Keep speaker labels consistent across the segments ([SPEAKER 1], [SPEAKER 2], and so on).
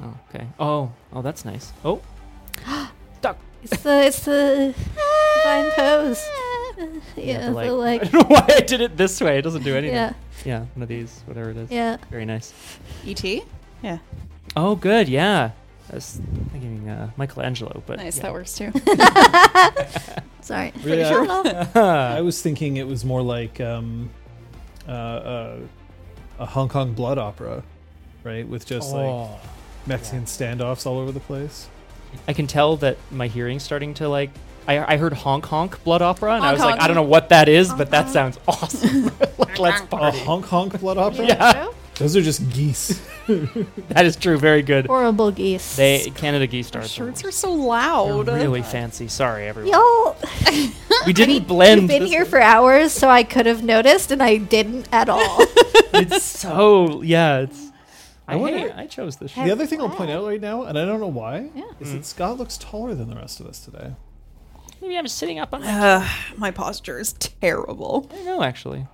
[SPEAKER 1] Oh, okay. Oh, oh, that's nice. Oh,
[SPEAKER 2] It's the it's the divine pose. Yeah,
[SPEAKER 1] the
[SPEAKER 2] the
[SPEAKER 1] I
[SPEAKER 2] like
[SPEAKER 1] don't know why I did it this way. It doesn't do anything.
[SPEAKER 2] yeah,
[SPEAKER 1] Yeah, one of these, whatever it is.
[SPEAKER 2] yeah.
[SPEAKER 1] Very nice.
[SPEAKER 3] E.T. Yeah,
[SPEAKER 1] Oh, good. Yeah. I was thinking uh, Michelangelo, but
[SPEAKER 3] nice.
[SPEAKER 1] yeah.
[SPEAKER 3] That works too.
[SPEAKER 2] Sorry.
[SPEAKER 4] Really, I-
[SPEAKER 2] Hello.
[SPEAKER 4] I was thinking it was more like um, uh, uh, a Hong Kong blood opera, right? With just like
[SPEAKER 1] Oh.
[SPEAKER 4] Mexican standoffs all over the place.
[SPEAKER 1] I can tell that my hearing's starting to like. I, I heard honk honk blood opera, and I was
[SPEAKER 3] Honk
[SPEAKER 1] like,
[SPEAKER 3] honk.
[SPEAKER 1] I don't know what that is,
[SPEAKER 2] Honk
[SPEAKER 1] but that
[SPEAKER 2] honk.
[SPEAKER 1] sounds awesome. like, let's
[SPEAKER 4] A
[SPEAKER 1] party.
[SPEAKER 4] honk honk blood opera?
[SPEAKER 1] Yeah.
[SPEAKER 4] Those are just geese.
[SPEAKER 1] That is true. Very good.
[SPEAKER 2] Horrible geese.
[SPEAKER 1] They Canada geese stars.
[SPEAKER 3] Shirts are so loud.
[SPEAKER 1] really fancy. Sorry, everyone.
[SPEAKER 2] Y'all,
[SPEAKER 1] We didn't
[SPEAKER 2] you've
[SPEAKER 1] blend.
[SPEAKER 2] been
[SPEAKER 1] this-
[SPEAKER 2] here for hours, so I could have noticed, and I didn't at all.
[SPEAKER 1] It's so yeah. It's. I,
[SPEAKER 4] I wonder-
[SPEAKER 1] hate it. I chose this.
[SPEAKER 4] the other thing I'll point out right now, and I don't know why, is that Scott looks taller than the rest of us today.
[SPEAKER 1] Maybe I'm sitting up on. I
[SPEAKER 3] Uh, my posture is terrible.
[SPEAKER 1] don't know actually.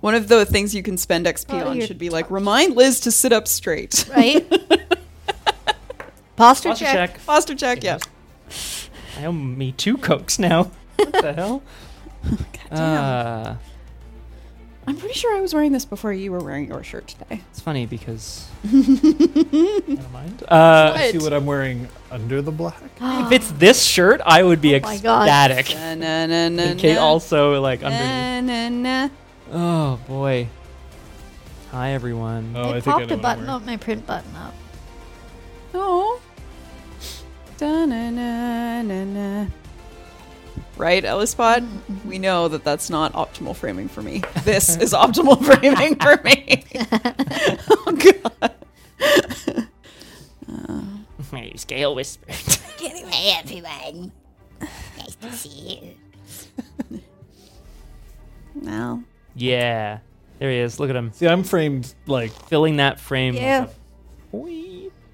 [SPEAKER 3] One of the things you can spend XP
[SPEAKER 2] Oh,
[SPEAKER 3] on
[SPEAKER 2] you're
[SPEAKER 3] should be like remind Liz to sit up straight.
[SPEAKER 2] right? Posture,
[SPEAKER 1] Posture
[SPEAKER 2] check.
[SPEAKER 1] check.
[SPEAKER 3] Foster check. Yeah.
[SPEAKER 1] Yes. I owe me two cokes now. What the hell?
[SPEAKER 3] damn.
[SPEAKER 1] Uh,
[SPEAKER 3] I'm pretty sure I was wearing this before you were wearing your shirt today.
[SPEAKER 1] it's funny because. never mind. Uh,
[SPEAKER 4] See what I'm wearing under the black?
[SPEAKER 1] if it's this shirt, I would be
[SPEAKER 2] Oh my God.
[SPEAKER 1] ecstatic.
[SPEAKER 3] Na, na, na, na,
[SPEAKER 1] And Kate
[SPEAKER 3] na,
[SPEAKER 1] also like underneath.
[SPEAKER 3] na, na, na.
[SPEAKER 1] Oh boy. Hi everyone.
[SPEAKER 4] Oh, I,
[SPEAKER 2] I
[SPEAKER 4] think
[SPEAKER 2] popped a
[SPEAKER 4] I know what I'm
[SPEAKER 2] button
[SPEAKER 4] wearing.
[SPEAKER 2] up, my print button up.
[SPEAKER 3] Oh. Da, na, na, na, na. Right, Ellispot? We know that that's not optimal framing for me. This is optimal framing for me. oh, God.
[SPEAKER 1] My scale whispered.
[SPEAKER 5] Hey everyone. Nice to see you.
[SPEAKER 3] Well,
[SPEAKER 1] yeah. There he is. Look at him.
[SPEAKER 4] See, I'm framed like
[SPEAKER 1] Filling that frame.
[SPEAKER 2] Yeah.
[SPEAKER 1] Oi.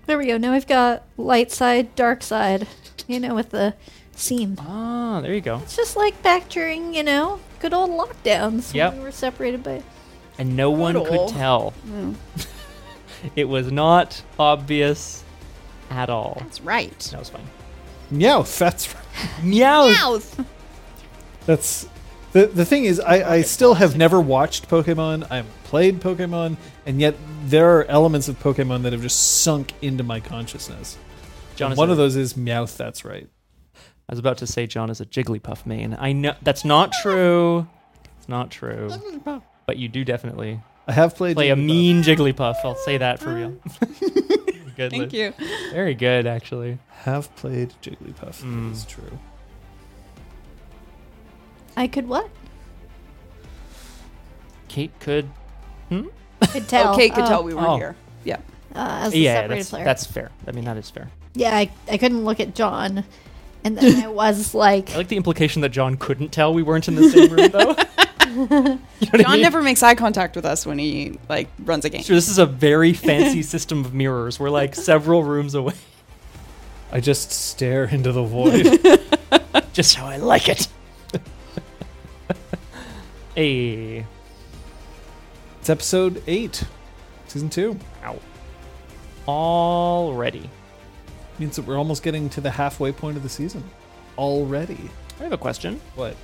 [SPEAKER 2] There we go. Now I've got light side, dark side, you know, with the seam.
[SPEAKER 1] Ah, there you go.
[SPEAKER 2] It's just like back during, you know, good old lockdowns
[SPEAKER 1] Yep.
[SPEAKER 2] when we were separated by.
[SPEAKER 1] And no one
[SPEAKER 3] Little.
[SPEAKER 1] could tell. it was not obvious at all.
[SPEAKER 3] that's right.
[SPEAKER 1] That was fine.
[SPEAKER 4] meow. That's
[SPEAKER 1] Meow.
[SPEAKER 3] Mouth.
[SPEAKER 4] that's the the thing is I, I still have never watched Pokemon. I haven't played Pokemon, and yet there are elements of Pokemon that have just sunk into my consciousness.
[SPEAKER 1] John is
[SPEAKER 4] One
[SPEAKER 1] a-
[SPEAKER 4] of those is Meowth. That's right.
[SPEAKER 1] I was about to say John is a Jigglypuff main. I know that's not true. It's not true. But you do definitely
[SPEAKER 4] I have played.
[SPEAKER 1] play a
[SPEAKER 4] Jigglypuff.
[SPEAKER 1] mean Jigglypuff. I'll say that for real. good, Liz.
[SPEAKER 3] Thank you.
[SPEAKER 1] Very good, actually.
[SPEAKER 4] Have played Jigglypuff.
[SPEAKER 1] Mm.
[SPEAKER 4] It's true.
[SPEAKER 2] I could what?
[SPEAKER 1] Kate could.
[SPEAKER 2] Could tell.
[SPEAKER 3] Oh, Kate could
[SPEAKER 2] Oh,
[SPEAKER 3] tell we were
[SPEAKER 1] Oh.
[SPEAKER 3] here. Yeah.
[SPEAKER 2] Uh, as a
[SPEAKER 1] yeah,
[SPEAKER 2] separated
[SPEAKER 1] that's,
[SPEAKER 2] player.
[SPEAKER 1] that's fair. I mean, that is fair.
[SPEAKER 2] Yeah, I, I couldn't look at John. And then I was like,
[SPEAKER 1] I like the implication that John couldn't tell we weren't in the same room, though. You know what I
[SPEAKER 3] John
[SPEAKER 1] mean?
[SPEAKER 3] never makes eye contact with us when he like runs a game.
[SPEAKER 1] Sure, this is a very fancy system of mirrors. We're like several rooms away.
[SPEAKER 4] I just stare into the void.
[SPEAKER 1] Just how I like it. hey.
[SPEAKER 4] it's episode eight, season two.
[SPEAKER 1] Ow. Already.
[SPEAKER 4] Means that we're almost getting to the halfway point of the season already.
[SPEAKER 1] I have a question.
[SPEAKER 4] What?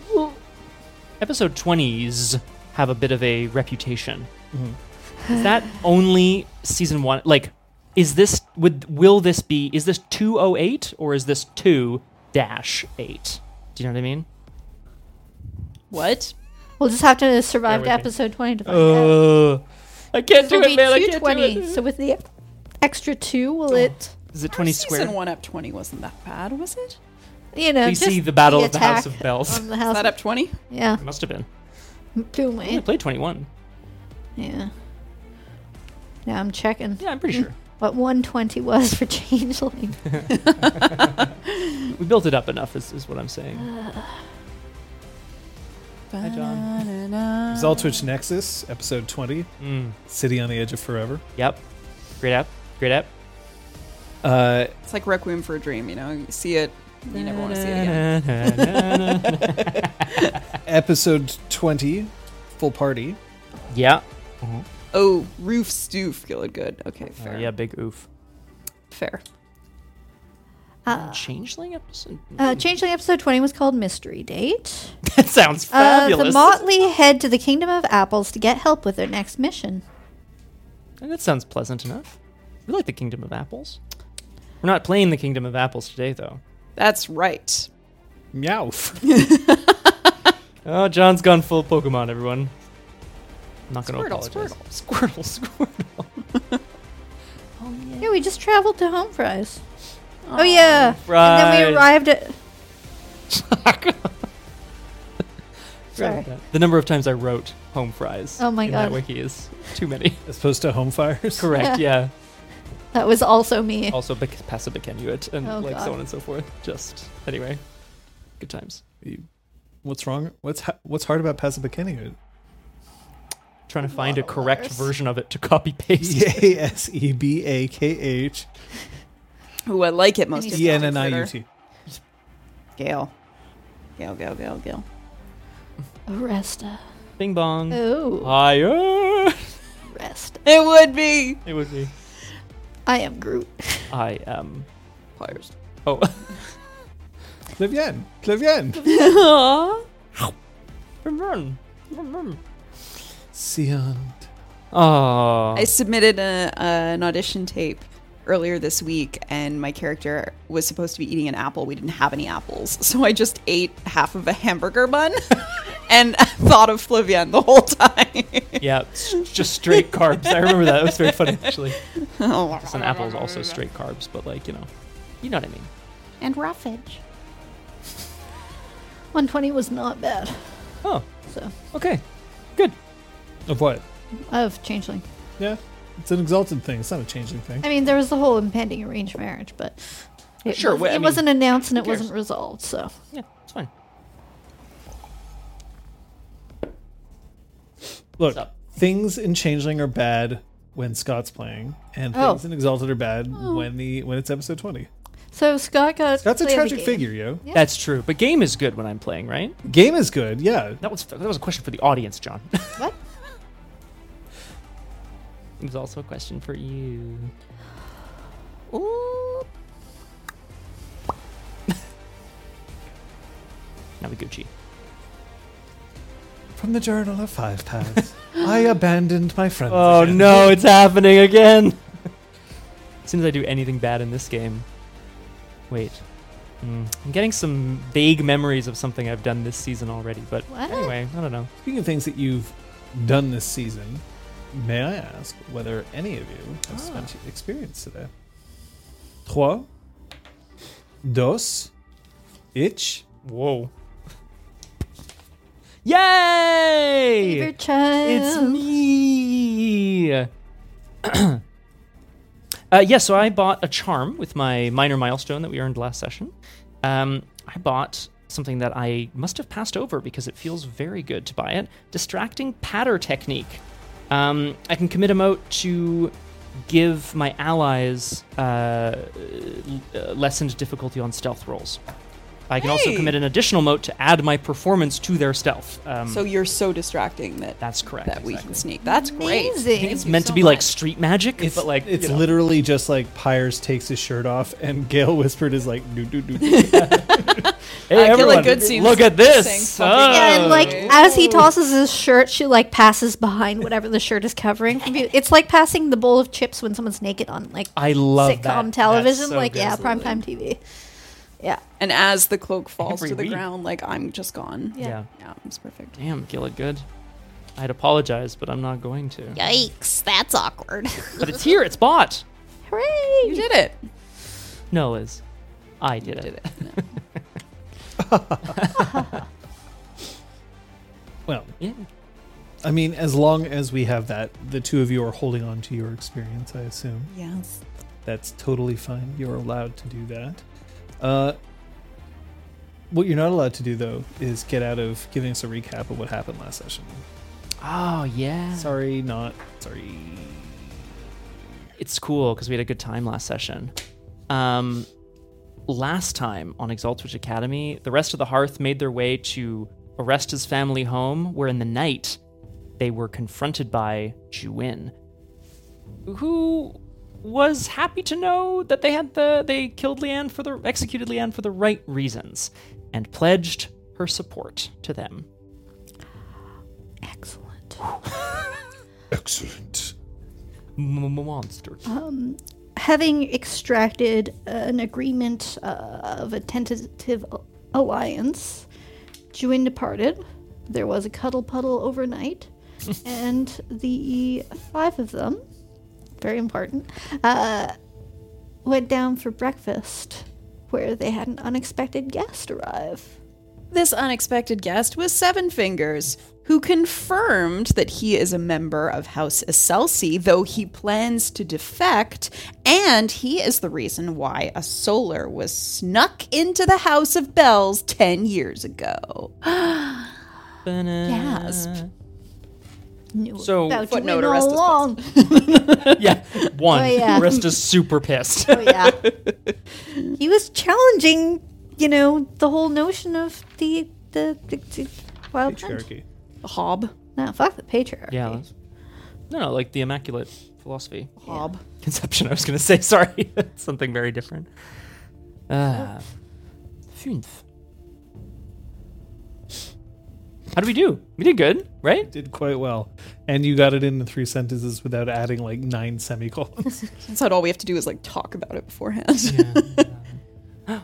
[SPEAKER 1] Episode 20s have a bit of a reputation.
[SPEAKER 4] Mm-hmm.
[SPEAKER 1] Is that only season one? Like, is this, would, will this be, is this 208 or is this 2 dash 8? Do you know what I mean?
[SPEAKER 3] What?
[SPEAKER 2] we'll just have to survive
[SPEAKER 1] Bear
[SPEAKER 2] to
[SPEAKER 1] with me.
[SPEAKER 2] episode 20 to find out.
[SPEAKER 1] Uh, I can't
[SPEAKER 2] This will
[SPEAKER 1] do it, Oh.
[SPEAKER 2] be
[SPEAKER 1] man. I can't
[SPEAKER 2] 220.
[SPEAKER 1] do it.
[SPEAKER 2] So with the extra two, will it,
[SPEAKER 1] Is it 20
[SPEAKER 3] season
[SPEAKER 1] squared?
[SPEAKER 3] one up twenty wasn't that bad, was it?
[SPEAKER 2] you know,
[SPEAKER 1] We
[SPEAKER 2] just
[SPEAKER 1] see the Battle of the House
[SPEAKER 2] attack
[SPEAKER 1] of Bells.
[SPEAKER 2] On the
[SPEAKER 3] Is
[SPEAKER 2] house.
[SPEAKER 3] that up twenty?
[SPEAKER 2] Yeah.
[SPEAKER 1] It must have been.
[SPEAKER 2] Boom.
[SPEAKER 1] I only
[SPEAKER 2] right?
[SPEAKER 1] played 21.
[SPEAKER 2] Yeah. Yeah, I'm checking
[SPEAKER 1] Yeah, I'm pretty sure.
[SPEAKER 2] what 120 was for Changeling.
[SPEAKER 1] We built it up enough, is, is what I'm saying. Hi, John.
[SPEAKER 3] Uh.
[SPEAKER 4] Zaltwitch Nexus, episode twenty.
[SPEAKER 1] Mm.
[SPEAKER 4] City on the Edge of Forever.
[SPEAKER 1] Yep. Great app. Great app.
[SPEAKER 4] Uh,
[SPEAKER 3] It's like Requiem for a Dream, you know? You see it, you never want to see it again.
[SPEAKER 1] again.
[SPEAKER 4] episode 20 full party
[SPEAKER 1] yeah.
[SPEAKER 3] Oh, Roof Stoof, good, good. Okay,
[SPEAKER 1] Oh,
[SPEAKER 3] fair.
[SPEAKER 1] yeah, big oof.
[SPEAKER 3] Fair.
[SPEAKER 1] Changeling episode.
[SPEAKER 2] Uh, Changeling episode 20 was called Mystery Date.
[SPEAKER 1] that sounds
[SPEAKER 2] Uh,
[SPEAKER 1] fabulous.
[SPEAKER 2] the Motley head to the Kingdom of Apples to get help with their next mission.
[SPEAKER 1] And that sounds pleasant enough. We like the Kingdom of Apples. We're not playing the Kingdom of Apples today, though.
[SPEAKER 3] That's right.
[SPEAKER 4] Meowth.
[SPEAKER 1] Oh, John's gone full Pokemon, everyone. I'm not going to
[SPEAKER 3] Squirtle,
[SPEAKER 1] apologize. Squirtle, squirtle, squirtle.
[SPEAKER 2] Yeah, we just traveled to Home Fries. Oh, yeah. And then
[SPEAKER 1] Fries.
[SPEAKER 2] we arrived at. Sorry.
[SPEAKER 1] The number of times I wrote home fries.
[SPEAKER 2] Oh my
[SPEAKER 1] in That
[SPEAKER 2] God.
[SPEAKER 1] wiki is too many.
[SPEAKER 4] As opposed to home fires.
[SPEAKER 1] Correct. Yeah.
[SPEAKER 2] That was also me.
[SPEAKER 1] Also, bec- passive Bekenuit and
[SPEAKER 2] Oh,
[SPEAKER 1] like
[SPEAKER 2] God.
[SPEAKER 1] so on and so forth. Just anyway, good times.
[SPEAKER 4] What's wrong? What's ha- what's hard about Passabakini?
[SPEAKER 1] Trying to find a
[SPEAKER 2] lot of
[SPEAKER 1] correct
[SPEAKER 2] letters.
[SPEAKER 1] version of it to copy paste.
[SPEAKER 4] E A S E B A K H
[SPEAKER 3] Ooh, I like it most.
[SPEAKER 4] E N N I U T.
[SPEAKER 3] Gail. Gail, Gail, Gail, Gail.
[SPEAKER 2] Arresta.
[SPEAKER 1] Bing bong.
[SPEAKER 2] Oh,
[SPEAKER 1] Higher.
[SPEAKER 2] Arresta.
[SPEAKER 3] It would be.
[SPEAKER 1] It would be.
[SPEAKER 2] I am Groot.
[SPEAKER 1] I am.
[SPEAKER 3] Pliers.
[SPEAKER 1] Oh,
[SPEAKER 4] Clevian. Clevian. Sion.
[SPEAKER 1] Oh.
[SPEAKER 3] I submitted a, an audition tape earlier this week, and my character was supposed to be eating an apple. We didn't have any apples, so I just ate half of a hamburger bun and thought of Flavian the whole time.
[SPEAKER 1] Yeah, s- just straight carbs. I remember that. That was very funny, actually.
[SPEAKER 2] Oh,
[SPEAKER 1] Some apples also straight carbs, but like you know, you know what I mean.
[SPEAKER 5] And roughage.
[SPEAKER 2] 120 was not bad.
[SPEAKER 1] Oh,
[SPEAKER 2] So,
[SPEAKER 1] okay, good.
[SPEAKER 4] Of what?
[SPEAKER 2] of Changeling.
[SPEAKER 4] Yeah. It's an exalted thing. It's not a changing thing.
[SPEAKER 2] I mean, there was the whole impending arranged marriage, but it,
[SPEAKER 1] Sure,
[SPEAKER 2] was,
[SPEAKER 1] well, I
[SPEAKER 2] it
[SPEAKER 1] mean,
[SPEAKER 2] wasn't announced and it
[SPEAKER 1] cares?
[SPEAKER 2] wasn't resolved. So,
[SPEAKER 1] Yeah, it's fine.
[SPEAKER 4] Look,
[SPEAKER 1] Sup?
[SPEAKER 4] things in Changeling are bad when Scott's playing, and
[SPEAKER 2] Oh.
[SPEAKER 4] things in Exalted are bad when the when it's episode twenty.
[SPEAKER 2] so Scott got.
[SPEAKER 4] That's a
[SPEAKER 2] play of the
[SPEAKER 4] tragic
[SPEAKER 2] game.
[SPEAKER 4] figure, yo.
[SPEAKER 1] That's true. But game is good when I'm playing, right?
[SPEAKER 4] Game is good, yeah.
[SPEAKER 1] That was that was a question for the audience, John.
[SPEAKER 2] What?
[SPEAKER 1] it was also a question for you.
[SPEAKER 2] Ooh.
[SPEAKER 1] Namaguchi.
[SPEAKER 4] From the Journal of Five Paths, I abandoned my friends.
[SPEAKER 1] Oh
[SPEAKER 4] again.
[SPEAKER 1] no, it's happening again. as soon as I do anything bad in this game. Wait. Mm, I'm getting some vague memories of something I've done this season already, but
[SPEAKER 2] What?
[SPEAKER 1] anyway, I don't know.
[SPEAKER 4] Speaking of things that you've done this season, may I ask whether any of you
[SPEAKER 1] Ah.
[SPEAKER 4] have spent experience today? Trois, dos, itch.
[SPEAKER 1] Whoa. Yay!
[SPEAKER 2] Favorite child.
[SPEAKER 1] It's me. uh, yeah, so I bought a charm with my minor milestone that we earned last session. Um, I bought something that I must have passed over because it feels very good to buy it. Distracting patter technique. Um, I can commit a mote to give my allies uh, l- uh, lessened difficulty on stealth rolls. I can also
[SPEAKER 3] Hey.
[SPEAKER 1] commit an additional mote to add my performance to their stealth. Um,
[SPEAKER 3] So you're so distracting that
[SPEAKER 1] that's correct.
[SPEAKER 3] that we
[SPEAKER 1] exactly.
[SPEAKER 3] can sneak. That's great.
[SPEAKER 2] Amazing.
[SPEAKER 1] It's meant to be like street magic,
[SPEAKER 4] It's
[SPEAKER 1] but like
[SPEAKER 4] it's
[SPEAKER 1] you know.
[SPEAKER 4] literally just like Pyres takes his shirt off, and Gail whispered is like do do do. do.
[SPEAKER 1] Hey,
[SPEAKER 3] I feel like
[SPEAKER 1] everyone,
[SPEAKER 3] good scenes
[SPEAKER 1] look at
[SPEAKER 3] saying
[SPEAKER 1] this.
[SPEAKER 3] something.
[SPEAKER 1] Oh.
[SPEAKER 2] Yeah, and like
[SPEAKER 3] Oh.
[SPEAKER 2] as he tosses his shirt, she like passes behind whatever the shirt is covering. from view. It's like passing the bowl of chips when someone's naked on like
[SPEAKER 1] I love that.
[SPEAKER 2] sitcom
[SPEAKER 1] That's
[SPEAKER 2] television,
[SPEAKER 1] so
[SPEAKER 2] like
[SPEAKER 1] good.
[SPEAKER 2] yeah, primetime TV. Yeah,
[SPEAKER 3] And as the cloak falls
[SPEAKER 1] Every
[SPEAKER 3] to the
[SPEAKER 1] week.
[SPEAKER 3] ground, like I'm just gone.
[SPEAKER 1] Yeah.
[SPEAKER 3] Yeah, it's perfect.
[SPEAKER 1] Damn, Gilligan. Good. I'd apologize, but I'm not going to.
[SPEAKER 5] Yikes, that's awkward.
[SPEAKER 1] But it's here. It's bought.
[SPEAKER 2] hooray!
[SPEAKER 3] You did it.
[SPEAKER 1] No, Liz. I did
[SPEAKER 3] You
[SPEAKER 1] it.
[SPEAKER 3] did it.
[SPEAKER 4] well,
[SPEAKER 1] Yeah.
[SPEAKER 4] I mean, as long as we have that, the two of you are holding on to your experience. I assume
[SPEAKER 3] Yes.
[SPEAKER 4] that's totally fine. You're allowed to do that. Uh, what you're not allowed to do though is get out of giving us a recap of what happened last session.
[SPEAKER 1] Oh yeah.
[SPEAKER 4] Sorry, not sorry.
[SPEAKER 1] It's cool because we had a good time last session. Um, last time on Exaltwitch Academy, the rest of the Hearth made their way to Oresta's family home, where in the night they were confronted by Juin, who was happy to know that they had the they killed Leanne for the executed Leanne for the right reasons, and pledged her support to them.
[SPEAKER 2] Excellent.
[SPEAKER 4] Excellent.
[SPEAKER 1] M- monster.
[SPEAKER 2] Oh, Having extracted an agreement uh, of a tentative a- alliance, Juin departed. There was a cuddle puddle overnight, and the five of them, very important, uh, went down for breakfast, where they had an unexpected guest arrive.
[SPEAKER 3] This unexpected guest was Seven Fingers, who confirmed that he is a member of House Esselsi, though he plans to defect, and he is the reason why a solar was snuck into the House of Bells 10 years ago. Gasp.
[SPEAKER 2] Knew
[SPEAKER 1] So-
[SPEAKER 2] about
[SPEAKER 3] Footnote,
[SPEAKER 2] Juin all
[SPEAKER 3] Orestes
[SPEAKER 2] along.
[SPEAKER 1] yeah, one.
[SPEAKER 2] Oh, yeah.
[SPEAKER 1] Rest is super pissed.
[SPEAKER 2] Oh yeah. he was challenging, you know, the whole notion of the the, the, the wild hunt.
[SPEAKER 4] Patriarchy.
[SPEAKER 3] Hob.
[SPEAKER 2] No, fuck the patriarchy.
[SPEAKER 1] yeah. that's- No, no, like the immaculate philosophy
[SPEAKER 3] Hob.
[SPEAKER 1] conception. I was going to say sorry, something very different. Uh, fünf. How did we do? We did good, right?
[SPEAKER 4] Did quite well. And you got it in three sentences without adding like nine semicolons.
[SPEAKER 3] That's how all we have to do is like talk about it beforehand.
[SPEAKER 1] Ooh,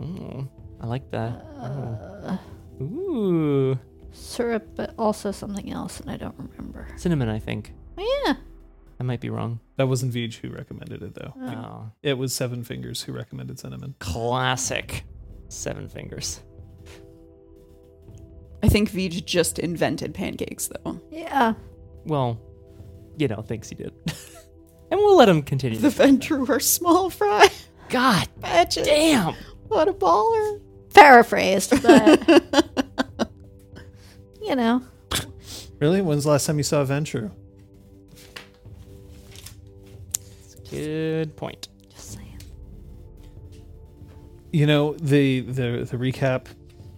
[SPEAKER 1] Mm, I like that. Oh. Ooh,
[SPEAKER 2] Uh, Syrup, but also something else, and I don't remember.
[SPEAKER 1] cinnamon. I think
[SPEAKER 2] Oh, yeah.
[SPEAKER 1] I might be wrong.
[SPEAKER 4] that wasn't Vij who recommended it though.
[SPEAKER 1] Oh,
[SPEAKER 4] It was Seven Fingers who recommended cinnamon.
[SPEAKER 1] classic. Seven fingers.
[SPEAKER 3] I think Vij just invented pancakes, though.
[SPEAKER 2] Yeah.
[SPEAKER 1] Well, you know, thinks he did. and we'll let him continue.
[SPEAKER 3] The Venturer Small Fry.
[SPEAKER 1] God
[SPEAKER 3] Badges.
[SPEAKER 1] damn.
[SPEAKER 3] What a baller.
[SPEAKER 2] Paraphrased, but you know.
[SPEAKER 4] Really? When's the last time you saw Venture?
[SPEAKER 1] Good point.
[SPEAKER 2] Just saying.
[SPEAKER 4] You know, the the the recap,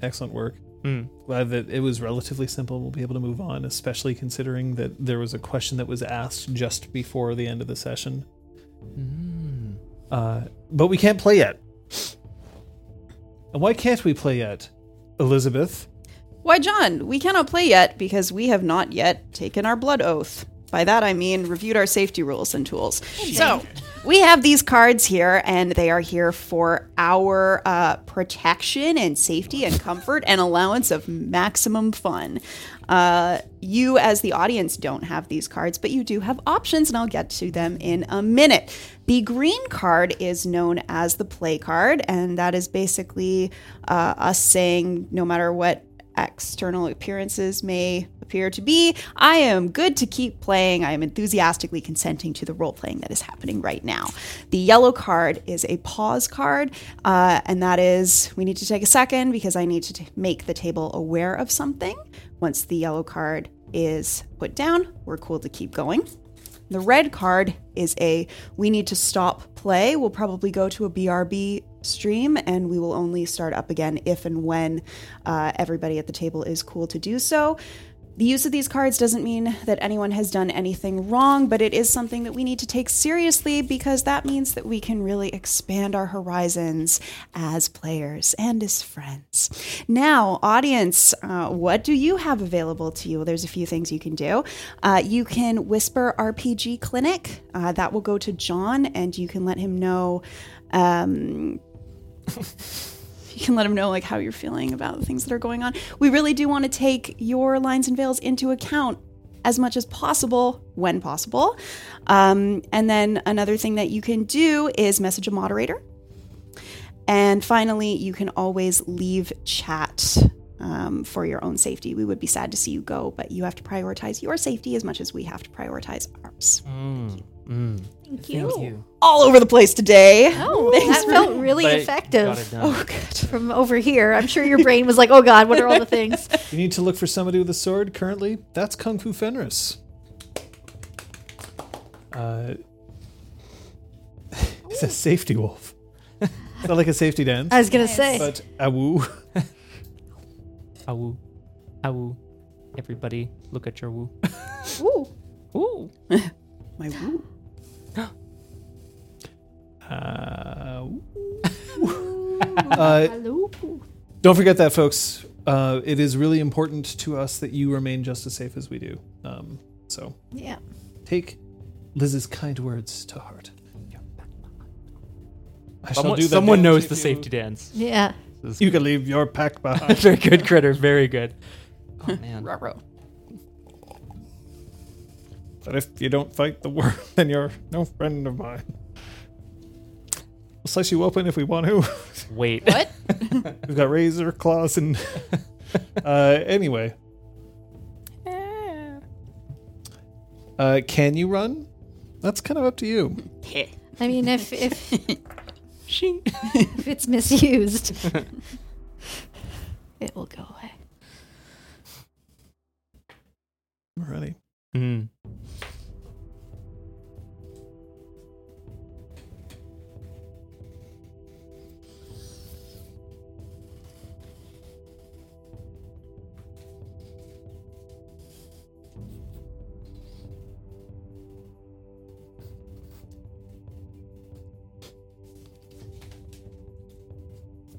[SPEAKER 4] excellent work.
[SPEAKER 1] Mm.
[SPEAKER 4] Glad that it was relatively simple. We'll be able to move on, especially considering that there was a question that was asked just before the end of the session. Uh, but we can't play yet. And why can't we play yet, Elizabeth?
[SPEAKER 3] Why, John, we cannot play yet because we have not yet taken our blood oath. By that I mean reviewed our safety rules and tools. So we have these cards here, and they are here for our uh, protection and safety and comfort and allowance of maximum fun. Uh, you, as the audience, don't have these cards, but you do have options, and I'll get to them in a minute. The green card is known as the play card, and that is basically uh, us saying no matter what external appearances may appear to be, I am good to keep playing. I am enthusiastically consenting to the role playing that is happening right now. The yellow card is a pause card, uh, and that is we need to take a second because I need to t- make the table aware of something. Once the yellow card is put down, we're cool to keep going. The red card is a we need to stop play. We'll probably go to a BRB stream and we will only start up again if and when uh, everybody at the table is cool to do so. The use of these cards doesn't mean that anyone has done anything wrong, but it is something that we need to take seriously because that means that we can really expand our horizons as players and as friends. Now, audience, uh, what do you have available to you? Well, there's a few things you can do. Uh, you can whisper RPG Clinic, uh, that will go to John, and you can let him know. Um, you can let them know like how you're feeling about the things that are going on. We really do want to take your lines and veils into account as much as possible when possible. Um, and then another thing that you can do is message a moderator. And finally, you can always leave chat um, for your own safety. We would be sad to see you go, but you have to prioritize your safety as much as we have to prioritize ours.
[SPEAKER 1] Mm,
[SPEAKER 2] Thank you.
[SPEAKER 3] All over the place today.
[SPEAKER 2] Oh, that felt really
[SPEAKER 1] But it got it
[SPEAKER 2] effective.
[SPEAKER 1] done.
[SPEAKER 3] oh good.
[SPEAKER 2] From over here, I'm sure your brain was like, "Oh God, what are all the things?"
[SPEAKER 4] You need to look for somebody with a sword currently. That's Kung Fu Fenris. Uh, it's a safety wolf. it's not like a safety dance,
[SPEAKER 2] I was gonna say.
[SPEAKER 4] but uh, awoo.
[SPEAKER 1] Awu. Awu. Everybody, look at your woo.
[SPEAKER 2] Ooh.
[SPEAKER 1] Ooh.
[SPEAKER 3] My woo.
[SPEAKER 4] Uh, Don't forget that, folks. Uh, it is really important to us that you remain just as safe as we do. Um, so
[SPEAKER 2] Yeah.
[SPEAKER 4] take Liz's kind words to heart. I shall
[SPEAKER 1] Someone,
[SPEAKER 4] do that
[SPEAKER 1] someone
[SPEAKER 4] dance
[SPEAKER 1] knows
[SPEAKER 4] if
[SPEAKER 1] the
[SPEAKER 4] you-
[SPEAKER 1] safety dance.
[SPEAKER 2] Yeah.
[SPEAKER 4] You can leave your pack behind.
[SPEAKER 1] very good critter. Very good. Oh man.
[SPEAKER 3] Ruh-roh.
[SPEAKER 4] but if you don't fight the worm, then you're no friend of mine. We'll slice you open if we want to.
[SPEAKER 1] Wait.
[SPEAKER 3] What?
[SPEAKER 4] We've got razor claws and. uh, anyway, uh, can you run? That's kind of up to you.
[SPEAKER 2] I mean, if if,
[SPEAKER 1] Shing.
[SPEAKER 2] if it's misused, it will go away.
[SPEAKER 4] I'm ready.
[SPEAKER 1] Mm.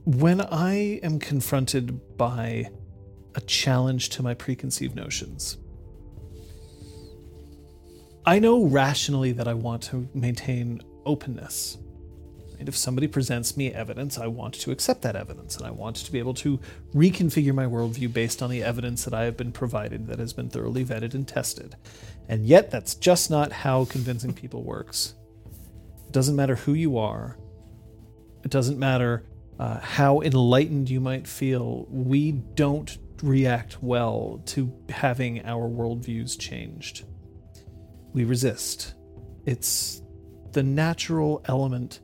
[SPEAKER 4] When I am confronted by a challenge to my preconceived notions, I know rationally that I want to maintain openness. And if somebody presents me evidence, I want to accept that evidence, and I want to be able to reconfigure my worldview based on the evidence that I have been provided that has been thoroughly vetted and tested. And yet, that's just not how convincing people works. It doesn't matter who you are, it doesn't matter uh, how enlightened you might feel, we don't react well to having our worldviews changed. We resist. It's the natural element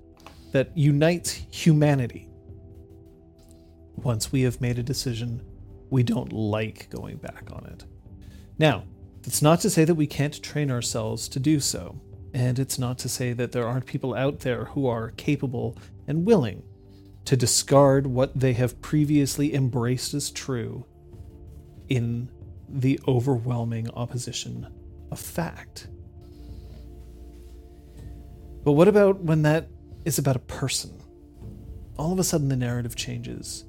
[SPEAKER 4] that unites humanity. Once we have made a decision, we don't like going back on it. Now, it's not to say that we can't train ourselves to do so, and it's not to say that there aren't people out there who are capable and willing to discard what they have previously embraced as true in the overwhelming opposition of fact. But what about when that is about a person? All of a sudden, the narrative changes.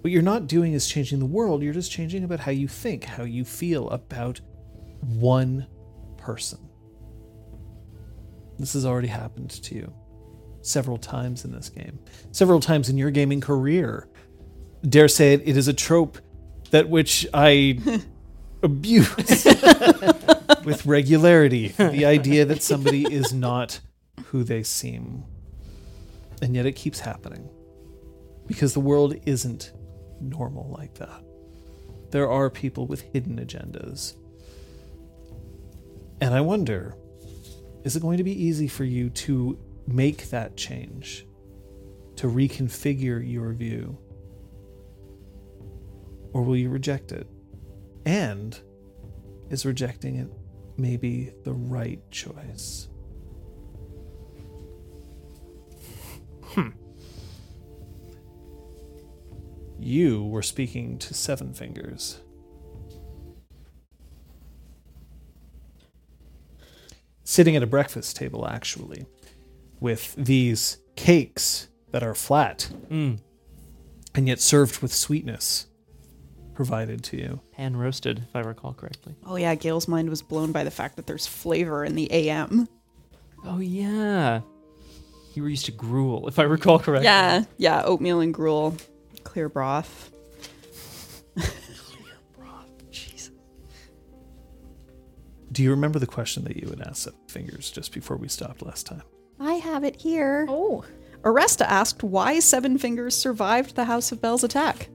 [SPEAKER 4] What you're not doing is changing the world, you're just changing about how you think, how you feel about one person. This has already happened to you several times in this game, several times in your gaming career. Dare say it, it is a trope that which I abuse with regularity. The idea that somebody is not who they seem. And yet it keeps happening because the world isn't normal like that. There are people with hidden agendas. And I wonder is it going to be easy for you to make that change, to reconfigure your view? Or will you reject it? And is rejecting it maybe the right choice? You were speaking to Seven Fingers. Sitting at a breakfast table, actually with these cakes that are flat
[SPEAKER 1] Mm.
[SPEAKER 4] and yet served with sweetness provided to you.
[SPEAKER 1] Pan roasted, if I recall correctly.
[SPEAKER 3] Oh yeah, Gail's mind was blown by the fact that there's flavor in the AM.
[SPEAKER 1] Oh yeah. You were used to gruel, if I recall correctly.
[SPEAKER 3] Yeah, yeah, oatmeal and gruel, clear broth.
[SPEAKER 4] Do you remember the question that you had asked Seven Fingers just before we stopped last time?
[SPEAKER 3] I have it here.
[SPEAKER 2] Oh,
[SPEAKER 3] Aresta asked why Seven Fingers survived the House of Bell's attack.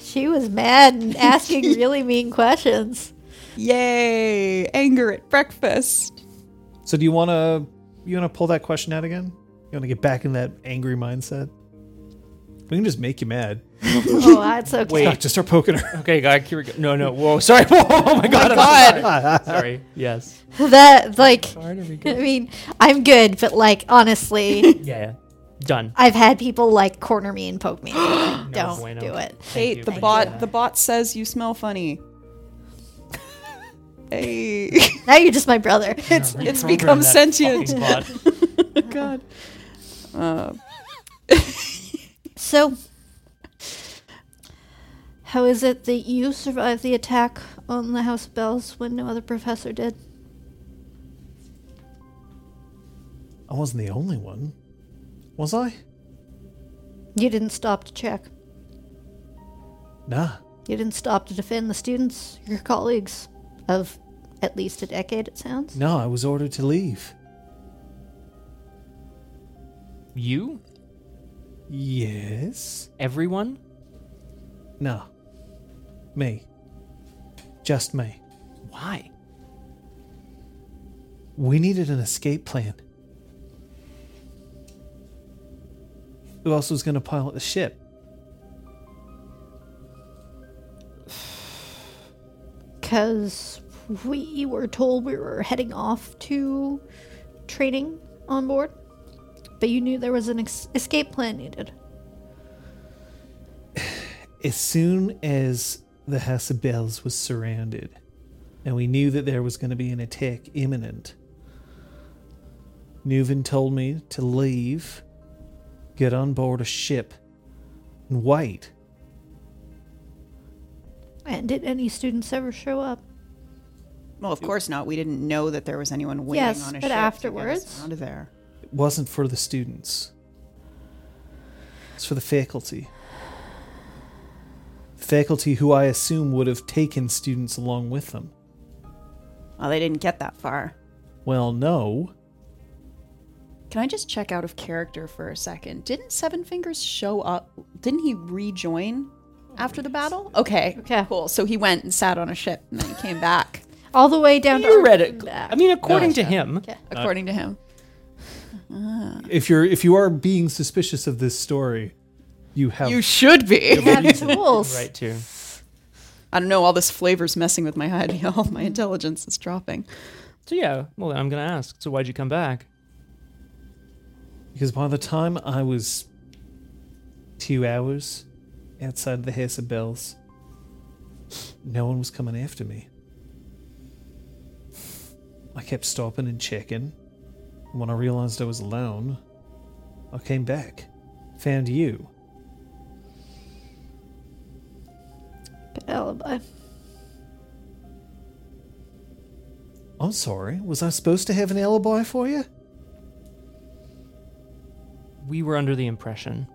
[SPEAKER 2] she was mad and asking really mean questions.
[SPEAKER 3] Yay! Anger at breakfast.
[SPEAKER 4] So do you want to you want to pull that question out again? You want to get back in that angry mindset? We can just make you mad.
[SPEAKER 2] Oh, that's okay.
[SPEAKER 1] Wait.
[SPEAKER 4] Just start poking her.
[SPEAKER 1] Okay, God, here we go. No, no. Whoa, sorry. Whoa, oh my God. I'm so sorry. sorry. Yes.
[SPEAKER 2] That like,
[SPEAKER 1] Sorry, there we
[SPEAKER 2] I
[SPEAKER 1] go.
[SPEAKER 2] mean, I'm good, but like, honestly,
[SPEAKER 1] Yeah, yeah. Done.
[SPEAKER 2] I've had people like corner me and poke me. Don't
[SPEAKER 1] bueno.
[SPEAKER 2] do it.
[SPEAKER 3] Hey,
[SPEAKER 1] you
[SPEAKER 3] the
[SPEAKER 1] for
[SPEAKER 3] bot
[SPEAKER 1] that.
[SPEAKER 3] the bot says you smell funny. hey.
[SPEAKER 2] Now you're just my brother.
[SPEAKER 1] It's,
[SPEAKER 3] it's become sentient. Uh, God.
[SPEAKER 2] So, How is it that you survived the attack on the House of Bells when no other professor did?
[SPEAKER 4] I wasn't the only one. Was I?
[SPEAKER 2] You didn't stop to check.
[SPEAKER 4] Nah.
[SPEAKER 2] You didn't stop to defend the students, your colleagues, of at least a decade, it sounds.
[SPEAKER 4] No, I was ordered to leave.
[SPEAKER 1] You?
[SPEAKER 4] Yes?
[SPEAKER 1] Everyone?
[SPEAKER 4] Nah. Me. Just me.
[SPEAKER 1] Why?
[SPEAKER 4] We needed an escape plan. Who else was going to pilot the ship?
[SPEAKER 2] Because we were told we were heading off to training on board, but you knew there was an ex- escape plan needed.
[SPEAKER 4] As soon as the House of Bells was surrounded, and we knew that there was going to be an attack imminent, Nuvin told me to leave, get on board a ship, and wait.
[SPEAKER 2] And did any students ever show up?
[SPEAKER 3] Well, of course not. We didn't know that there was anyone waiting
[SPEAKER 2] Yes,
[SPEAKER 3] on
[SPEAKER 2] but
[SPEAKER 3] a ship to get
[SPEAKER 2] afterwards-
[SPEAKER 3] us out of there.
[SPEAKER 4] It wasn't for the students. It's for the faculty. The faculty who I assume would have taken students along with them.
[SPEAKER 3] Well, they didn't get that far.
[SPEAKER 4] Well, no.
[SPEAKER 3] Can I just check out of character for a second? Didn't Seven Fingers show up? Didn't he rejoin after the battle? Okay.
[SPEAKER 2] Okay.
[SPEAKER 3] Cool. So he went and sat on a ship and then he came back,
[SPEAKER 2] All the way down to
[SPEAKER 3] Theoretically.
[SPEAKER 2] Arden
[SPEAKER 1] I
[SPEAKER 2] back.
[SPEAKER 1] mean, according to him,
[SPEAKER 3] according to him.
[SPEAKER 4] If you're if you are being suspicious of this story, you have
[SPEAKER 3] You should be.
[SPEAKER 2] We have tools.
[SPEAKER 1] right too.
[SPEAKER 3] I don't know. All this flavor's messing with my head. All my intelligence is dropping.
[SPEAKER 1] So yeah, well then I'm gonna ask. So why'd you come back?
[SPEAKER 4] because by the time I was two hours outside the House of Bells, no one was coming after me. I kept stopping and checking. And when I realized I was alone, I came back, found you.
[SPEAKER 2] Alibi.
[SPEAKER 4] I'm sorry, was I supposed to have an alibi for you?
[SPEAKER 1] We were under the impression,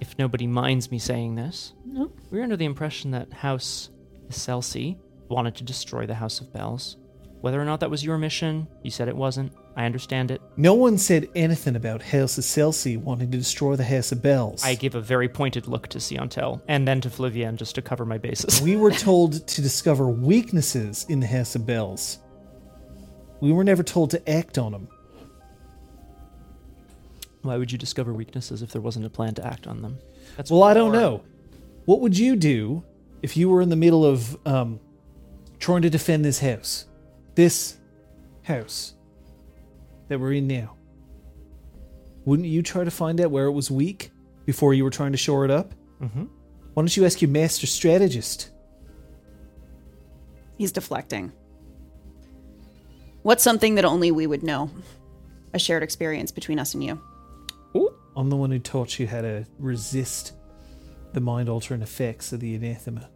[SPEAKER 1] if nobody minds me saying this,
[SPEAKER 2] No.
[SPEAKER 1] we were under the impression that House Celsi wanted to destroy the House of Bells. Whether or not that was your mission, you said it wasn't. I understand it.
[SPEAKER 4] No one said anything about House of Celsi wanting to destroy the House of Bells.
[SPEAKER 1] I give a very pointed look to Siontel and then to Flavian just to cover my bases.
[SPEAKER 4] We were told to discover weaknesses in the House of Bells. We were never told to act on them.
[SPEAKER 1] Why would you discover weaknesses if there wasn't a plan to act on them? That's
[SPEAKER 4] Well, I don't
[SPEAKER 1] bizarre.
[SPEAKER 4] know. What would you do if you were in the middle of um, trying to defend this house? This house that we're in now. Wouldn't you try to find out where it was weak before you were trying to shore it up? Mm-hmm. Why don't you ask your master strategist?
[SPEAKER 3] He's deflecting. What's something that only we would know? A shared experience between us and you.
[SPEAKER 4] I'm the one who taught you how to resist the mind altering effects of the anathema.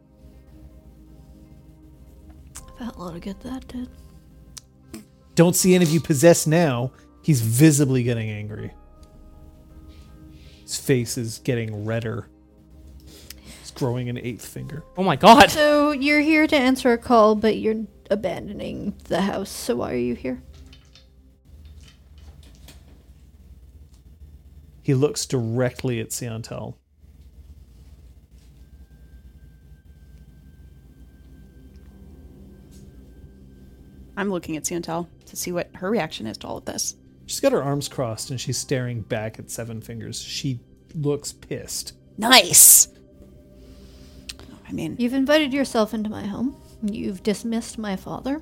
[SPEAKER 2] Felt a lot of good that did.
[SPEAKER 4] Don't see any of you possess now. He's visibly getting angry. His face is getting redder. He's growing an eighth finger.
[SPEAKER 1] Oh my god!
[SPEAKER 2] So you're here to answer a call, but you're abandoning the house. So why are you here?
[SPEAKER 4] He looks directly at Santel.
[SPEAKER 3] I'm looking at Santel to see what her reaction is to all of this.
[SPEAKER 4] She's got her arms crossed and she's staring back at Seven Fingers. She looks pissed.
[SPEAKER 3] Nice. I mean,
[SPEAKER 2] You've invited yourself into my home. You've dismissed my father.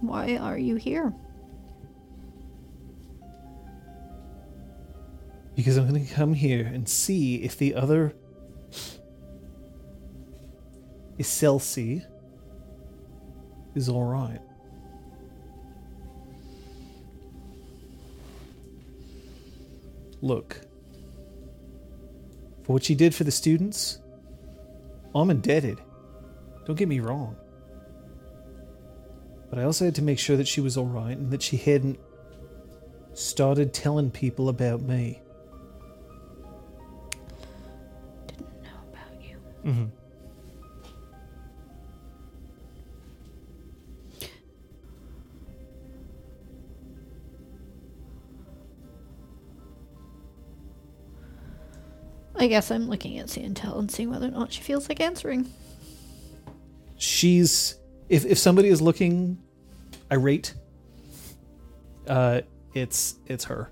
[SPEAKER 2] Why are you here?
[SPEAKER 4] Because I'm going to come here and see if the other Iselsi is alright. Look, for what she did for the students, I'm indebted. Don't get me wrong. But I also had to make sure that she was alright and that she hadn't started telling people about me.
[SPEAKER 2] know about you. I guess I'm looking at Santel and seeing whether or not she feels like answering.
[SPEAKER 4] she's if if somebody is looking irate uh it's it's her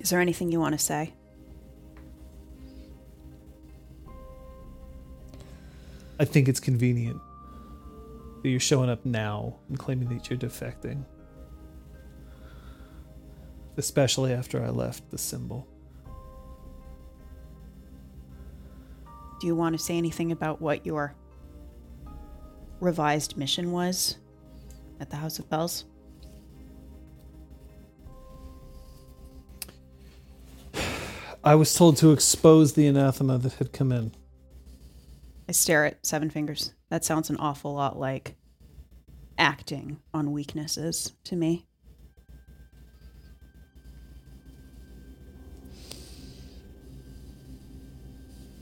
[SPEAKER 3] Is there anything you want to say?
[SPEAKER 4] i think it's convenient that you're showing up now and claiming that you're defecting especially after i left the symbol
[SPEAKER 3] Do you want to say anything about what your revised mission was at the House of Bells?
[SPEAKER 4] i was told to expose the anathema that had come in
[SPEAKER 3] I stare at Seven Fingers. That sounds an awful lot like acting on weaknesses to me.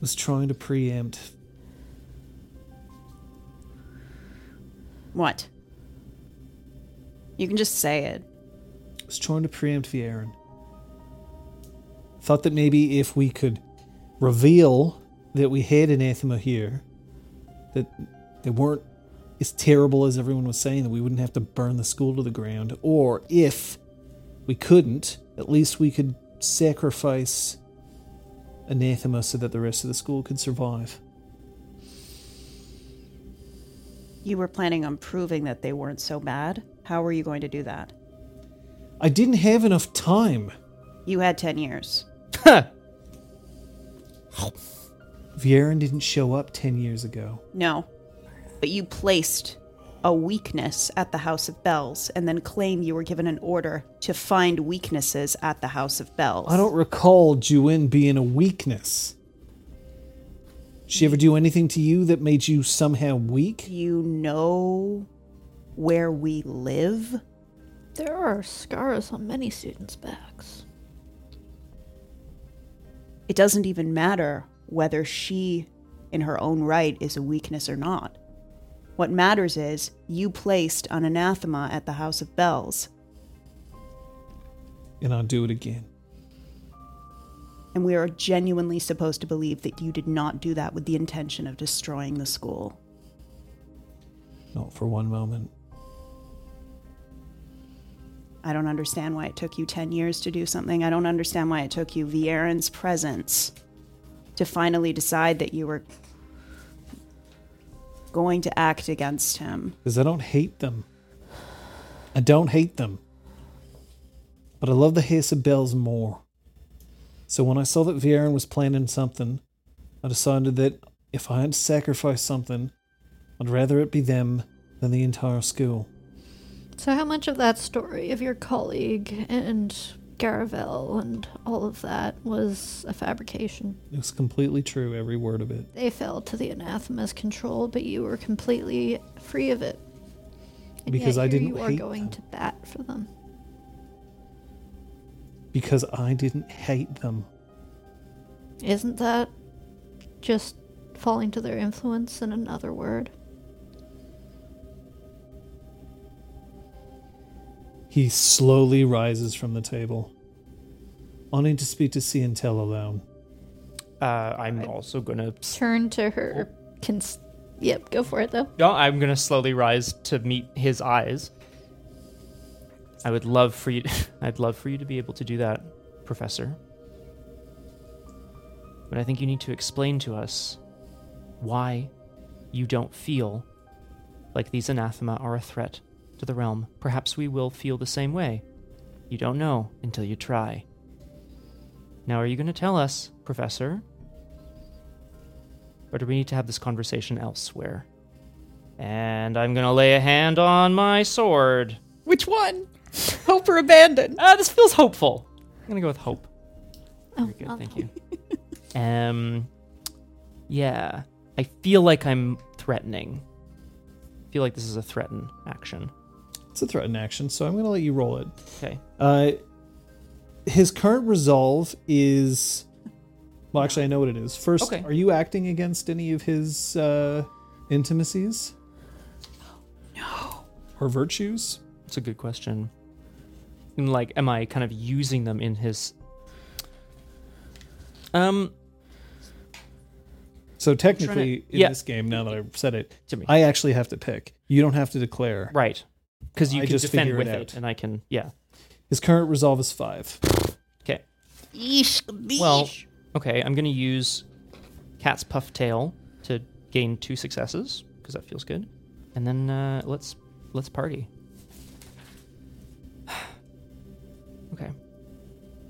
[SPEAKER 4] was trying to preempt
[SPEAKER 3] What? You can just say it.
[SPEAKER 4] was trying to preempt Vieran. Thought that maybe if we could reveal that we had anathema here, that they weren't as terrible as everyone was saying, that we wouldn't have to burn the school to the ground, or if we couldn't, at least we could sacrifice anathema so that the rest of the school could survive.
[SPEAKER 3] You were planning on proving that they weren't so bad. How were you going to do that?
[SPEAKER 4] I didn't have enough time.
[SPEAKER 3] You had 10 years.
[SPEAKER 1] Uh,
[SPEAKER 4] Vieran didn't show up 10 years ago.
[SPEAKER 3] No. But you placed a weakness at the House of Bells and then claim you were given an order to find weaknesses at the House of Bells.
[SPEAKER 4] I don't recall Juin being a weakness. She ever do anything to you that made you somehow
[SPEAKER 3] Do
[SPEAKER 4] weak?
[SPEAKER 3] you know where we live?
[SPEAKER 2] There are scars on many students' backs.
[SPEAKER 3] It doesn't even matter whether she, in her own right, is a weakness or not. What matters is you placed an anathema at the House of Bells,
[SPEAKER 4] And I'll do it again.
[SPEAKER 3] and we are genuinely supposed to believe that you did not do that with the intention of destroying the school.
[SPEAKER 4] Not for one moment.
[SPEAKER 3] I don't understand why it took you 10 years to do something. I don't understand why it took you Vieran's presence to finally decide that you were going to act against him.
[SPEAKER 4] Because I don't hate them. I don't hate them. But I love the House of Bells more. So when I saw that Vieran was planning something, I decided that if I had to sacrifice something, I'd rather it be them than the entire school.
[SPEAKER 2] So, how much of that story of your colleague and Garavel and all of that was a fabrication?
[SPEAKER 4] It was completely true, every word of it.
[SPEAKER 2] They fell to the anathema's control, but you were completely free of it. And
[SPEAKER 4] Because
[SPEAKER 2] yet
[SPEAKER 4] I
[SPEAKER 2] here
[SPEAKER 4] didn't
[SPEAKER 2] You are
[SPEAKER 4] hate
[SPEAKER 2] going
[SPEAKER 4] them.
[SPEAKER 2] to bat for them.
[SPEAKER 4] Because I didn't hate them.
[SPEAKER 2] Isn't that just falling to their influence in another word?
[SPEAKER 4] He slowly rises from the table. I need to speak to Cientel alone.
[SPEAKER 1] Uh, I'm also gonna.
[SPEAKER 2] Turn to her. Cons- yep, go for it though.
[SPEAKER 1] No, Oh, I'm gonna slowly rise to meet his eyes. I would love for you. I'd love for you to be able to do that, Professor. But I think you need to explain to us why you don't feel like these anathema are a threat to the realm. Perhaps we will feel the same way. You don't know until you try. Now, are you going to tell us, Professor? Or do we need to have this conversation elsewhere? And I'm going to lay a hand on my sword.
[SPEAKER 3] Which one? Hope or abandon?
[SPEAKER 1] Ah, this feels hopeful. I'm going to go with hope.
[SPEAKER 2] Oh,
[SPEAKER 1] Very good, thank you. Um, Yeah. I feel like I'm threatening. I feel like this is a threaten action.
[SPEAKER 4] It's a threatened action, so I'm going to let you roll it.
[SPEAKER 1] Okay.
[SPEAKER 4] Uh, his current resolve is. Well, actually, I know what it is. First,
[SPEAKER 1] Okay.
[SPEAKER 4] are you acting against any of his uh, intimacies? No. Or virtues?
[SPEAKER 1] It's a good question. And like, am I kind of using them in his? Um,
[SPEAKER 4] So technically, in
[SPEAKER 1] yeah.
[SPEAKER 4] this game, now that I've said it,
[SPEAKER 1] Jimmy.
[SPEAKER 4] I actually have to pick. You don't have to declare.
[SPEAKER 1] right, because you
[SPEAKER 4] I
[SPEAKER 1] can
[SPEAKER 4] just
[SPEAKER 1] defend
[SPEAKER 4] figure it
[SPEAKER 1] with
[SPEAKER 4] out.
[SPEAKER 1] it, and I can, yeah.
[SPEAKER 4] His current resolve is five.
[SPEAKER 1] Okay.
[SPEAKER 5] Yeesh,
[SPEAKER 1] Well,
[SPEAKER 5] yeesh.
[SPEAKER 1] okay. I'm gonna use Cat's Puff Tail to gain two successes because that feels good, and then uh, let's let's party. okay.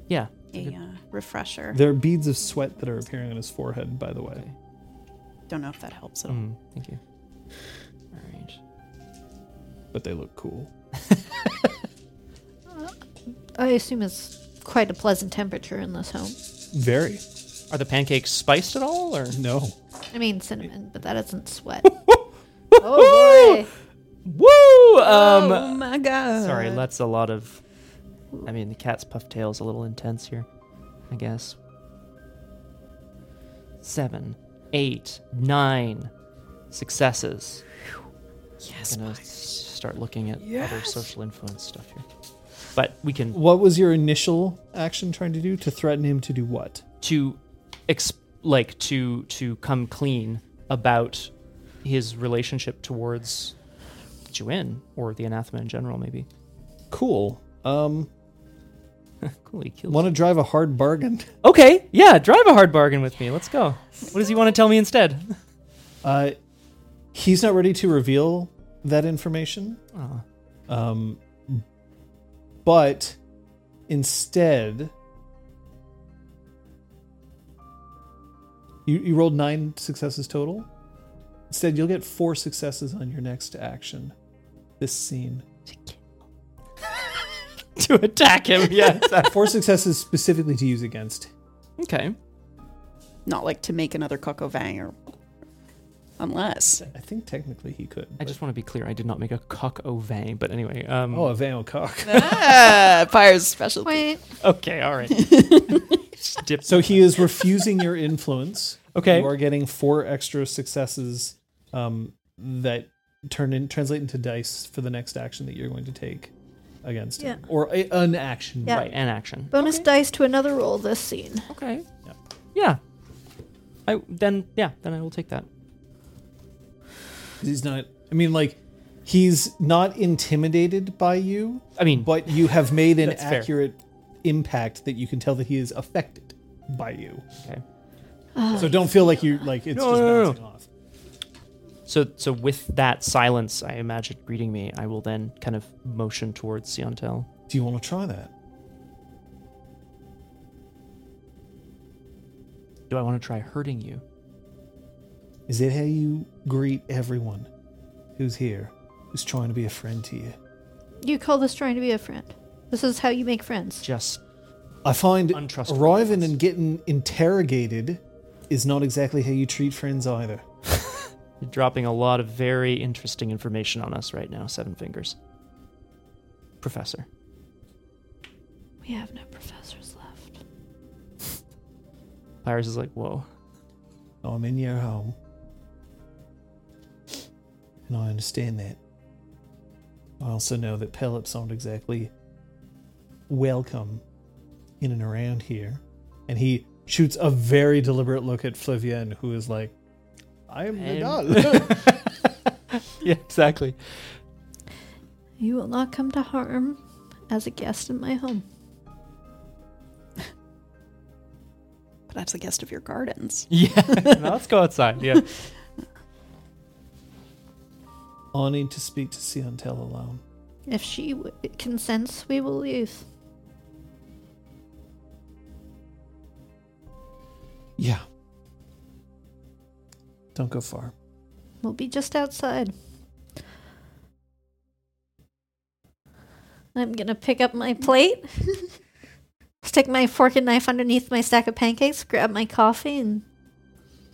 [SPEAKER 1] Yeah.
[SPEAKER 3] A uh, refresher.
[SPEAKER 4] There are beads of sweat that are appearing on his forehead, by the way.
[SPEAKER 3] Don't know if that helps at all.
[SPEAKER 1] Mm, thank you. All right.
[SPEAKER 4] but they look cool.
[SPEAKER 2] I assume it's quite a pleasant temperature in this home.
[SPEAKER 4] Very.
[SPEAKER 1] Are the pancakes spiced at all, or
[SPEAKER 4] No.
[SPEAKER 2] I mean cinnamon, but that isn't sweat. oh boy.
[SPEAKER 1] woo? Um,
[SPEAKER 3] oh my god!
[SPEAKER 1] Sorry, that's a lot of. I mean, the cat's puff tail is a little intense here, I guess. Seven, eight, nine successes.
[SPEAKER 3] Yes,
[SPEAKER 1] I'm gonna s- start looking at other social influence stuff here, but we can
[SPEAKER 4] What was your initial action trying to do? To threaten him to do what?
[SPEAKER 1] to, exp- like to to come clean about his relationship towards Juin or the anathema in general, maybe.
[SPEAKER 4] Cool. Um,
[SPEAKER 1] Cool, he killed.
[SPEAKER 4] want to drive a hard bargain?
[SPEAKER 1] Okay, yeah, drive a hard bargain with me. Let's go. What does he want to tell me instead?
[SPEAKER 4] Uh, he's not ready to reveal that information.
[SPEAKER 1] Oh,
[SPEAKER 4] Um, but instead, you, you rolled nine successes total. Instead, you'll get four successes on your next action. This scene.
[SPEAKER 1] to attack him, yes.
[SPEAKER 4] Four successes specifically to use against
[SPEAKER 1] okay.
[SPEAKER 3] Not like to make another Coco Vang or. Unless.
[SPEAKER 4] I think technically he could.
[SPEAKER 1] I
[SPEAKER 4] but-
[SPEAKER 1] just want to be clear. I did not make a cock au vin, but anyway. Um,
[SPEAKER 4] oh, a veil cock.
[SPEAKER 3] ah, fire's special.
[SPEAKER 2] Wait.
[SPEAKER 1] okay, all right. Just dip-
[SPEAKER 4] So he is refusing your influence.
[SPEAKER 1] Okay.
[SPEAKER 4] you are getting four extra successes um, that turn in translate into dice for the next action that you're going to take against him, or a, an action.
[SPEAKER 2] Yeah.
[SPEAKER 1] right, and action.
[SPEAKER 2] Bonus dice to another roll this scene.
[SPEAKER 1] Okay.
[SPEAKER 4] Yeah.
[SPEAKER 1] Yeah. I then yeah then I will take that.
[SPEAKER 4] 'Cause He's not. I mean, like he's not intimidated by you,
[SPEAKER 1] I mean,
[SPEAKER 4] but you have made an
[SPEAKER 1] That's fair.
[SPEAKER 4] accurate impact that you can tell that he is affected by you.
[SPEAKER 1] okay.
[SPEAKER 4] So don't feel like you like it's
[SPEAKER 1] No,
[SPEAKER 4] just
[SPEAKER 1] no, no, no.
[SPEAKER 4] bouncing off.
[SPEAKER 1] So so with that silence, I imagine greeting me. I will then kind of motion towards Siantel.
[SPEAKER 4] Do you want to try that?
[SPEAKER 1] Do I want to try hurting you?
[SPEAKER 4] Is that how you greet everyone who's here, who's trying to be a friend to you?
[SPEAKER 2] You call this trying to be a friend. This is how you make friends.
[SPEAKER 1] Just
[SPEAKER 4] I find
[SPEAKER 1] Untrustworthy
[SPEAKER 4] arriving
[SPEAKER 1] ones.
[SPEAKER 4] and getting interrogated is not exactly how you treat friends either.
[SPEAKER 1] You're dropping a lot of very interesting information on us right now, Seven Fingers. Professor.
[SPEAKER 2] We have no professors left.
[SPEAKER 1] Pyrus is like, whoa.
[SPEAKER 4] I'm in your home. And I understand that. I also know that pellets aren't exactly welcome in and around here. And he shoots a very deliberate look at Flavienne, who is like, I am
[SPEAKER 1] And-
[SPEAKER 4] Nadal.
[SPEAKER 1] Yeah, exactly.
[SPEAKER 2] You will not come to harm as a guest in my home.
[SPEAKER 3] But that's the guest of your gardens.
[SPEAKER 1] Yeah. Now let's go outside. Yeah.
[SPEAKER 4] I need to speak to Siantel alone.
[SPEAKER 2] If she w- consents, we will leave.
[SPEAKER 4] Yeah. Don't go far.
[SPEAKER 2] We'll be just outside. I'm gonna pick up my plate, stick my fork and knife underneath my stack of pancakes, grab my coffee, and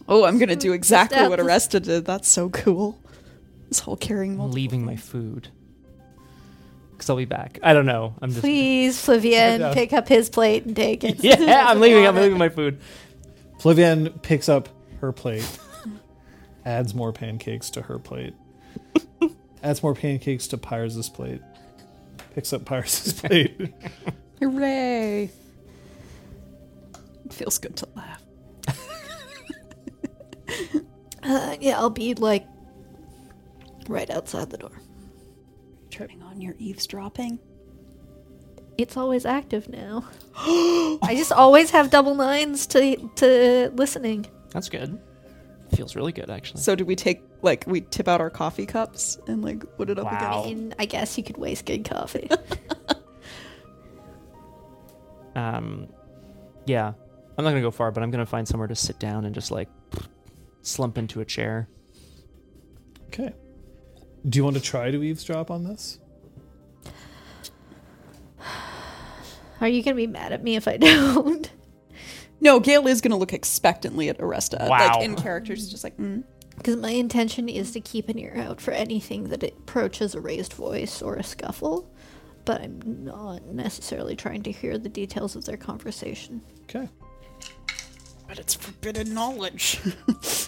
[SPEAKER 3] Oh, I'm gonna do exactly what
[SPEAKER 2] Establish-
[SPEAKER 3] Arrested did. That's so cool. This whole carrying
[SPEAKER 1] I'm
[SPEAKER 3] multiple.
[SPEAKER 1] leaving my food. Because I'll be back. I don't know. I'm just.
[SPEAKER 2] Please,
[SPEAKER 1] Yeah.
[SPEAKER 2] Flavien, pick up his plate and take it.
[SPEAKER 1] Yeah, I'm leaving. I'm leaving my food.
[SPEAKER 4] Flavian picks up her plate, adds more pancakes to her plate, adds more pancakes to Pyres's plate, picks up Pyres's plate.
[SPEAKER 3] Hooray! It feels good to laugh.
[SPEAKER 2] Uh, yeah, I'll be like right outside the door.
[SPEAKER 3] Turning on your eavesdropping.
[SPEAKER 2] It's always active now. I just always have double nines to to listening.
[SPEAKER 1] That's good. Feels really good, actually.
[SPEAKER 3] So do we take like we tip out our coffee cups and like put it up
[SPEAKER 1] Wow.
[SPEAKER 4] Oh.
[SPEAKER 3] against?
[SPEAKER 2] And I guess you could waste good coffee.
[SPEAKER 1] Um, yeah, I'm not gonna go far, but I'm gonna find somewhere to sit down and just like slump into a chair.
[SPEAKER 4] Okay. Do you want to try to eavesdrop on this?
[SPEAKER 2] Are you gonna be mad at me if I don't?
[SPEAKER 3] No, Gail is gonna look expectantly at Aresta.
[SPEAKER 1] Wow.
[SPEAKER 3] Like in character, she's just like, mm.
[SPEAKER 2] Because my intention is to keep an ear out for anything that approaches a raised voice or a scuffle, but I'm not necessarily trying to hear the details of their conversation.
[SPEAKER 4] Okay.
[SPEAKER 3] but it's forbidden knowledge.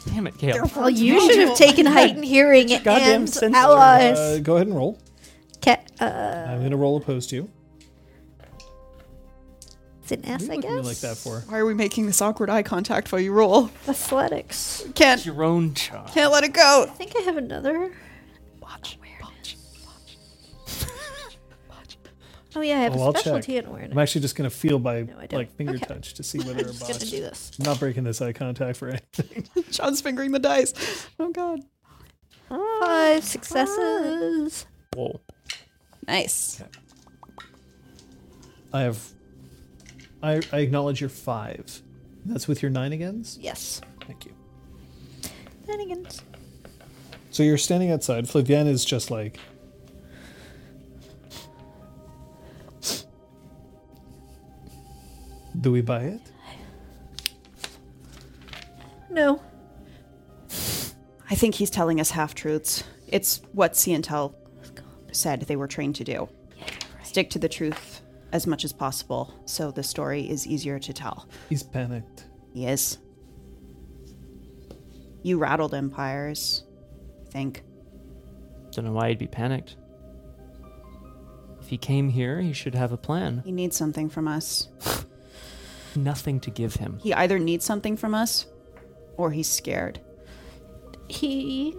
[SPEAKER 1] Damn it, Kale.
[SPEAKER 2] Well, you should have taken heightened hearing
[SPEAKER 1] goddamn
[SPEAKER 2] and
[SPEAKER 1] sensor.
[SPEAKER 4] Uh,
[SPEAKER 2] allies.
[SPEAKER 4] go ahead and roll.
[SPEAKER 2] Ca- uh,
[SPEAKER 4] I'm going to roll opposed to you.
[SPEAKER 2] it's an S,
[SPEAKER 4] What are
[SPEAKER 2] I
[SPEAKER 4] you looking at
[SPEAKER 2] guess.
[SPEAKER 4] me like that for?
[SPEAKER 3] Why are we making this awkward eye contact while you roll?
[SPEAKER 2] Athletics.
[SPEAKER 1] It's
[SPEAKER 3] Can't
[SPEAKER 1] your own job.
[SPEAKER 3] can't let it go.
[SPEAKER 2] I think I have another.
[SPEAKER 3] Watch, watch, watch.
[SPEAKER 2] Oh yeah, I have
[SPEAKER 4] Oh,
[SPEAKER 2] a
[SPEAKER 4] I'll
[SPEAKER 2] specialty
[SPEAKER 4] check.
[SPEAKER 2] in
[SPEAKER 4] I'm
[SPEAKER 2] awareness.
[SPEAKER 4] actually just going to feel by
[SPEAKER 2] I don't.
[SPEAKER 4] like finger
[SPEAKER 2] Okay.
[SPEAKER 4] touch to see whether or
[SPEAKER 2] I'm gonna
[SPEAKER 4] botched.
[SPEAKER 2] do this.
[SPEAKER 4] I'm not breaking this eye contact for anything.
[SPEAKER 3] Sean's fingering the dice. Oh god.
[SPEAKER 2] Five successes.
[SPEAKER 1] Whoa.
[SPEAKER 3] Nice.
[SPEAKER 4] I have. I, I acknowledge your five. That's with your nine agains?
[SPEAKER 2] Yes.
[SPEAKER 4] Thank you.
[SPEAKER 2] Shenanigans.
[SPEAKER 4] So you're standing outside. Flavian is just like. Do we buy it?
[SPEAKER 2] No.
[SPEAKER 3] I think he's telling us half truths. It's what CNTEL said they were trained to do. Stick to the truth as much as possible so the story is easier to tell.
[SPEAKER 4] He's panicked.
[SPEAKER 3] Yes. You rattled empires, I think.
[SPEAKER 1] Don't know why he'd be panicked. If he came here, he should have a plan.
[SPEAKER 3] He needs something from us.
[SPEAKER 1] Nothing to give him.
[SPEAKER 3] He either needs something from us or he's scared.
[SPEAKER 2] He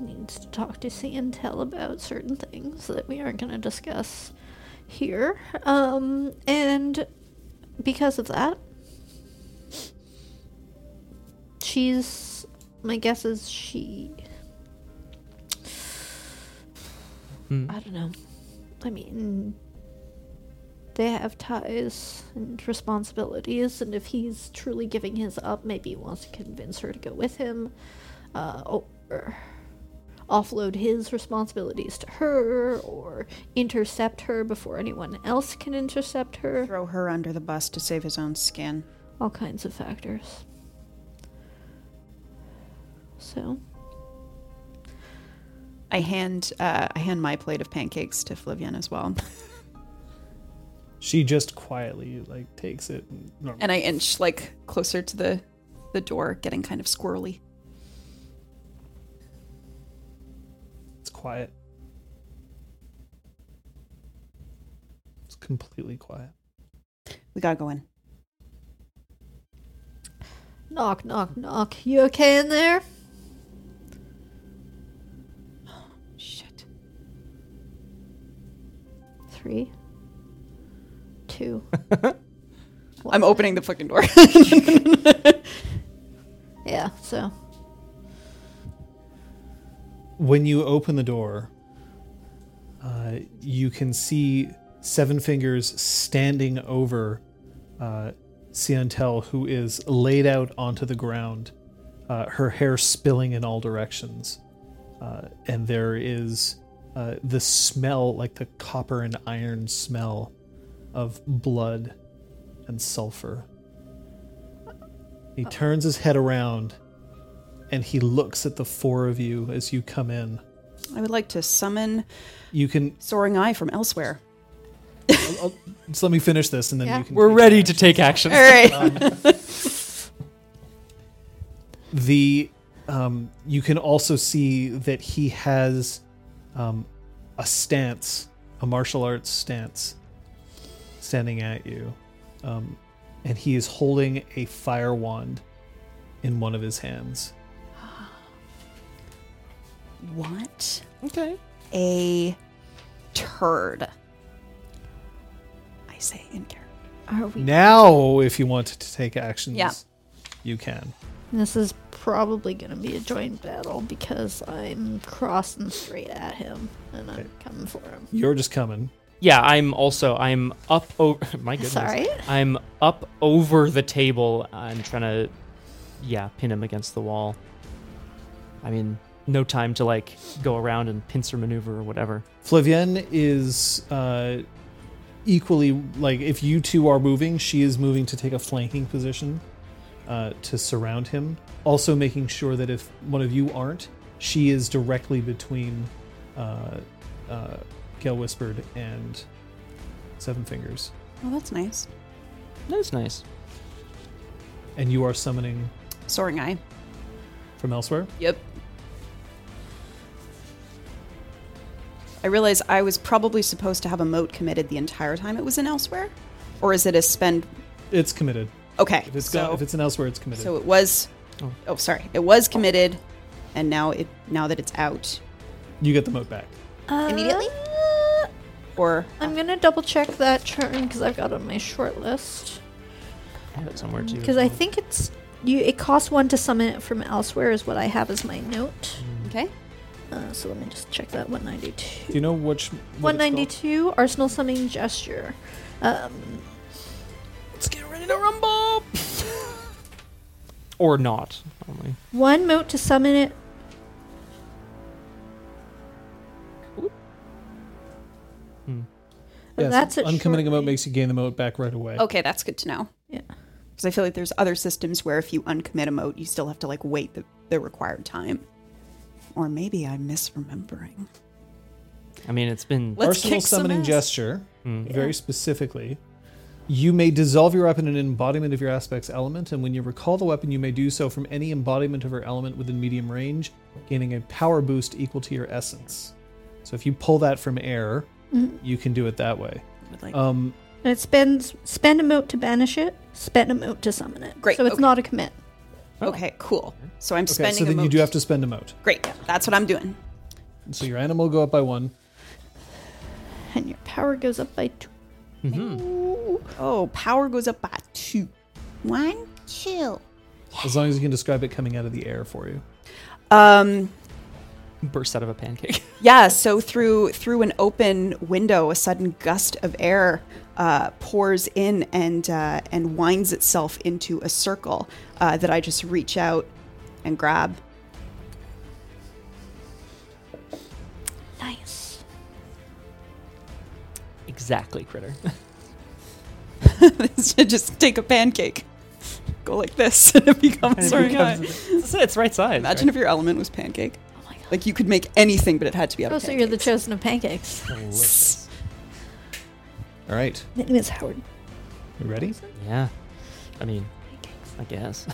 [SPEAKER 2] needs to talk to Santel about certain things that we aren't going to discuss here. Um, and because of that, she's. My guess is she. I don't know. I mean, they have ties and responsibilities, and if he's truly giving his up, maybe he wants to convince her to go with him, uh, or offload his responsibilities to her, or intercept her before anyone else can intercept her.
[SPEAKER 3] Throw her under the bus to save his own skin.
[SPEAKER 2] All kinds of factors. So,
[SPEAKER 3] I hand uh, I hand my plate of pancakes to Flavian as well.
[SPEAKER 4] She just quietly like takes it. And,
[SPEAKER 3] and I inch like closer to the the door, getting kind of squirrely.
[SPEAKER 4] It's quiet. It's completely quiet.
[SPEAKER 3] We gotta go in.
[SPEAKER 2] knock, knock, knock. You okay in there?
[SPEAKER 3] Shit.
[SPEAKER 2] Three, two.
[SPEAKER 3] I'm opening the fucking door.
[SPEAKER 2] Yeah, so.
[SPEAKER 4] When you open the door, uh, you can see Seven Fingers standing over uh, Siantel, who is laid out onto the ground, uh, her hair spilling in all directions. Uh, and there is uh, the smell, like the copper and iron smell of blood and sulfur. He turns his head around and he looks at the four of you as you come in.
[SPEAKER 3] I would like to summon
[SPEAKER 4] You can
[SPEAKER 3] Soaring Eye from elsewhere.
[SPEAKER 4] I'll- I'll- just let me finish this and then
[SPEAKER 2] Yeah.
[SPEAKER 4] you can
[SPEAKER 1] We're
[SPEAKER 4] take
[SPEAKER 1] ready
[SPEAKER 4] action.
[SPEAKER 1] to take action.
[SPEAKER 2] Er,
[SPEAKER 3] All right.
[SPEAKER 4] Uh, the um, you can also see that he has um, a stance, a martial arts stance, standing at you, um, and he is holding a fire wand in one of his hands.
[SPEAKER 3] what
[SPEAKER 1] Okay.
[SPEAKER 3] a turd. I say in character.
[SPEAKER 2] Are we?
[SPEAKER 4] Now, if you want to take actions,
[SPEAKER 3] Yeah.
[SPEAKER 4] you can.
[SPEAKER 2] This is probably going to be a joint battle because I'm crossing straight at him and I'm coming for him.
[SPEAKER 4] You're just coming.
[SPEAKER 1] Yeah, I'm also I'm up over my goodness.
[SPEAKER 2] Sorry.
[SPEAKER 1] I'm up over the table. I'm trying to yeah, pin him against the wall. I mean, no time to like go around and pincer maneuver or whatever.
[SPEAKER 4] Flavienne is uh, equally like if you two are moving, she is moving to take a flanking position uh, to surround him. Also, making sure that if one of you aren't, she is directly between uh, uh, Gale Whispered and Seven Fingers,
[SPEAKER 3] Oh, that's nice.
[SPEAKER 1] That's nice.
[SPEAKER 4] and you are summoning
[SPEAKER 3] Soaring Eye.
[SPEAKER 4] from elsewhere.
[SPEAKER 3] Yep. I realize I was probably supposed to have a moat committed the entire time it was in elsewhere, or is it a spend?
[SPEAKER 4] It's committed.
[SPEAKER 3] Okay,
[SPEAKER 4] If it's
[SPEAKER 3] so
[SPEAKER 4] got, if it's an elsewhere, it's committed.
[SPEAKER 3] so it was.
[SPEAKER 1] Oh.
[SPEAKER 3] Oh. sorry, it was committed, and now it now that it's out
[SPEAKER 4] you get the moat back.
[SPEAKER 5] Immediately?
[SPEAKER 2] Uh,
[SPEAKER 3] or
[SPEAKER 2] I'm going to double check that turn because I've got it on my short list.
[SPEAKER 1] I have it somewhere too.
[SPEAKER 2] Because I think it's. you. It costs one to summon it from elsewhere, is what I have as my note.
[SPEAKER 4] Mm.
[SPEAKER 3] okay,
[SPEAKER 2] Uh, so let me just check that
[SPEAKER 4] Do
[SPEAKER 2] 192.
[SPEAKER 4] you know which what it's called?
[SPEAKER 2] 192, Arsenal Summoning Gesture. Um,
[SPEAKER 3] let's get ready to rumble.
[SPEAKER 1] or not. Only.
[SPEAKER 2] one moat to summon it.
[SPEAKER 1] Hmm.
[SPEAKER 2] Oh,
[SPEAKER 4] Yes,
[SPEAKER 2] that's a
[SPEAKER 4] uncommitting a
[SPEAKER 2] short
[SPEAKER 4] moat
[SPEAKER 2] range.
[SPEAKER 4] makes you gain the moat back right away.
[SPEAKER 3] Okay, that's good to know
[SPEAKER 2] Yeah.
[SPEAKER 3] because uh, I feel like there's other systems where if you uncommit a moat, you still have to like wait the, the required time, or maybe I'm misremembering.
[SPEAKER 1] I mean, it's been
[SPEAKER 3] Let's
[SPEAKER 4] Arsenal
[SPEAKER 3] kick some
[SPEAKER 4] summoning
[SPEAKER 3] ass. Hmm.
[SPEAKER 4] gesture,
[SPEAKER 1] Mm.
[SPEAKER 4] very specifically. You may dissolve your weapon in an embodiment of your aspect's element, and when you recall the weapon, you may do so from any embodiment of your element within medium range, gaining a power boost equal to your essence. So if you pull that from air,
[SPEAKER 3] Mm-hmm.
[SPEAKER 4] you can do it that way.
[SPEAKER 3] Would like-
[SPEAKER 4] Um,
[SPEAKER 2] And it spends spend a moat to banish it, spend a moat to summon it.
[SPEAKER 3] Great,
[SPEAKER 2] So it's
[SPEAKER 3] okay.
[SPEAKER 2] not a commit.
[SPEAKER 3] okay, cool. So I'm
[SPEAKER 4] okay,
[SPEAKER 3] spending.
[SPEAKER 4] so
[SPEAKER 3] a
[SPEAKER 4] then you
[SPEAKER 3] moat.
[SPEAKER 4] do have to spend a moat.
[SPEAKER 3] Great, that's what I'm doing.
[SPEAKER 4] So your animal will go up by one.
[SPEAKER 2] And your power goes up by two.
[SPEAKER 3] Oh, power goes up by two.
[SPEAKER 5] One, two.
[SPEAKER 4] As long as you can describe it coming out of the air for you.
[SPEAKER 3] Um,
[SPEAKER 1] burst out of a pancake.
[SPEAKER 3] yeah. So through through an open window, a sudden gust of air uh, pours in and uh, and winds itself into a circle uh, that I just reach out and grab.
[SPEAKER 2] Nice.
[SPEAKER 1] exactly, critter.
[SPEAKER 3] to just take a pancake, go like this, and it becomes.
[SPEAKER 1] It
[SPEAKER 3] Sorry,
[SPEAKER 1] becomes- it's, it's right size.
[SPEAKER 3] Imagine
[SPEAKER 1] right?
[SPEAKER 3] if your element was pancake.
[SPEAKER 2] Oh my god.
[SPEAKER 3] Like you could make anything, but it had to be out
[SPEAKER 2] Oh,
[SPEAKER 3] of
[SPEAKER 2] so you're the
[SPEAKER 3] pancakes.
[SPEAKER 2] chosen of pancakes.
[SPEAKER 1] Delicious.
[SPEAKER 4] All right.
[SPEAKER 2] My name is Howard.
[SPEAKER 4] You ready?
[SPEAKER 1] Yeah. I mean, I guess.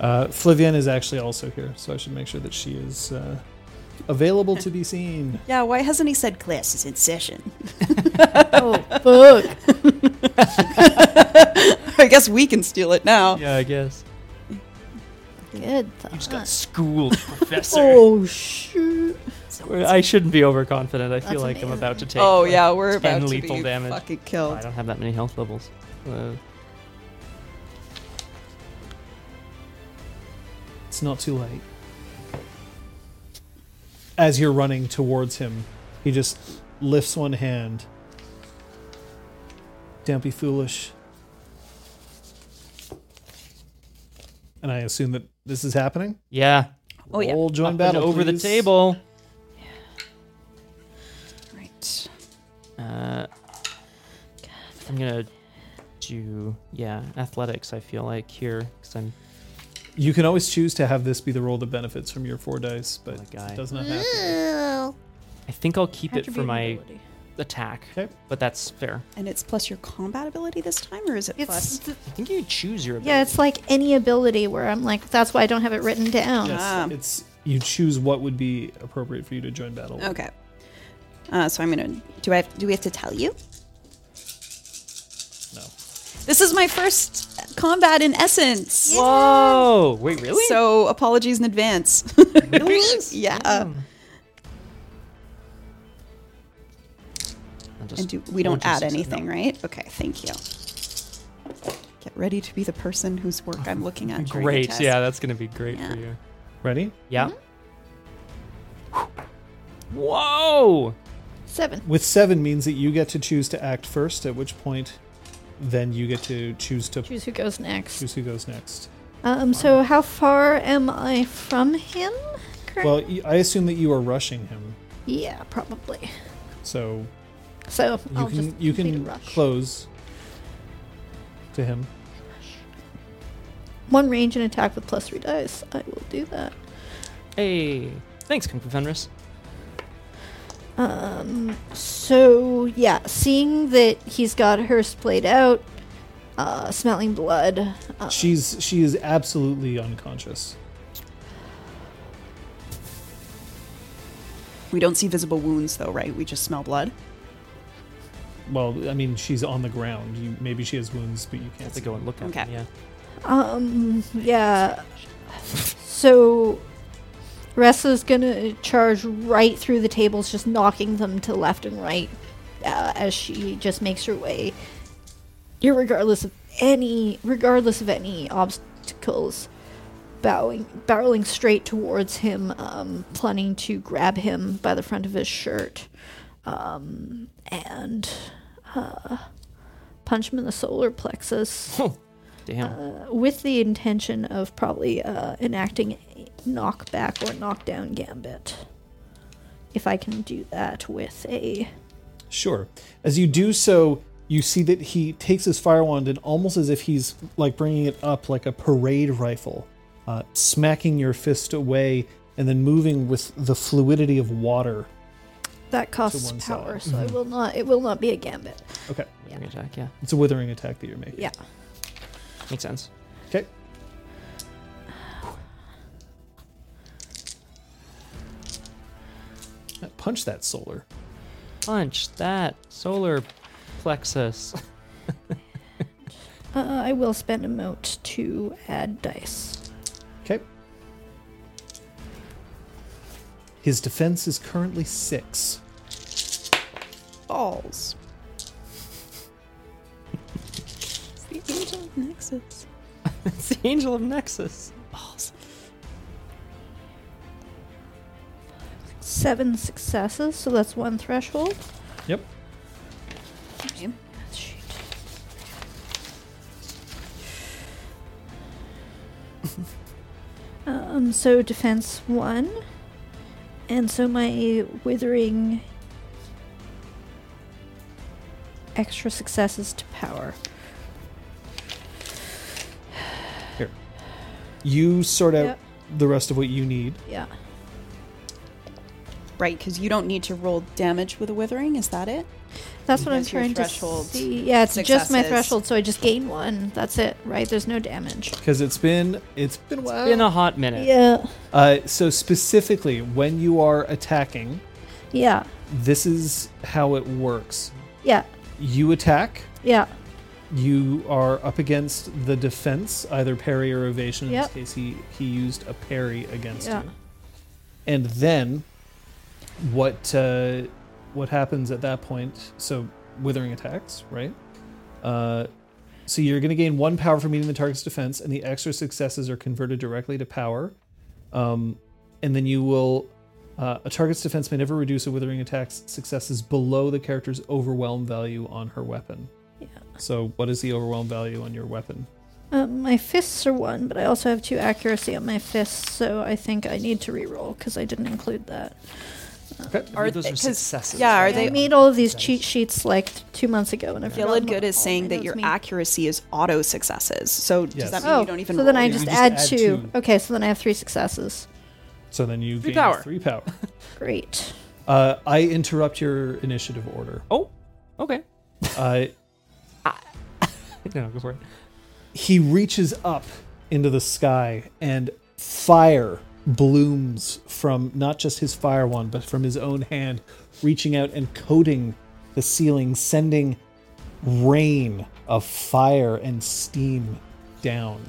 [SPEAKER 4] Uh, Flavienne is actually also here, so I should make sure that she is uh, available to be seen.
[SPEAKER 3] Yeah. Why hasn't he said class is in session?
[SPEAKER 2] oh, fuck.
[SPEAKER 3] I guess we can steal it now.
[SPEAKER 1] Yeah, I guess.
[SPEAKER 2] Good.
[SPEAKER 1] Just
[SPEAKER 2] thought.
[SPEAKER 1] got schooled, professor.
[SPEAKER 2] Oh, shoot.
[SPEAKER 1] I shouldn't be overconfident. I feel
[SPEAKER 2] That's
[SPEAKER 1] like I'm about to
[SPEAKER 2] amazing.
[SPEAKER 1] take.
[SPEAKER 3] oh
[SPEAKER 1] like,
[SPEAKER 3] yeah, we're
[SPEAKER 1] 10
[SPEAKER 3] about to
[SPEAKER 1] lethal
[SPEAKER 3] be
[SPEAKER 1] damage.
[SPEAKER 3] fucking
[SPEAKER 1] I
[SPEAKER 3] killed.
[SPEAKER 1] don't have that many health levels. Uh,
[SPEAKER 4] It's not too late. As you're running towards him, he just lifts one hand. Don't be foolish. And I assume that this is happening.
[SPEAKER 1] yeah.
[SPEAKER 3] Oh yeah.
[SPEAKER 4] Roll join
[SPEAKER 1] Up and
[SPEAKER 4] battle
[SPEAKER 1] over
[SPEAKER 4] please.
[SPEAKER 1] the table.
[SPEAKER 3] Right.
[SPEAKER 1] Uh, I'm gonna do yeah athletics. I feel like here because I'm
[SPEAKER 4] You can always choose to have this be the roll that benefits from your four dice, but
[SPEAKER 1] My guy.
[SPEAKER 4] it does not happen.
[SPEAKER 1] Mm. I think I'll keep it for
[SPEAKER 2] Attribute
[SPEAKER 1] my
[SPEAKER 2] ability.
[SPEAKER 1] attack.
[SPEAKER 4] Okay.
[SPEAKER 1] But that's fair.
[SPEAKER 3] And it's plus your combat ability this time, or is it
[SPEAKER 2] It's
[SPEAKER 3] plus?
[SPEAKER 2] th-
[SPEAKER 1] I think you choose your ability.
[SPEAKER 2] yeah, it's like any ability where I'm like, that's why I don't have it written down.
[SPEAKER 4] Yes,
[SPEAKER 3] Ah.
[SPEAKER 4] it's you choose what would be appropriate for you to join battle. with.
[SPEAKER 3] Okay. Uh, so I'm gonna. Do I? Have, do we have to tell you?
[SPEAKER 1] Oh.
[SPEAKER 4] No.
[SPEAKER 3] This is my first combat in essence.
[SPEAKER 1] Whoa! Wait, really?
[SPEAKER 3] So apologies in advance. yeah.
[SPEAKER 1] I'll just-
[SPEAKER 3] And do, we don't
[SPEAKER 1] won't you
[SPEAKER 3] add
[SPEAKER 1] succeed?
[SPEAKER 3] anything, right? Okay. Thank you. Get ready to be the person whose work I'm looking at. during the
[SPEAKER 1] Great.
[SPEAKER 3] test.
[SPEAKER 1] Yeah, that's gonna be great
[SPEAKER 3] Yeah.
[SPEAKER 1] for you.
[SPEAKER 4] Ready?
[SPEAKER 1] Yeah.
[SPEAKER 3] Mm-hmm.
[SPEAKER 1] Whoa!
[SPEAKER 2] Seven.
[SPEAKER 4] With seven means that you get to choose to act first, at which point then you get to choose to
[SPEAKER 2] Choose who goes next.
[SPEAKER 4] choose who goes next.
[SPEAKER 2] Um, so how far am I from him? Current?
[SPEAKER 4] Well, y- I assume that you are rushing him,
[SPEAKER 2] yeah, probably.
[SPEAKER 4] so
[SPEAKER 2] So
[SPEAKER 4] you
[SPEAKER 2] I'll
[SPEAKER 4] can
[SPEAKER 2] just
[SPEAKER 4] you
[SPEAKER 2] complete
[SPEAKER 4] can
[SPEAKER 2] a rush.
[SPEAKER 4] close to him.
[SPEAKER 2] One range and attack with plus three dice. I will do that.
[SPEAKER 1] Hey, thanks, Kung Fu Fenris.
[SPEAKER 2] Um, so yeah, seeing that he's got her splayed out, uh, smelling blood. Uh,
[SPEAKER 4] She's she is absolutely unconscious.
[SPEAKER 3] We don't see visible wounds though, right? We just smell blood.
[SPEAKER 4] Well, I mean, she's on the ground. You, maybe she has wounds, but
[SPEAKER 1] I
[SPEAKER 4] you
[SPEAKER 1] have
[SPEAKER 4] can't.
[SPEAKER 1] to
[SPEAKER 4] See.
[SPEAKER 1] go and look at
[SPEAKER 3] Okay.
[SPEAKER 1] them, Yeah.
[SPEAKER 2] um, yeah. So Ressa's gonna charge right through the tables, just knocking them to left and right uh, as she just makes her way, irregardless of any, regardless of any obstacles. Bowing, barreling straight towards him, um, planning to grab him by the front of his shirt, um, and uh, punch him in the solar plexus
[SPEAKER 1] Damn.
[SPEAKER 2] uh, with the intention of probably uh, enacting a knockback or knockdown gambit. If I can do that with a.
[SPEAKER 4] Sure. As you do so, you see that he takes his fire wand and almost as if he's like bringing it up like a parade rifle, uh, smacking your fist away and then moving with the fluidity of water.
[SPEAKER 2] That costs
[SPEAKER 4] one
[SPEAKER 2] power,
[SPEAKER 4] side. Mm-hmm.
[SPEAKER 2] so I will not. It will not be a gambit.
[SPEAKER 4] Okay,
[SPEAKER 2] Yeah.
[SPEAKER 1] Withering Attack. Yeah,
[SPEAKER 4] it's a withering attack that you're making.
[SPEAKER 2] Yeah.
[SPEAKER 1] makes sense.
[SPEAKER 4] Okay. Punch that solar.
[SPEAKER 1] Punch that solar plexus.
[SPEAKER 2] Uh, I will spend a moat to add dice.
[SPEAKER 4] Okay. His defense is currently six.
[SPEAKER 3] Balls. it's the angel of Nexus.
[SPEAKER 1] it's the angel of Nexus.
[SPEAKER 3] Balls.
[SPEAKER 2] Seven successes, so that's one threshold.
[SPEAKER 4] Yep.
[SPEAKER 3] Okay.
[SPEAKER 2] Shoot. um, so defense one, and so my withering extra successes to power.
[SPEAKER 4] You sort out
[SPEAKER 2] Yep.
[SPEAKER 4] the rest of what you need.
[SPEAKER 2] Yeah.
[SPEAKER 3] Right, because you don't need to roll damage with a withering. Is that it?
[SPEAKER 2] That's what I'm
[SPEAKER 3] That's your
[SPEAKER 2] trying to
[SPEAKER 3] threshold
[SPEAKER 2] see. Yeah, it's just my
[SPEAKER 3] successes.
[SPEAKER 2] threshold, so I just gain one. That's it, right? There's no damage.
[SPEAKER 4] Because it's been it's been a while.
[SPEAKER 1] Been a hot minute.
[SPEAKER 2] Yeah.
[SPEAKER 4] uh, so specifically, when you are attacking,
[SPEAKER 2] Yeah.
[SPEAKER 4] this is how it works.
[SPEAKER 2] Yeah.
[SPEAKER 4] You attack.
[SPEAKER 2] Yeah.
[SPEAKER 4] You are up against the defense, either parry or evasion. In
[SPEAKER 2] Yep.
[SPEAKER 4] this case, he he used a parry against
[SPEAKER 2] Yeah.
[SPEAKER 4] you. And then, what uh, what happens at that point? So withering attacks, right? Uh, so you're going to gain one power for meeting the target's defense, and the extra successes are converted directly to power. Um, and then you will. Uh, a target's defense may never reduce a withering attack's successes below the character's overwhelm value on her weapon.
[SPEAKER 2] Yeah.
[SPEAKER 4] So, what is the overwhelm value on your weapon?
[SPEAKER 2] Um, my fists are one, but I also have two accuracy on my fists, so I think I need to reroll because I didn't include that.
[SPEAKER 4] Okay.
[SPEAKER 1] Are
[SPEAKER 3] th-
[SPEAKER 1] those are
[SPEAKER 3] 'cause-
[SPEAKER 1] successes?
[SPEAKER 3] yeah, are
[SPEAKER 1] right?
[SPEAKER 3] they-
[SPEAKER 2] I made all of these cheat sheets like two months ago, and I forgot
[SPEAKER 3] Gillid Good
[SPEAKER 2] what
[SPEAKER 3] is
[SPEAKER 2] all
[SPEAKER 3] saying
[SPEAKER 2] of
[SPEAKER 3] that
[SPEAKER 2] those
[SPEAKER 3] your
[SPEAKER 2] mean.
[SPEAKER 3] accuracy is auto successes. So
[SPEAKER 4] Yes.
[SPEAKER 3] does that mean
[SPEAKER 2] Oh,
[SPEAKER 3] you don't even?
[SPEAKER 2] so then
[SPEAKER 3] roll
[SPEAKER 2] I
[SPEAKER 3] yet?
[SPEAKER 2] just,
[SPEAKER 4] just
[SPEAKER 2] add,
[SPEAKER 4] add
[SPEAKER 2] two.
[SPEAKER 4] two.
[SPEAKER 2] Okay, so then I have three successes.
[SPEAKER 4] So then you gain
[SPEAKER 1] power.
[SPEAKER 4] three power.
[SPEAKER 2] Great.
[SPEAKER 4] Uh, I interrupt your initiative order.
[SPEAKER 1] Oh, okay.
[SPEAKER 4] Uh,
[SPEAKER 1] No, go for it.
[SPEAKER 4] he reaches up into the sky and fire blooms from not just his fire wand but from his own hand reaching out and coating the ceiling sending rain of fire and steam down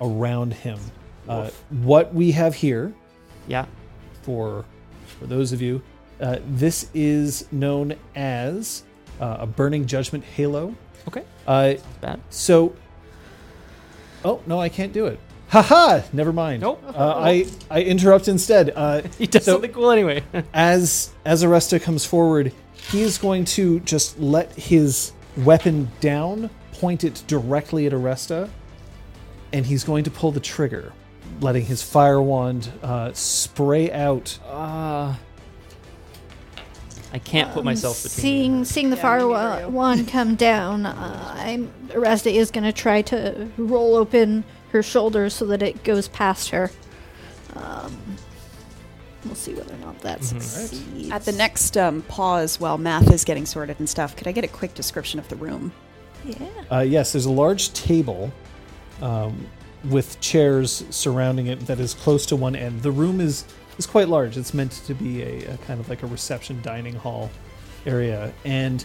[SPEAKER 4] around him uh, what we have here
[SPEAKER 1] Yeah.
[SPEAKER 4] for for those of you. Uh, this is known as uh, a burning judgment halo.
[SPEAKER 1] Okay.
[SPEAKER 4] Uh,
[SPEAKER 1] Bad.
[SPEAKER 4] so, oh no, I can't do it. Haha! Never mind.
[SPEAKER 1] Nope.
[SPEAKER 4] Uh, I I interrupt instead. Uh,
[SPEAKER 1] He does
[SPEAKER 4] so-
[SPEAKER 1] something cool anyway.
[SPEAKER 4] as as Aresta comes forward, he is going to just let his weapon down, point it directly at Aresta, and he's going to pull the trigger, letting his fire wand uh, spray out
[SPEAKER 1] uh, I can't put myself between.
[SPEAKER 2] Um, Seeing seeing the
[SPEAKER 3] Yeah,
[SPEAKER 2] fire
[SPEAKER 3] me
[SPEAKER 2] wa-
[SPEAKER 3] neither.
[SPEAKER 2] one come down, uh, I'm Arasta is gonna try to roll open her shoulder so that it goes past her. Um, we'll see whether or not that succeeds.
[SPEAKER 3] At the next um, pause, while math is getting sorted and stuff, could I get a quick description of the room?
[SPEAKER 2] yeah.
[SPEAKER 4] Uh, yes, there's a large table um, with chairs surrounding it that is close to one end. The room is is quite large. It's meant to be a, a kind of like a reception dining hall area, and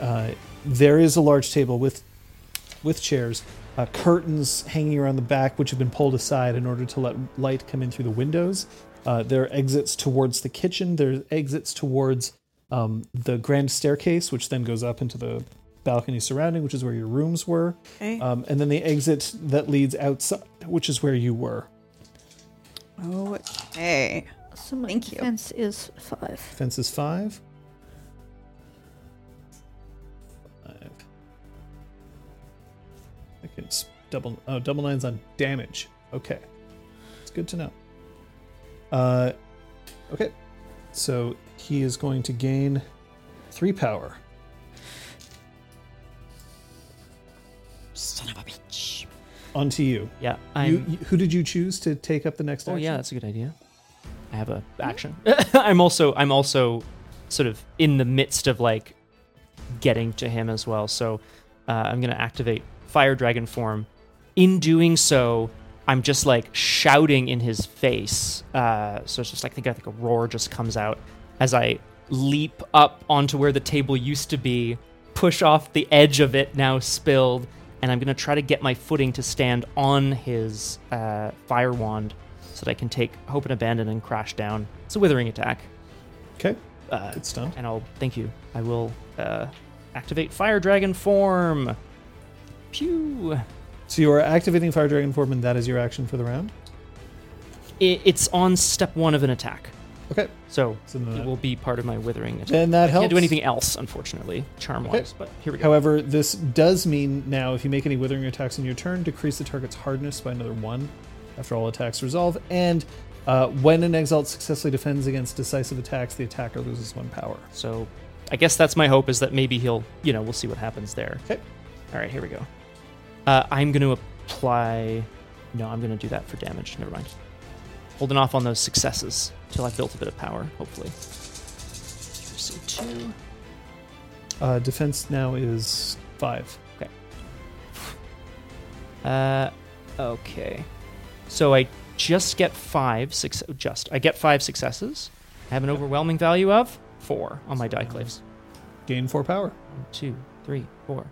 [SPEAKER 4] uh, there is a large table with with chairs, uh, curtains hanging around the back, which have been pulled aside in order to let light come in through the windows. Uh, there are exits towards the kitchen. There are exits towards um, the grand staircase, which then goes up into the balcony surrounding, which is where your rooms were.
[SPEAKER 3] Okay.
[SPEAKER 4] Um, and then the exit that leads outside, which is where you were.
[SPEAKER 3] Okay.
[SPEAKER 2] So my
[SPEAKER 3] Thank you.
[SPEAKER 2] defense is five.
[SPEAKER 4] Fence is five. Five. I think it's double. Oh, double nines on damage. Okay, it's good to know. Uh, okay, so he is going to gain three power.
[SPEAKER 3] Son of a bitch.
[SPEAKER 4] Onto you.
[SPEAKER 1] Yeah. I'm.
[SPEAKER 4] You, you. Who did you choose to take up the next?
[SPEAKER 1] oh
[SPEAKER 4] action?
[SPEAKER 1] yeah, that's a good idea. I have a action. I'm also. I'm also, sort of in the midst of like, getting to him as well. So, uh, I'm gonna activate fire dragon form. In doing so, I'm just like shouting in his face. Uh, so it's just like I think I think a roar just comes out as I leap up onto where the table used to be, push off the edge of it now spilled, and I'm gonna try to get my footing to stand on his uh, fire wand so that I can take hope and abandon and crash down. It's a withering attack.
[SPEAKER 4] Okay,
[SPEAKER 1] Uh,
[SPEAKER 4] it's done.
[SPEAKER 1] and I'll thank you. I will uh, activate fire dragon form. Pew.
[SPEAKER 4] So you are activating Fire Dragon form, and that is your action for the round.
[SPEAKER 1] I- it's on step one of an attack.
[SPEAKER 4] Okay,
[SPEAKER 1] So
[SPEAKER 4] so then
[SPEAKER 1] it
[SPEAKER 4] that-
[SPEAKER 1] will be part of my withering attack.
[SPEAKER 4] then that
[SPEAKER 1] I
[SPEAKER 4] helps.
[SPEAKER 1] can't do anything else, unfortunately, charm wise. But here we go.
[SPEAKER 4] However, this does mean now if you make any withering attacks in your turn, decrease the target's hardness by another one after all attacks resolve. And uh, when an exalt successfully defends against decisive attacks, the attacker loses one power.
[SPEAKER 1] So I guess that's my hope is that maybe he'll, you know, we'll see what happens there.
[SPEAKER 4] Okay.
[SPEAKER 1] All right, here we go. Uh, I'm going to apply. No, I'm going to do that for damage. Never mind. Holding off on those successes till I've built a bit of power, hopefully. So two.
[SPEAKER 4] Uh, defense now is five.
[SPEAKER 1] Uh, okay. So I just get five six. Just I get five successes. I have an overwhelming value of four on my dieclaves.
[SPEAKER 4] Gain four power.
[SPEAKER 1] One, two, three, four.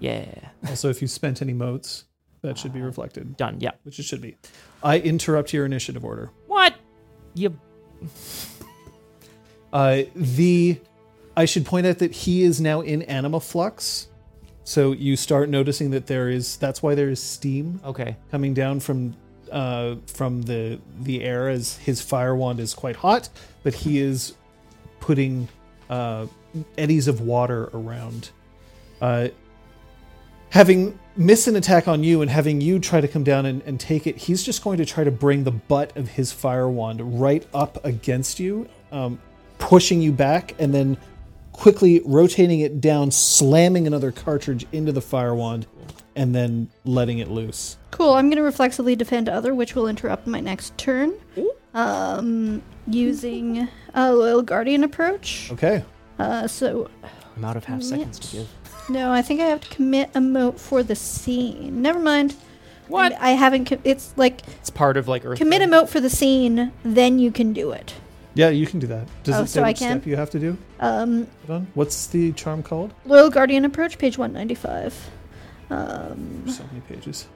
[SPEAKER 1] Yeah,
[SPEAKER 4] Also, if you spent any motes, that should be reflected,
[SPEAKER 1] done. Yeah.
[SPEAKER 4] which it should be. I interrupt your initiative order.
[SPEAKER 1] What? You
[SPEAKER 4] Uh, the I should point out that he is now in anima flux, so you start noticing that there is. That's why there is steam
[SPEAKER 1] okay?
[SPEAKER 4] coming down from uh, from the the air as his fire wand is quite hot, but he is putting uh, eddies of water around. Uh, having missed an attack on you and having you try to come down and, and take it, he's just going to try to bring the butt of his fire wand right up against you. Um, pushing you back, and then quickly rotating it down, slamming another cartridge into the fire wand, and then letting it loose.
[SPEAKER 2] Cool. I'm going to reflexively defend other, which will interrupt my next turn. Um, using a loyal guardian approach.
[SPEAKER 4] Okay.
[SPEAKER 2] Uh, so
[SPEAKER 1] I'm out of half seconds to give.
[SPEAKER 2] no, I think I have to commit a moat for the scene. Never mind.
[SPEAKER 1] What?
[SPEAKER 2] I haven't. Com- it's like
[SPEAKER 1] It's part of like Earth.
[SPEAKER 2] commit a moat for the scene, then you can do it.
[SPEAKER 4] Yeah, you can do that. Does
[SPEAKER 2] Oh,
[SPEAKER 4] it say
[SPEAKER 2] so I
[SPEAKER 4] which
[SPEAKER 2] can?
[SPEAKER 4] step you have to do?
[SPEAKER 2] Um,
[SPEAKER 4] Hold on. What's the charm called?
[SPEAKER 2] loyal guardian approach, page 195. Um,
[SPEAKER 4] So many pages.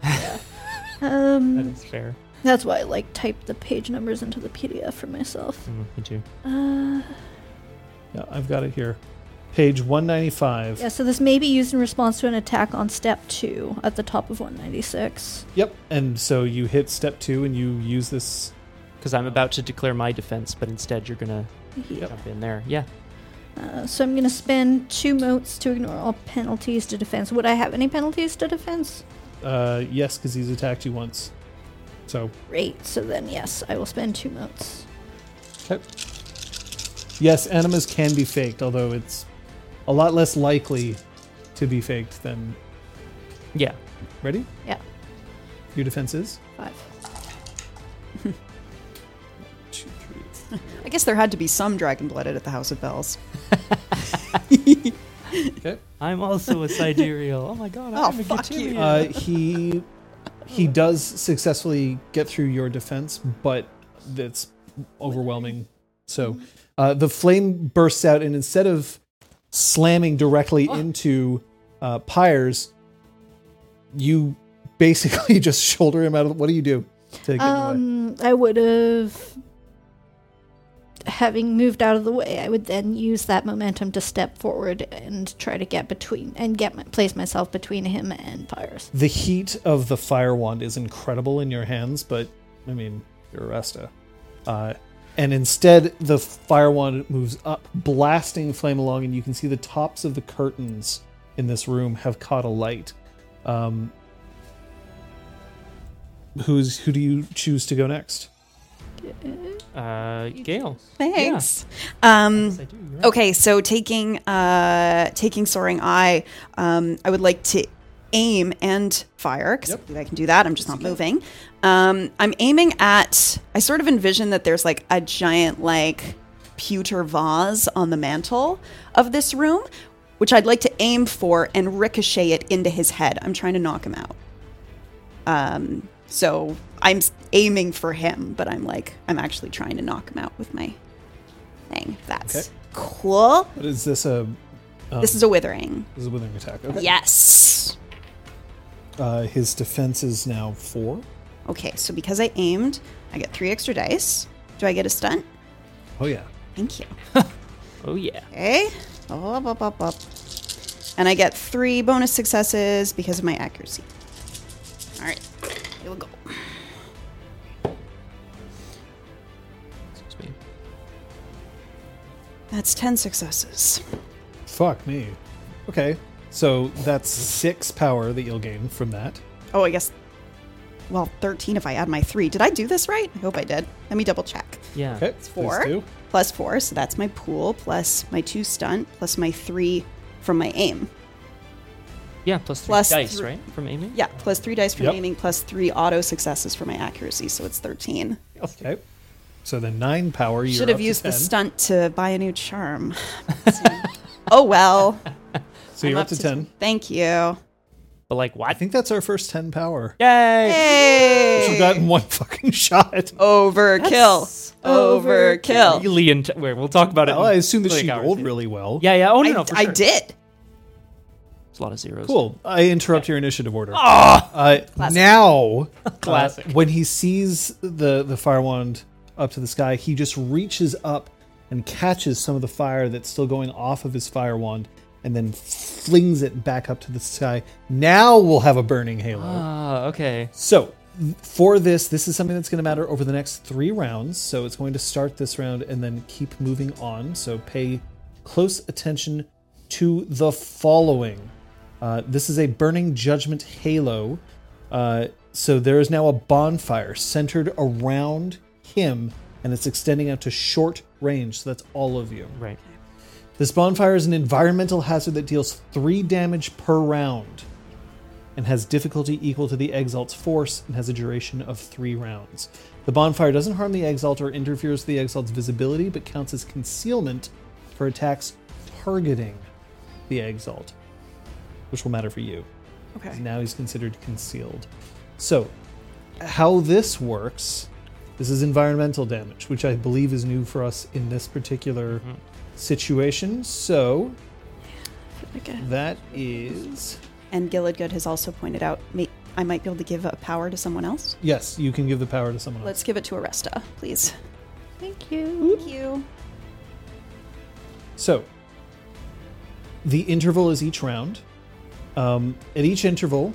[SPEAKER 1] That
[SPEAKER 2] um,
[SPEAKER 1] is fair.
[SPEAKER 2] that's why I like typed the page numbers into the PDF for myself.
[SPEAKER 1] Mm, me too.
[SPEAKER 2] Uh,
[SPEAKER 4] Yeah, I've got it here. Page 195.
[SPEAKER 2] yeah, so this may be used in response to an attack on step two at the top of 196.
[SPEAKER 4] Yep. And so you hit step two and you use this.
[SPEAKER 1] Because I'm about to declare my defense, but instead you're gonna
[SPEAKER 2] Yeah.
[SPEAKER 1] jump in there. Yeah.
[SPEAKER 2] Uh, so I'm going to spend two motes to ignore all penalties to defense. Would I have any penalties to defense?
[SPEAKER 4] Uh, yes, because he's attacked you once. So,
[SPEAKER 2] Great. So then, yes, I will spend two motes.
[SPEAKER 4] yes, animas can be faked, although it's a lot less likely to be faked than.
[SPEAKER 1] Yeah.
[SPEAKER 4] Ready?
[SPEAKER 2] Yeah.
[SPEAKER 4] Your defense is?
[SPEAKER 2] Five.
[SPEAKER 4] Two, three.
[SPEAKER 3] I guess there had to be some dragon blooded at the House of Bells.
[SPEAKER 1] I'm also a sidereal. Oh my god.
[SPEAKER 3] Oh,
[SPEAKER 1] I'm a
[SPEAKER 3] fuck you.
[SPEAKER 1] Gatarian.
[SPEAKER 4] Uh, he he does successfully get through your defense, but that's overwhelming. So uh, the flame bursts out, and instead of slamming directly into uh, Pyres, you basically just shoulder him out of. What do you do to get in the way?
[SPEAKER 2] Um, I would have. Having moved out of the way, I would then use that momentum to step forward and try to get between and get my, place myself between him and Pyres.
[SPEAKER 4] The heat of the fire wand is incredible in your hands, but I mean, you're Aresta. Uh, and instead, the fire wand moves up, blasting flame along, and you can see the tops of the curtains in this room have caught a light. Um, who's who do you choose to go next?
[SPEAKER 1] Uh, Gale.
[SPEAKER 3] Thanks. Um,
[SPEAKER 1] Yes, I do. You're right.
[SPEAKER 3] Okay, so taking uh, taking soaring eye, um, I would like to aim and fire because
[SPEAKER 4] Yep.
[SPEAKER 3] I believe I can do that. I'm just not moving. Um, I'm aiming at. I sort of envision that there's like a giant like pewter vase on the mantle of this room, which I'd like to aim for and ricochet it into his head. I'm trying to knock him out. Um, so I'm s- aiming for him, but I'm like I'm actually trying to knock him out with my thing. That's
[SPEAKER 4] Okay.
[SPEAKER 3] cool.
[SPEAKER 4] What Is this a
[SPEAKER 3] This is a withering.
[SPEAKER 4] is a withering attack? Okay.
[SPEAKER 3] Yes.
[SPEAKER 4] Uh, his defense is now four.
[SPEAKER 3] Okay, so because I aimed, I get three extra dice. Do I get a stunt?
[SPEAKER 4] Oh yeah.
[SPEAKER 3] Thank you.
[SPEAKER 1] Oh yeah.
[SPEAKER 3] Okay. Up, up, up, up. And I get three bonus successes because of my accuracy. All right, here we go.
[SPEAKER 1] Excuse me.
[SPEAKER 3] That's 10 successes.
[SPEAKER 4] Fuck me. Okay. So that's six power that you'll gain from that.
[SPEAKER 3] Oh, I guess, well, 13 if I add my three. Did I do this right? I hope I did. Let me double check.
[SPEAKER 1] Yeah.
[SPEAKER 4] Okay.
[SPEAKER 3] It's
[SPEAKER 4] please
[SPEAKER 3] four
[SPEAKER 4] do.
[SPEAKER 3] plus four, so that's my pool plus my two stunt plus my three from my aim.
[SPEAKER 1] Yeah. Plus three
[SPEAKER 3] Plus
[SPEAKER 1] dice,
[SPEAKER 3] three-
[SPEAKER 1] right? From aiming.
[SPEAKER 3] Yeah, plus three dice for
[SPEAKER 4] Yep.
[SPEAKER 3] aiming, plus three auto successes for my accuracy, so it's thirteen.
[SPEAKER 4] Okay. So the nine power you
[SPEAKER 3] Should have used the stunt to buy a new charm. oh well.
[SPEAKER 4] So you're
[SPEAKER 3] I'm
[SPEAKER 4] up, to, ten.
[SPEAKER 3] Thank you.
[SPEAKER 1] But like, what?
[SPEAKER 4] I think that's our first ten power.
[SPEAKER 1] Yay!
[SPEAKER 4] Which we
[SPEAKER 3] Hey!
[SPEAKER 4] got in one fucking shot.
[SPEAKER 3] Overkill. Overkill.
[SPEAKER 1] Really int- where we'll talk about it.
[SPEAKER 4] Well, I
[SPEAKER 1] in
[SPEAKER 4] assume that
[SPEAKER 1] like
[SPEAKER 4] she
[SPEAKER 1] hours.
[SPEAKER 4] rolled really well.
[SPEAKER 1] Yeah. Yeah. Oh no.
[SPEAKER 3] I,
[SPEAKER 1] no for
[SPEAKER 3] I
[SPEAKER 1] sure.
[SPEAKER 3] did.
[SPEAKER 1] It's a lot of zeros.
[SPEAKER 4] Cool. I interrupt your initiative order. Uh, now, uh,
[SPEAKER 1] Classic.
[SPEAKER 4] when he sees the the fire wand up to the sky, he just reaches up and catches some of the fire that's still going off of his fire wand, and then flings it back up to the sky. Now we'll have a burning halo.
[SPEAKER 1] Ah. okay.
[SPEAKER 4] So th- for this, this is something that's going to matter over the next three rounds. So it's going to start this round and then keep moving on. So pay close attention to the following. Uh, this is a burning judgment halo. Uh, so there is now a bonfire centered around him, and it's extending out to short range, so that's all of you.
[SPEAKER 1] Right.
[SPEAKER 4] This bonfire is an environmental hazard that deals three damage per round and has difficulty equal to the Exalt's force and has a duration of three rounds. The bonfire doesn't harm the Exalt or interferes with the Exalt's visibility, but counts as concealment for attacks targeting the Exalt, which will matter for you.
[SPEAKER 3] Okay.
[SPEAKER 4] Now he's considered concealed. So, how this works this is environmental damage, which I believe is new for us in this particular situation. So,
[SPEAKER 3] Okay.
[SPEAKER 4] that is.
[SPEAKER 3] And Gilladgood has also pointed out may- I might be able to give a power to someone else.
[SPEAKER 4] Yes, you can give the power to someone else.
[SPEAKER 3] Let's give it to Aresta, please.
[SPEAKER 2] Thank you.
[SPEAKER 3] Thank you.
[SPEAKER 4] So, the interval is each round. Um, at each interval,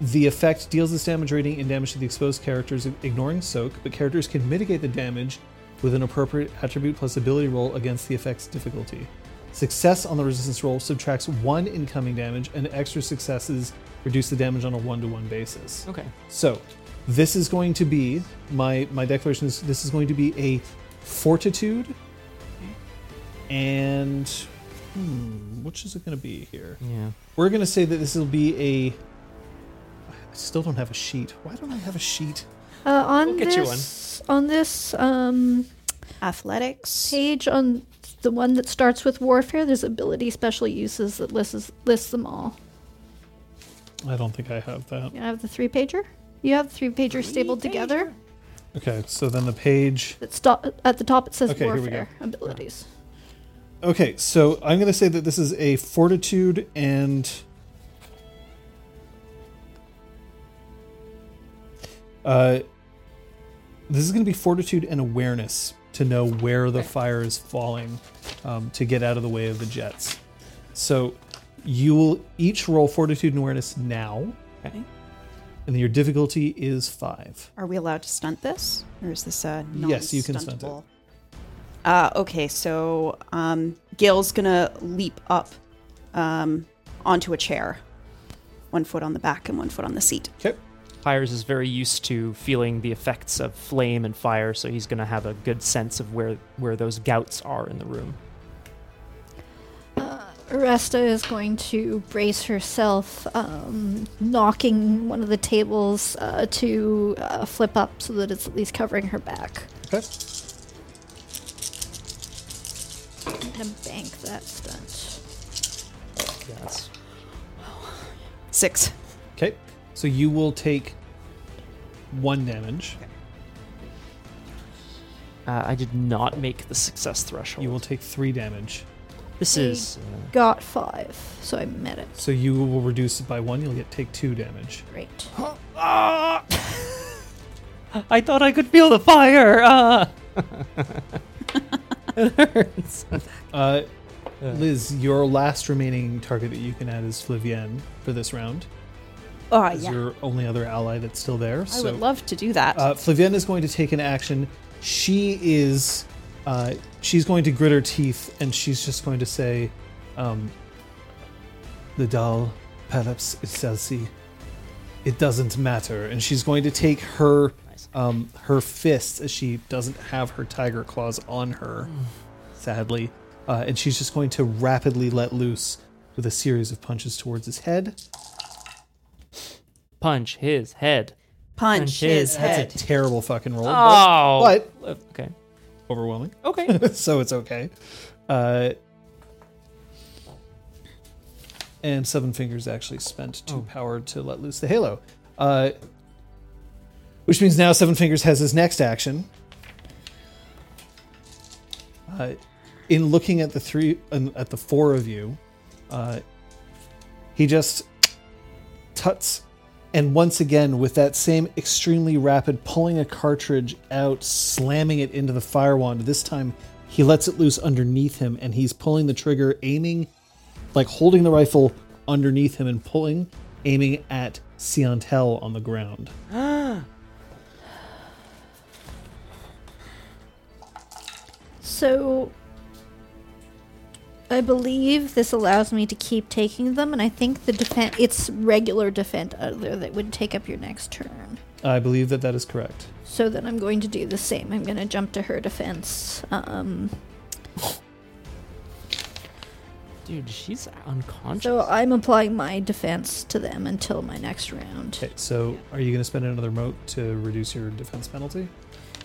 [SPEAKER 4] the effect deals this damage rating and damage to the exposed characters, ignoring soak, but characters can mitigate the damage with an appropriate attribute plus ability roll against the effect's difficulty. Success on the resistance roll subtracts one incoming damage, and extra successes reduce the damage on a one to one basis.
[SPEAKER 1] Okay.
[SPEAKER 4] So, this is going to be my my declaration is this is going to be a fortitude, and hmm, which is it going to be here?
[SPEAKER 1] Yeah.
[SPEAKER 4] We're going to say that this will be a. I still don't have a sheet. Why don't I have a sheet?
[SPEAKER 2] Uh, on
[SPEAKER 1] We'll get you one.
[SPEAKER 2] this, on this um,
[SPEAKER 3] Athletics.
[SPEAKER 2] page, on the one that starts with warfare, there's ability special uses that lists lists them all.
[SPEAKER 4] I don't think I have that.
[SPEAKER 2] You have the three pager. You have the three pager stapled together.
[SPEAKER 4] Okay, so then the page.
[SPEAKER 2] That stop at the top. It says
[SPEAKER 4] Okay, here we
[SPEAKER 2] warfare abilities.
[SPEAKER 4] Okay, so I'm going to say that this is a fortitude and. Uh, this is going to be fortitude and awareness to know where the fire is falling um, to get out of the way of the jets. So you will each roll fortitude and awareness now.
[SPEAKER 1] Okay.
[SPEAKER 4] And your difficulty is five.
[SPEAKER 3] Are we allowed to stunt this? Or is this a non
[SPEAKER 4] Yes, you can stunt it.
[SPEAKER 3] Uh, okay, so um, Gail's gonna leap up um, onto a chair, one foot on the back and one foot on the seat.
[SPEAKER 4] Okay.
[SPEAKER 1] Pyres is very used to feeling the effects of flame and fire, so he's going to have a good sense of where where those gouts are in the room.
[SPEAKER 2] Aresta is going to brace herself, um, knocking one of the tables uh, to uh, flip up so that it's at least covering her back.
[SPEAKER 4] Okay.
[SPEAKER 2] I'm gonna bank that stunt.
[SPEAKER 1] Yeah, that's
[SPEAKER 3] Six.
[SPEAKER 4] Okay. So you will take one damage.
[SPEAKER 1] Uh, I did not make the success threshold.
[SPEAKER 4] You will take three damage.
[SPEAKER 1] This is uh,
[SPEAKER 2] Got five, so I met it.
[SPEAKER 4] So you will reduce it by one. You'll get take two damage.
[SPEAKER 2] Great.
[SPEAKER 1] uh, I thought I could feel the fire. Ah!
[SPEAKER 4] Uh, Liz, your last remaining target that you can add is Flavienne for this round.
[SPEAKER 3] Oh,
[SPEAKER 4] Is
[SPEAKER 3] yeah.
[SPEAKER 4] your only other ally that's still there.
[SPEAKER 3] I
[SPEAKER 4] so
[SPEAKER 3] would love to do that.
[SPEAKER 4] uh, Flavienne is going to take an action. She is. Uh, she's going to grit her teeth and she's just going to say, um, "The doll, Pelops Excelsi, it doesn't matter." And she's going to take her
[SPEAKER 1] Nice.
[SPEAKER 4] um, her fists as she doesn't have her tiger claws on her, sadly, uh, and she's just going to rapidly let loose with a series of punches towards his head.
[SPEAKER 1] Punch his head.
[SPEAKER 3] punch,
[SPEAKER 1] punch
[SPEAKER 3] his,
[SPEAKER 1] his
[SPEAKER 3] head.
[SPEAKER 4] That's a terrible fucking roll, but
[SPEAKER 1] Oh.
[SPEAKER 4] but
[SPEAKER 1] Okay.
[SPEAKER 4] overwhelming.
[SPEAKER 1] Okay.
[SPEAKER 4] so it's okay. Uh, and Seven Fingers actually spent two power to let loose the halo. Uh, which means now Seven Fingers has his next action. Uh, in looking at the three, um, at the four of you, uh, he just tuts, and once again with that same extremely rapid pulling a cartridge out, slamming it into the fire wand. This time, he lets it loose underneath him, and he's pulling the trigger, aiming, like holding the rifle underneath him and pulling, aiming at Siantel on the ground.
[SPEAKER 2] So, I believe this allows me to keep taking them, and I think the defend it's regular defend other that would take up your next turn.
[SPEAKER 4] I believe that that is correct.
[SPEAKER 2] So then I'm going to do the same. I'm going to jump to her defense. Um,
[SPEAKER 1] Dude, she's unconscious.
[SPEAKER 2] so
[SPEAKER 4] uh,
[SPEAKER 2] I'm applying my defense to them until my next round.
[SPEAKER 4] Okay, so are you going to spend another moat to reduce your defense penalty?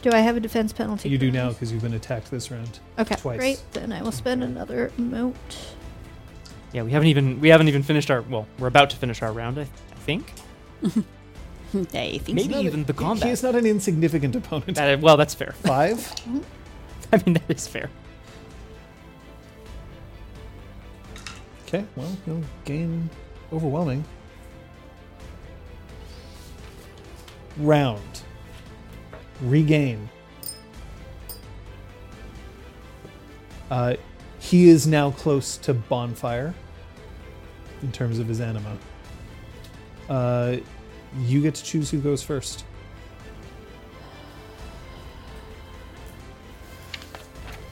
[SPEAKER 2] Do I have a defense penalty?
[SPEAKER 4] You do
[SPEAKER 2] for
[SPEAKER 4] now
[SPEAKER 2] this?
[SPEAKER 4] because you've been attacked this round.
[SPEAKER 2] Okay,
[SPEAKER 4] twice.
[SPEAKER 2] great. Then I will spend another moat.
[SPEAKER 1] yeah, we haven't even we haven't even finished our well, we're about to finish our round, I, I think.
[SPEAKER 3] They think
[SPEAKER 1] Maybe even the combat.
[SPEAKER 4] He is not an insignificant opponent.
[SPEAKER 1] That- well, that's fair.
[SPEAKER 4] Five.
[SPEAKER 1] I mean, that is fair.
[SPEAKER 4] Okay, well, you'll gain overwhelming. Round. Regain. Uh, he is now close to bonfire in terms of his anima. Uh, you get to choose who goes first.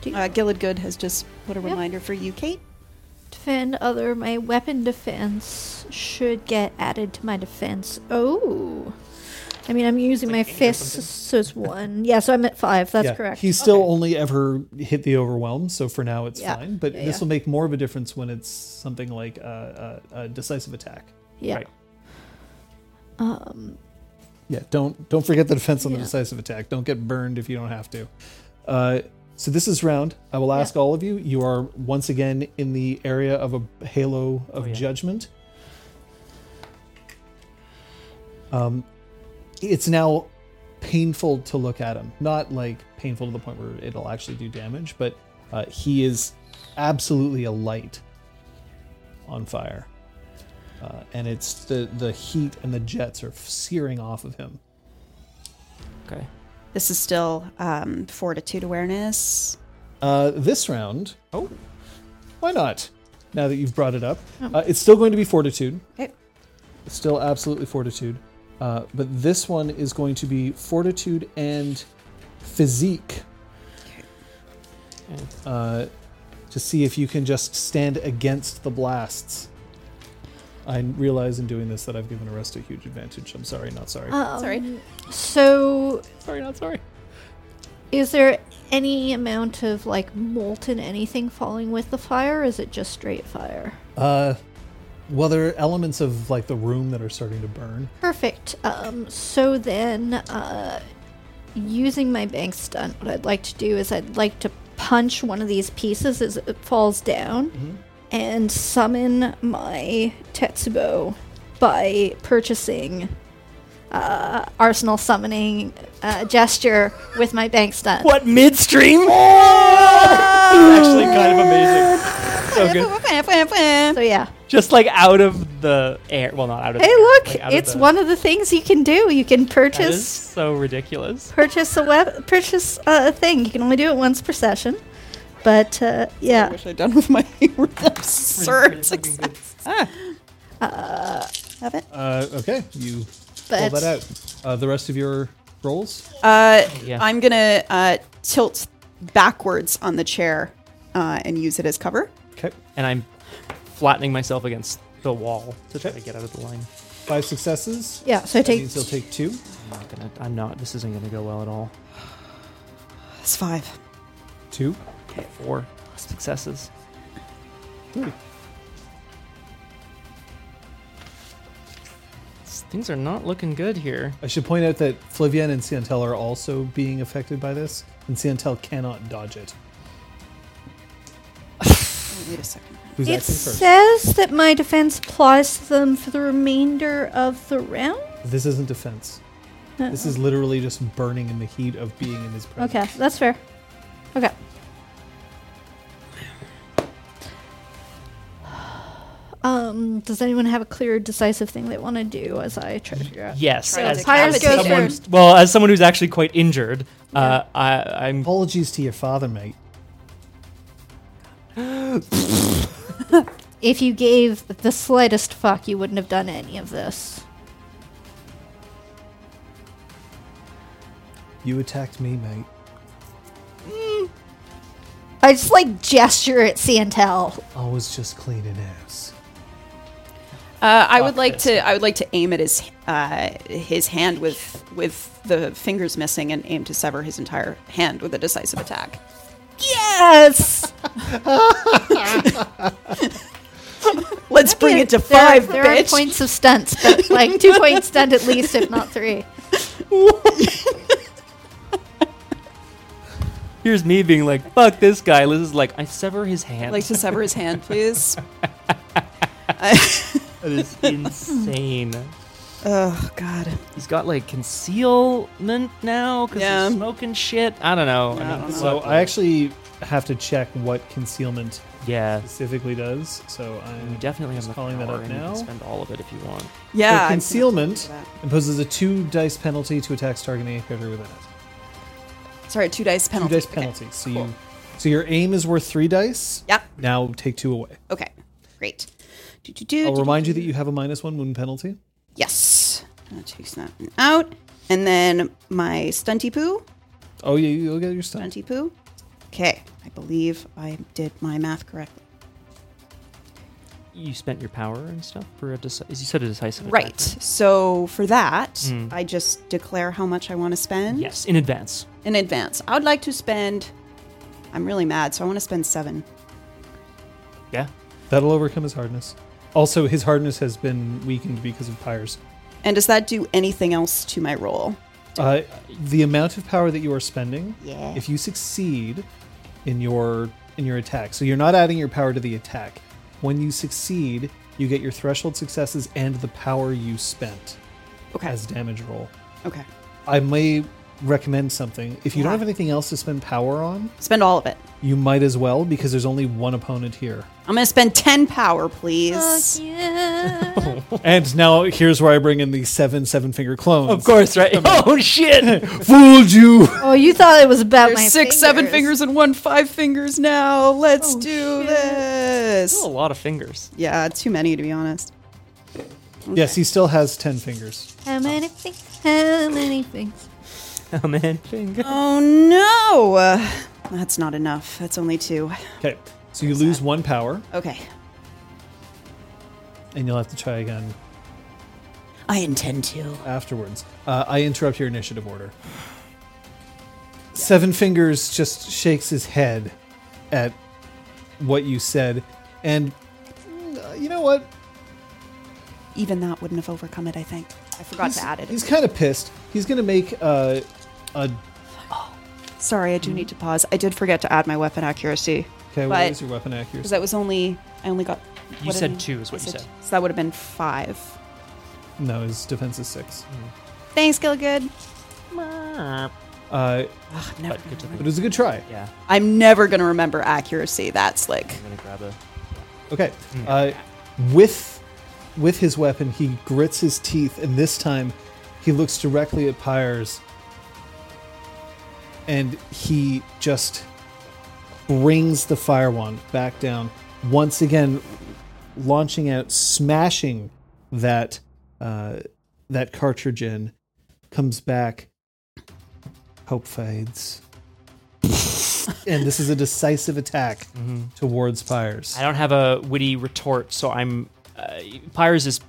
[SPEAKER 2] Do you
[SPEAKER 3] Uh, Gillard Good has just put a
[SPEAKER 2] Yep.
[SPEAKER 3] reminder for you, Kate.
[SPEAKER 2] defend other? My weapon defense should get added to my defense. Oh. I mean, I'm using my fists, so it's one. Yeah, so I'm at five. That's
[SPEAKER 4] yeah,
[SPEAKER 2] correct.
[SPEAKER 4] He's still
[SPEAKER 2] Okay.
[SPEAKER 4] only ever hit the overwhelm, so for now it's
[SPEAKER 2] Yeah,
[SPEAKER 4] fine. But
[SPEAKER 2] yeah,
[SPEAKER 4] this
[SPEAKER 2] yeah.
[SPEAKER 4] will make more of a difference when it's something like a, a, a decisive attack.
[SPEAKER 2] Yeah.
[SPEAKER 1] Right.
[SPEAKER 2] Um,
[SPEAKER 4] Yeah, don't don't forget the defense on the
[SPEAKER 2] Yeah.
[SPEAKER 4] decisive attack. Don't get burned if you don't have to. Uh, so this is round. I will ask all of you. You are once again in the area of a halo of
[SPEAKER 1] Oh, yeah.
[SPEAKER 4] judgment. Um, it's now painful to look at him. Not like painful to the point where it'll actually do damage, but uh, he is absolutely alight on fire uh, and it's the the heat and the jets are searing off of him.
[SPEAKER 1] Okay.
[SPEAKER 3] This is still um, fortitude awareness.
[SPEAKER 4] Uh, this round, oh, why not? Now that you've brought it up, uh, it's still going to be fortitude.
[SPEAKER 3] Okay.
[SPEAKER 4] It's still absolutely fortitude, uh, but this one is going to be fortitude and physique
[SPEAKER 1] Okay.
[SPEAKER 4] uh, to see if you can just stand against the blasts. I realize in doing this that I've given Arrest a huge advantage. I'm sorry, not sorry.
[SPEAKER 2] um,
[SPEAKER 3] Sorry.
[SPEAKER 2] So
[SPEAKER 1] Sorry, not sorry.
[SPEAKER 2] Is there any amount of like molten anything falling with the fire? Or is it just straight fire?
[SPEAKER 4] Uh, well, there are elements of like the room that are starting to burn.
[SPEAKER 2] Perfect. Um, so then, uh, using my bank stunt, what I'd like to do is I'd like to punch one of these pieces as it falls down
[SPEAKER 1] Mm-hmm.
[SPEAKER 2] and summon my Tetsubo by purchasing uh, Arsenal summoning uh, gesture with my bank stunt.
[SPEAKER 1] What midstream? actually kind of amazing. So good.
[SPEAKER 2] So yeah.
[SPEAKER 1] Just like out of the air. Well, not out of.
[SPEAKER 2] Hey,
[SPEAKER 1] the air,
[SPEAKER 2] look!
[SPEAKER 1] like out of
[SPEAKER 2] it's
[SPEAKER 1] the-
[SPEAKER 2] one of the things you can do. You can
[SPEAKER 1] That is
[SPEAKER 2] purchase
[SPEAKER 1] so ridiculous.
[SPEAKER 2] purchase a web purchase uh, a thing. You can only do it once per session, but uh,
[SPEAKER 3] I
[SPEAKER 2] yeah.
[SPEAKER 3] wish I'd done with my absurd success. Ah. Have it.
[SPEAKER 4] Uh, okay, you
[SPEAKER 2] But
[SPEAKER 4] pull that out. Uh, the rest of your rolls.
[SPEAKER 3] Uh,
[SPEAKER 1] yeah.
[SPEAKER 3] I'm gonna uh, tilt backwards on the chair uh, and use it as cover.
[SPEAKER 4] Okay,
[SPEAKER 1] And I'm flattening myself against the wall to try
[SPEAKER 4] Okay.
[SPEAKER 1] to get out of the line.
[SPEAKER 4] five successes.
[SPEAKER 2] yeah, so I
[SPEAKER 4] That
[SPEAKER 2] take
[SPEAKER 4] means you'll take two.
[SPEAKER 1] I'm not gonna. I'm not. This isn't gonna go well at all.
[SPEAKER 3] It's five.
[SPEAKER 4] Two.
[SPEAKER 1] Four successes.
[SPEAKER 4] Three.
[SPEAKER 1] S- Things are not looking good here.
[SPEAKER 4] I should point out that Flavian and Ciantel are also being affected by this, and Ciantel cannot dodge it.
[SPEAKER 3] Wait a second.
[SPEAKER 4] Who's
[SPEAKER 2] it
[SPEAKER 4] acting first?
[SPEAKER 2] says that my defense applies to them for the remainder of the round.
[SPEAKER 4] This isn't defense.
[SPEAKER 2] Uh,
[SPEAKER 4] This is literally just burning in the heat of being in his presence.
[SPEAKER 2] okay, that's fair. Okay. Um, does anyone have a clear, decisive thing they want to do as I try to figure out?
[SPEAKER 1] Yes.
[SPEAKER 3] Try
[SPEAKER 1] as
[SPEAKER 3] to Pyres
[SPEAKER 1] as
[SPEAKER 3] goes
[SPEAKER 1] someone-
[SPEAKER 2] first.
[SPEAKER 1] Well, as someone who's actually quite injured, uh, I, I'm.
[SPEAKER 4] Apologies to your father, mate.
[SPEAKER 2] If you gave the slightest fuck, you wouldn't have done any of this.
[SPEAKER 4] You attacked me, mate.
[SPEAKER 2] I just like gesture at Santel.
[SPEAKER 4] I was just cleaning ass.
[SPEAKER 3] Uh, I would like to. I would like to aim at his uh, his hand with with the fingers missing, and aim to sever his entire hand with a decisive attack. Yes. Let's bring it to
[SPEAKER 2] There-
[SPEAKER 3] five,
[SPEAKER 2] There
[SPEAKER 3] bitch.
[SPEAKER 2] are points of stunts, but like two point stunt at least, if not three.
[SPEAKER 1] Here's me being like, fuck this guy. Liz is like, I sever his hand.
[SPEAKER 3] I'd like to sever his hand, please.
[SPEAKER 1] that is insane.
[SPEAKER 3] Oh God.
[SPEAKER 1] He's got like concealment now because
[SPEAKER 3] Yeah.
[SPEAKER 1] he's smoking shit. I don't know. I
[SPEAKER 3] I
[SPEAKER 1] mean,
[SPEAKER 3] don't know.
[SPEAKER 4] So I actually have to check what concealment
[SPEAKER 1] yeah.
[SPEAKER 4] specifically does. So
[SPEAKER 1] We
[SPEAKER 4] I'm
[SPEAKER 1] definitely have enough
[SPEAKER 4] Just calling
[SPEAKER 1] power
[SPEAKER 4] that up
[SPEAKER 1] and you
[SPEAKER 4] now.
[SPEAKER 1] can spend all of it if you want.
[SPEAKER 3] Yeah.
[SPEAKER 4] So
[SPEAKER 3] I'm-
[SPEAKER 4] concealment imposes a two dice penalty to attacks targeting a character within it.
[SPEAKER 3] Sorry, two dice
[SPEAKER 4] Two
[SPEAKER 3] penalty.
[SPEAKER 4] dice
[SPEAKER 3] Okay.
[SPEAKER 4] penalty. So
[SPEAKER 3] cool.
[SPEAKER 4] you, so your aim is worth three dice.
[SPEAKER 3] Yep.
[SPEAKER 4] Now take two away.
[SPEAKER 3] Okay. Great. Do, do, do,
[SPEAKER 4] I'll
[SPEAKER 3] do,
[SPEAKER 4] remind you that you have a minus one wound penalty.
[SPEAKER 3] Yes. That takes that one out. And then my stunty poo.
[SPEAKER 4] Oh yeah, you'll get your stun.
[SPEAKER 3] Stunty poo. Okay. I believe I did my math correctly.
[SPEAKER 1] You spent your power and stuff for a deci- you said a decisive attack,
[SPEAKER 3] Right. So for that,
[SPEAKER 4] Mm.
[SPEAKER 3] I just declare how much I want to spend
[SPEAKER 1] Yes, in advance.
[SPEAKER 3] in advance. I would like to spend. I'm really mad, so I want to spend seven.
[SPEAKER 1] Yeah.
[SPEAKER 4] That'll overcome his hardness. Also, his hardness has been weakened because of pyres.
[SPEAKER 3] And does that do anything else to my roll?
[SPEAKER 4] Uh, the amount of power that you are spending,
[SPEAKER 5] Yeah.
[SPEAKER 4] if you succeed in your in your attack, so you're not adding your power to the attack. When you succeed, you get your threshold successes and the power you spent
[SPEAKER 3] Okay.
[SPEAKER 4] as damage roll.
[SPEAKER 3] Okay.
[SPEAKER 4] I may recommend something. If you
[SPEAKER 3] Yeah.
[SPEAKER 4] don't have anything else to spend power on,
[SPEAKER 3] Spend all of it.
[SPEAKER 4] you might as well because there's only one opponent here.
[SPEAKER 3] I'm going to spend 10 power, please.
[SPEAKER 2] yeah.
[SPEAKER 4] and now here's where I bring in the seven seven finger clones.
[SPEAKER 1] Of course, right? Oh shit!
[SPEAKER 4] fooled you.
[SPEAKER 2] oh, you thought it was about my
[SPEAKER 3] There's six, seven fingers and one, five fingers now. Let's
[SPEAKER 2] Oh,
[SPEAKER 3] do
[SPEAKER 2] shit.
[SPEAKER 3] this.
[SPEAKER 1] Still a lot of fingers.
[SPEAKER 3] Oh. Yeah, too many to be honest.
[SPEAKER 4] Yes, he still has ten fingers.
[SPEAKER 2] How many things? How many things?
[SPEAKER 1] Oh man, finger.
[SPEAKER 3] Oh no! Uh, that's not enough. That's only two.
[SPEAKER 4] Okay, so you lose one power,
[SPEAKER 3] Okay.
[SPEAKER 4] and you'll have to try again
[SPEAKER 3] I intend to.
[SPEAKER 4] afterwards. Uh, I interrupt your initiative order. Seven Fingers just shakes his head at what you said, and uh, you know what?
[SPEAKER 3] Even that wouldn't have overcome it. I think. I forgot to add
[SPEAKER 4] He's
[SPEAKER 3] it.
[SPEAKER 4] kind of pissed. He's gonna make uh, a.
[SPEAKER 3] Sorry, I do need to pause. I did forget to add my weapon accuracy
[SPEAKER 4] Okay,
[SPEAKER 3] But-
[SPEAKER 4] what is your weapon
[SPEAKER 3] because
[SPEAKER 4] accuracy?
[SPEAKER 3] that was only I only got.
[SPEAKER 1] You
[SPEAKER 3] what did
[SPEAKER 1] said
[SPEAKER 3] I-
[SPEAKER 1] two is what
[SPEAKER 3] I
[SPEAKER 1] you said.
[SPEAKER 3] two. So that would have been five.
[SPEAKER 4] No, his defense is six.
[SPEAKER 3] Thanks, Gilgood.
[SPEAKER 1] Mm.
[SPEAKER 4] Uh,
[SPEAKER 3] Ugh, I'm never
[SPEAKER 1] But
[SPEAKER 3] gonna
[SPEAKER 1] good to
[SPEAKER 4] but it
[SPEAKER 1] think.
[SPEAKER 4] was a good try.
[SPEAKER 1] Yeah,
[SPEAKER 3] I'm never gonna remember accuracy. That's like
[SPEAKER 1] I'm gonna grab a.
[SPEAKER 4] Okay. Uh, with with his weapon, he grits his teeth, and this time he looks directly at Pyres, and he just brings the fire wand back down once again, launching out, smashing that uh, that cartridge in. Comes back. Hope fades. and this is a decisive attack towards Pyres.
[SPEAKER 1] I don't have a witty retort, so I'm. Uh, Pyres is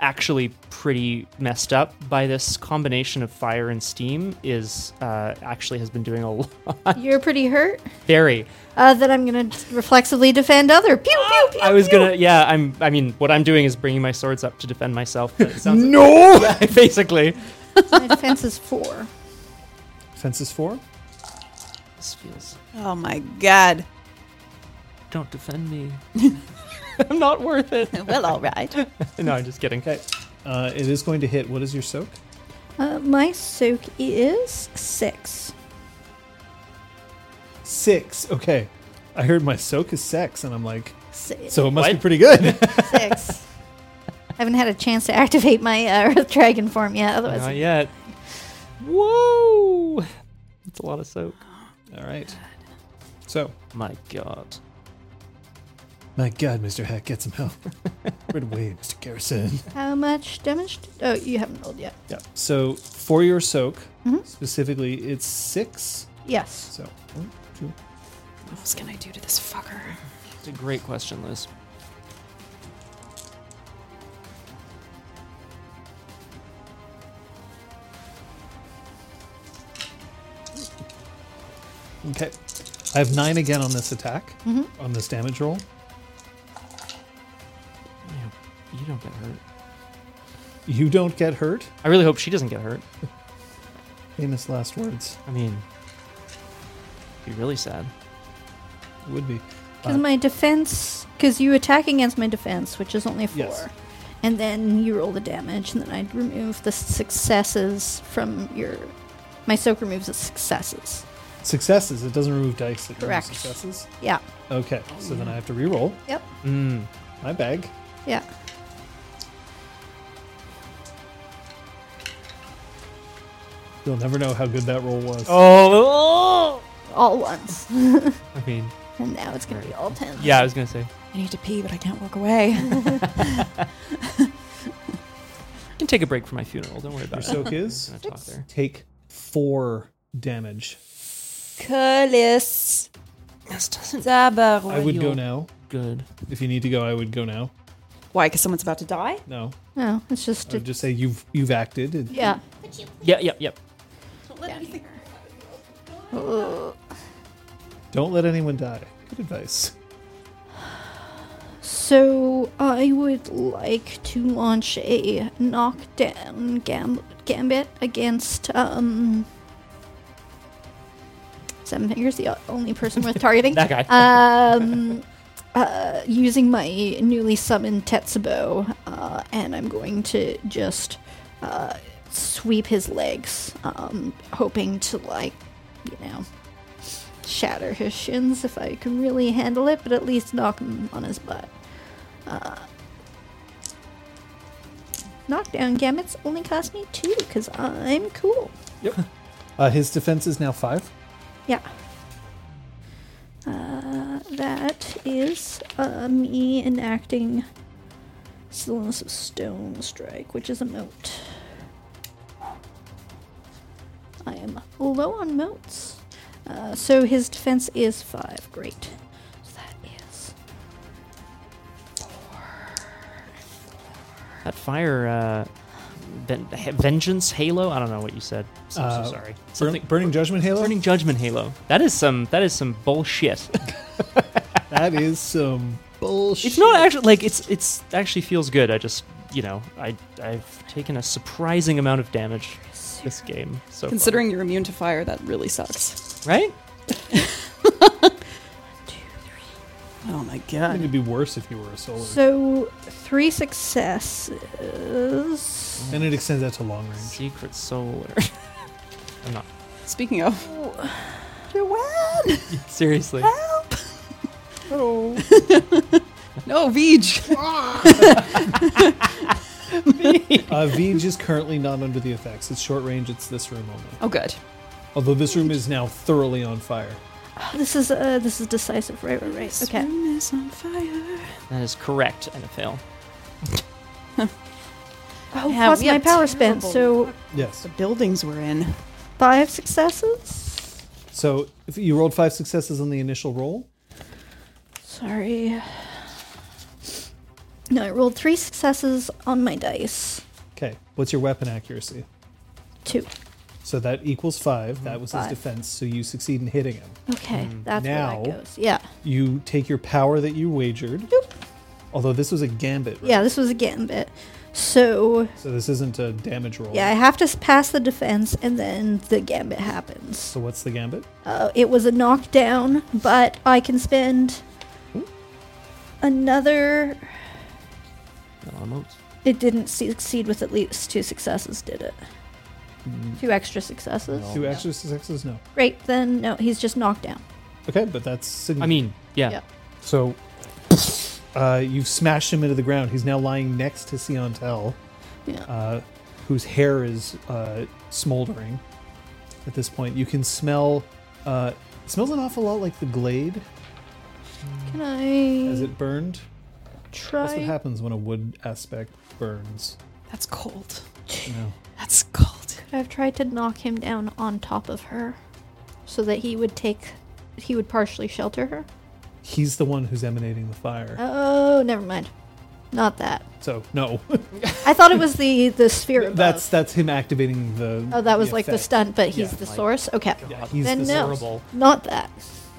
[SPEAKER 1] actually pretty messed up by this combination of fire and steam. Is uh, actually has been doing a lot.
[SPEAKER 2] You're pretty hurt.
[SPEAKER 1] Very.
[SPEAKER 2] Uh, that I'm gonna reflexively defend other. Pew pew pew.
[SPEAKER 1] I was gonna. Yeah, I'm. I mean, what I'm doing is bringing my swords up to defend myself. But it sounds
[SPEAKER 4] No!
[SPEAKER 1] like, basically.
[SPEAKER 2] My defense is four.
[SPEAKER 4] Fence is four.
[SPEAKER 1] This feels.
[SPEAKER 3] oh my god.
[SPEAKER 1] Don't defend me. I'm not worth it.
[SPEAKER 3] well, all right.
[SPEAKER 1] No, I'm just kidding.
[SPEAKER 4] Okay. Uh, it is going to hit. What is your soak?
[SPEAKER 2] Uh, my soak is six.
[SPEAKER 4] Six. Okay. I heard my soak is sex, and I'm like,
[SPEAKER 2] Six.
[SPEAKER 4] so it must be
[SPEAKER 1] What?
[SPEAKER 4] pretty good.
[SPEAKER 2] six. I haven't had a chance to activate my uh, Earth Dragon form yet. Otherwise,
[SPEAKER 1] Not yet. Whoa! That's a lot of soap.
[SPEAKER 4] All right. So,
[SPEAKER 1] My God.
[SPEAKER 4] my God, Mr. Heck, get some help. Right away, Mr. Garrison.
[SPEAKER 2] how much damage? d- oh, you haven't rolled yet.
[SPEAKER 4] Yeah. So, for your soak, specifically, it's six.
[SPEAKER 2] Yes.
[SPEAKER 4] So, one, two.
[SPEAKER 3] What else can I do to this fucker?
[SPEAKER 1] It's a great question, Liz.
[SPEAKER 4] Okay. I have nine again on this attack, on this damage roll.
[SPEAKER 1] Yeah, you don't get hurt.
[SPEAKER 4] You don't get hurt.
[SPEAKER 1] I really hope she doesn't get hurt.
[SPEAKER 4] Famous last words.
[SPEAKER 1] I mean, it'd be really sad.
[SPEAKER 4] Would be.
[SPEAKER 2] Because
[SPEAKER 4] Uh,
[SPEAKER 2] my defense, because you attack against my defense, which is only four,
[SPEAKER 4] Yes.
[SPEAKER 2] and then you roll the damage, and then I remove the successes from your. My soak removes the successes.
[SPEAKER 4] Successes. It doesn't remove dice. It
[SPEAKER 2] Correct.
[SPEAKER 4] removes successes.
[SPEAKER 2] Yeah.
[SPEAKER 4] Okay. So then I have to reroll
[SPEAKER 2] Yep.
[SPEAKER 1] Mm.
[SPEAKER 4] my bag.
[SPEAKER 2] Yeah.
[SPEAKER 4] You'll never know how good that roll was.
[SPEAKER 1] Oh,
[SPEAKER 2] All ones,
[SPEAKER 1] I mean,
[SPEAKER 2] and now it's gonna be all tens.
[SPEAKER 1] yeah, I was gonna say
[SPEAKER 3] I need to pee, but I can't walk away.
[SPEAKER 1] I can take a break for my funeral. Don't worry about
[SPEAKER 4] Your
[SPEAKER 1] it.
[SPEAKER 4] soak is
[SPEAKER 1] I'm gonna talk there.
[SPEAKER 4] take four damage.
[SPEAKER 3] Cullis
[SPEAKER 1] This doesn't
[SPEAKER 4] I
[SPEAKER 3] Zabaroy.
[SPEAKER 4] would go
[SPEAKER 1] you'll-
[SPEAKER 4] now.
[SPEAKER 1] good.
[SPEAKER 4] If you need to go, I would go now.
[SPEAKER 3] Why? Because someone's about to die?
[SPEAKER 4] No,
[SPEAKER 2] No, Oh, it's just.
[SPEAKER 4] I would just say you've you've acted. and-
[SPEAKER 2] yeah.
[SPEAKER 5] Could you
[SPEAKER 1] Yeah, yeah, yeah.
[SPEAKER 4] Don't let anyone die. Good advice.
[SPEAKER 2] So I would like to launch a knockdown gam- gambit against um. Seven fingers, the only person worth targeting.
[SPEAKER 1] That guy.
[SPEAKER 2] um, uh, using my newly summoned Tetsubo, uh, and I'm going to just uh, sweep his legs, um, hoping to, like, you know, shatter his shins if I can really handle it, but at least knock him on his butt. Uh, knockdown gamuts only cost me two, because I'm cool.
[SPEAKER 4] Uh, his defense is now five.
[SPEAKER 2] Yeah. Uh, that is uh, me enacting Stillness of Stone Strike, which is a moat. I am low on moats. Uh, so his defense is 5. Great. So that is.
[SPEAKER 1] That fire, uh, ven- vengeance halo. I don't know what you said. So, so
[SPEAKER 4] Uh,
[SPEAKER 1] sorry.
[SPEAKER 4] Burn, burning judgment halo.
[SPEAKER 1] Burning judgment halo. That is some. That is some bullshit.
[SPEAKER 4] That is some bullshit.
[SPEAKER 1] It's not actually like it's it's actually feels good. I just you know I I've taken a surprising amount of damage this game. So far.
[SPEAKER 3] Considering you're immune to fire, that really sucks.
[SPEAKER 1] right?
[SPEAKER 3] Oh my
[SPEAKER 4] It
[SPEAKER 3] god.
[SPEAKER 4] would be worse if you were a solar.
[SPEAKER 2] So 3 successes.
[SPEAKER 4] and it extends out to long range.
[SPEAKER 1] Secret solar. I'm not
[SPEAKER 3] Speaking of, Joanne!
[SPEAKER 1] seriously.
[SPEAKER 3] Help!
[SPEAKER 2] Oh.
[SPEAKER 3] no, Veej!
[SPEAKER 4] Uh, Vij is currently not under the effects. It's short range. It's this room only.
[SPEAKER 3] Oh, good.
[SPEAKER 4] Although this room is now thoroughly on fire.
[SPEAKER 2] Oh, this is uh, this is decisive, right? Right, right.
[SPEAKER 3] This
[SPEAKER 2] Okay.
[SPEAKER 3] room is on fire.
[SPEAKER 1] That is correct and a fail.
[SPEAKER 2] Oh,
[SPEAKER 3] Yeah,
[SPEAKER 2] plus
[SPEAKER 3] we
[SPEAKER 2] my
[SPEAKER 3] have
[SPEAKER 2] power spent.
[SPEAKER 3] terrible-
[SPEAKER 2] So
[SPEAKER 4] Yes.
[SPEAKER 3] buildings we're in.
[SPEAKER 2] five successes.
[SPEAKER 4] So if you rolled five successes on the initial roll.
[SPEAKER 2] Sorry. No, I rolled three successes on my dice.
[SPEAKER 4] Okay. What's your weapon accuracy?
[SPEAKER 2] Two.
[SPEAKER 4] So that equals five. That was
[SPEAKER 2] Five.
[SPEAKER 4] his defense. So you succeed in hitting him.
[SPEAKER 2] Okay, that's
[SPEAKER 4] Now-
[SPEAKER 2] where that goes. Yeah.
[SPEAKER 4] You take your power that you wagered.
[SPEAKER 2] Boop.
[SPEAKER 4] Although this was a gambit. Right?
[SPEAKER 2] Yeah, this was a gambit. So,
[SPEAKER 4] So this isn't a damage roll.
[SPEAKER 2] yeah, I have to s- pass the defense, and then the gambit happens.
[SPEAKER 4] So what's the gambit?
[SPEAKER 2] Uh, it was a knockdown, but I can spend another.
[SPEAKER 1] Got a lot of moats.
[SPEAKER 2] It didn't succeed with at least two successes, did it? Two extra successes?
[SPEAKER 4] Two extra successes? No.
[SPEAKER 2] Great, then no, he's just knocked down.
[SPEAKER 4] Okay, but that's significant.
[SPEAKER 1] I mean, yeah.
[SPEAKER 2] Yeah.
[SPEAKER 4] So, uh, you've smashed him into the ground. He's now lying next to Siontel,
[SPEAKER 2] Yeah.
[SPEAKER 4] uh, whose hair is uh, smoldering. At this point, you can smell. Uh, it smells an awful lot like the glade
[SPEAKER 2] Can I
[SPEAKER 4] as it burned. That's what
[SPEAKER 2] try?
[SPEAKER 4] happens when a wood aspect burns.
[SPEAKER 3] That's cold.
[SPEAKER 4] You know.
[SPEAKER 3] That's cold.
[SPEAKER 2] I've tried to knock him down on top of her, so that he would take, he would partially shelter her.
[SPEAKER 4] He's the one who's emanating the fire.
[SPEAKER 2] Oh, never mind. Not that.
[SPEAKER 4] So no,
[SPEAKER 2] I thought it was the the sphere. above.
[SPEAKER 4] that's that's him activating the.
[SPEAKER 2] oh, that was like the
[SPEAKER 4] effect.
[SPEAKER 2] stunt, but he's
[SPEAKER 4] Yeah,
[SPEAKER 2] the
[SPEAKER 1] like-
[SPEAKER 2] source. Okay,
[SPEAKER 4] Yeah, he's
[SPEAKER 2] then
[SPEAKER 4] the
[SPEAKER 2] no,
[SPEAKER 1] horrible.
[SPEAKER 2] not that.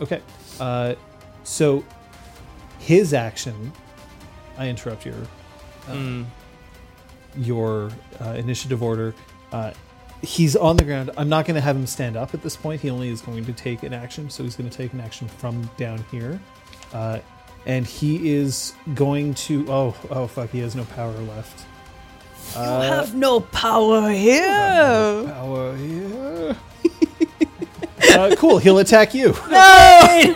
[SPEAKER 4] Okay. Uh, so his action. I interrupt your uh,
[SPEAKER 1] Mm.
[SPEAKER 4] your uh, initiative order. Uh, he's on the ground. I'm not going to have him stand up at this point. He only is going to take an action. So he's going to take an action from down here. Uh, and he is going to. Oh, oh, fuck. He has no power left.
[SPEAKER 3] you have no power here.
[SPEAKER 4] Power here. uh, cool. He'll attack you.
[SPEAKER 3] Hey,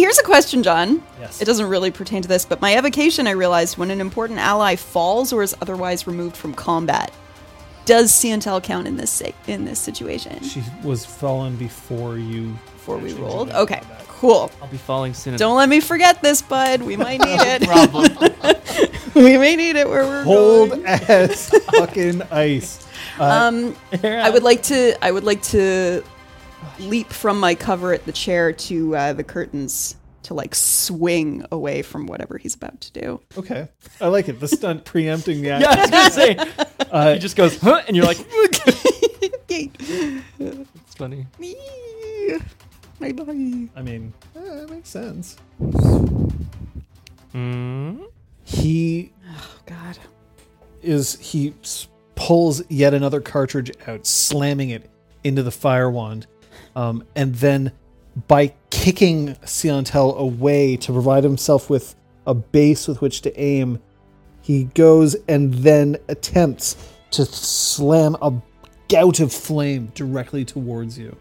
[SPEAKER 3] here's a question, John.
[SPEAKER 4] Yes.
[SPEAKER 3] It doesn't really pertain to this, but my evocation, I realized when an important ally falls or is otherwise removed from combat, does Santel count in this si- in this situation?
[SPEAKER 4] She was fallen before you.
[SPEAKER 3] Before we
[SPEAKER 4] actually
[SPEAKER 3] rolled,
[SPEAKER 4] jumped
[SPEAKER 3] okay,
[SPEAKER 4] into combat.
[SPEAKER 3] cool.
[SPEAKER 1] I'll be falling soon. enough.
[SPEAKER 3] Don't let me forget this, bud. We might need it.
[SPEAKER 1] Problem.
[SPEAKER 3] we may need it where we're
[SPEAKER 4] Cold
[SPEAKER 3] going.
[SPEAKER 4] as fucking ice.
[SPEAKER 3] I would like to. I would like to leap from my cover at the chair to uh, the curtains to like swing away from whatever he's about to do.
[SPEAKER 4] Okay. I like it. The stunt preempting the action.
[SPEAKER 1] yeah, I was gonna say. Uh, he just goes, huh, and you're like, it's funny.
[SPEAKER 3] Bye bye.
[SPEAKER 4] I mean, eh, that makes sense.
[SPEAKER 1] Mm.
[SPEAKER 4] He
[SPEAKER 3] Oh God.
[SPEAKER 4] is he s- pulls yet another cartridge out, slamming it into the fire wand, um, and then by kicking Siantel away to provide himself with a base with which to aim, he goes and then attempts to slam a gout of flame directly towards you.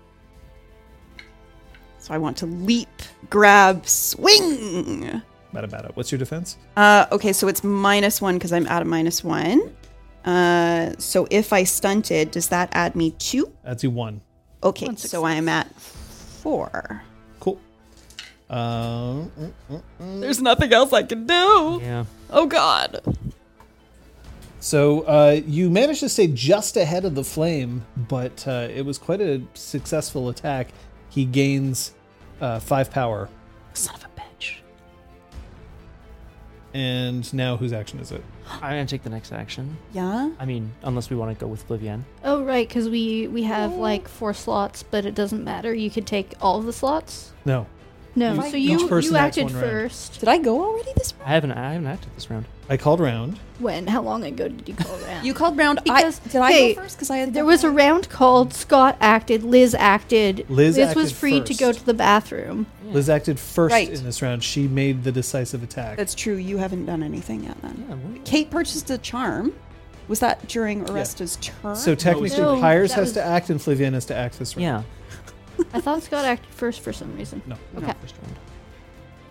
[SPEAKER 3] So I want to leap, grab, swing.
[SPEAKER 4] Bada bada. What's your defense?
[SPEAKER 3] Uh, okay, so it's minus one because I'm at a minus one. Uh, so if I stunted, does that add me two?
[SPEAKER 4] That's you one.
[SPEAKER 3] Okay, so I am at four.
[SPEAKER 4] Cool. Um,
[SPEAKER 3] There's nothing else I can do.
[SPEAKER 1] Yeah.
[SPEAKER 3] Oh God.
[SPEAKER 4] So uh, you managed to stay just ahead of the flame, but uh, it was quite a successful attack. He gains uh, five power,
[SPEAKER 3] Son of a bitch.
[SPEAKER 4] and now whose action is it?
[SPEAKER 1] I'm gonna take the next action.
[SPEAKER 3] Yeah.
[SPEAKER 1] I mean, unless we want to go with Oblivion.
[SPEAKER 2] Oh right, because we we have
[SPEAKER 4] Oh.
[SPEAKER 2] like four slots, but it doesn't matter. You could take all of the slots.
[SPEAKER 4] No,
[SPEAKER 2] No,
[SPEAKER 4] Each
[SPEAKER 2] so you
[SPEAKER 4] person
[SPEAKER 2] you
[SPEAKER 4] acts
[SPEAKER 2] acted
[SPEAKER 4] one round.
[SPEAKER 2] first.
[SPEAKER 3] Did I go already this round?
[SPEAKER 1] I haven't. I haven't acted this round.
[SPEAKER 4] I called round.
[SPEAKER 2] When? How long ago did you call round?
[SPEAKER 3] You called round.
[SPEAKER 2] Because-
[SPEAKER 3] I, did I
[SPEAKER 2] hey,
[SPEAKER 3] go first? Because I had
[SPEAKER 2] there was a round called Scott acted, Liz acted.
[SPEAKER 4] Liz
[SPEAKER 2] was
[SPEAKER 4] acted
[SPEAKER 2] free to
[SPEAKER 4] first.
[SPEAKER 2] go to the bathroom.
[SPEAKER 4] Liz acted first
[SPEAKER 3] Hmm. Right.
[SPEAKER 4] in this round. She made the decisive attack.
[SPEAKER 3] That's true. You haven't done anything yet. Then
[SPEAKER 1] Yeah, what-
[SPEAKER 3] Kate purchased a charm. Was that during Aresta's turn?
[SPEAKER 4] so technically,
[SPEAKER 2] No,
[SPEAKER 4] Pyres
[SPEAKER 2] that
[SPEAKER 4] has
[SPEAKER 2] was-
[SPEAKER 4] to act and Flavian has to act this round.
[SPEAKER 1] yeah.
[SPEAKER 2] I thought Scott acted first for some reason.
[SPEAKER 4] No.
[SPEAKER 1] No,
[SPEAKER 2] Okay.
[SPEAKER 1] first round.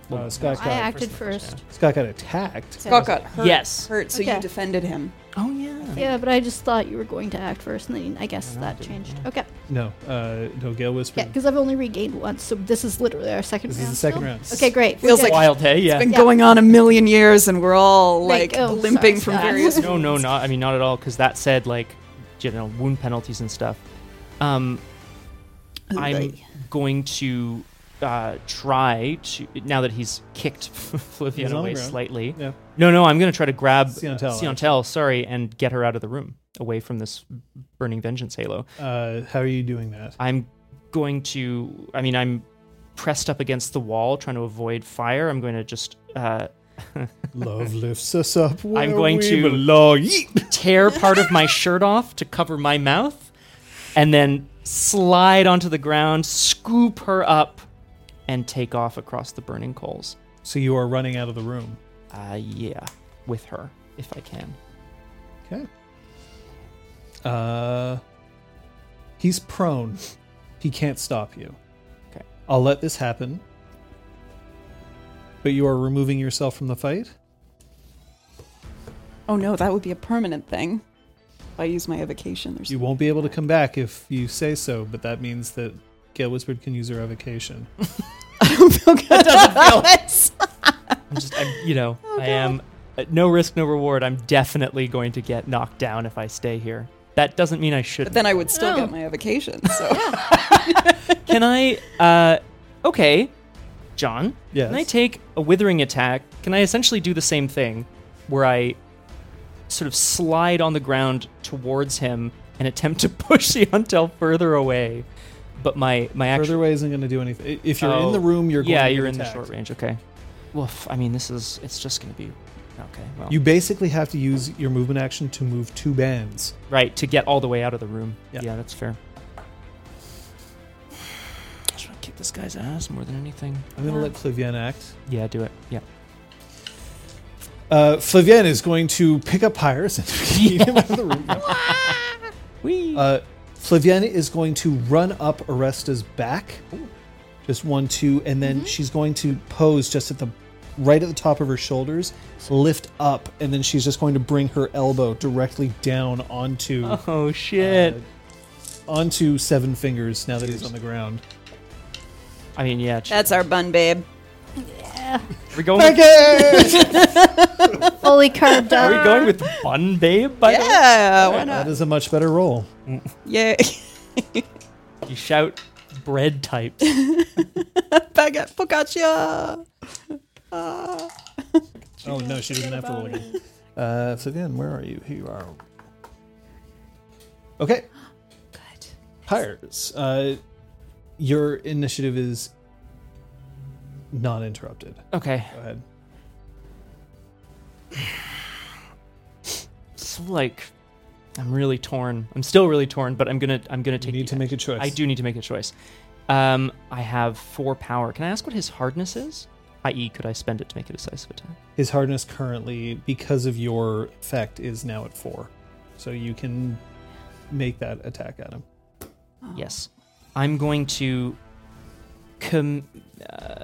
[SPEAKER 4] No,
[SPEAKER 1] Well,
[SPEAKER 4] Uh, Scott,
[SPEAKER 2] I
[SPEAKER 4] got,
[SPEAKER 2] acted
[SPEAKER 1] first,
[SPEAKER 2] first.
[SPEAKER 4] Scott got attacked.
[SPEAKER 3] Scott got hurt.
[SPEAKER 1] Yes.
[SPEAKER 3] Hurt. So
[SPEAKER 2] Okay.
[SPEAKER 3] you defended him.
[SPEAKER 1] Oh yeah.
[SPEAKER 2] Yeah, but I just thought you were going to act first, and then I guess
[SPEAKER 1] No, I
[SPEAKER 2] that
[SPEAKER 1] didn't,
[SPEAKER 2] changed.
[SPEAKER 1] yeah.
[SPEAKER 2] Okay.
[SPEAKER 4] No, uh, no. Gale
[SPEAKER 2] Yeah,
[SPEAKER 4] whispered.
[SPEAKER 2] because I've only regained once, so this is literally our second
[SPEAKER 4] This is
[SPEAKER 2] round.
[SPEAKER 4] the second
[SPEAKER 2] still?
[SPEAKER 4] round.
[SPEAKER 2] Okay, great. We're
[SPEAKER 3] Feels
[SPEAKER 2] good.
[SPEAKER 3] like-
[SPEAKER 1] Wild. Hey. Yeah.
[SPEAKER 3] It's been
[SPEAKER 2] Yeah.
[SPEAKER 3] going on a million years, and we're all
[SPEAKER 2] Right,
[SPEAKER 3] like
[SPEAKER 2] oh,
[SPEAKER 3] limping
[SPEAKER 2] sorry,
[SPEAKER 3] from
[SPEAKER 2] Scott.
[SPEAKER 3] various.
[SPEAKER 1] No, no, not. I mean, not at all. Because that said, like, you know, wound penalties and stuff. Um, I'm going to uh, try to now that he's kicked
[SPEAKER 4] He's
[SPEAKER 1] Flavian
[SPEAKER 4] on the
[SPEAKER 1] away
[SPEAKER 4] ground.
[SPEAKER 1] slightly.
[SPEAKER 4] Yeah.
[SPEAKER 1] No, no, I'm going to try to grab
[SPEAKER 4] Siantel,
[SPEAKER 1] Siantel, sorry, and get her out of the room, away from this burning vengeance halo.
[SPEAKER 4] Uh, how are you doing that?
[SPEAKER 1] I'm going to. I mean, I'm pressed up against the wall, trying to avoid fire. I'm going to just. Uh,
[SPEAKER 4] Love lifts us up. Where
[SPEAKER 1] I'm going
[SPEAKER 4] we
[SPEAKER 1] to-
[SPEAKER 4] belong. Yeet.
[SPEAKER 1] tear part of my shirt off to cover my mouth, and then slide onto the ground, scoop her up, and take off across the burning coals.
[SPEAKER 4] So you are running out of the room.
[SPEAKER 1] Uh, yeah, with her if I can.
[SPEAKER 4] Okay. Uh, he's prone. He can't stop you.
[SPEAKER 1] Okay.
[SPEAKER 4] I'll let this happen. But you are removing yourself from the fight.
[SPEAKER 3] Oh no, that would be a permanent thing. If I use my evocation, there's
[SPEAKER 4] You won't be able to come back if you say so. But that means that Gail Whispered can use her evocation.
[SPEAKER 1] That doesn't feel. I'm just, I'm, you know,
[SPEAKER 4] Oh,
[SPEAKER 1] I am at no risk, no reward. I'm definitely going to get knocked down if I stay here. That doesn't mean I
[SPEAKER 3] But
[SPEAKER 1] shouldn't.
[SPEAKER 3] then I would still
[SPEAKER 2] No.
[SPEAKER 3] get my evocation. So
[SPEAKER 1] Can I? Uh, okay. John,
[SPEAKER 4] Yes.
[SPEAKER 1] can I take a withering attack? Can I essentially do the same thing where I sort of slide on the ground towards him and attempt to push the Untel further away? But my, my
[SPEAKER 4] Further
[SPEAKER 1] actual.
[SPEAKER 4] away isn't going to do anything. If you're
[SPEAKER 1] Oh,
[SPEAKER 4] in the room, you're going
[SPEAKER 1] Yeah,
[SPEAKER 4] to get
[SPEAKER 1] you're in the
[SPEAKER 4] attacked.
[SPEAKER 1] short range. Okay. Well, f- I mean, this is. It's just going to be. Okay. Well,
[SPEAKER 4] You basically have to use your movement action to move two bands.
[SPEAKER 1] right, to get all the way out of the room.
[SPEAKER 4] Yeah.
[SPEAKER 1] Yeah, that's fair. I just want to kick this guy's ass more than anything.
[SPEAKER 4] I'm going to let Clivian act.
[SPEAKER 1] Yeah, do it. Yeah.
[SPEAKER 4] Uh, Flavien is going to pick up Pyres and lead him out of the room.
[SPEAKER 1] Whee!
[SPEAKER 4] Uh, Flavien is going to run up Aresta's back, just one, two, and then she's going to pose just at the right at the top of her shoulders, lift up, and then she's just going to bring her elbow directly down onto
[SPEAKER 1] oh, shit.
[SPEAKER 4] uh, onto Seven Fingers. Now that he's on the ground,
[SPEAKER 1] I mean, yeah. ch-
[SPEAKER 3] That's our bun, babe.
[SPEAKER 1] We're
[SPEAKER 4] Oh
[SPEAKER 1] going.
[SPEAKER 2] Fully carved
[SPEAKER 1] Are we
[SPEAKER 2] up.
[SPEAKER 1] going with Bun Babe? By the way,
[SPEAKER 3] Yeah, why
[SPEAKER 4] that
[SPEAKER 3] not?
[SPEAKER 4] is a much better roll.
[SPEAKER 3] Yay.
[SPEAKER 1] you shout bread types.
[SPEAKER 3] Baguette focaccia. Ah,
[SPEAKER 4] Oh no, she doesn't have to roll again. Uh, Flavien, where are you? Here you are. Okay.
[SPEAKER 3] Good.
[SPEAKER 4] Pyres, uh, your initiative is not interrupted.
[SPEAKER 1] Okay.
[SPEAKER 4] Go ahead.
[SPEAKER 1] So like, I'm really torn. I'm still really torn, but I'm gonna. I'm gonna
[SPEAKER 4] You
[SPEAKER 1] take.
[SPEAKER 4] need
[SPEAKER 1] the e-
[SPEAKER 4] to make a choice.
[SPEAKER 1] I do need to make a choice. Um, I have four power. Can I ask what his hardness is? I.e., could I spend it to make a decisive attack?
[SPEAKER 4] His hardness currently, because of your effect, is now at four. So you can make that attack at him.
[SPEAKER 1] Yes. I'm going to. Com. Uh,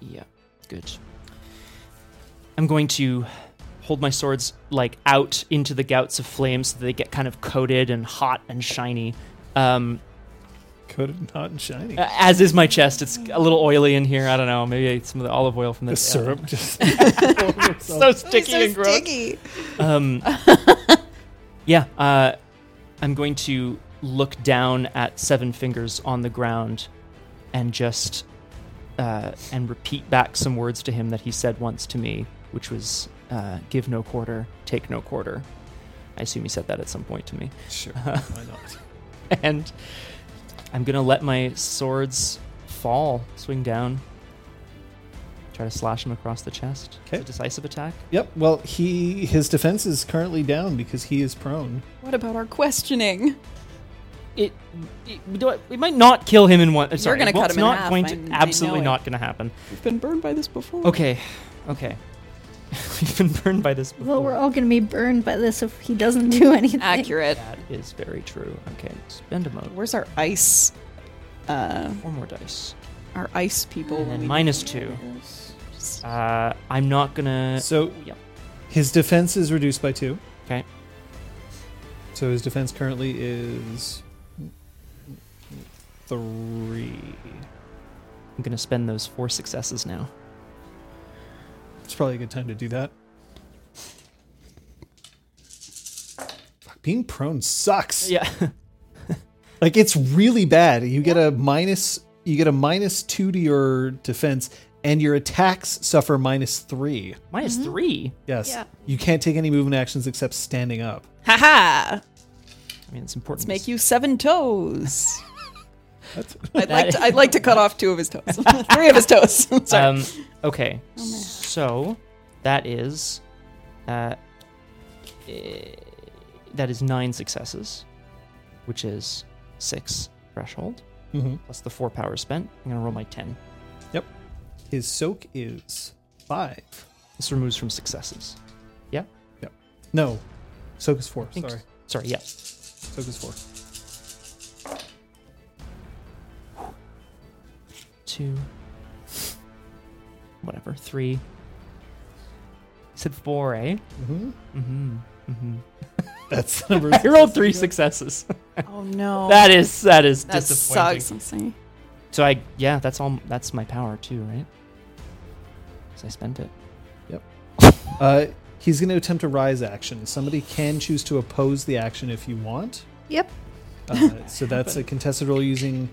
[SPEAKER 1] yeah, good. I'm going to hold my swords like out into the gouts of flame so they get kind of coated and hot and shiny. Um,
[SPEAKER 4] Coated, not and shiny.
[SPEAKER 1] uh, as is my chest, it's a little oily in here. I don't know. Maybe I ate some of the olive oil from the uh,
[SPEAKER 4] the syrup just.
[SPEAKER 1] so sticky and gross.
[SPEAKER 3] sticky.
[SPEAKER 1] Um, yeah, uh, I'm going to look down at seven fingers on the ground and just uh, and repeat back some words to him that he said once to me, which was uh, "give no quarter, take no quarter." I assume he said that at some point to me,
[SPEAKER 4] sure, why not?
[SPEAKER 1] and I'm gonna let my swords fall, swing down, try to slash him across the chest. It's
[SPEAKER 4] Okay.
[SPEAKER 1] a decisive attack.
[SPEAKER 4] Yep. Well, he his defense is currently down because he is prone.
[SPEAKER 3] What about our questioning?
[SPEAKER 1] it, it, do I- it might not kill him in one. Sorry,
[SPEAKER 3] gonna
[SPEAKER 1] well,
[SPEAKER 3] cut
[SPEAKER 1] it's
[SPEAKER 3] him in
[SPEAKER 1] not
[SPEAKER 3] half,
[SPEAKER 1] Going
[SPEAKER 3] I- I
[SPEAKER 1] to,
[SPEAKER 3] know
[SPEAKER 1] absolutely
[SPEAKER 3] it.
[SPEAKER 1] not going to happen.
[SPEAKER 3] We've been burned by this before.
[SPEAKER 1] Okay, okay. We've been burned by this before.
[SPEAKER 2] Well, we're all going to be burned by this if he doesn't do anything.
[SPEAKER 3] Accurate.
[SPEAKER 1] that is very true. Okay, spend a mode.
[SPEAKER 3] Where's our ice? Uh,
[SPEAKER 1] Four more dice.
[SPEAKER 3] our ice people.
[SPEAKER 1] And
[SPEAKER 3] when
[SPEAKER 1] then
[SPEAKER 3] we-
[SPEAKER 1] minus two. Uh, I'm not gonna.
[SPEAKER 4] So
[SPEAKER 1] Uh, yeah.
[SPEAKER 4] his defense is reduced by two.
[SPEAKER 1] Okay.
[SPEAKER 4] So his defense currently is three.
[SPEAKER 1] I'm gonna spend those four successes now.
[SPEAKER 4] It's probably a good time to do that. Fuck, being prone sucks.
[SPEAKER 1] Yeah.
[SPEAKER 4] Like it's really bad. You get a minus. You get a minus two to your defense, and your attacks suffer minus three.
[SPEAKER 1] Minus
[SPEAKER 3] Mm-hmm.
[SPEAKER 1] three.
[SPEAKER 4] Yes.
[SPEAKER 2] Yeah.
[SPEAKER 4] You can't take any movement actions except standing up.
[SPEAKER 3] Ha ha!
[SPEAKER 1] I mean, it's important.
[SPEAKER 3] Let's make you seven toes. I'd
[SPEAKER 1] That
[SPEAKER 3] like to, I'd like to cut off two of his toes, three of his toes. Sorry. Oh,
[SPEAKER 1] Um, okay. so that is uh, eh, that is nine successes, which is six threshold
[SPEAKER 4] Mhm.
[SPEAKER 1] plus the four power spent. I'm gonna roll my ten.
[SPEAKER 4] His soak is five.
[SPEAKER 1] This removes from successes. Yeah.
[SPEAKER 4] No, soak is four.
[SPEAKER 1] I think-
[SPEAKER 4] Sorry,
[SPEAKER 1] Sorry. Yeah.
[SPEAKER 4] soak is four.
[SPEAKER 1] Two. Whatever. Three. You said four, eh?
[SPEAKER 4] Mm-hmm.
[SPEAKER 1] Mm-hmm. Mm-hmm.
[SPEAKER 4] That's the number.
[SPEAKER 1] I rolled three successes.
[SPEAKER 3] oh no,
[SPEAKER 1] that is that is
[SPEAKER 3] that
[SPEAKER 1] disappointing.
[SPEAKER 3] sucks. I'm sorry.
[SPEAKER 1] So I yeah, that's all. That's my power too, right? Because I spent it.
[SPEAKER 4] Uh, he's going to attempt a rise action. Somebody can choose to oppose the action if you want.
[SPEAKER 2] Yep.
[SPEAKER 4] Uh, so that's a contested roll using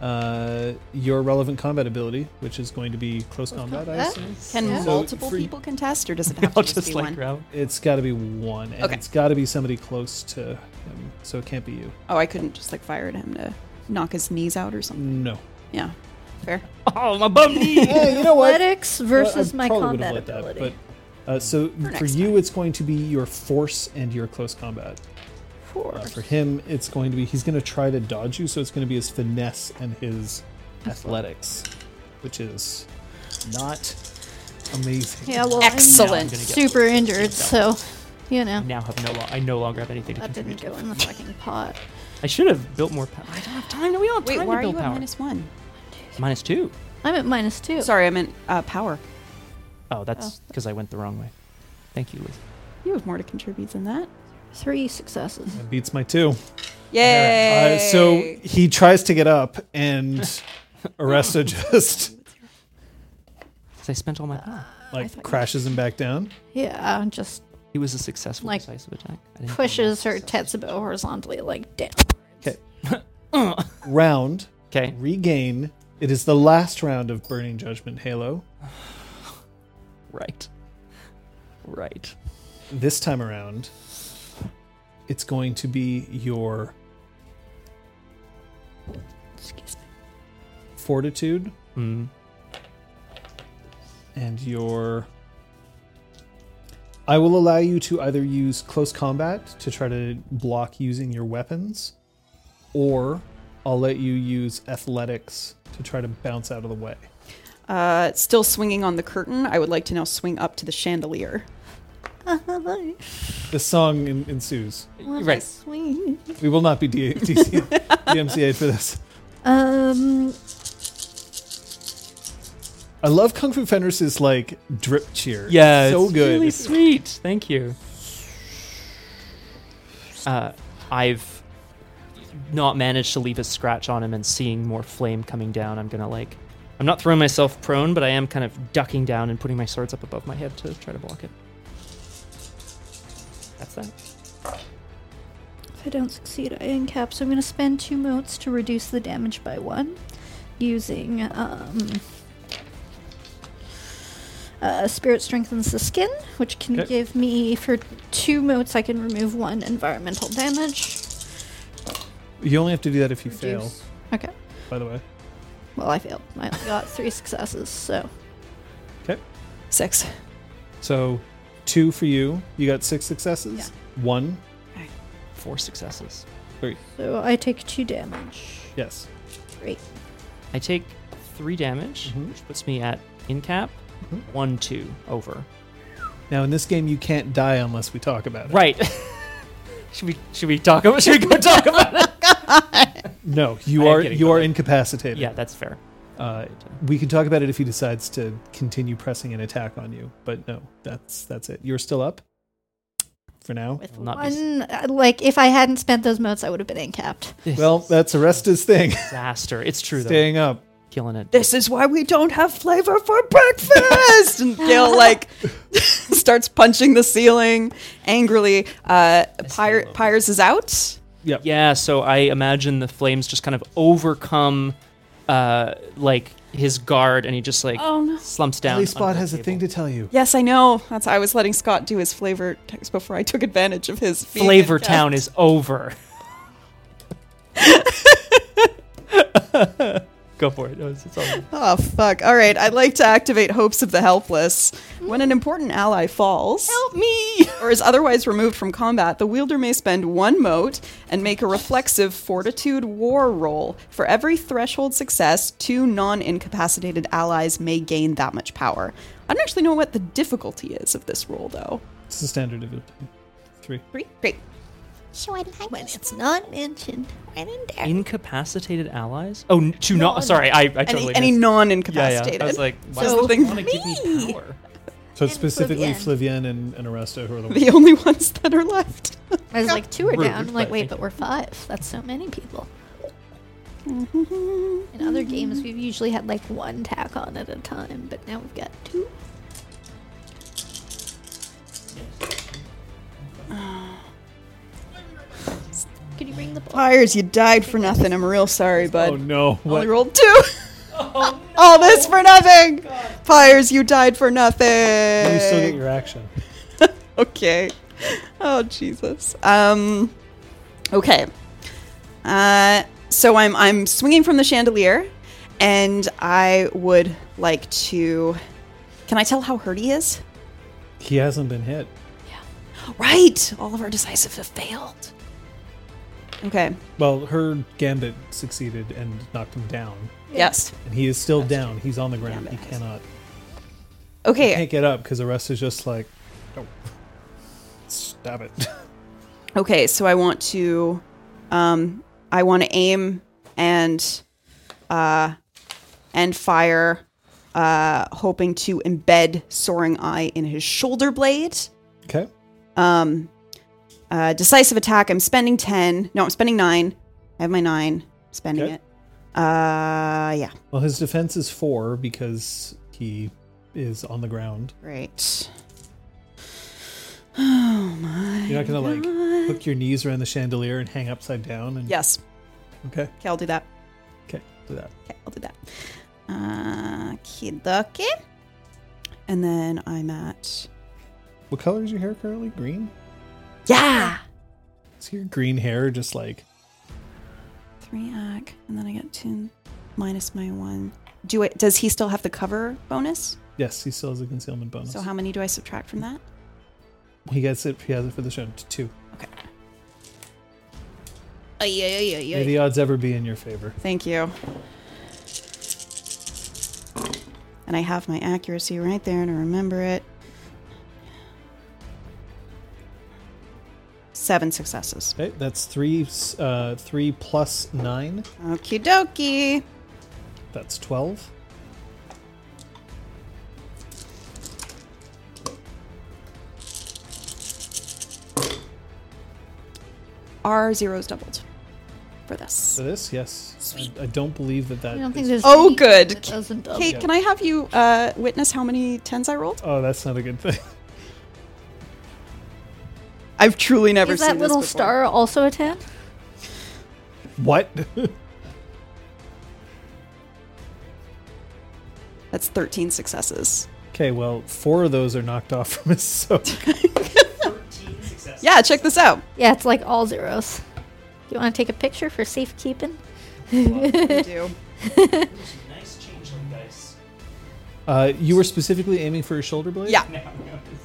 [SPEAKER 4] uh, your relevant combat ability, which is going to be close combat, I
[SPEAKER 2] combat?
[SPEAKER 4] assume.
[SPEAKER 3] Can
[SPEAKER 2] Yeah.
[SPEAKER 4] So
[SPEAKER 3] multiple
[SPEAKER 4] for-
[SPEAKER 3] people contest, or does it have
[SPEAKER 1] I'll
[SPEAKER 3] to just,
[SPEAKER 1] just
[SPEAKER 3] be
[SPEAKER 1] like
[SPEAKER 3] one?
[SPEAKER 1] growl.
[SPEAKER 4] It's got to be one, and
[SPEAKER 3] Okay.
[SPEAKER 4] it's got to be somebody close to him, so it can't be you.
[SPEAKER 3] Oh, I couldn't just like fire at him to knock his knees out or something.
[SPEAKER 4] No.
[SPEAKER 3] Yeah, fair.
[SPEAKER 1] Oh, my bum knee.
[SPEAKER 4] Hey, you know
[SPEAKER 2] Athletics versus
[SPEAKER 4] I
[SPEAKER 2] my
[SPEAKER 4] probably would've
[SPEAKER 2] combat
[SPEAKER 4] let that,
[SPEAKER 2] ability.
[SPEAKER 4] but, uh, so for,
[SPEAKER 3] next
[SPEAKER 4] you, it's going to be your force and your close combat.
[SPEAKER 2] Four.
[SPEAKER 4] Uh, for him, it's going to be he's going to try to dodge you, so it's going to be his finesse and his athletics, which is not amazing.
[SPEAKER 2] yeah, well,
[SPEAKER 1] I'm
[SPEAKER 3] Excellent.
[SPEAKER 1] gonna
[SPEAKER 2] I'm
[SPEAKER 1] get
[SPEAKER 2] super injured, so you know
[SPEAKER 1] now have no. Lo- I no longer have anything to
[SPEAKER 2] that
[SPEAKER 1] contribute.
[SPEAKER 2] didn't go in the fucking pot.
[SPEAKER 1] I should have built more power. I don't have time. We don't have
[SPEAKER 3] Wait,
[SPEAKER 1] time
[SPEAKER 3] why
[SPEAKER 1] to
[SPEAKER 3] are you
[SPEAKER 1] build
[SPEAKER 3] at
[SPEAKER 1] power.
[SPEAKER 3] minus one?
[SPEAKER 1] minus two.
[SPEAKER 2] I'm at minus two.
[SPEAKER 3] Sorry, I meant uh, power.
[SPEAKER 1] Oh, that's because I went the wrong way. Thank you, Liz.
[SPEAKER 3] You have more to contribute than that.
[SPEAKER 2] Three successes.
[SPEAKER 4] That beats my two.
[SPEAKER 3] Yay!
[SPEAKER 4] Uh, so he tries to get up, and Aresta just
[SPEAKER 1] Because I spent all my power.
[SPEAKER 2] Ah.
[SPEAKER 4] like crashes him back down.
[SPEAKER 2] Yeah, just
[SPEAKER 1] He was a successful
[SPEAKER 2] Like,
[SPEAKER 1] decisive attack. I didn't
[SPEAKER 2] pushes her Tetsubo horizontally, like down.
[SPEAKER 4] Round
[SPEAKER 1] Okay.
[SPEAKER 4] regain. It is the last round of Burning Judgment Halo.
[SPEAKER 1] Right. Right.
[SPEAKER 4] This time around, it's going to be your
[SPEAKER 2] Excuse me.
[SPEAKER 4] fortitude
[SPEAKER 1] Mm.
[SPEAKER 4] and your I will allow you to either use close combat to try to block using your weapons or I'll let you use athletics to try to bounce out of the way.
[SPEAKER 3] Uh, still swinging on the curtain. I would like to now swing up to the chandelier.
[SPEAKER 4] The song en- ensues.
[SPEAKER 2] Well,
[SPEAKER 1] Right.
[SPEAKER 2] swing.
[SPEAKER 4] We will not be D- DC DMCA for this.
[SPEAKER 2] Um,
[SPEAKER 4] I love Kung Fu Fenris's like drip cheer. It's
[SPEAKER 1] Yeah.
[SPEAKER 4] so good.
[SPEAKER 1] Really sweet. Thank you. Uh, I've not managed to leave a scratch on him, and seeing more flame coming down, I'm gonna like. I'm not throwing myself prone, but I am kind of ducking down and putting my swords up above my head to try to block it. That's that.
[SPEAKER 2] if I don't succeed, I incap, so I'm going to spend two motes to reduce the damage by one using um, uh, Spirit Strengthens the Skin, which can
[SPEAKER 4] Okay.
[SPEAKER 2] give me, for two motes, I can remove one environmental damage.
[SPEAKER 4] You only have to do that if you fail,
[SPEAKER 2] Reduce- Okay.
[SPEAKER 4] by the way.
[SPEAKER 2] Well, I failed. I only got three successes, so.
[SPEAKER 3] Six.
[SPEAKER 4] So two for you. You got six successes. One.
[SPEAKER 1] Four successes.
[SPEAKER 2] So I take two damage.
[SPEAKER 4] Yes.
[SPEAKER 2] Great.
[SPEAKER 1] I take three damage,
[SPEAKER 4] Mhm.
[SPEAKER 1] which puts me at in cap
[SPEAKER 4] Mhm.
[SPEAKER 1] one two over.
[SPEAKER 4] Now in this game you can't die unless we talk about it.
[SPEAKER 1] Right. should we should we talk about should we go talk about it?
[SPEAKER 4] No, you
[SPEAKER 1] I am
[SPEAKER 4] are
[SPEAKER 1] getting
[SPEAKER 4] you are
[SPEAKER 1] caught up.
[SPEAKER 4] incapacitated.
[SPEAKER 1] Yeah, that's fair.
[SPEAKER 4] Uh, we can talk about it if he decides to continue pressing an attack on you, but no, that's that's it. You're still up for now.
[SPEAKER 2] With
[SPEAKER 1] Not be-
[SPEAKER 2] one, uh, like, if I hadn't spent those motes, I would have been incapped.
[SPEAKER 4] Well, that's Aresta's thing.
[SPEAKER 1] disaster. It's true though.
[SPEAKER 4] Staying up.
[SPEAKER 1] Killing it.
[SPEAKER 3] This is why we don't have flavor for breakfast. and Gail like starts punching the ceiling angrily. Uh, Pyre, Pyres is out.
[SPEAKER 4] Yep.
[SPEAKER 1] Yeah, so I imagine the flames just kind of overcome uh like his guard and he just like
[SPEAKER 3] Oh, no.
[SPEAKER 1] slumps down.
[SPEAKER 4] Ellie Spot
[SPEAKER 1] under the
[SPEAKER 4] has a
[SPEAKER 1] table.
[SPEAKER 4] thing to tell you.
[SPEAKER 3] Yes, I know. That's I was letting Scott do his flavor text before I took advantage of his being
[SPEAKER 1] Flavor
[SPEAKER 3] in
[SPEAKER 1] Town is over. go for it. No, it's- it's all good.
[SPEAKER 3] Oh fuck! All right, I'd like to activate hopes of the helpless. When an important ally falls, help me, or is otherwise removed from combat, the wielder may spend one mote and make a reflexive fortitude war roll. For every threshold success, two non-incapacitated allies may gain that much power. I don't actually know what the difficulty is of this roll, though.
[SPEAKER 4] It's the standard of it. Three.
[SPEAKER 3] Three, great.
[SPEAKER 5] So I'd like
[SPEAKER 2] When
[SPEAKER 5] to
[SPEAKER 2] it's not mentioned.
[SPEAKER 5] right in there.
[SPEAKER 1] Incapacitated allies? Oh, n- to not. Sorry, I, I totally
[SPEAKER 3] any any
[SPEAKER 1] missed.
[SPEAKER 3] non-incapacitated.
[SPEAKER 1] I was like, why
[SPEAKER 3] Says
[SPEAKER 1] would
[SPEAKER 3] the
[SPEAKER 1] they
[SPEAKER 3] thing-
[SPEAKER 1] want to give me power?
[SPEAKER 4] So
[SPEAKER 2] And
[SPEAKER 4] it's specifically
[SPEAKER 2] Flavian.
[SPEAKER 4] Flavian and, and Aresta who are the ones.
[SPEAKER 3] the only ones that are left.
[SPEAKER 2] I was like, two are
[SPEAKER 1] Rude,
[SPEAKER 2] down. I'm like,
[SPEAKER 1] but
[SPEAKER 2] wait,
[SPEAKER 1] thank
[SPEAKER 2] but we're five. That's so many people.
[SPEAKER 3] Mm-hmm.
[SPEAKER 2] In other games, we've usually had like one tack on at a time, but now we've got two. Could you bring the book?
[SPEAKER 3] Fires, you died for nothing. I'm real sorry, bud.
[SPEAKER 4] oh no!
[SPEAKER 3] Only
[SPEAKER 4] What?
[SPEAKER 3] rolled two. All this for nothing. Fires, you died for nothing.
[SPEAKER 6] You still get your action.
[SPEAKER 3] okay. Oh Jesus. Um. Okay. Uh. So I'm I'm swinging from the chandelier, and I would like to. Can I tell how hurt he is?
[SPEAKER 6] He hasn't been hit.
[SPEAKER 3] Right. All of our decisive have failed. Okay.
[SPEAKER 4] Well, her gambit succeeded and knocked him down,
[SPEAKER 3] Yes.
[SPEAKER 4] and he is still down. He's on the ground.
[SPEAKER 3] Gambit
[SPEAKER 4] He
[SPEAKER 3] has-
[SPEAKER 4] cannot
[SPEAKER 3] Okay.
[SPEAKER 4] can't get up because the rest is just like, no, stab it.
[SPEAKER 3] Okay, so I want to, um, I want to aim and, uh, and fire, uh, hoping to embed Soaring Eye in his shoulder blade.
[SPEAKER 6] Okay.
[SPEAKER 3] Um, uh, decisive attack. I'm spending ten. No, I'm spending nine. I have my nine. Spending
[SPEAKER 6] Okay.
[SPEAKER 3] it. Uh, yeah.
[SPEAKER 4] Well, his defense is four because he is on the ground.
[SPEAKER 3] Great. Oh my.
[SPEAKER 4] You're not gonna like
[SPEAKER 3] God.
[SPEAKER 4] hook your knees around the chandelier and hang upside down. And
[SPEAKER 3] Yes.
[SPEAKER 4] okay,
[SPEAKER 3] Okay, I'll do that.
[SPEAKER 4] okay, do that.
[SPEAKER 3] Okay, I'll do that. Uh, Kidoki. And then I'm at.
[SPEAKER 4] What color is your hair currently? Green.
[SPEAKER 3] Yeah!
[SPEAKER 4] Is your green hair just like
[SPEAKER 3] Three ack. And then I get two minus my one. Do it. Does he still have the cover bonus?
[SPEAKER 4] yes? He still has a concealment bonus.
[SPEAKER 3] So how many do I subtract from that?
[SPEAKER 4] he gets it. He has it for the show to two. May the odds ever be in your favor.
[SPEAKER 3] Thank you. And I have my accuracy right there to remember it. Seven successes.
[SPEAKER 4] Okay, that's three. Uh, three plus nine.
[SPEAKER 3] Okie dokie.
[SPEAKER 4] That's twelve.
[SPEAKER 3] Our zeros doubled for
[SPEAKER 4] For
[SPEAKER 3] this.
[SPEAKER 4] this, yes. I, I don't believe that that.
[SPEAKER 2] I don't
[SPEAKER 4] is-
[SPEAKER 2] think there's.
[SPEAKER 3] Oh,
[SPEAKER 2] anything
[SPEAKER 3] good.
[SPEAKER 2] that doesn't double.
[SPEAKER 3] Kate, can I have you uh, witness how many tens I rolled?
[SPEAKER 4] oh, that's not a good thing.
[SPEAKER 3] I've truly never
[SPEAKER 2] Is that little star also a ten?
[SPEAKER 4] what?
[SPEAKER 3] That's thirteen successes.
[SPEAKER 4] okay, well, four of those are knocked off from his soak.
[SPEAKER 3] Yeah, check this out.
[SPEAKER 2] Yeah, it's like all zeros. Do you want to take a picture for safekeeping?
[SPEAKER 3] We do.
[SPEAKER 1] Nice change, guys.
[SPEAKER 4] Uh, you were specifically aiming for your shoulder blade?
[SPEAKER 3] Yeah,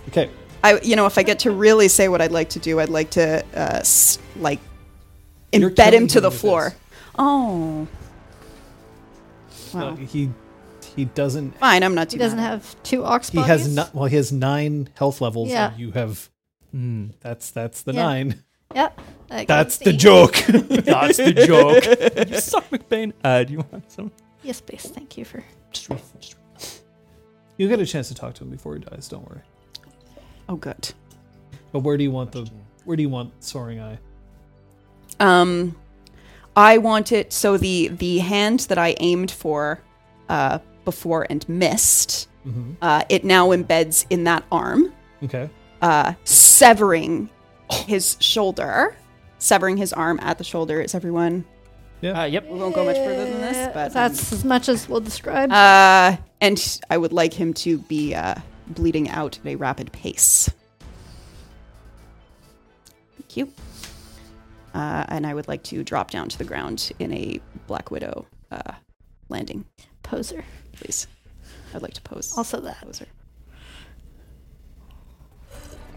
[SPEAKER 4] Okay.
[SPEAKER 3] I. You know, if I get to really say what I'd like to do, I'd like to uh, s- like
[SPEAKER 4] You're
[SPEAKER 3] embed him
[SPEAKER 4] killing
[SPEAKER 3] to
[SPEAKER 4] him
[SPEAKER 3] the
[SPEAKER 4] with
[SPEAKER 3] floor.
[SPEAKER 4] this.
[SPEAKER 3] Oh,
[SPEAKER 4] Uh,
[SPEAKER 3] wow.
[SPEAKER 4] he he doesn't.
[SPEAKER 3] Fine, I'm not too.
[SPEAKER 2] He doesn't
[SPEAKER 3] mad.
[SPEAKER 2] have two ox
[SPEAKER 4] He has not. Well, he has nine health levels.
[SPEAKER 2] Yeah.
[SPEAKER 4] And you have. hmm, That's that's the
[SPEAKER 2] Yeah.
[SPEAKER 4] nine.
[SPEAKER 2] Yep. I can
[SPEAKER 4] That's
[SPEAKER 2] see.
[SPEAKER 4] the joke.
[SPEAKER 1] That's the joke. you suck, McBain. Uh, do you want some?
[SPEAKER 2] Yes, please. Thank you for.
[SPEAKER 1] Just re- just re-
[SPEAKER 4] you get a chance to talk to him before he dies. Don't worry.
[SPEAKER 3] Oh, good.
[SPEAKER 4] But where do you want the? Where do you want soaring eye?
[SPEAKER 3] Um, I want it so the the hand that I aimed for uh, before and missed. Uh, it now embeds in that arm,
[SPEAKER 4] Mm-hmm. Okay.
[SPEAKER 3] uh, severing his shoulder, severing his arm at the shoulder. Is everyone?
[SPEAKER 1] Uh, yep.
[SPEAKER 3] We won't go much further than this, but um,
[SPEAKER 2] That's as much as we'll describe.
[SPEAKER 3] Uh, and I would like him to be uh, bleeding out at a rapid pace. Thank you. Uh, and I would like to drop down to the ground in a Black Widow uh, landing,
[SPEAKER 2] Poser.
[SPEAKER 3] please. I'd like to pose.
[SPEAKER 2] Also that.
[SPEAKER 3] Poser.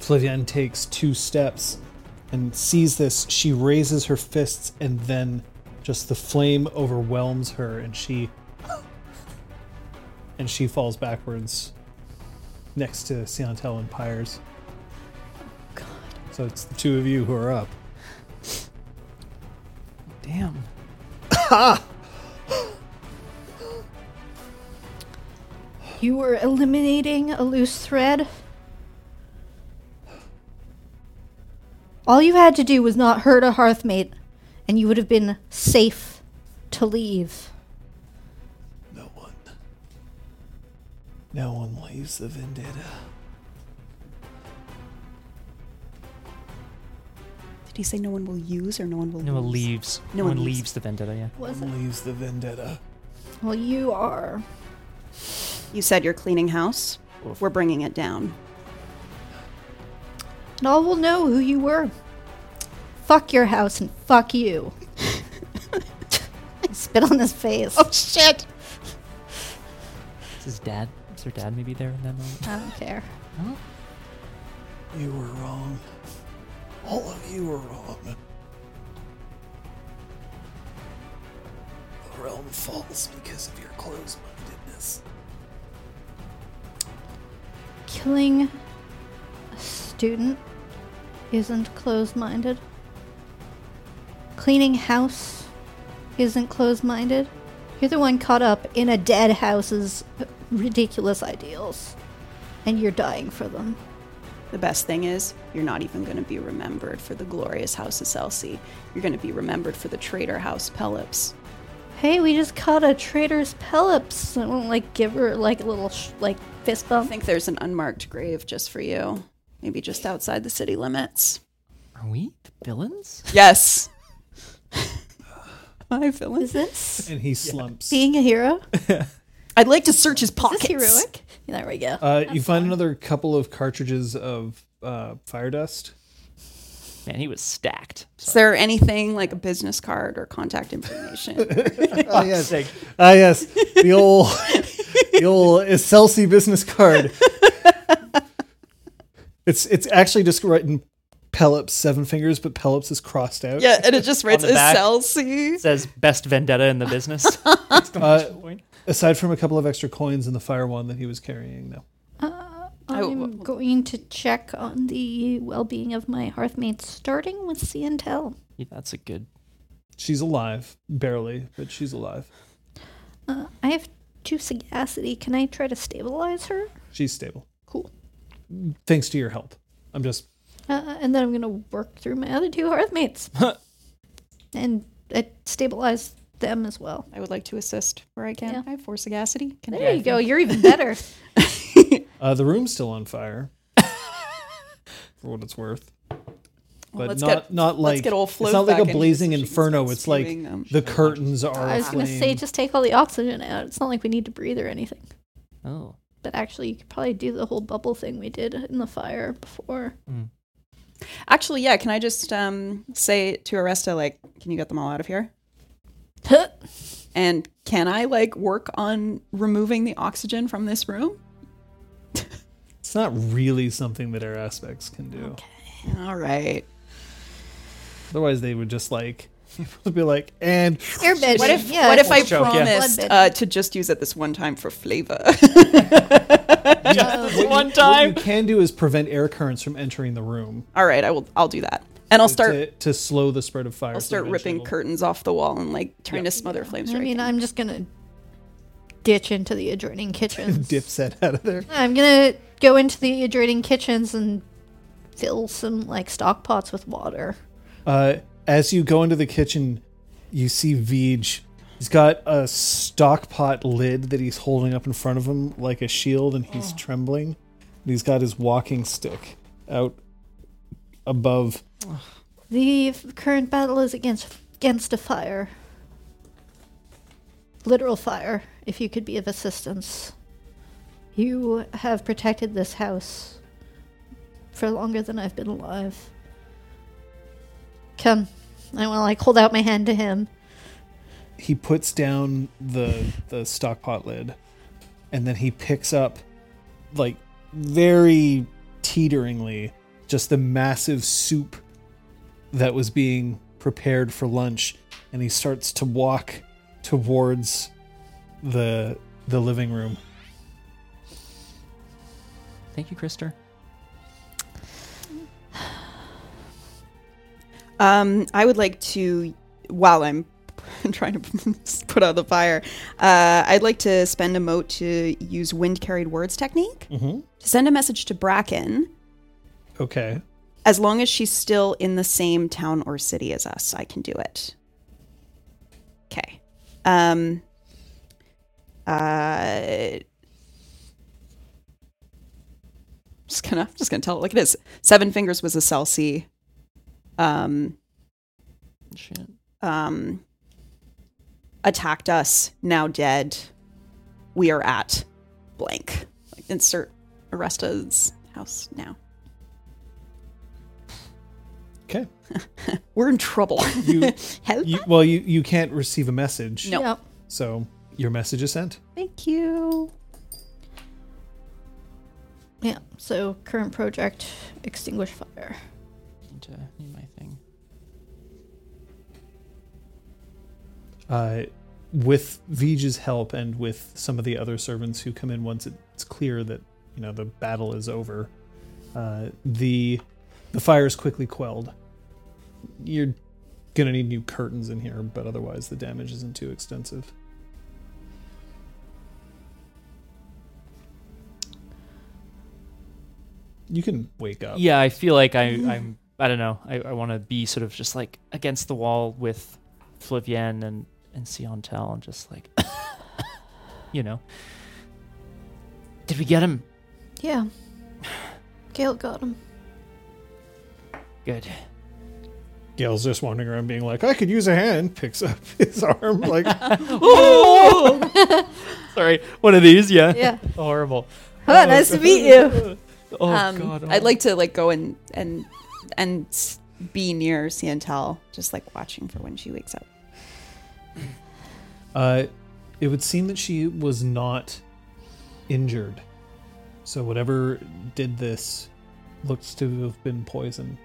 [SPEAKER 4] Flavian takes two steps and sees this. She raises her fists, and then just the flame overwhelms her, and she and she falls backwards next to Siantel and Pyres.
[SPEAKER 3] God.
[SPEAKER 4] So it's the two of you who are up.
[SPEAKER 3] Damn.
[SPEAKER 2] You were eliminating a loose thread. All you had to do was not hurt a hearthmate, and you would have been safe to leave.
[SPEAKER 4] No one. No one leaves the vendetta.
[SPEAKER 3] Did Did he say no one will use or no one will
[SPEAKER 1] No one
[SPEAKER 3] lose?
[SPEAKER 1] leaves. No, one leaves. the vendetta. Yeah.
[SPEAKER 2] Was it?
[SPEAKER 4] Leaves the vendetta.
[SPEAKER 2] Well, you are.
[SPEAKER 3] You said you're cleaning house. We're bringing it down.
[SPEAKER 2] And all will know who you were. Fuck your house and fuck you. I spit on his face.
[SPEAKER 3] Oh, shit!
[SPEAKER 1] Is his dad? Is her dad maybe there in that moment?
[SPEAKER 2] I don't care.
[SPEAKER 4] You were wrong. All of you were wrong. The realm falls because of your close mindedness.
[SPEAKER 2] Killing a student isn't closed minded. Cleaning house isn't closed minded. You're the one caught up in a dead house's ridiculous ideals, and you're dying for them.
[SPEAKER 3] The best thing is, you're not even going to be remembered for the glorious House of Celsi. You're going to be remembered for the traitor House Pelops.
[SPEAKER 2] Hey, we just caught a traitor's Pelops. I won't like give her like a little sh- like fist
[SPEAKER 3] I
[SPEAKER 2] bump.
[SPEAKER 3] think there's an unmarked grave just for you. Maybe just outside the city limits.
[SPEAKER 1] Are we the villains?
[SPEAKER 3] Yes. My villain.
[SPEAKER 2] Is this
[SPEAKER 6] And he slumps.
[SPEAKER 2] being a hero? Is
[SPEAKER 3] I'd like to search his
[SPEAKER 2] this
[SPEAKER 3] pockets.
[SPEAKER 2] heroic? There we go.
[SPEAKER 6] Uh, you find another couple of cartridges of uh, fire dust.
[SPEAKER 1] Man, he was stacked.
[SPEAKER 3] Is there anything like a business card or contact information?
[SPEAKER 6] Ah yes. Ah yes. The old the old Excelsi business card.
[SPEAKER 4] It's it's actually just written Pelops seven fingers, but Pelops is crossed out.
[SPEAKER 3] yeah, and it just writes
[SPEAKER 1] the back.
[SPEAKER 3] SLC.
[SPEAKER 1] Says best vendetta in the business.
[SPEAKER 4] Uh, aside from a couple of extra coins in the fire wand that he was carrying, no.
[SPEAKER 3] I w-
[SPEAKER 2] I'm going to check on the well-being of my hearthmate, starting with Cientel.
[SPEAKER 1] Yeah, that's a good.
[SPEAKER 4] She's alive, barely, but she's alive.
[SPEAKER 2] Uh, I have two sagacity. Can I try to stabilize her?
[SPEAKER 4] She's stable.
[SPEAKER 2] Cool.
[SPEAKER 4] Thanks to your help. I'm just
[SPEAKER 2] Uh, and then I'm going to work through my other two hearthmates and uh, stabilize them as well.
[SPEAKER 3] I would like to assist where I can.
[SPEAKER 2] Yeah.
[SPEAKER 3] I have force sagacity. Can
[SPEAKER 2] There
[SPEAKER 3] I-
[SPEAKER 2] you go. You're even better.
[SPEAKER 4] uh, the room's still on fire. for what it's worth. But
[SPEAKER 3] let's
[SPEAKER 4] not
[SPEAKER 3] get-
[SPEAKER 4] not like
[SPEAKER 3] let's get old
[SPEAKER 4] it's not
[SPEAKER 3] Float back
[SPEAKER 4] like
[SPEAKER 3] in
[SPEAKER 4] a
[SPEAKER 3] here
[SPEAKER 4] blazing
[SPEAKER 3] so she can
[SPEAKER 4] inferno.
[SPEAKER 3] start
[SPEAKER 4] It's like
[SPEAKER 3] spewing them.
[SPEAKER 4] the curtains are
[SPEAKER 2] I was going to say,
[SPEAKER 4] aflame.
[SPEAKER 2] just take all the oxygen out. It's not like we need to breathe or anything.
[SPEAKER 1] Oh,
[SPEAKER 2] But actually, you could probably do the whole bubble thing we did in the fire before.
[SPEAKER 3] Actually, yeah. Can I just um, say to Aresta, like, can you get them all out of here? And can I like work on removing the oxygen from this room?
[SPEAKER 4] It's not really something that our aspects can do.
[SPEAKER 3] All right.
[SPEAKER 4] Otherwise, they would just like be like, and
[SPEAKER 2] Airbed.
[SPEAKER 3] What if
[SPEAKER 2] yeah,
[SPEAKER 3] what if I
[SPEAKER 1] choke, yeah.
[SPEAKER 3] promised
[SPEAKER 2] Blood bed.
[SPEAKER 3] uh, to just use it this one time for flavor?
[SPEAKER 2] uh,
[SPEAKER 1] one
[SPEAKER 4] what you
[SPEAKER 1] time.
[SPEAKER 4] can do is prevent air currents from entering the room.
[SPEAKER 3] all right, I will. I'll do that, and I'll start.
[SPEAKER 4] to, to slow the spread of fire.
[SPEAKER 3] I'll
[SPEAKER 4] so
[SPEAKER 3] start
[SPEAKER 4] eventually
[SPEAKER 3] ripping
[SPEAKER 4] it'll-
[SPEAKER 3] curtains off the wall and like trying to smother flames.
[SPEAKER 2] I
[SPEAKER 3] where
[SPEAKER 2] mean,
[SPEAKER 3] can.
[SPEAKER 2] I'm just going to ditch into the adjoining kitchens.
[SPEAKER 4] Dipset out of there.
[SPEAKER 2] I'm going to go into the adjoining kitchens and fill some like stock pots with water.
[SPEAKER 4] Uh, as you go into the kitchen, you see Vij. He's got a stockpot lid that he's holding up in front of him like a shield, and
[SPEAKER 3] Oh.
[SPEAKER 4] he's trembling. And he's got his walking stick out above.
[SPEAKER 2] The f- current battle is against against a fire. Literal fire, if you could be of assistance. You have protected this house for longer than I've been alive. Come. I want to like hold out my hand to him.
[SPEAKER 4] He puts down the the stockpot lid, and then he picks up, like very teeteringly, just the massive soup that was being prepared for lunch and he starts to walk towards the the living room.
[SPEAKER 1] Thank you, Krister.
[SPEAKER 3] Um, I would like to, while I'm trying to put out the fire, uh, I'd like to spend a moat to use wind carried words technique
[SPEAKER 4] Mhm.
[SPEAKER 3] to send a message to Bracken.
[SPEAKER 4] Okay.
[SPEAKER 3] As long as she's still in the same town or city as us, I can do it. Okay. Um. Uh. Just gonna, just gonna tell it like it is. Seven Fingers was a Celsi. um,
[SPEAKER 1] Shit.
[SPEAKER 3] um, attacked us, now dead. We are at blank. Like, insert Arresta's house now.
[SPEAKER 4] Okay.
[SPEAKER 3] We're in trouble.
[SPEAKER 4] You,
[SPEAKER 3] Help.
[SPEAKER 4] you well, you you can't receive a message.
[SPEAKER 3] No.
[SPEAKER 2] Yep.
[SPEAKER 4] So your message is sent.
[SPEAKER 3] Thank
[SPEAKER 1] Oh,
[SPEAKER 3] you.
[SPEAKER 2] Yeah. So current project, extinguish fire.
[SPEAKER 1] Need to need my thing.
[SPEAKER 4] uh, with Vij's help and with some of the other servants who come in once it's clear that you know the battle is over, uh, the the fire is quickly quelled. You're gonna need new curtains in here, but otherwise the damage isn't too extensive. You can wake up.
[SPEAKER 1] Yeah, I feel like I, I'm. I don't know. I, I want to be sort of just like against the wall with Flavien and and Siontel and just like, you know. Did we get him?
[SPEAKER 2] Yeah. Gail got him.
[SPEAKER 1] Good.
[SPEAKER 4] Gail's just wandering around being like, I could use a hand, picks up his arm like
[SPEAKER 1] Sorry, one of these. Yeah.
[SPEAKER 2] Yeah.
[SPEAKER 1] Horrible.
[SPEAKER 2] Oh, nice to meet you.
[SPEAKER 1] Oh
[SPEAKER 3] um,
[SPEAKER 1] God. oh.
[SPEAKER 3] I'd like to like go and and and s- be near Santel, just like watching for when she wakes up.
[SPEAKER 4] Uh, it would seem that she was not injured. So whatever did this looks to have been poison.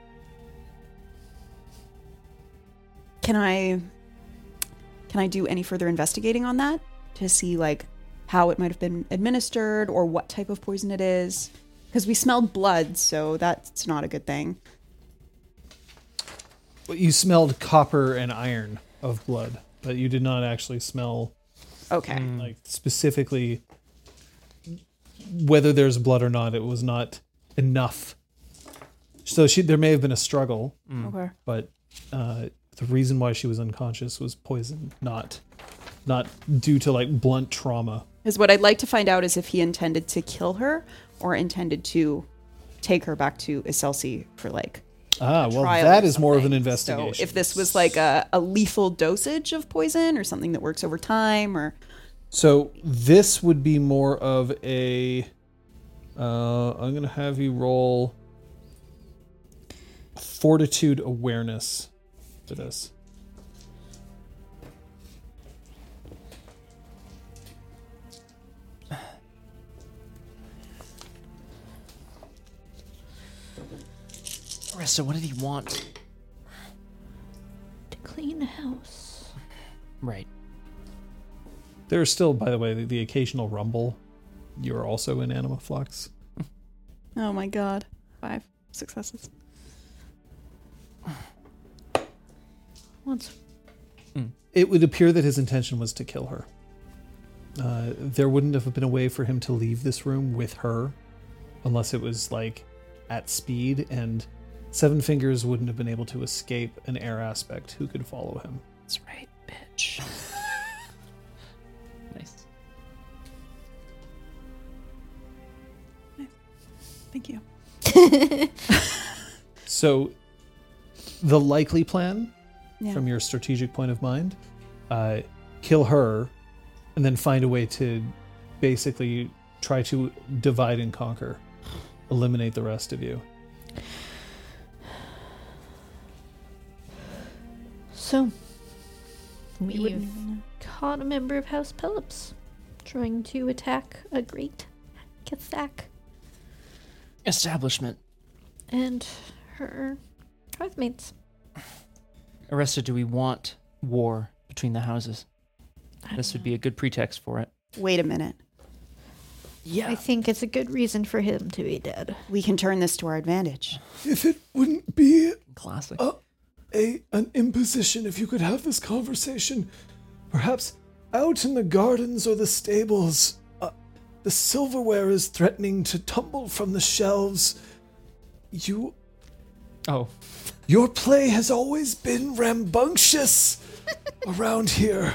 [SPEAKER 3] Can I can I do any further investigating on that to see like how it might have been administered or what type of poison it is? Because we smelled blood, so that's not a good thing.
[SPEAKER 4] But you smelled copper and iron of blood, but you did not actually smell
[SPEAKER 3] Okay.
[SPEAKER 4] like specifically whether there's blood or not. It was not enough. So she there may have been a struggle,
[SPEAKER 1] Mm-hmm.
[SPEAKER 3] Okay.
[SPEAKER 4] but uh, the reason why she was unconscious was poison, not not due to like blunt trauma.
[SPEAKER 3] Because what I'd like to find out is if he intended to kill her or intended to take her back to Iselsi for like
[SPEAKER 4] Ah, well,
[SPEAKER 3] trial
[SPEAKER 4] that
[SPEAKER 3] or
[SPEAKER 4] is more of an
[SPEAKER 3] something.
[SPEAKER 4] investigation.
[SPEAKER 3] So if this was like a, a lethal dosage of poison or something that works over time or
[SPEAKER 4] So this would be more of a. Uh, I'm gonna have you roll fortitude awareness for this.
[SPEAKER 1] Arista, what did he want?
[SPEAKER 2] To clean house.
[SPEAKER 1] Right.
[SPEAKER 4] There's still, by the way, the, the occasional rumble. You're also in anima flux.
[SPEAKER 3] oh my god. Five successes.
[SPEAKER 2] Once.
[SPEAKER 4] It would appear that his intention was to kill her. Uh, there wouldn't have been a way for him to leave this room with her unless it was like at speed, and Seven Fingers wouldn't have been able to escape an air aspect who could follow him.
[SPEAKER 3] That's right, bitch.
[SPEAKER 1] Nice.
[SPEAKER 3] Thank you.
[SPEAKER 4] So, the likely plan
[SPEAKER 3] Yeah.
[SPEAKER 4] from your strategic point of mind uh, kill her and then find a way to basically try to divide and conquer, eliminate the rest of you.
[SPEAKER 2] So.
[SPEAKER 3] You
[SPEAKER 2] We've
[SPEAKER 3] wouldn't even know.
[SPEAKER 2] caught a member of House Pelops trying to attack a great Kathak
[SPEAKER 1] Establishment.
[SPEAKER 2] and her housemates.
[SPEAKER 1] Arista, do we want war between the houses? This would be a good pretext for it.
[SPEAKER 3] Wait a minute.
[SPEAKER 1] Yeah.
[SPEAKER 2] I think it's a good reason for him to be dead.
[SPEAKER 3] We can turn this to our advantage.
[SPEAKER 4] If it wouldn't be
[SPEAKER 1] Classic.
[SPEAKER 4] a an imposition if you could have this conversation perhaps out in the gardens or the stables uh, the silverware is threatening to tumble from the shelves you
[SPEAKER 1] Oh.
[SPEAKER 4] your play has always been rambunctious around here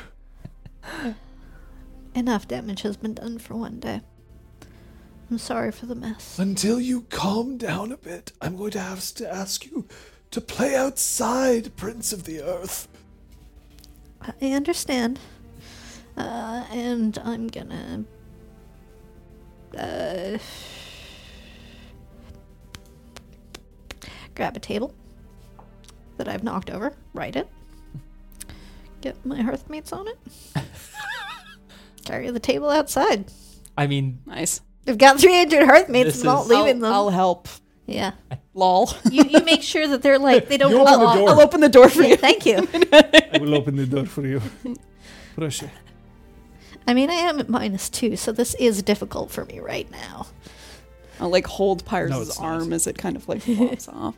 [SPEAKER 2] Enough damage has been done for one day. I'm sorry for the mess.
[SPEAKER 4] until you calm down a bit i'm going to have to ask you to play outside, Prince of the Earth.
[SPEAKER 2] I understand. Uh, and I'm gonna. Uh, grab a table that I've knocked over, right it, get my hearth mates on it, carry the table outside.
[SPEAKER 1] I mean,
[SPEAKER 3] Nice.
[SPEAKER 2] They've got 300 hearth mates
[SPEAKER 1] This
[SPEAKER 2] and not
[SPEAKER 1] is-
[SPEAKER 2] leaving
[SPEAKER 3] I'll,
[SPEAKER 2] them.
[SPEAKER 3] I'll help.
[SPEAKER 2] yeah.
[SPEAKER 3] Lol.
[SPEAKER 2] You, you make sure that they're like, they don't
[SPEAKER 6] You
[SPEAKER 2] go
[SPEAKER 6] open the
[SPEAKER 2] off.
[SPEAKER 6] door.
[SPEAKER 3] I'll open the door for
[SPEAKER 2] Okay,
[SPEAKER 3] you.
[SPEAKER 2] Thank you.
[SPEAKER 6] I will open the door for you. Russia.
[SPEAKER 2] I mean, I am at minus two, so this is difficult for me right now.
[SPEAKER 3] I'll like hold
[SPEAKER 4] No,
[SPEAKER 3] Pyrus'
[SPEAKER 4] it's not.
[SPEAKER 3] arm as it kind of like flops off.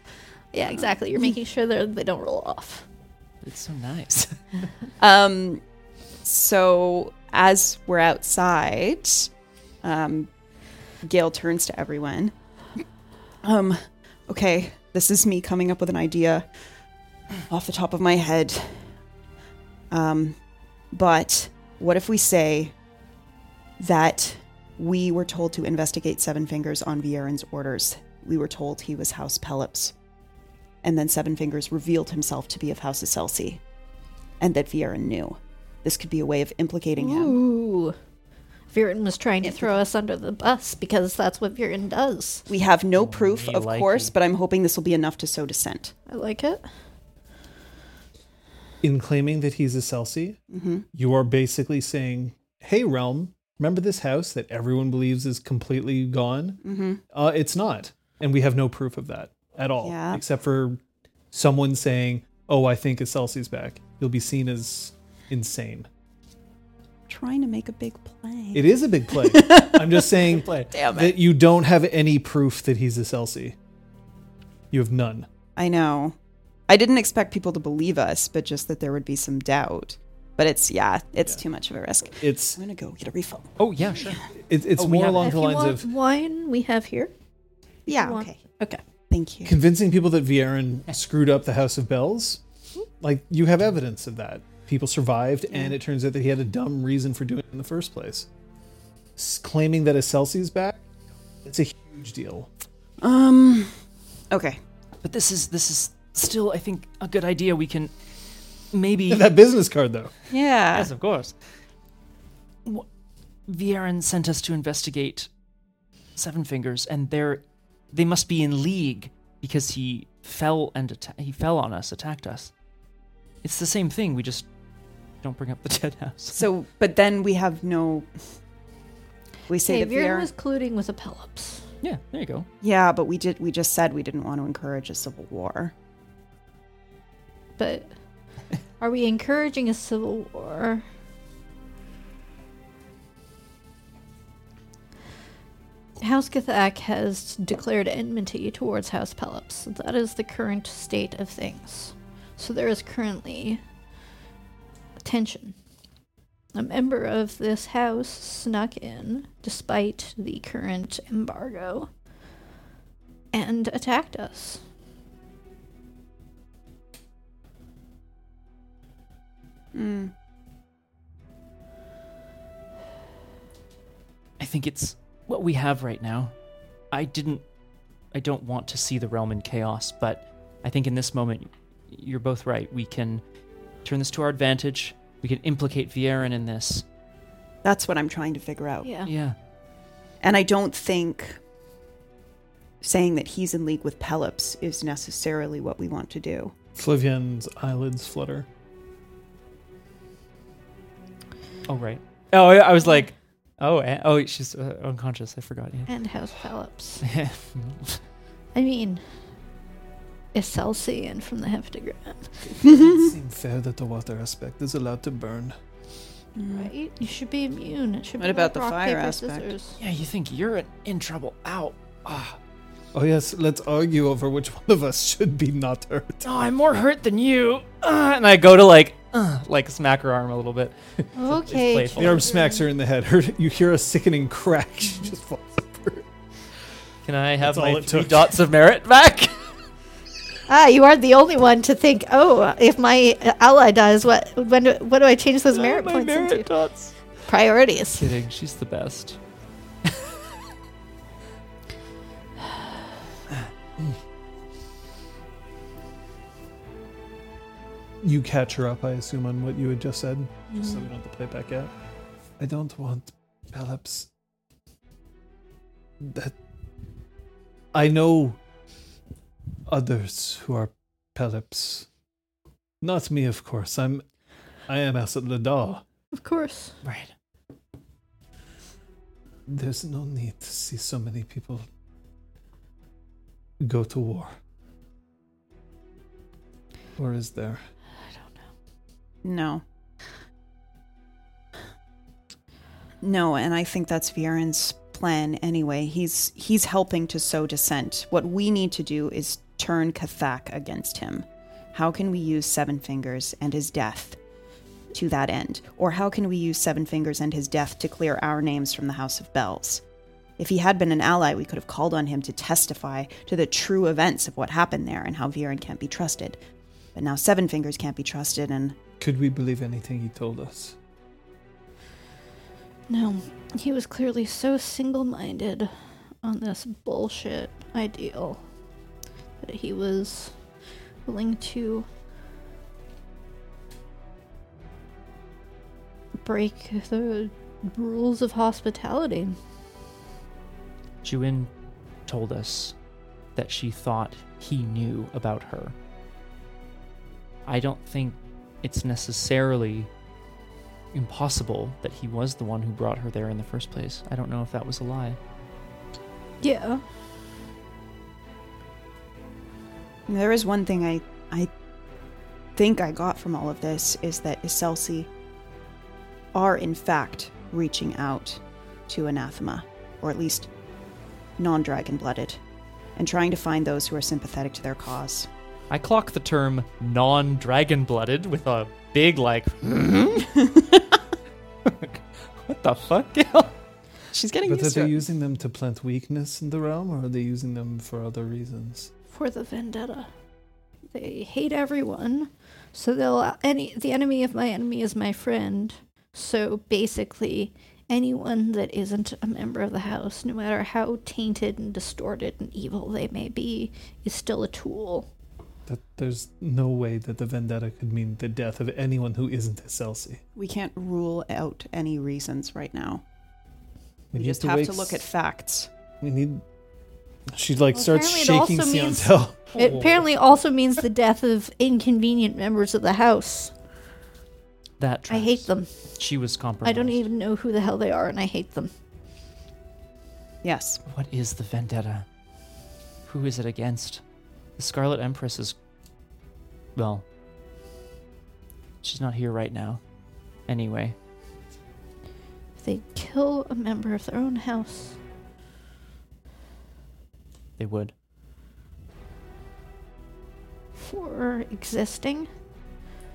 [SPEAKER 2] Yeah, exactly. You're making sure they they don't roll off.
[SPEAKER 1] it's so nice.
[SPEAKER 3] Um, so as we're outside, um, Gail turns to everyone. Um, okay, this is me coming up with an idea off the top of my head. Um, but what if we say that we were told to investigate Seven Fingers on Vierin's orders? We were told he was House Pelops. And then Seven Fingers revealed himself to be of House Acelsi and that Vieira knew. This could be a way of implicating him.
[SPEAKER 2] Ooh. Viren was trying to throw us under the bus because that's what Viren does.
[SPEAKER 3] We have no proof,
[SPEAKER 1] me
[SPEAKER 3] of
[SPEAKER 1] like
[SPEAKER 3] course,
[SPEAKER 1] you.
[SPEAKER 3] but I'm hoping this will be enough to sow dissent.
[SPEAKER 2] I like it.
[SPEAKER 4] In claiming that he's a Celsi,
[SPEAKER 3] Mm-hmm.
[SPEAKER 4] you are basically saying, hey, Realm, remember this house that everyone believes is completely gone? Mm-hmm. Uh, it's not. And we have no proof of that at all,
[SPEAKER 3] Yeah.
[SPEAKER 4] except for someone saying, oh, I think a Celsi's back. You'll be seen as insane.
[SPEAKER 3] Trying to make a big play.
[SPEAKER 4] It is a big play. I'm just saying
[SPEAKER 3] Damn
[SPEAKER 4] that you don't have any proof that he's a Celsi. You have none.
[SPEAKER 3] I know. I didn't expect people to believe us, but just that there would be some doubt. But it's yeah, it's too much of a risk.
[SPEAKER 4] It's
[SPEAKER 3] I'm gonna go get a refill.
[SPEAKER 1] Oh yeah, sure.
[SPEAKER 4] it's, it's
[SPEAKER 1] Oh, we
[SPEAKER 4] more
[SPEAKER 1] have it.
[SPEAKER 2] if
[SPEAKER 4] along the
[SPEAKER 2] you
[SPEAKER 4] lines
[SPEAKER 2] want
[SPEAKER 4] of
[SPEAKER 2] wine, we have here.
[SPEAKER 3] Yeah,
[SPEAKER 2] want-
[SPEAKER 3] okay.
[SPEAKER 2] Okay.
[SPEAKER 3] Thank you.
[SPEAKER 4] convincing people that Vieran screwed up the House of Bells. Like you have evidence of that. People survived, and it turns out that he had a dumb reason for doing it in the first place. S- claiming that a Celsius back, it's a huge deal.
[SPEAKER 3] Um Okay.
[SPEAKER 1] But this is this is still, I think, a good idea. We can maybe
[SPEAKER 4] That business card, though.
[SPEAKER 3] Yeah.
[SPEAKER 1] yes, of course. Wh- Vieran sent us to investigate Seven Fingers, and they're they must be in league because he fell and atta- he fell on us, attacked us. It's the same thing. We just don't bring up the dead house.
[SPEAKER 3] So but then we have no we say
[SPEAKER 2] Hey,
[SPEAKER 3] that
[SPEAKER 2] Viren
[SPEAKER 3] Vieira-
[SPEAKER 2] was colluding with a Pelops.
[SPEAKER 1] Yeah, there you go.
[SPEAKER 3] Yeah, but we did we just said we didn't want to encourage a civil war.
[SPEAKER 2] But are we encouraging a civil war? House Gathak has declared enmity towards House Pelops. That is the current state of things. So there is currently tension. A member of this house snuck in, despite the current embargo, and attacked us.
[SPEAKER 3] Mm.
[SPEAKER 1] I think it's what we have right now. I didn't. I don't want to see the realm in chaos, but I think in this moment, you're both right. We can turn this to our advantage. We can implicate Vieran in this.
[SPEAKER 3] That's what I'm trying to figure out.
[SPEAKER 2] Yeah.
[SPEAKER 1] Yeah.
[SPEAKER 3] And I don't think saying that he's in league with Pelops is necessarily what we want to do.
[SPEAKER 4] Flavian's eyelids flutter.
[SPEAKER 1] Oh right. Oh, I, I was like, oh, eh, oh, she's uh, unconscious. I forgot.
[SPEAKER 2] And House Pelops.
[SPEAKER 1] Yeah.
[SPEAKER 2] I mean, Esselcy and from the Heftigram,
[SPEAKER 4] it doesn't seem fair that the water aspect is allowed to burn.
[SPEAKER 2] right? You should be immune. It should
[SPEAKER 3] What
[SPEAKER 2] be
[SPEAKER 3] about
[SPEAKER 2] like
[SPEAKER 3] the
[SPEAKER 2] rock,
[SPEAKER 3] fire
[SPEAKER 2] paper,
[SPEAKER 3] aspect?
[SPEAKER 2] scissors.
[SPEAKER 1] yeah. You think you're in, in trouble? Ow. Ah.
[SPEAKER 4] Oh yes, let's argue over which one of us should be not hurt.
[SPEAKER 1] Oh, I'm more hurt than you. Ah, and I go to like, uh, like smack her arm a little bit.
[SPEAKER 2] Okay.
[SPEAKER 1] playful.
[SPEAKER 4] The arm smacks her in the head. Her, you hear a sickening crack. She just falls apart.
[SPEAKER 1] Can I have
[SPEAKER 4] That's all
[SPEAKER 1] my
[SPEAKER 4] it
[SPEAKER 1] three
[SPEAKER 4] took.
[SPEAKER 1] dots of merit back?
[SPEAKER 2] Ah, you are the only one to think. Oh, if my ally dies, what? When? Do, what do I change those merit
[SPEAKER 1] my
[SPEAKER 2] points
[SPEAKER 1] merit
[SPEAKER 2] into?
[SPEAKER 1] dots.
[SPEAKER 2] Priorities.
[SPEAKER 1] Kidding. She's the best.
[SPEAKER 4] you catch her up, I assume, on what you had just said, just so we don't have to play it back out. I don't want Pelops. That I know others who are Pelops. Not me, of course. I'm I am Asad Ladar.
[SPEAKER 2] Of course.
[SPEAKER 1] Right.
[SPEAKER 4] There's no need to see so many people go to war. Or is there?
[SPEAKER 3] No. No, and I think that's Viren's plan anyway. He's he's helping to sow dissent. What we need to do is turn Kathak against him. How can we use Seven Fingers and his death to that end? Or how can we use Seven Fingers and his death to clear our names from the House of Bells? If he had been an ally, we could have called on him to testify to the true events of what happened there and how Viren can't be trusted. But now Seven Fingers can't be trusted, and
[SPEAKER 4] Could we believe anything he told us?
[SPEAKER 2] No, he was clearly so single minded on this bullshit ideal that he was willing to break the rules of hospitality.
[SPEAKER 1] Juin told us that she thought he knew about her. I don't think it's necessarily impossible that he was the one who brought her there in the first place. I don't know if that was a lie.
[SPEAKER 2] Yeah.
[SPEAKER 3] There is one thing I I think I got from all of this is that Iselsi are in fact reaching out to Anathema, or at least non-dragon blooded, and trying to find those who are sympathetic to their cause.
[SPEAKER 1] I clock the term non dragon blooded with a big, like,
[SPEAKER 2] Mm-hmm.
[SPEAKER 1] what the fuck, Gail?
[SPEAKER 3] She's getting
[SPEAKER 4] But are
[SPEAKER 3] used to
[SPEAKER 4] they
[SPEAKER 3] it.
[SPEAKER 4] using them to plant weakness in the realm, or are they using them for other reasons?
[SPEAKER 2] for the vendetta. They hate everyone, so they'll any the enemy of my enemy is my friend. So basically, anyone that isn't a member of the house, no matter how tainted and distorted and evil they may be, is still a tool.
[SPEAKER 4] That there's no way that the vendetta could mean the death of anyone who isn't Esselsi.
[SPEAKER 3] we can't rule out any reasons right now. We,
[SPEAKER 4] need
[SPEAKER 3] just have
[SPEAKER 4] wait
[SPEAKER 3] to look at
[SPEAKER 4] s-
[SPEAKER 3] facts.
[SPEAKER 4] We need. She like
[SPEAKER 2] Well,
[SPEAKER 4] starts
[SPEAKER 2] apparently it
[SPEAKER 4] shaking
[SPEAKER 2] also means-
[SPEAKER 4] Siantel.
[SPEAKER 2] It apparently also means the death of inconvenient members of the house.
[SPEAKER 1] That
[SPEAKER 2] I hate them.
[SPEAKER 1] She was compromised.
[SPEAKER 2] I don't even know who the hell they are, and I hate them.
[SPEAKER 3] Yes.
[SPEAKER 1] What is the vendetta? Who is it against? The Scarlet Empress is. Well. She's not here right now. Anyway.
[SPEAKER 2] If they kill a member of their own house,
[SPEAKER 1] They would.
[SPEAKER 2] for existing,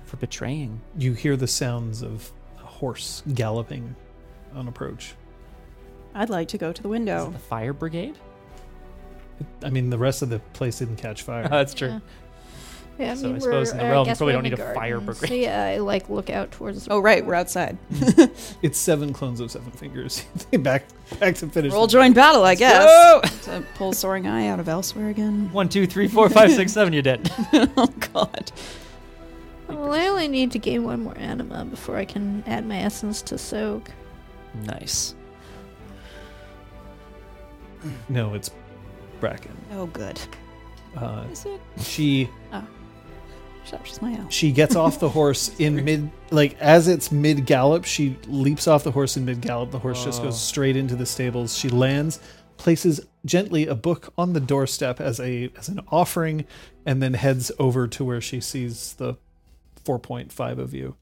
[SPEAKER 1] For betraying.
[SPEAKER 4] You hear the sounds of a horse galloping on approach.
[SPEAKER 3] I'd like to go to the window.
[SPEAKER 1] The Fire Brigade?
[SPEAKER 4] I mean, the rest of the place didn't catch fire.
[SPEAKER 3] Uh-huh.
[SPEAKER 1] that's true.
[SPEAKER 2] Yeah, I
[SPEAKER 1] So I
[SPEAKER 2] mean,
[SPEAKER 1] suppose
[SPEAKER 2] we're-
[SPEAKER 1] in the
[SPEAKER 2] I
[SPEAKER 1] realm,
[SPEAKER 2] guess
[SPEAKER 1] probably
[SPEAKER 2] we're in
[SPEAKER 1] don't
[SPEAKER 2] the
[SPEAKER 1] need a fire
[SPEAKER 2] garden,
[SPEAKER 1] brigade.
[SPEAKER 2] So yeah, I like look out towards. the-
[SPEAKER 3] Oh right, we're outside.
[SPEAKER 4] it's seven clones of seven fingers. they back back to finish.
[SPEAKER 3] Roll
[SPEAKER 4] the-
[SPEAKER 3] joined battle, I guess.
[SPEAKER 1] Whoa!
[SPEAKER 3] to pull soaring eye out of elsewhere again.
[SPEAKER 1] One, two, three, four, five, six, seven, you're dead.
[SPEAKER 3] oh god.
[SPEAKER 2] Well, I only need to gain one more anima before I can add my essence to soak.
[SPEAKER 1] Nice.
[SPEAKER 4] no, it's Bracken.
[SPEAKER 3] Oh good.
[SPEAKER 4] Uh,
[SPEAKER 3] Is it?
[SPEAKER 4] she
[SPEAKER 3] Shut up, she's my owl.
[SPEAKER 4] she gets off the horse in mid like as it's mid gallop she leaps off the horse in mid gallop the horse just goes straight into the stables she lands places gently a book on the doorstep as a as an offering and then heads over to where she sees the 4.5 of you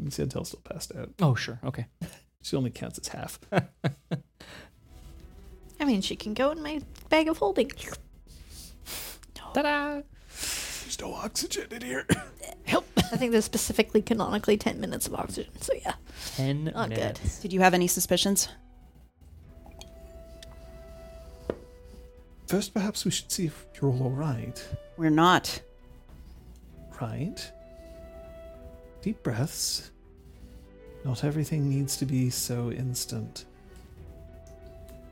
[SPEAKER 4] And Santel's still passed out
[SPEAKER 1] Oh, sure. Okay.
[SPEAKER 4] she only counts as half
[SPEAKER 2] I mean, she can go in my bag of holding.
[SPEAKER 1] Ta da!
[SPEAKER 4] there's no oxygen in here
[SPEAKER 2] I think there's specifically canonically ten minutes of oxygen. So yeah,
[SPEAKER 1] Ten
[SPEAKER 2] not good.
[SPEAKER 1] minutes.
[SPEAKER 3] Did you have any suspicions?
[SPEAKER 4] first perhaps we should see if you're all all right
[SPEAKER 3] We're not.
[SPEAKER 4] Right. Deep breaths. Not everything needs to be so instant.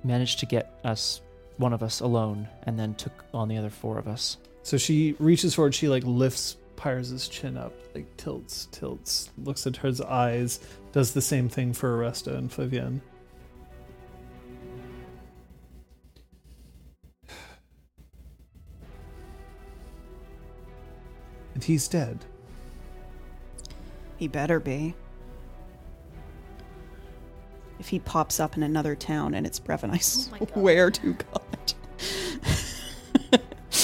[SPEAKER 1] Managed to get us, one of us, alone, and then took on the other four of us.
[SPEAKER 4] So she reaches forward. She like lifts Pyres's chin up, like tilts, tilts, looks at her eyes, does the same thing for Aresta and Flavien. And he's dead.
[SPEAKER 3] He better be. If he pops up in another town and it's Brevin, I swear to God.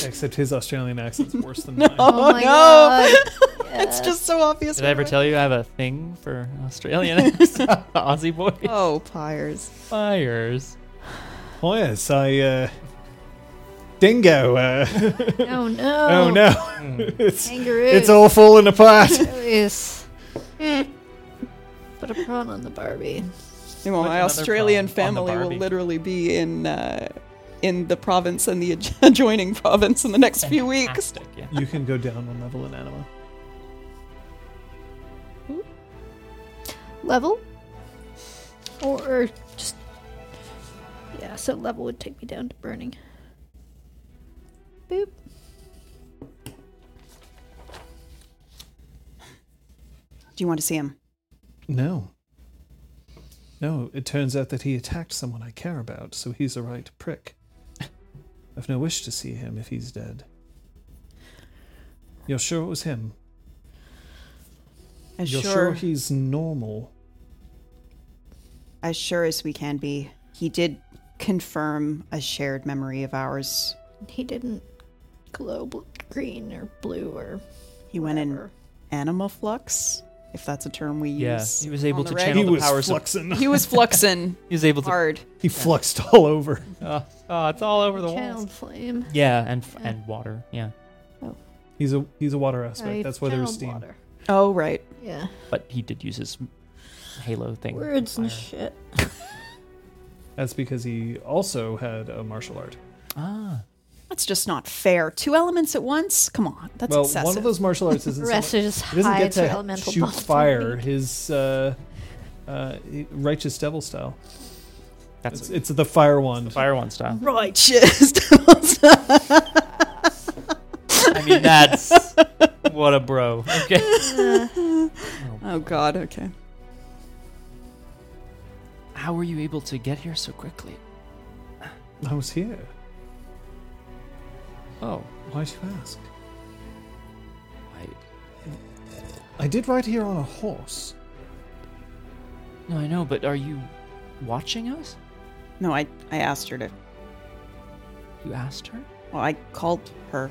[SPEAKER 4] Except his Australian accent's worse than mine.
[SPEAKER 2] Oh, my
[SPEAKER 3] no.
[SPEAKER 2] god.
[SPEAKER 3] It's just so obvious.
[SPEAKER 1] Did I ever tell you I have a thing for Australian Aussie boys?
[SPEAKER 3] Oh, Pyres.
[SPEAKER 1] Fires.
[SPEAKER 4] Oh yes, I uh Dingo, uh
[SPEAKER 2] Oh no.
[SPEAKER 4] oh no. it's
[SPEAKER 2] Kangaroo.
[SPEAKER 4] it's all falling apart.
[SPEAKER 2] Yes.
[SPEAKER 3] Hmm.
[SPEAKER 2] Put a prawn on the Barbie.
[SPEAKER 3] You know,
[SPEAKER 1] With
[SPEAKER 3] my
[SPEAKER 1] another
[SPEAKER 3] Australian
[SPEAKER 1] prompt on the
[SPEAKER 3] family will
[SPEAKER 1] Barbie.
[SPEAKER 3] literally be in uh, in the province and the adj- adjoining province in the next few weeks.
[SPEAKER 1] Fantastic, yeah.
[SPEAKER 4] You can go down one level in anima.
[SPEAKER 2] Level? Or, or just. Yeah, so level would take me down to burning. Boop.
[SPEAKER 3] Do you want to see him?
[SPEAKER 4] No. No, it turns out that he attacked someone I care about, so he's a right prick. I've no wish to see him if he's dead. You're sure it was him?
[SPEAKER 3] As
[SPEAKER 4] You're
[SPEAKER 3] sure,
[SPEAKER 4] sure he's normal?
[SPEAKER 3] as sure as we can be. He did confirm a shared memory of ours.
[SPEAKER 2] He didn't glow bl- green or blue or.
[SPEAKER 3] He went in
[SPEAKER 2] whatever.
[SPEAKER 3] anima flux, if that's a term we
[SPEAKER 1] Yeah,
[SPEAKER 3] use.
[SPEAKER 1] he was able
[SPEAKER 3] on the
[SPEAKER 1] to
[SPEAKER 3] reg.
[SPEAKER 1] channel the powers of.
[SPEAKER 4] fluxing.
[SPEAKER 3] He was fluxing
[SPEAKER 1] He was able to.
[SPEAKER 3] hard.
[SPEAKER 4] He fluxed all over.
[SPEAKER 1] Oh, oh, it's all over the
[SPEAKER 2] Channeled
[SPEAKER 1] walls.
[SPEAKER 2] flame.
[SPEAKER 1] Yeah, and f and water. Yeah,
[SPEAKER 4] He's a he's a water aspect.
[SPEAKER 2] I
[SPEAKER 4] That's why there was
[SPEAKER 2] channeled
[SPEAKER 4] steam.
[SPEAKER 2] water.
[SPEAKER 3] Oh right.
[SPEAKER 2] Yeah.
[SPEAKER 1] but he did use his halo thing.
[SPEAKER 2] Words and
[SPEAKER 1] Fire.
[SPEAKER 2] shit.
[SPEAKER 4] That's because he also had a martial art.
[SPEAKER 1] Ah,
[SPEAKER 3] That's just not fair. Two elements at once? Come on. That's
[SPEAKER 4] well,
[SPEAKER 3] excessive.
[SPEAKER 4] one of those martial arts isn't.
[SPEAKER 2] The
[SPEAKER 4] so
[SPEAKER 2] rest
[SPEAKER 4] much-
[SPEAKER 2] are just
[SPEAKER 4] he doesn't
[SPEAKER 2] high
[SPEAKER 4] get
[SPEAKER 2] for
[SPEAKER 4] to
[SPEAKER 2] elemental
[SPEAKER 4] shoot
[SPEAKER 2] buffs.
[SPEAKER 4] fire. His uh, uh, righteous devil style.
[SPEAKER 1] that's
[SPEAKER 4] It's, it's the fire wand.
[SPEAKER 1] fire one style.
[SPEAKER 3] right just
[SPEAKER 1] I mean, that's what a bro. Okay.
[SPEAKER 3] Oh god, okay.
[SPEAKER 1] How were you able to get here so quickly?
[SPEAKER 4] I was here.
[SPEAKER 1] Oh,
[SPEAKER 4] Why'd you ask?
[SPEAKER 1] I
[SPEAKER 4] I did ride here on a horse.
[SPEAKER 1] no, I know, but are you watching us?
[SPEAKER 3] No, I I asked her to
[SPEAKER 1] You asked her.
[SPEAKER 3] Well, I called her.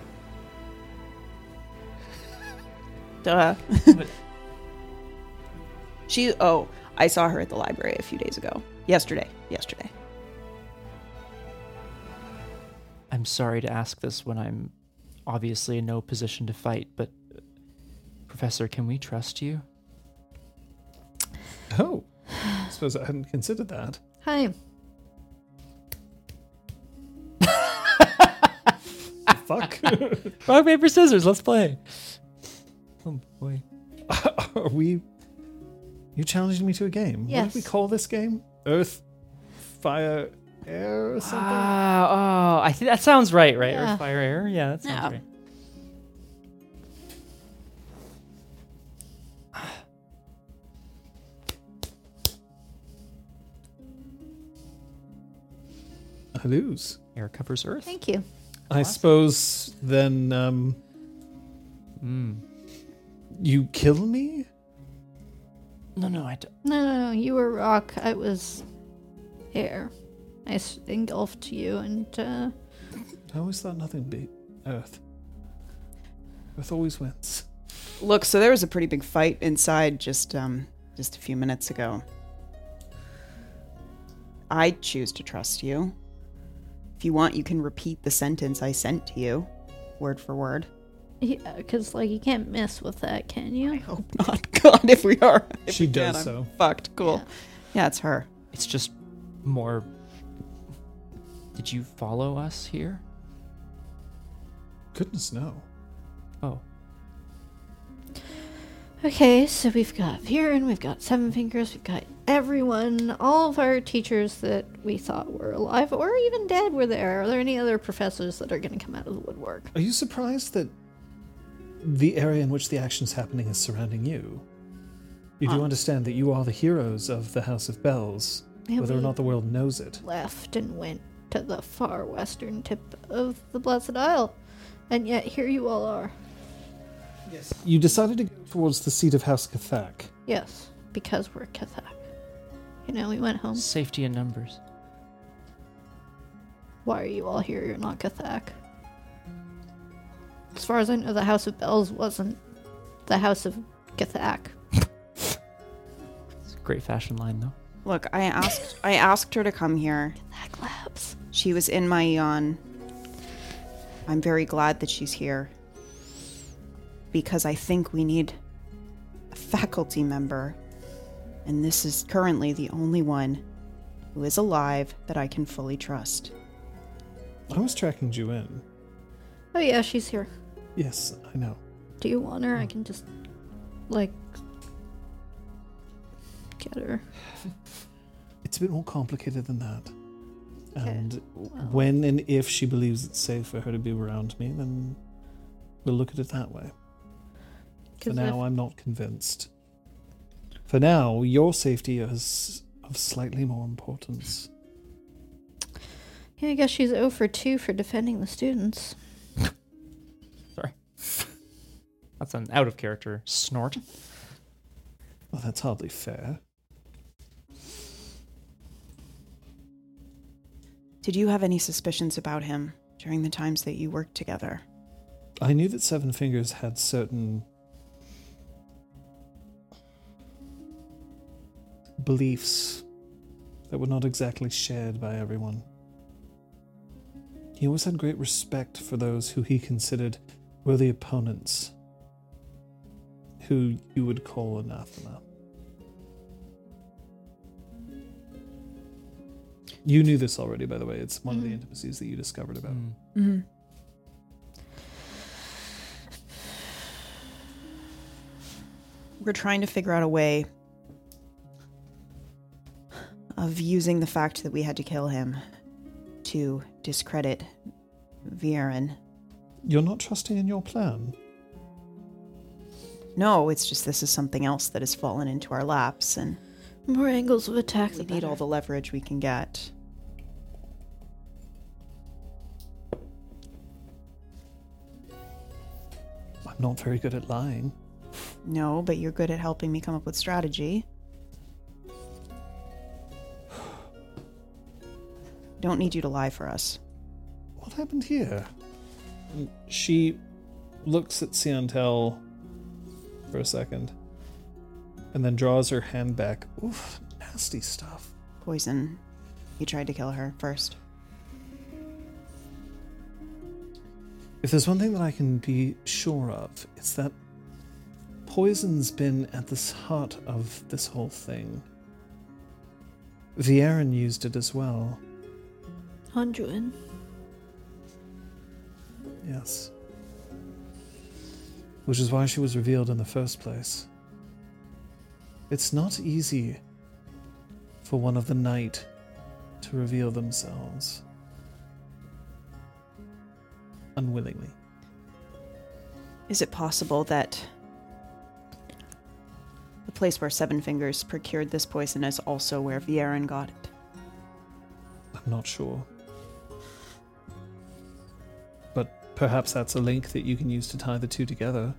[SPEAKER 3] Duh.
[SPEAKER 1] But-
[SPEAKER 3] She. Oh, I saw her at the library a few days ago. Yesterday. Yesterday.
[SPEAKER 1] I'm sorry to ask this when I'm obviously in no position to fight, but uh, Professor, can we trust you?
[SPEAKER 4] Oh, I suppose I hadn't considered that.
[SPEAKER 2] Hi.
[SPEAKER 4] Fuck.
[SPEAKER 1] Rock paper scissors. Let's play. Oh boy.
[SPEAKER 4] Are we? You challenged me to a game. What
[SPEAKER 2] Yes.
[SPEAKER 4] did we call this game? Earth, fire, air, or something.
[SPEAKER 1] Ah, oh, I think that sounds right, right?
[SPEAKER 2] Yeah.
[SPEAKER 1] Earth, fire, air. Yeah, that sounds
[SPEAKER 3] Yeah.
[SPEAKER 1] right.
[SPEAKER 4] I lose.
[SPEAKER 1] Air covers earth.
[SPEAKER 2] Thank you.
[SPEAKER 4] I suppose then um you kill me?
[SPEAKER 1] No, no, I. d-
[SPEAKER 2] No, no, no. You were rock. I was air. I s- engulfed you and, uh.
[SPEAKER 4] I always thought nothing beat Earth. Earth always wins.
[SPEAKER 3] Look, so there was a pretty big fight inside just um just a few minutes ago. I choose to trust you. If you want, you can repeat the sentence I sent to you, word for word.
[SPEAKER 2] Yeah, because, uh, like, you can't mess with that, can you?
[SPEAKER 3] Hope not. God, if we are, if
[SPEAKER 4] She
[SPEAKER 3] we can,
[SPEAKER 4] does
[SPEAKER 3] I'm
[SPEAKER 4] so.
[SPEAKER 3] Fucked. Cool. yeah, it's her.
[SPEAKER 1] It's just more. Did you follow us here?
[SPEAKER 4] Goodness no.
[SPEAKER 1] Oh,
[SPEAKER 2] Okay, so we've got Viren, we've got Seven Fingers, we've got everyone, all of our teachers that we thought were alive or even dead were there. Are there any other professors that are going to come out of the woodwork?
[SPEAKER 4] Are you surprised that the area in which the action is happening is surrounding you? You do understand that you are the heroes of the House of Bells,
[SPEAKER 2] Yeah,
[SPEAKER 4] whether or
[SPEAKER 2] we-
[SPEAKER 4] not the world knows it.
[SPEAKER 2] left and went to the far western tip of the Blessed Isle. And yet here you all are.
[SPEAKER 4] You decided to go towards the seat of House Cathak.
[SPEAKER 2] Yes, because we're Kathak. You know, we went home.
[SPEAKER 1] Safety in numbers.
[SPEAKER 2] Why are you all here? You're not Kathak. As far as I know, the House of Bells wasn't the House of Kathak.
[SPEAKER 1] It's a great fashion line, though.
[SPEAKER 3] Look, I asked I asked her to come here.
[SPEAKER 2] Kathak Labs.
[SPEAKER 3] She was in my yawn. I'm very glad that she's here. Because I think we need a faculty member. And this is currently the only one who is alive that I can fully trust.
[SPEAKER 4] I was tracking you in.
[SPEAKER 2] Oh yeah, she's here.
[SPEAKER 4] Yes, I know.
[SPEAKER 2] Do you want her? I can just, like, get her.
[SPEAKER 4] It's a bit more complicated than that. And when and if she believes it's safe for her to be around me, then we'll look at it that way. For
[SPEAKER 2] 'Cause
[SPEAKER 4] now, I'm not convinced. For now, your safety is of slightly more importance.
[SPEAKER 2] if- yeah, I guess she's 0 for 2 for defending the students.
[SPEAKER 1] That's an out of character snort.
[SPEAKER 4] Well, that's hardly fair.
[SPEAKER 3] Did you have any suspicions about him during the times that you worked together?
[SPEAKER 4] I knew that Seven Fingers had certain beliefs that were not exactly shared by everyone. He always had great respect for those who he considered were the opponents, who you would call anathema. You knew this already, by the way. It's one of the intimacies that you discovered
[SPEAKER 1] Mm.
[SPEAKER 4] about.
[SPEAKER 1] Hmm.
[SPEAKER 4] him.
[SPEAKER 3] Mm-hmm. We're trying to figure out a way of using the fact that we had to kill him to discredit Viren.
[SPEAKER 4] You're not trusting in your plan.
[SPEAKER 3] No, it's just this is something else that has fallen into our laps, and
[SPEAKER 2] More angles of attack
[SPEAKER 3] we
[SPEAKER 2] the
[SPEAKER 3] need all
[SPEAKER 2] better.
[SPEAKER 3] the leverage we can get.
[SPEAKER 4] I'm not very good at lying.
[SPEAKER 3] No, but you're good at helping me come up with strategy. Don't need you to lie for us.
[SPEAKER 4] What happened here? And She looks at Siantel for a second and then draws her hand back. Oof, nasty stuff.
[SPEAKER 3] Poison. You tried to kill her first.
[SPEAKER 4] If there's one thing that I can be sure of, it's that poison's been at the heart of this whole thing. Vieran used it as well.
[SPEAKER 2] Hanjuin.
[SPEAKER 4] Yes. Which is why she was revealed in the first place. It's not easy for one of the night to reveal themselves unwillingly.
[SPEAKER 3] Is it possible that the place where Seven Fingers procured this poison is also where Vieran got it?
[SPEAKER 4] I'm not sure. But perhaps that's a link that you can use to tie the two together.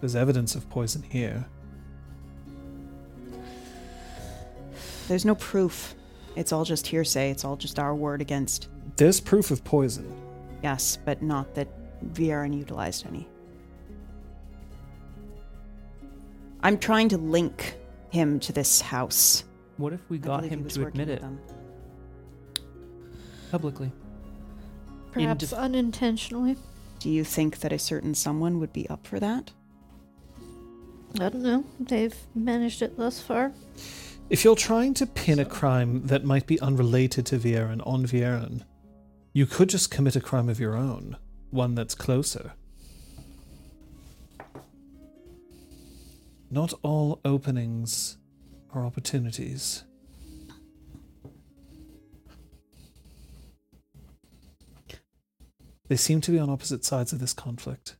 [SPEAKER 4] There's evidence of poison here.
[SPEAKER 3] There's no proof. It's all just hearsay. It's all just our word against.
[SPEAKER 4] There's proof of poison.
[SPEAKER 3] Yes, but not that Vieran utilized any. I'm trying to link him to this house.
[SPEAKER 1] What if we
[SPEAKER 3] I
[SPEAKER 1] got
[SPEAKER 3] believe he
[SPEAKER 1] him
[SPEAKER 3] was
[SPEAKER 1] to
[SPEAKER 3] working
[SPEAKER 1] admit
[SPEAKER 3] with
[SPEAKER 1] it
[SPEAKER 3] them.
[SPEAKER 1] publicly?
[SPEAKER 2] Perhaps
[SPEAKER 1] def-
[SPEAKER 2] unintentionally.
[SPEAKER 3] Do you think that a certain someone would be up for that?
[SPEAKER 2] I don't know. They've managed it thus far.
[SPEAKER 4] If you're trying to pin a crime that might be unrelated to Vieran on Vieran, you could just commit a crime of your own, one that's closer. Not all openings or opportunities. They seem to be on opposite sides of this conflict.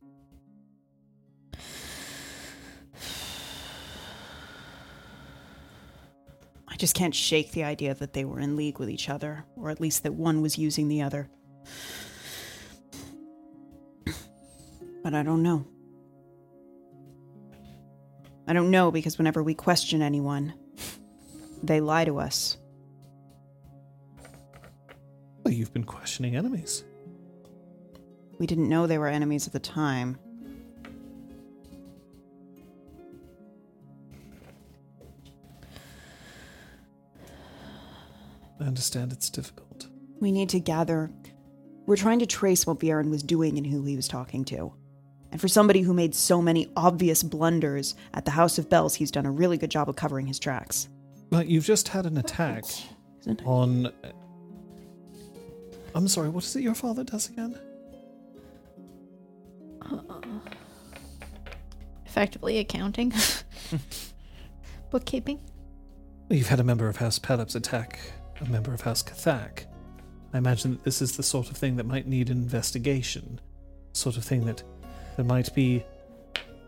[SPEAKER 3] I just can't shake the idea that they were in league with each other, or at least that one was using the other. But I don't know. I don't know because whenever we question anyone, they lie to us.
[SPEAKER 4] Well, you've been questioning enemies.
[SPEAKER 3] We didn't know they were enemies at the time.
[SPEAKER 4] I understand it's difficult.
[SPEAKER 3] We need to gather. We're trying to trace what Vieran was doing and who he was talking to. And for somebody who made so many obvious blunders at the House of Bells, he's done a really good job of covering his tracks.
[SPEAKER 4] But you've just had an attack
[SPEAKER 3] Isn't it?
[SPEAKER 4] on. uh, I'm sorry, what is it your father does again?
[SPEAKER 2] Effectively accounting, bookkeeping.
[SPEAKER 4] You've had a member of House Pelops attack a member of House Kathak. I imagine that this is the sort of thing that might need investigation. Sort of thing that there might be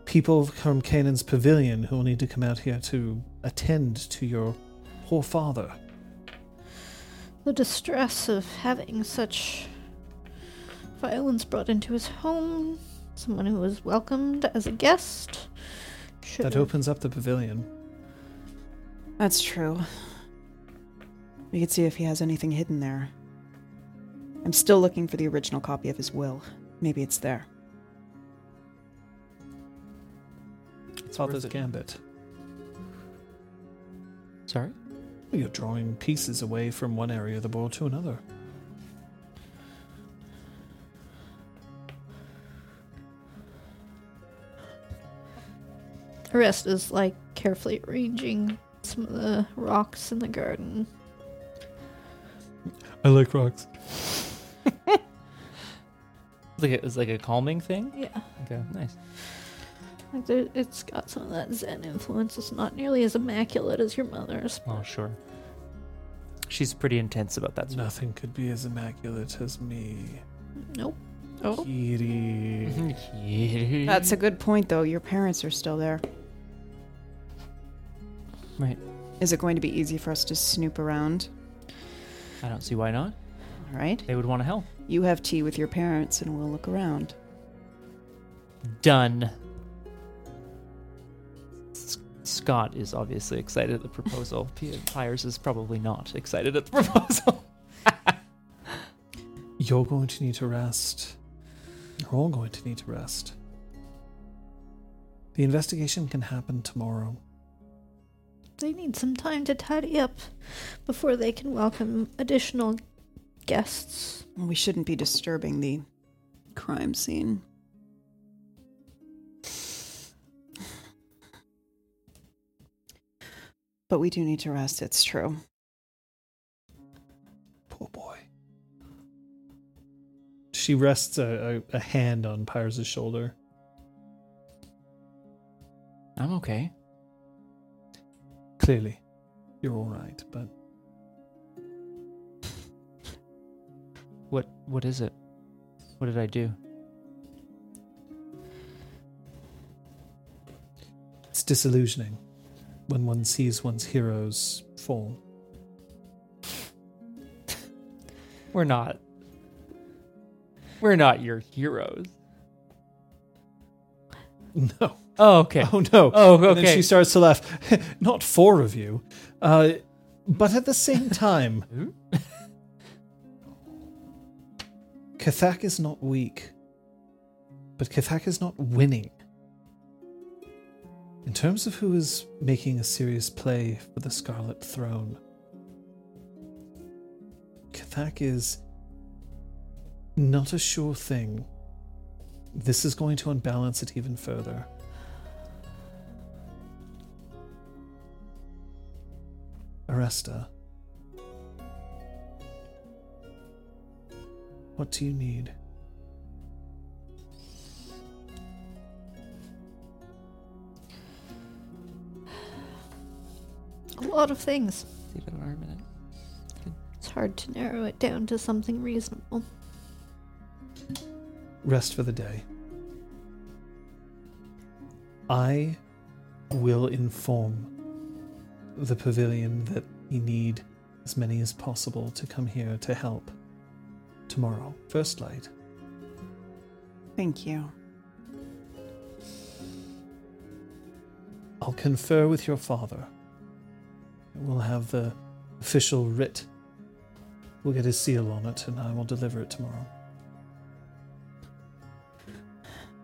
[SPEAKER 4] people from Canaan's pavilion who will need to come out here to attend to your poor father.
[SPEAKER 2] The distress of having such violence brought into his home, someone who was welcomed as a guest, should
[SPEAKER 4] That opens up the pavilion.
[SPEAKER 3] That's true. We could see if he has anything hidden there. I'm still looking for the original copy of his will. Maybe it's there.
[SPEAKER 1] worth
[SPEAKER 4] Father's
[SPEAKER 1] it.
[SPEAKER 4] gambit.
[SPEAKER 1] Sorry?
[SPEAKER 4] You're drawing pieces away from one area of the board to another.
[SPEAKER 2] The rest is like carefully arranging some of the rocks in the garden.
[SPEAKER 4] I like rocks.
[SPEAKER 1] It's like a, it's like a calming thing?
[SPEAKER 2] Yeah,
[SPEAKER 1] Okay, nice.
[SPEAKER 2] like there, it's got some of that Zen influence. It's not nearly as immaculate as your mother's.
[SPEAKER 1] Oh, sure. She's pretty intense about that. stuff.
[SPEAKER 4] Nothing could be as immaculate as me.
[SPEAKER 2] Nope. Oh,
[SPEAKER 4] Kitty.
[SPEAKER 1] Mm-hmm.
[SPEAKER 3] That's a good point, though. Your parents are still there.
[SPEAKER 1] Right.
[SPEAKER 3] Is it going to be easy for us to snoop around?
[SPEAKER 1] I don't see why not.
[SPEAKER 3] All right.
[SPEAKER 1] They would want to help.
[SPEAKER 3] You have tea with your parents, and we'll look around.
[SPEAKER 1] Done. S- Scott is obviously excited at the proposal. P- Pyres is probably not excited at the proposal.
[SPEAKER 4] You're going to need to rest. We're all going to need to rest. The investigation can happen tomorrow.
[SPEAKER 2] they need some time to tidy up before they can welcome additional guests.
[SPEAKER 3] We shouldn't be disturbing the crime scene. But we do need to rest, it's true.
[SPEAKER 4] Poor boy. She rests a, a, a hand on Pyres' shoulder.
[SPEAKER 1] I'm okay.
[SPEAKER 4] Clearly, you're all right, but
[SPEAKER 1] What What is it? What did I do?
[SPEAKER 4] it's disillusioning when one sees one's heroes fall.
[SPEAKER 1] We're not. We're not your heroes.
[SPEAKER 4] No.
[SPEAKER 1] Oh, okay.
[SPEAKER 4] Oh no.
[SPEAKER 1] Oh,
[SPEAKER 4] And then
[SPEAKER 1] okay.
[SPEAKER 4] she starts to laugh. Not four of you, uh, but at the same time,
[SPEAKER 1] Who?
[SPEAKER 4] Kathak is not weak, but Kathak is not winning. In terms of who is making a serious play for the Scarlet Throne, Kathak is not a sure thing. This is going to unbalance it even further. Aresta. What do you need?
[SPEAKER 2] a lot of things.
[SPEAKER 7] Leave it around a minute.
[SPEAKER 2] It's hard to narrow it down to something reasonable.
[SPEAKER 4] rest for the day. I will inform the pavilion that we need as many as possible to come here to help tomorrow. First light.
[SPEAKER 8] Thank you.
[SPEAKER 4] I'll confer with your father. We'll have the official writ. We'll get his seal on it, and I will deliver it tomorrow.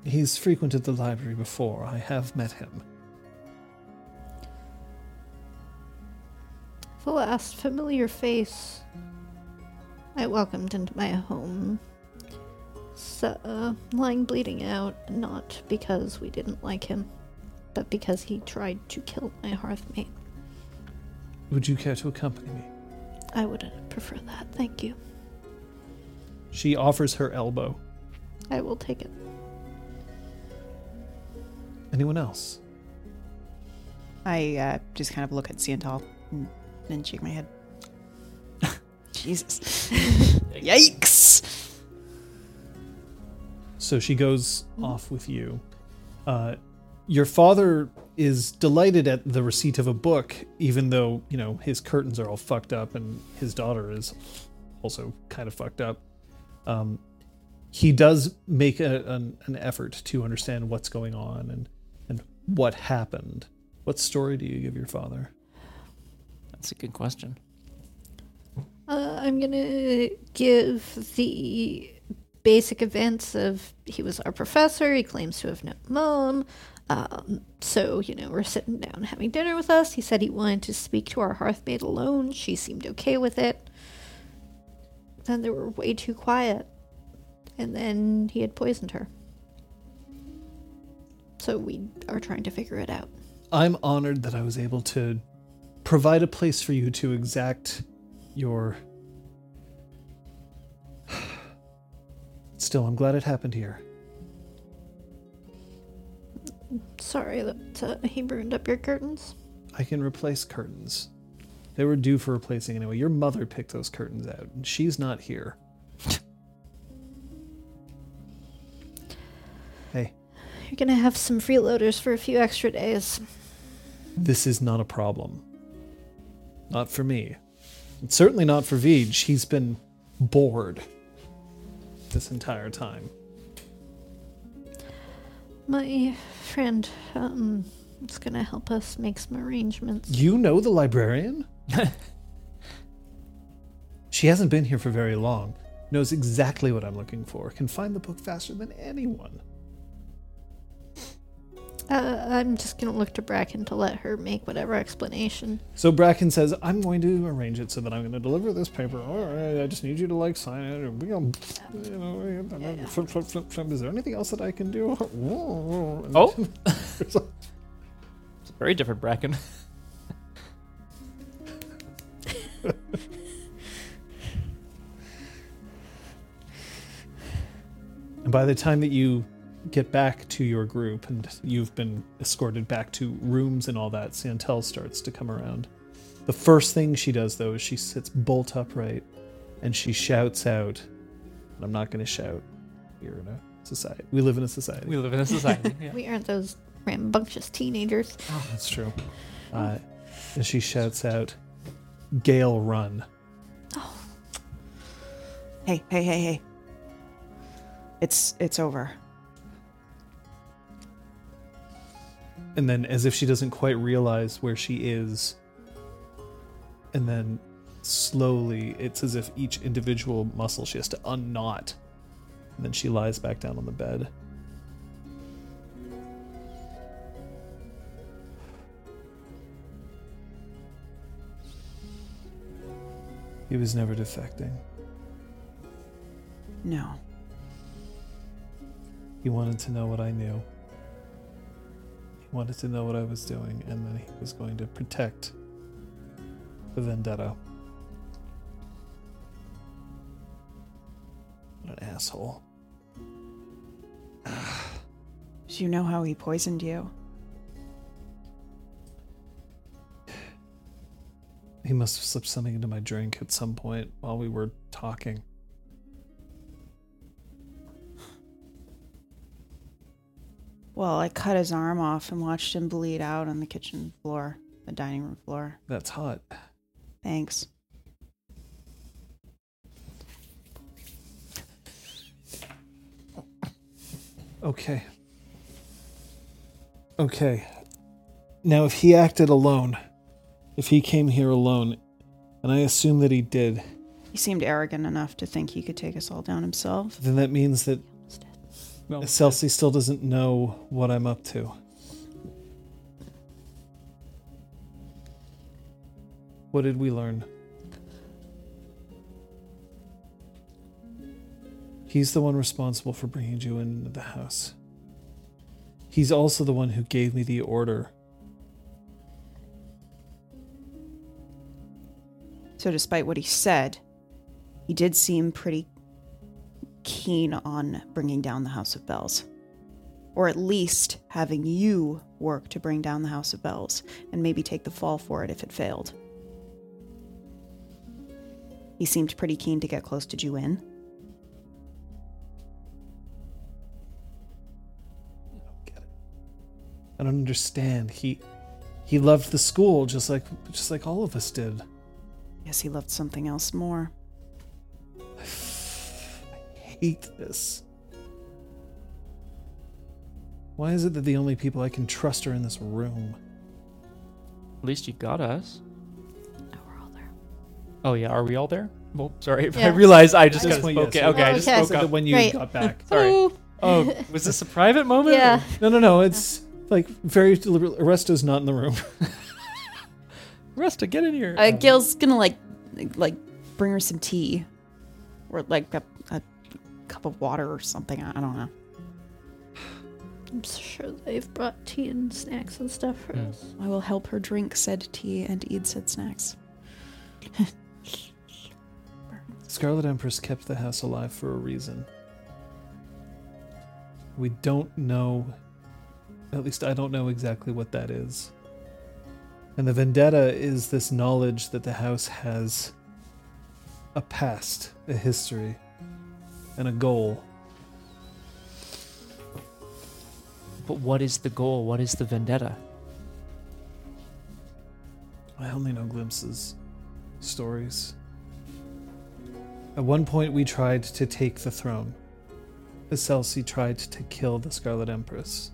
[SPEAKER 4] He's frequented the library before. I have met him.
[SPEAKER 2] The last familiar face I welcomed into my home. So, uh, lying bleeding out, not because we didn't like him, but because he tried to kill my hearthmate.
[SPEAKER 4] Would you care to accompany me?
[SPEAKER 2] I would prefer that, thank you.
[SPEAKER 4] She offers her elbow.
[SPEAKER 2] I will take it.
[SPEAKER 4] Anyone else?
[SPEAKER 8] I uh, just kind of look at Siental and then shake my head. Jesus. Yikes!
[SPEAKER 4] So she goes off with you. Uh, your father is delighted at the receipt of a book, even though, you know, his curtains are all fucked up and his daughter is also kind of fucked up. Um, he does make a, an, an effort to understand what's going on and, and what happened. What story do you give your father?
[SPEAKER 7] That's a good question.
[SPEAKER 2] Uh, I'm gonna give the basic events of he was our professor. He claims to have known Mom. Um, so you know, we're sitting down having dinner with us. He said he wanted to speak to our hearthmaid alone. She seemed okay with it. Then they were way too quiet, and then he had poisoned her. So we are trying to figure it out.
[SPEAKER 4] I'm honored that I was able to provide a place for you to exact your. Still, I'm glad it happened here.
[SPEAKER 2] Sorry that uh, he burned up your curtains.
[SPEAKER 4] I can replace curtains. They were due for replacing anyway. Your mother picked those curtains out, and she's not here. hey,
[SPEAKER 2] You're gonna have some freeloaders for a few extra days.
[SPEAKER 4] this is not a problem. Not for me. And certainly not for Vij. He's been bored this entire time.
[SPEAKER 2] My friend um, is going to help us make some arrangements.
[SPEAKER 4] You know the librarian? she hasn't been here for very long. Knows exactly what I'm looking for. Can find the book faster than anyone.
[SPEAKER 2] Uh, I'm just going to look to Bracken to let her make whatever explanation.
[SPEAKER 4] So Bracken says, I'm going to arrange it so that I'm going to deliver this paper. All right, I just need you to like sign it. Or we gonna, you know, flip, flip, flip, flip. Is there anything else that I can do?
[SPEAKER 7] Oh. It's a very different bracken.
[SPEAKER 4] And by the time that you get back to your group and you've been escorted back to rooms and all that, Santel starts to come around. The first thing she does, though, is she sits bolt upright and she shouts out, and I'm not going to shout. We're in a society. We live in a society.
[SPEAKER 7] We live in a society. Yeah.
[SPEAKER 2] We aren't those rambunctious teenagers.
[SPEAKER 4] oh, That's true. Uh, and she shouts out, Gale, run.
[SPEAKER 8] Hey, hey, hey, hey. It's it's over.
[SPEAKER 4] and then as if she doesn't quite realize where she is and then slowly it's as if each individual muscle she has to unknot and then she lies back down on the bed he was never defecting
[SPEAKER 8] No.
[SPEAKER 4] He wanted to know what I knew. He wanted to know what I was doing, and then he was going to protect the vendetta. What an asshole.
[SPEAKER 8] Do you know how he poisoned you?
[SPEAKER 4] He must have slipped something into my drink at some point while we were talking.
[SPEAKER 3] Well, I cut his arm off and watched him bleed out on the kitchen floor, the dining room floor.
[SPEAKER 4] That's hot.
[SPEAKER 3] Thanks.
[SPEAKER 4] Okay. Okay. Now, if he acted alone, if he came here alone, and I assume that he did,
[SPEAKER 3] He seemed arrogant enough to think he could take us all down himself.
[SPEAKER 4] then that means that
[SPEAKER 1] No.
[SPEAKER 4] Celsi still doesn't know what I'm up to. What did we learn? He's the one responsible for bringing you into the house. He's also the one who gave me the order.
[SPEAKER 3] So, despite what he said, he did seem pretty keen on bringing down the House of Bells. Or at least having you work to bring down the House of Bells and maybe take the fall for it if it failed. He seemed pretty keen to get close to Juin.
[SPEAKER 4] I don't understand. He he loved the school just like just like all of us did.
[SPEAKER 3] Yes, he loved something else more.
[SPEAKER 4] hate this. Why is it that the only people I can trust are in this room?
[SPEAKER 1] At least you got us.
[SPEAKER 2] Oh, we're all there.
[SPEAKER 1] Oh yeah, are we all there? Well, sorry if I
[SPEAKER 2] Yeah. Oh,
[SPEAKER 1] realize I just
[SPEAKER 4] At
[SPEAKER 1] got
[SPEAKER 4] this point, yes.
[SPEAKER 1] okay. Okay, I just
[SPEAKER 2] Okay.
[SPEAKER 1] spoke up.
[SPEAKER 4] when you
[SPEAKER 2] Right.
[SPEAKER 4] got back.
[SPEAKER 1] Sorry. Oh, was this a private moment?
[SPEAKER 2] Yeah.
[SPEAKER 4] No, no, no. It's like very deliberate. Arresto's not in the room.
[SPEAKER 1] Resta, get in here. Um,
[SPEAKER 3] Uh, Gail's gonna like, like, bring her some tea, or like a, a cup of water or something. I I don't know.
[SPEAKER 2] I'm sure they've brought tea and snacks and stuff for
[SPEAKER 1] Mm.
[SPEAKER 2] us.
[SPEAKER 3] I will help her drink said tea and eat said snacks.
[SPEAKER 4] Scarlet Empress kept the house alive for a reason. We don't know, at least I don't know exactly what that is. And the vendetta is this knowledge that the house has a past, a history, and a goal.
[SPEAKER 1] But what is the goal? What is the vendetta?
[SPEAKER 4] I only know glimpses, stories. At one point, we tried to take the throne. Aselsi tried to kill the Scarlet Empress.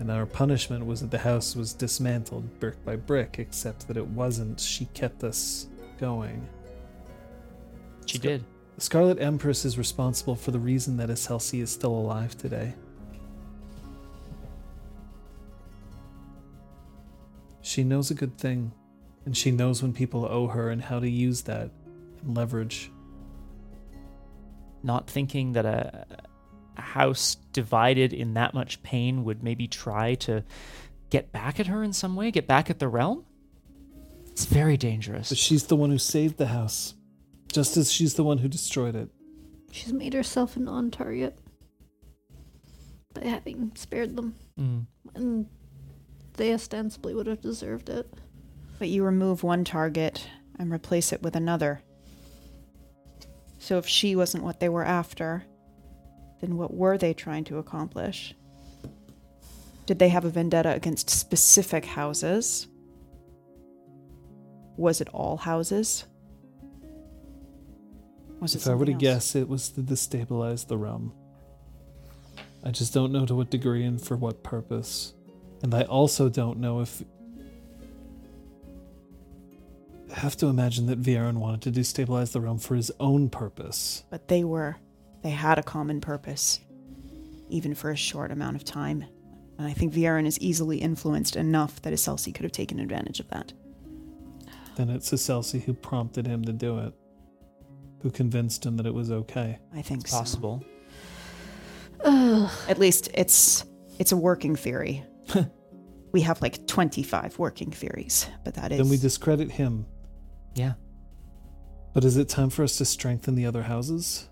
[SPEAKER 4] And our punishment was that the house was dismantled brick by brick, except that it wasn't. She kept us going.
[SPEAKER 1] She did.
[SPEAKER 4] The Scarlet Empress is responsible for the reason that Aselsi is still alive today. She knows a good thing, and she knows when people owe her and how to use that and leverage.
[SPEAKER 1] Not thinking that a, a house divided in that much pain would maybe try to get back at her in some way, get back at the realm. It's very dangerous.
[SPEAKER 4] But she's the one who saved the house, just as she's the one who destroyed it.
[SPEAKER 2] She's made herself a non target by having spared them,
[SPEAKER 1] Mm.
[SPEAKER 2] and they ostensibly would have deserved it.
[SPEAKER 3] But you remove one target and replace it with another. So if she wasn't what they were after, then what were they trying to accomplish? Did they have a vendetta against specific houses? Was it all houses? Was it
[SPEAKER 4] If I were to
[SPEAKER 3] something else?
[SPEAKER 4] guess, it was to destabilize the realm. I just don't know to what degree and for what purpose. And I also don't know if. I have to imagine that Vieran wanted to destabilize the realm for his own purpose.
[SPEAKER 3] but they were they had a common purpose even for a short amount of time and i think Vieran is easily influenced enough that Iselsi could have taken advantage of that
[SPEAKER 4] Then it's Aselsi who prompted him to do it, who convinced him that it was okay.
[SPEAKER 3] i think so.
[SPEAKER 1] Possible.
[SPEAKER 3] at least it's it's a working theory we have like 25 working theories but that is
[SPEAKER 4] Then we discredit him.
[SPEAKER 1] Yeah.
[SPEAKER 4] But is it time for us to strengthen the other houses?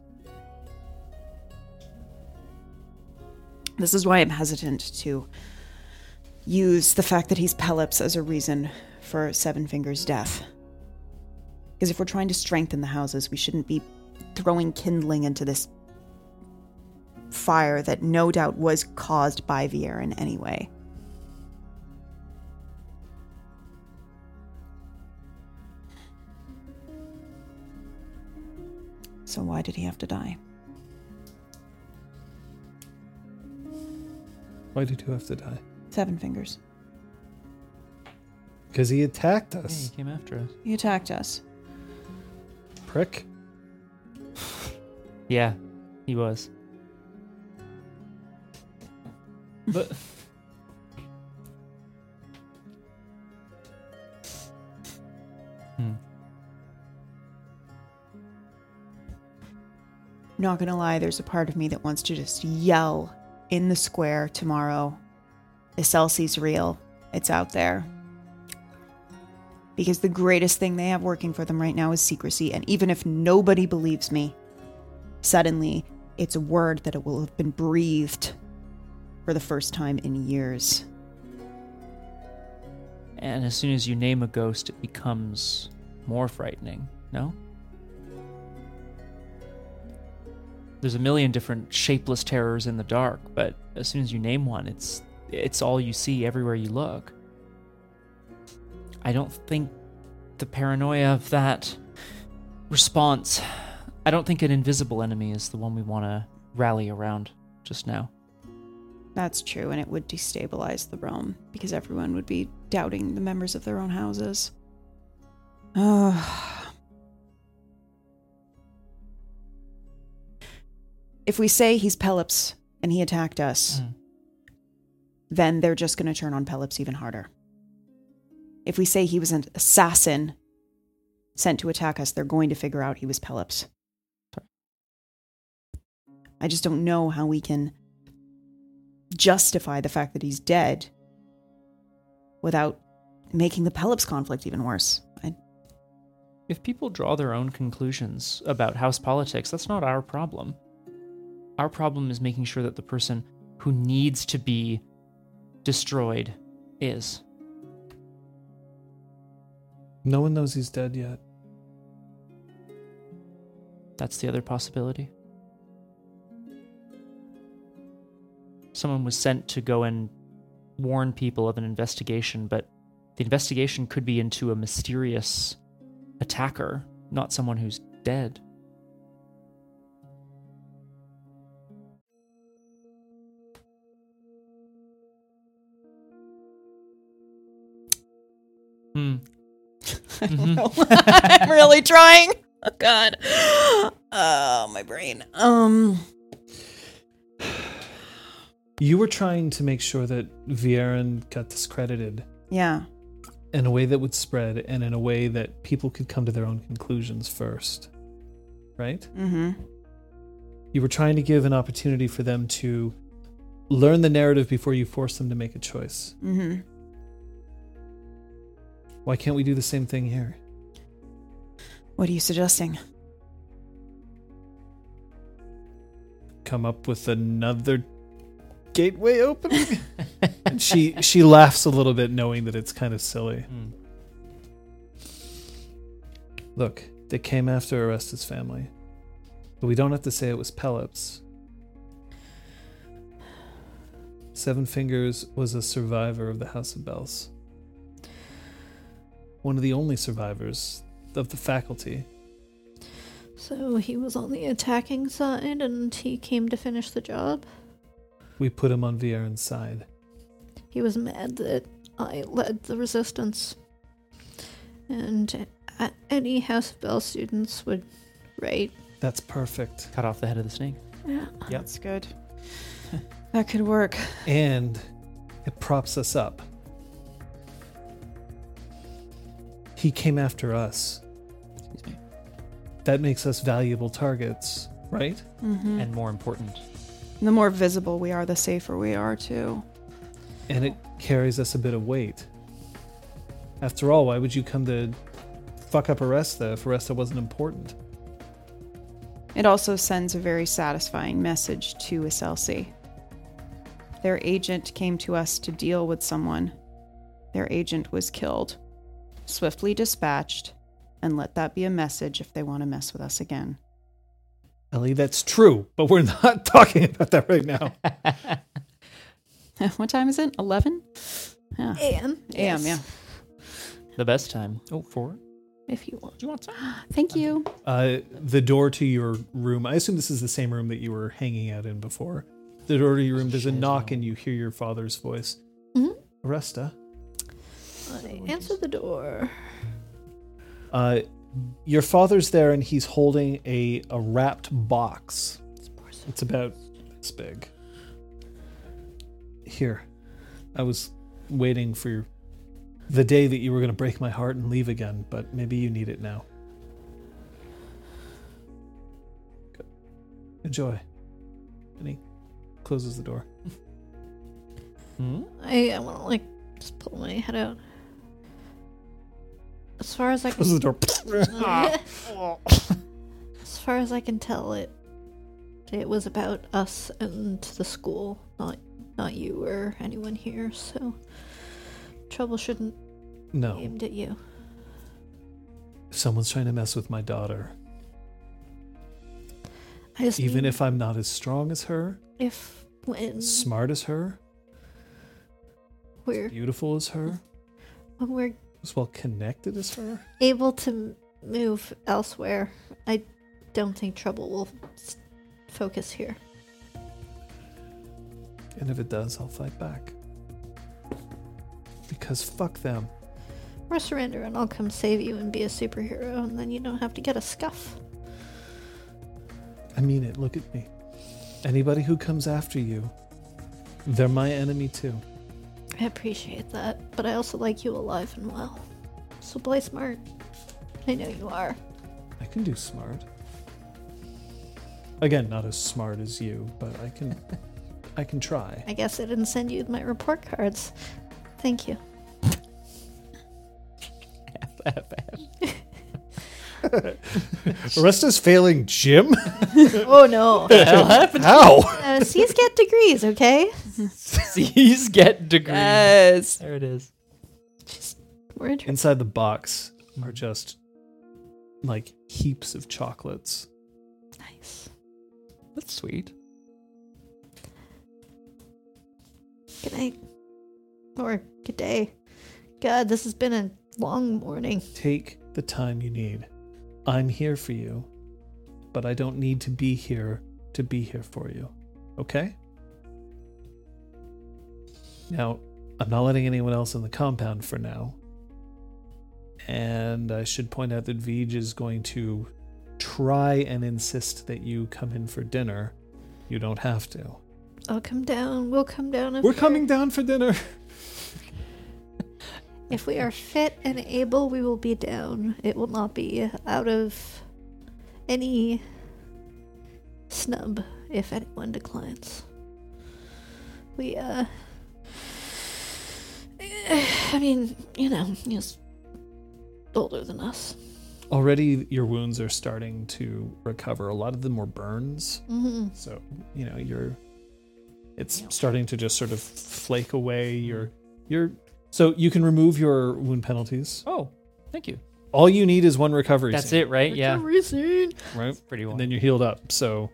[SPEAKER 3] this is why i'm hesitant to use the fact that he's pelops as a reason for Seven Fingers Death. Because if we're trying to strengthen the houses, we shouldn't be throwing kindling into this fire that no doubt was caused by Vieran anyway. So why did he have to die?
[SPEAKER 4] Why did you have to die?
[SPEAKER 3] Seven fingers.
[SPEAKER 9] Because he attacked
[SPEAKER 1] Yeah, he
[SPEAKER 9] us.
[SPEAKER 1] came after us.
[SPEAKER 3] He attacked us.
[SPEAKER 9] Prick.
[SPEAKER 1] Yeah, he was. But
[SPEAKER 3] Not gonna lie, there's a part of me that wants to just yell in the square tomorrow. Excelsi's real. It's out there. Because the greatest thing they have working for them right now is secrecy, and even if nobody believes me, suddenly it's a word that it will have been breathed for the first time in years.
[SPEAKER 1] and as soon as you name a ghost, it becomes more frightening. No. There's a million different shapeless terrors in the dark, but as soon as you name one, it's it's all you see everywhere you look. I don't think the paranoia of that response. I don't think an invisible enemy is the one we want to rally around just now.
[SPEAKER 3] That's true, and it would destabilize the realm because everyone would be doubting the members of their own houses. Ugh. if we say he's Pelops and he attacked us,
[SPEAKER 1] Mm.
[SPEAKER 3] then they're just going to turn on Pelops even harder. If we say he was an assassin sent to attack us, they're going to figure out he was Pelops. I just don't know how we can justify the fact that he's dead without making the Pelops conflict even worse. I,
[SPEAKER 1] If people draw their own conclusions about house politics, that's not our problem. Our problem is making sure that the person who needs to be destroyed is.
[SPEAKER 4] No one knows he's dead yet.
[SPEAKER 1] That's the other possibility. Someone was sent to go and warn people of an investigation, but the investigation could be into a mysterious attacker, not someone who's dead. Hmm.
[SPEAKER 3] I don't know. I'm really trying. Oh god. Oh, my brain. Um
[SPEAKER 4] You were trying to make sure that Vieran got discredited
[SPEAKER 3] yeah.
[SPEAKER 4] in a way that would spread and in a way that people could come to their own conclusions first. Right?
[SPEAKER 3] Mhm.
[SPEAKER 4] You were trying to give an opportunity for them to learn the narrative before you force them to make a choice.
[SPEAKER 3] Mhm.
[SPEAKER 4] Why can't we do the same thing here?
[SPEAKER 3] What are you suggesting?
[SPEAKER 4] Come up with another gateway opening? and she she laughs a little bit knowing that it's kind of silly.
[SPEAKER 1] Hmm.
[SPEAKER 4] Look, they came after Orestes' family. But we don't have to say it was Pelops. Seven Fingers was a survivor of the House of Bells. One of the only survivors of the faculty.
[SPEAKER 2] So he was on the attacking side and he came to finish the job.
[SPEAKER 4] We put him on Vieran's side.
[SPEAKER 2] He was mad that I led the resistance. And a- any House of Bell students would write.
[SPEAKER 4] That's perfect.
[SPEAKER 1] Cut off the head of the snake.
[SPEAKER 2] Yeah.
[SPEAKER 3] That's good. That could work.
[SPEAKER 4] And it props us up. He came after us.
[SPEAKER 1] Excuse me.
[SPEAKER 4] That makes us valuable targets, right? Hmm.
[SPEAKER 3] Mhm.
[SPEAKER 1] And more important,
[SPEAKER 3] The more visible we are, the safer we are too.
[SPEAKER 4] and it carries us a bit of weight. After all, why would you come to fuck up Aresta if Aresta wasn't important?
[SPEAKER 3] It also sends a very satisfying message to SLC. Their agent came to us to deal with someone. Their agent was killed.
[SPEAKER 8] swiftly dispatched, and let that be a message if they want to mess with us again.
[SPEAKER 4] Ellie, that's true, but we're not talking about that right now.
[SPEAKER 8] what time is it? 11? Yeah.
[SPEAKER 2] Am.
[SPEAKER 8] AM, yeah.
[SPEAKER 1] The best time. Oh, four.
[SPEAKER 2] If you want.
[SPEAKER 1] Do you want some?
[SPEAKER 8] Thank you.
[SPEAKER 4] Uh, the door to your room, I assume this is the same room that you were hanging out in before. The door to your room, there's a knock, and you hear your father's voice.
[SPEAKER 2] Mhm.
[SPEAKER 4] Aresta.
[SPEAKER 2] I answer the door.
[SPEAKER 4] Uh, your father's there, and he's holding a, a wrapped box. It's about this big. Here. I was waiting for your, the day that you were going to break my heart and leave again, but maybe you need it now. Good. Enjoy. And he closes the door. Hmm?
[SPEAKER 2] I, I want to, like, just pull my head out. As far as I can
[SPEAKER 4] Closes the door.
[SPEAKER 2] As far as I can tell, it it was about us and the school, not not you or anyone here. So trouble shouldn't
[SPEAKER 4] No.
[SPEAKER 2] be aimed at you.
[SPEAKER 4] Someone's trying to mess with my daughter.
[SPEAKER 2] I just
[SPEAKER 4] Even
[SPEAKER 2] mean
[SPEAKER 4] if I'm not as strong as her,
[SPEAKER 2] if when
[SPEAKER 4] smart as her,
[SPEAKER 2] we're
[SPEAKER 4] beautiful as her,
[SPEAKER 2] when we're
[SPEAKER 4] as well connected as her.
[SPEAKER 2] able to m- move elsewhere, I don't think trouble will s- focus here.
[SPEAKER 4] And if it does, I'll fight back. Because fuck them.
[SPEAKER 2] Or surrender, and I'll come save you and be a superhero, and then you don't have to get a scuff.
[SPEAKER 4] I mean it. Look at me. Anybody who comes after you, they're my enemy too.
[SPEAKER 2] I appreciate that, but I also like you alive and well. So play smart. I know you are.
[SPEAKER 4] I can do smart. Again, not as smart as you, but I can I can try.
[SPEAKER 2] I guess I didn't send you my report cards. Thank you.
[SPEAKER 4] Arresta's failing gym?
[SPEAKER 2] Oh no.
[SPEAKER 4] How?
[SPEAKER 2] uh, C's get degrees, okay?
[SPEAKER 1] C's get degrees.
[SPEAKER 3] Yes.
[SPEAKER 1] There it is.
[SPEAKER 2] We're interested.
[SPEAKER 4] Inside the box are just like heaps of chocolates.
[SPEAKER 2] Nice.
[SPEAKER 1] That's sweet.
[SPEAKER 2] Good night. Or good day. God, this has been a long morning.
[SPEAKER 4] Take the time you need. I'm here for you, but I don't need to be here to be here for you. Okay? Now, I'm not letting anyone else in the compound for now. And I should point out that Vij is going to try and insist that you come in for dinner. You don't have to.
[SPEAKER 2] I'll come down. We'll come down if
[SPEAKER 4] We're coming down for dinner.
[SPEAKER 2] If we are fit and able, we will be down. It will not be out of any snub if anyone declines. We, uh. I mean, you know, he's older than us.
[SPEAKER 4] Already, your wounds are starting to recover. A lot of them were burns.
[SPEAKER 2] hmm
[SPEAKER 4] So, you know, you're it's starting to just sort of flake away. You're you're so you can remove your wound penalties.
[SPEAKER 1] Oh, thank you.
[SPEAKER 4] All you need is one recovery.
[SPEAKER 1] That's it, right? Yeah.
[SPEAKER 4] it, right?
[SPEAKER 1] Pretty well.
[SPEAKER 4] And then you're healed up. So,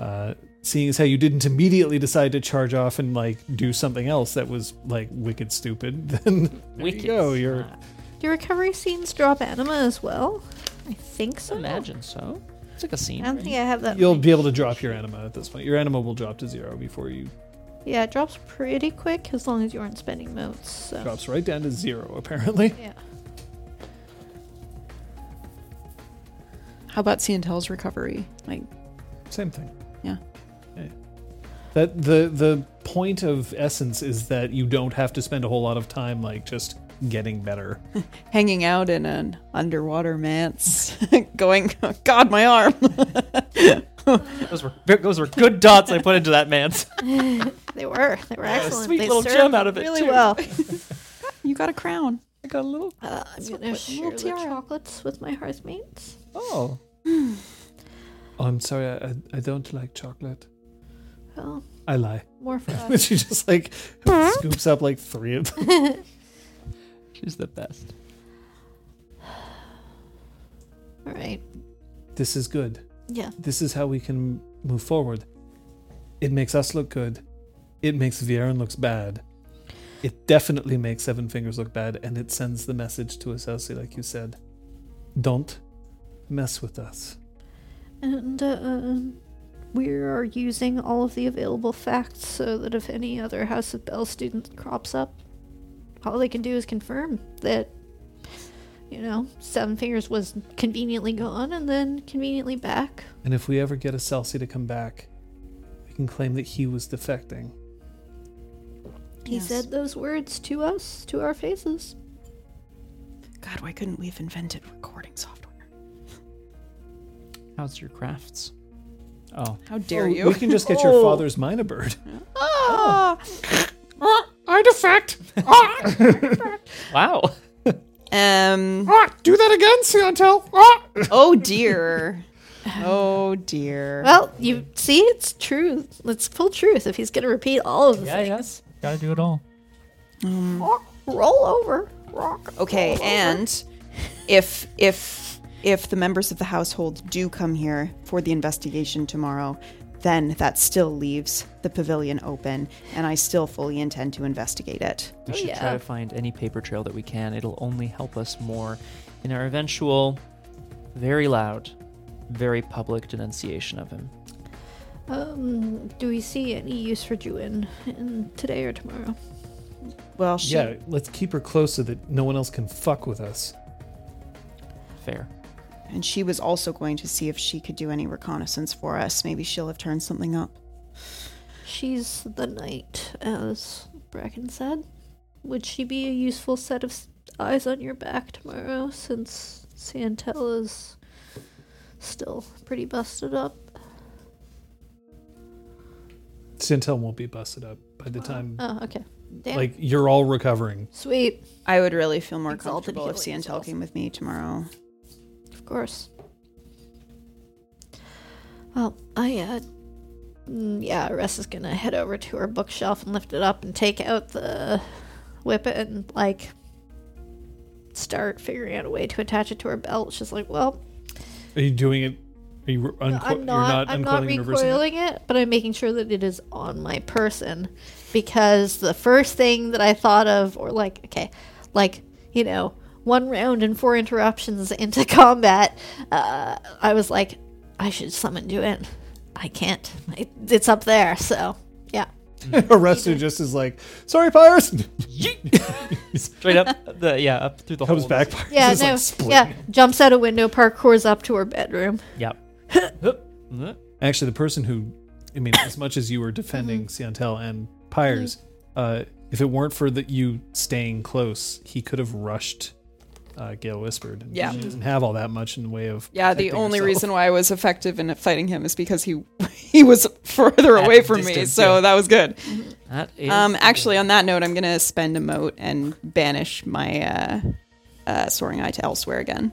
[SPEAKER 4] uh, seeing as how you didn't immediately decide to charge off and like do something else that was like wicked stupid, then there
[SPEAKER 1] Wicked.
[SPEAKER 4] you go. You're
[SPEAKER 1] smart.
[SPEAKER 2] Do recovery scenes drop anima as well? I think so.
[SPEAKER 1] Imagine so. Oh. It's like a
[SPEAKER 2] I
[SPEAKER 1] scene.
[SPEAKER 2] don't
[SPEAKER 1] right?
[SPEAKER 2] think I have that.
[SPEAKER 4] you'll be able to drop your anima at this point. Your anima will drop to zero before you
[SPEAKER 2] Yeah, it drops pretty quick as long as you aren't spending modes.
[SPEAKER 1] Oh.
[SPEAKER 2] So.
[SPEAKER 4] drops right down to zero. Apparently,
[SPEAKER 2] Yeah.
[SPEAKER 3] How about Cientel's recovery? Like,
[SPEAKER 4] same thing.
[SPEAKER 3] yeah.
[SPEAKER 4] That the the point of essence is that you don't have to spend a whole lot of time like just getting better.
[SPEAKER 3] Hanging out in an underwater manse, going, God, my arm.
[SPEAKER 1] Those were those were good dots I put into that man's.
[SPEAKER 2] They were. They were excellent.
[SPEAKER 1] sweet
[SPEAKER 2] they
[SPEAKER 1] little
[SPEAKER 2] served
[SPEAKER 1] gem out of it,
[SPEAKER 2] really
[SPEAKER 1] too.
[SPEAKER 2] well.
[SPEAKER 3] you got a crown.
[SPEAKER 1] I got a little.
[SPEAKER 2] Uh, I'm gonna share the chocolates with my hearthmates.
[SPEAKER 4] Oh. I'm sorry, I, I, I don't like chocolate.
[SPEAKER 2] Well,
[SPEAKER 4] I lie.
[SPEAKER 2] more for
[SPEAKER 4] But
[SPEAKER 2] us.
[SPEAKER 4] she just like scoops up like three of them.
[SPEAKER 1] She's the best.
[SPEAKER 2] All right.
[SPEAKER 4] This is good.
[SPEAKER 2] Yeah.
[SPEAKER 4] This is how we can move forward. It makes us look good. It makes Vieran looks bad. It definitely makes Seven Fingers look bad, and it sends the message to Aselsi, like you said. Don't mess with us.
[SPEAKER 2] And uh, we are using all of the available facts so that if any other House of Bell student crops up, all they can do is confirm that, you know, Seven Fingers was conveniently gone and then conveniently back.
[SPEAKER 4] And if we ever get Aselsi to come back, we can claim that he was defecting.
[SPEAKER 2] He
[SPEAKER 8] Yes.
[SPEAKER 2] said those words to us, to our faces.
[SPEAKER 8] God, why couldn't we have invented recording software?
[SPEAKER 7] How's your crafts? Oh,
[SPEAKER 3] How dare
[SPEAKER 4] Oh,
[SPEAKER 3] you?
[SPEAKER 4] We can just get your father's mina bird.
[SPEAKER 3] Ah!
[SPEAKER 7] wow.
[SPEAKER 3] Um.
[SPEAKER 4] Ah, Do that again, Ah. Siantel.
[SPEAKER 3] Oh dear. Oh dear.
[SPEAKER 2] Well, you see, it's true. It's full truth. If he's going to repeat all of the
[SPEAKER 7] Yeah, yes. Gotta do it all.
[SPEAKER 2] roll over. Rock.
[SPEAKER 8] Okay, and if if if the members of the household do come here for the investigation tomorrow, then that still leaves the pavilion open, and I still fully intend to investigate it.
[SPEAKER 7] We
[SPEAKER 2] Oh,
[SPEAKER 7] should
[SPEAKER 2] yeah.
[SPEAKER 7] try to find any paper trail that we can. It'll only help us more in our eventual, very loud, very public denunciation of him.
[SPEAKER 2] Um, do we see any use for Juin in today or tomorrow?
[SPEAKER 8] Well, she,
[SPEAKER 4] Yeah, let's keep her close so that no one else can fuck with us.
[SPEAKER 7] Fair.
[SPEAKER 8] and she was also going to see if she could do any reconnaissance for us. Maybe she'll have turned something up.
[SPEAKER 2] She's the knight, as Bracken said. Would she be a useful set of s- eyes on your back tomorrow since Santel is still pretty busted up?
[SPEAKER 4] Siantel won't be busted up by the time
[SPEAKER 2] Oh, okay. Damn.
[SPEAKER 4] Mm-hmm. like you're all recovering.
[SPEAKER 2] Sweet.
[SPEAKER 8] I would really feel more
[SPEAKER 2] Exalted
[SPEAKER 8] comfortable if
[SPEAKER 2] healing
[SPEAKER 8] Santel
[SPEAKER 2] spells.
[SPEAKER 8] came with me tomorrow.
[SPEAKER 2] Of course. Well, I, uh. mm, Yeah, Ress is gonna head over to her bookshelf and lift it up and take out the whip it and, like, start figuring out a way to attach it to her belt. She's like, well,
[SPEAKER 4] Are you doing it? Are you unco-
[SPEAKER 2] I'm
[SPEAKER 4] you're
[SPEAKER 2] not,
[SPEAKER 4] not
[SPEAKER 2] I'm not
[SPEAKER 4] uncoiling and reversing it?
[SPEAKER 2] recoiling it, but I'm making sure that it is on my person because the first thing that I thought of, or like, okay, like you know, one round and four interruptions into combat, uh, I was like, I should summon you in. I can't. I, it's up there, so yeah.
[SPEAKER 6] Arrested just is like, sorry, Pyres.
[SPEAKER 7] Straight up the yeah, up through the
[SPEAKER 4] Comes
[SPEAKER 7] hole.
[SPEAKER 4] back.
[SPEAKER 2] Yeah,
[SPEAKER 4] Just,
[SPEAKER 2] no,
[SPEAKER 4] like, split.
[SPEAKER 2] yeah. Jumps out a window, parkours up to her bedroom.
[SPEAKER 7] Yep. Hup.
[SPEAKER 4] Actually, the person who, I mean, as much as you were defending
[SPEAKER 2] Mm-hmm.
[SPEAKER 4] Siantel and Pyres, uh, if it weren't for that you staying close, he could have rushed. Uh, Gail whispered. and
[SPEAKER 3] Yeah.
[SPEAKER 4] She doesn't have all that much in the way of.
[SPEAKER 3] Yeah, the
[SPEAKER 4] protecting
[SPEAKER 3] only
[SPEAKER 4] herself.
[SPEAKER 3] reason why I was effective in fighting him is because he he was further away from me,
[SPEAKER 7] distance,
[SPEAKER 3] so
[SPEAKER 7] yeah.
[SPEAKER 3] that was good.
[SPEAKER 7] That is
[SPEAKER 3] Um, actually, on that note, I'm gonna spend a mote and banish my uh, uh, soaring eye to elsewhere again.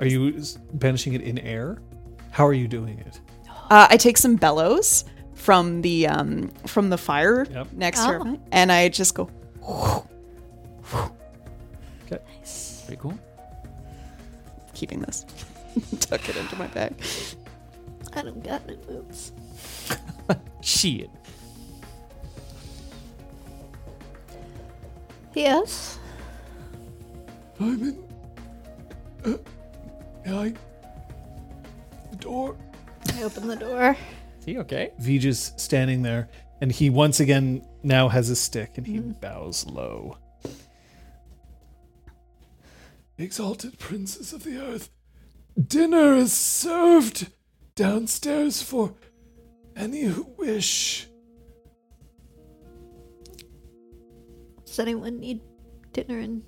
[SPEAKER 4] Are you s- banishing it in air? How are you doing it?
[SPEAKER 3] Uh, I take some bellows from the um, from the fire
[SPEAKER 4] Yep.
[SPEAKER 3] next
[SPEAKER 2] Oh.
[SPEAKER 3] to her, and I just go.
[SPEAKER 7] pretty cool.
[SPEAKER 3] keeping this. Tuck it into my bag.
[SPEAKER 2] I don't got no moves.
[SPEAKER 7] Shit.
[SPEAKER 2] Yes.
[SPEAKER 4] I'm in. Uh, I. The door.
[SPEAKER 2] I open the door.
[SPEAKER 7] Is he okay?
[SPEAKER 4] Vija's standing there, and he once again now has a stick, and he
[SPEAKER 2] Mm-hmm.
[SPEAKER 4] bows low. Exalted princes of the earth, dinner is served downstairs for any who wish.
[SPEAKER 2] Does anyone need dinner and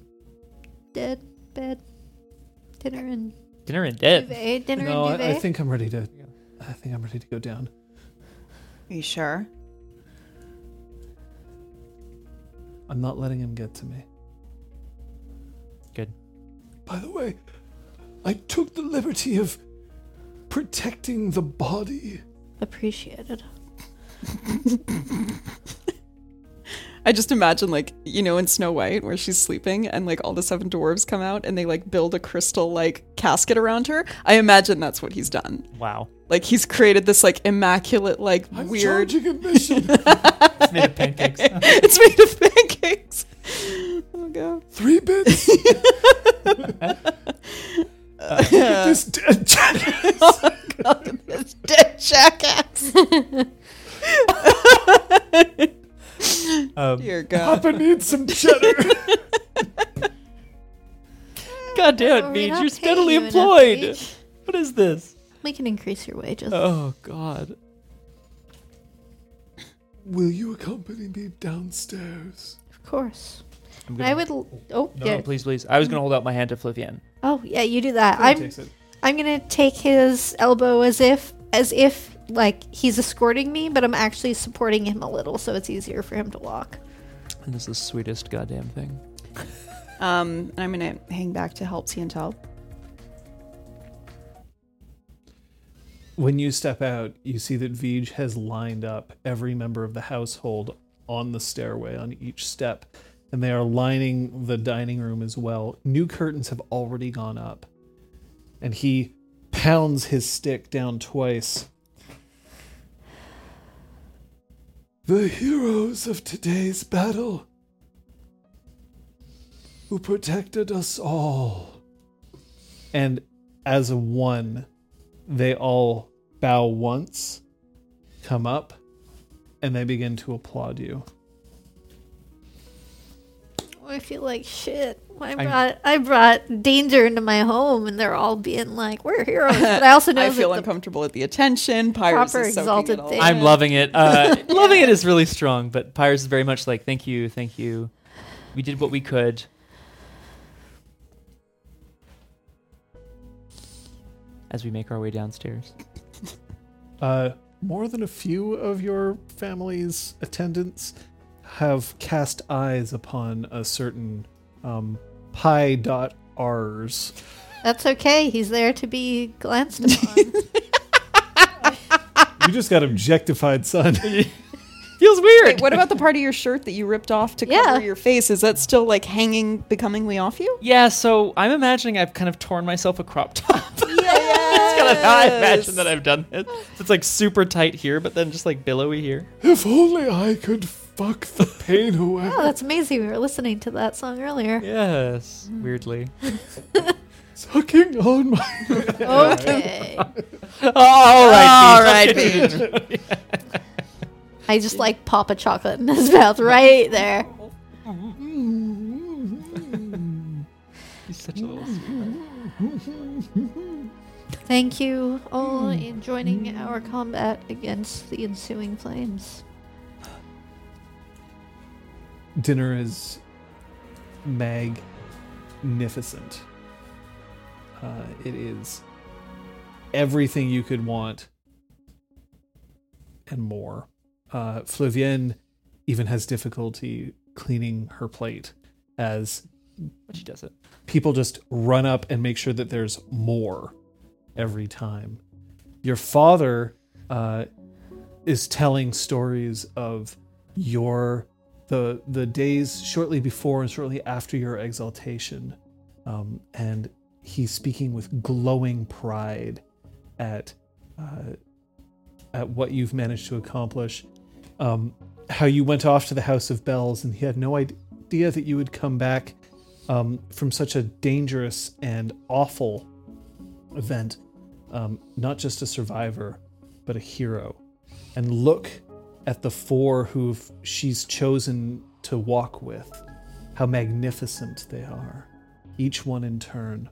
[SPEAKER 2] dead bed? Dinner and
[SPEAKER 7] Dinner and dead.
[SPEAKER 2] duvet? Dinner
[SPEAKER 4] No,
[SPEAKER 2] and
[SPEAKER 4] I, I
[SPEAKER 2] duvet?
[SPEAKER 4] think I'm ready to. I think I'm ready to go down.
[SPEAKER 8] Are you sure?
[SPEAKER 4] I'm not letting him get to me.
[SPEAKER 7] Good.
[SPEAKER 4] By the way, I took the liberty of protecting the body.
[SPEAKER 2] Appreciated.
[SPEAKER 3] I I just imagine like you know in Snow White where she's sleeping and like all the seven dwarves come out and they like build a crystal like casket around her. I imagine that's what he's done.
[SPEAKER 10] Wow.
[SPEAKER 3] Like he's created this like immaculate like weird.
[SPEAKER 11] admission.
[SPEAKER 1] It's made of pancakes.
[SPEAKER 3] it's made of pancakes. Oh god.
[SPEAKER 11] Three bits. This
[SPEAKER 4] uh,
[SPEAKER 11] dead
[SPEAKER 3] This dead jackass.
[SPEAKER 1] Um,
[SPEAKER 3] Dear God.
[SPEAKER 11] Papa needs some cheddar.
[SPEAKER 10] God damn it,
[SPEAKER 2] We're
[SPEAKER 10] Beach.
[SPEAKER 2] not
[SPEAKER 10] You're steadily
[SPEAKER 2] paying you enough,
[SPEAKER 10] employed.
[SPEAKER 2] Beach.
[SPEAKER 10] What is this?
[SPEAKER 2] We can increase your wages.
[SPEAKER 10] Oh, God.
[SPEAKER 11] Will you accompany me downstairs?
[SPEAKER 2] Of course.
[SPEAKER 1] I'm
[SPEAKER 2] I
[SPEAKER 1] gonna-
[SPEAKER 2] would. L- oh,
[SPEAKER 1] No,
[SPEAKER 2] yeah.
[SPEAKER 1] please, please. I was gonna hold out my hand to Flivian.
[SPEAKER 2] Oh, yeah. You do that. I'm. I'm gonna take his elbow as if, as if like he's escorting me, but I'm actually supporting him a little, so it's easier for him to walk.
[SPEAKER 1] And this is the sweetest goddamn thing.
[SPEAKER 3] Um, and I'm gonna hang back to help Cientel.
[SPEAKER 4] When you step out, you see that Vij has lined up every member of the household on the stairway on each step, and they are lining the dining room as well. New curtains have already gone up, and he pounds his stick down twice.
[SPEAKER 11] The heroes of today's battle, who protected us all.
[SPEAKER 4] and as a one, they all bow once, come up, and they begin to applaud you.
[SPEAKER 2] I feel like shit. I brought i brought danger into my home, and they're all being like, "We're heroes." But I also know
[SPEAKER 3] I
[SPEAKER 2] that
[SPEAKER 3] feel
[SPEAKER 2] the
[SPEAKER 3] uncomfortable at the attention. Pyrus
[SPEAKER 2] proper
[SPEAKER 3] is soaking
[SPEAKER 2] exalted
[SPEAKER 3] it all
[SPEAKER 2] thing.
[SPEAKER 3] up.
[SPEAKER 1] I'm loving it. Uh, loving it is really strong, but Pyres is very much like, thank you, thank you. We did what we could. As we make our way downstairs.
[SPEAKER 4] Uh, more than a few of your family's attendants have cast eyes upon a certain um, pi dot R's.
[SPEAKER 2] That's okay. He's there to be glanced upon.
[SPEAKER 4] You just got objectified, son.
[SPEAKER 1] Feels weird.
[SPEAKER 3] Wait, what about the part of your shirt that you ripped off to
[SPEAKER 2] Yeah.
[SPEAKER 3] cover your face? Is that still like hanging becomingly off you?
[SPEAKER 1] Yeah, so I'm imagining I've kind of torn myself a crop top. That's kind of how I imagine that I've done this. So it's like super tight here, but then just like billowy here.
[SPEAKER 11] If only I could fuck the pain away.
[SPEAKER 2] oh, that's amazing. We were listening to that song earlier.
[SPEAKER 1] Yes, weirdly.
[SPEAKER 11] Sucking on my.
[SPEAKER 2] Okay.
[SPEAKER 1] All
[SPEAKER 3] All
[SPEAKER 1] right,
[SPEAKER 3] right, Paige.
[SPEAKER 2] I just like pop a chocolate in his mouth right there.
[SPEAKER 1] He's such a little sweet.
[SPEAKER 2] Thank you all in joining our combat against the ensuing flames.
[SPEAKER 4] Dinner is magnificent. Uh, it is everything you could want and more. Uh, Flavienne even has difficulty cleaning her plate as
[SPEAKER 1] But she does it.
[SPEAKER 4] people just run up and make sure that there's more every time. Your father uh, is telling stories of your the the days shortly before and shortly after your exaltation, um, and he's speaking with glowing pride at uh, at what you've managed to accomplish. Um, how you went off to the House of Bells, and he had no idea that you would come back um, from such a dangerous and awful event, um, not just a survivor, but a hero. And look at the four who she's chosen to walk with, how magnificent they are, each one in turn.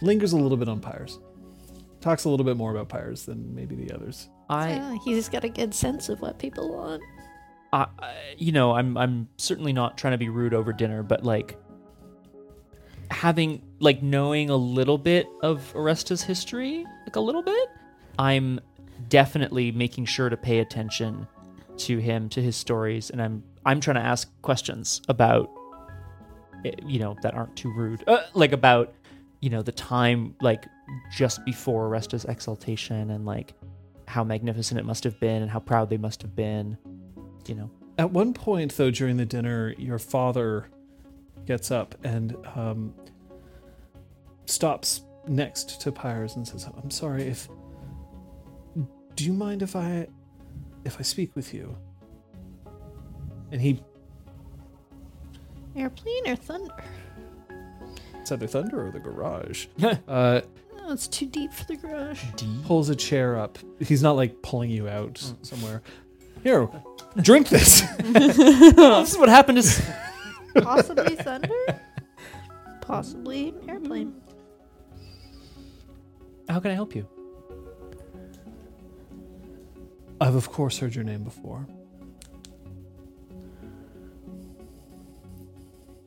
[SPEAKER 4] Lingers a little bit on Pyres. Talks a little bit more about Pyres than maybe the others.
[SPEAKER 1] I,
[SPEAKER 2] Yeah, Ah, he's got a good sense of what people want.
[SPEAKER 1] I, I, you know, I'm, I'm certainly not trying to be rude over dinner, but like having, like knowing a little bit of Aresta's history, like a little bit, I'm definitely making sure to pay attention to him, to his stories, and I'm, I'm trying to ask questions about, eh, you know, that aren't too rude, uh, like about, you know, the time, like just before Aresta's exaltation, and like how magnificent it must have been, and how proud they must have been, you know.
[SPEAKER 4] At one point, though, during the dinner, your father gets up and um, stops next to Pyres and says, "I'm sorry if. Do you mind if I, if I speak with you?" And he
[SPEAKER 2] Airplane or thunder?
[SPEAKER 4] it's either thunder or the garage. uh,
[SPEAKER 2] No, Oh, it's too deep for the garage.
[SPEAKER 4] pulls a chair up. He's not like pulling you out somewhere. Here, drink this.
[SPEAKER 1] this is what happened to. s-
[SPEAKER 2] Possibly thunder? Possibly an airplane.
[SPEAKER 1] How can I help you?
[SPEAKER 4] I've of course heard your name before.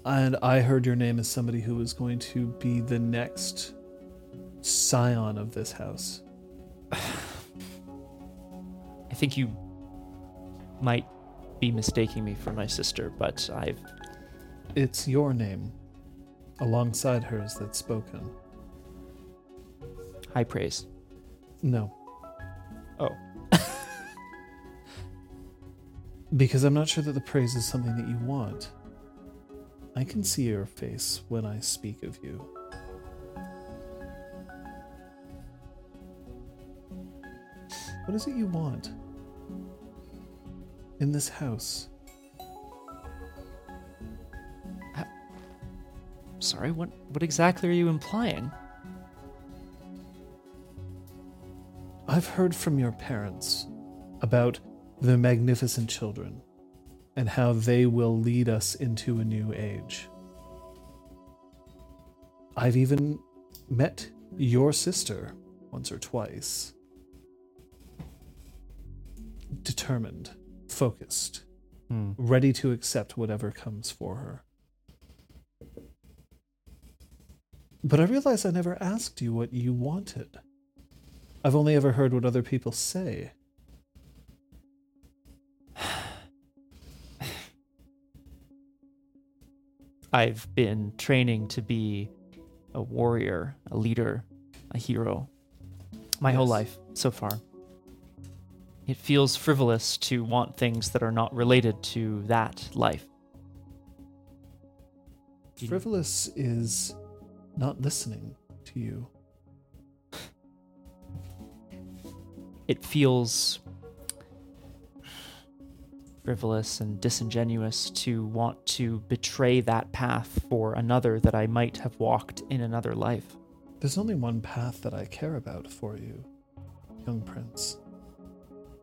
[SPEAKER 4] And I heard your name as somebody who was going to be the next scion of this house.
[SPEAKER 1] I think you might be mistaking me for my sister, but I've.
[SPEAKER 4] It's your name alongside hers that's spoken.
[SPEAKER 1] High praise.
[SPEAKER 4] No.
[SPEAKER 1] Oh.
[SPEAKER 4] because I'm not sure that the praise is something that you want. I can see your face when I speak of you. What is it you want? In this house?
[SPEAKER 1] Sorry, what, what exactly are you implying?
[SPEAKER 4] I've heard from your parents about the magnificent children and how they will lead us into a new age. I've even met your sister once or twice. Determined, focused, ready to accept whatever comes for her. But I realize I never asked you what you wanted. I've only ever heard what other people say.
[SPEAKER 1] I've been training to be a warrior, a leader, a hero my whole
[SPEAKER 4] Yes.
[SPEAKER 1] life so far. It feels frivolous to want things that are not related to that life. You-
[SPEAKER 4] Frivolous is not listening to you.
[SPEAKER 1] It feels frivolous and disingenuous to want to betray that path for another that I might have walked in another life.
[SPEAKER 4] There's only one path that I care about for you, young prince.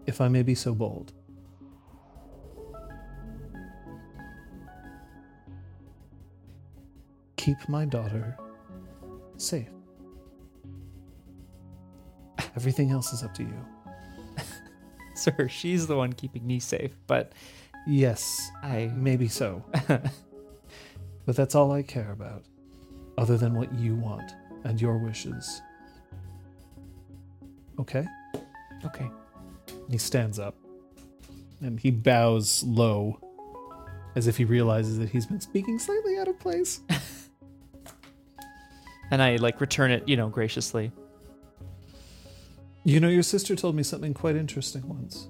[SPEAKER 4] If I may be so bold. Keep my daughter safe. Everything else is up to you.
[SPEAKER 1] Sir, she's the one keeping me safe, but
[SPEAKER 4] Yes,
[SPEAKER 1] I
[SPEAKER 4] Maybe so. but that's all I care about, other than what you want and your wishes. Okay?
[SPEAKER 1] okay.
[SPEAKER 4] He stands up and he bows low as if he realizes that he's been speaking slightly out of place.
[SPEAKER 1] And I like return it, you know, graciously.
[SPEAKER 4] You know, your sister told me something quite interesting once.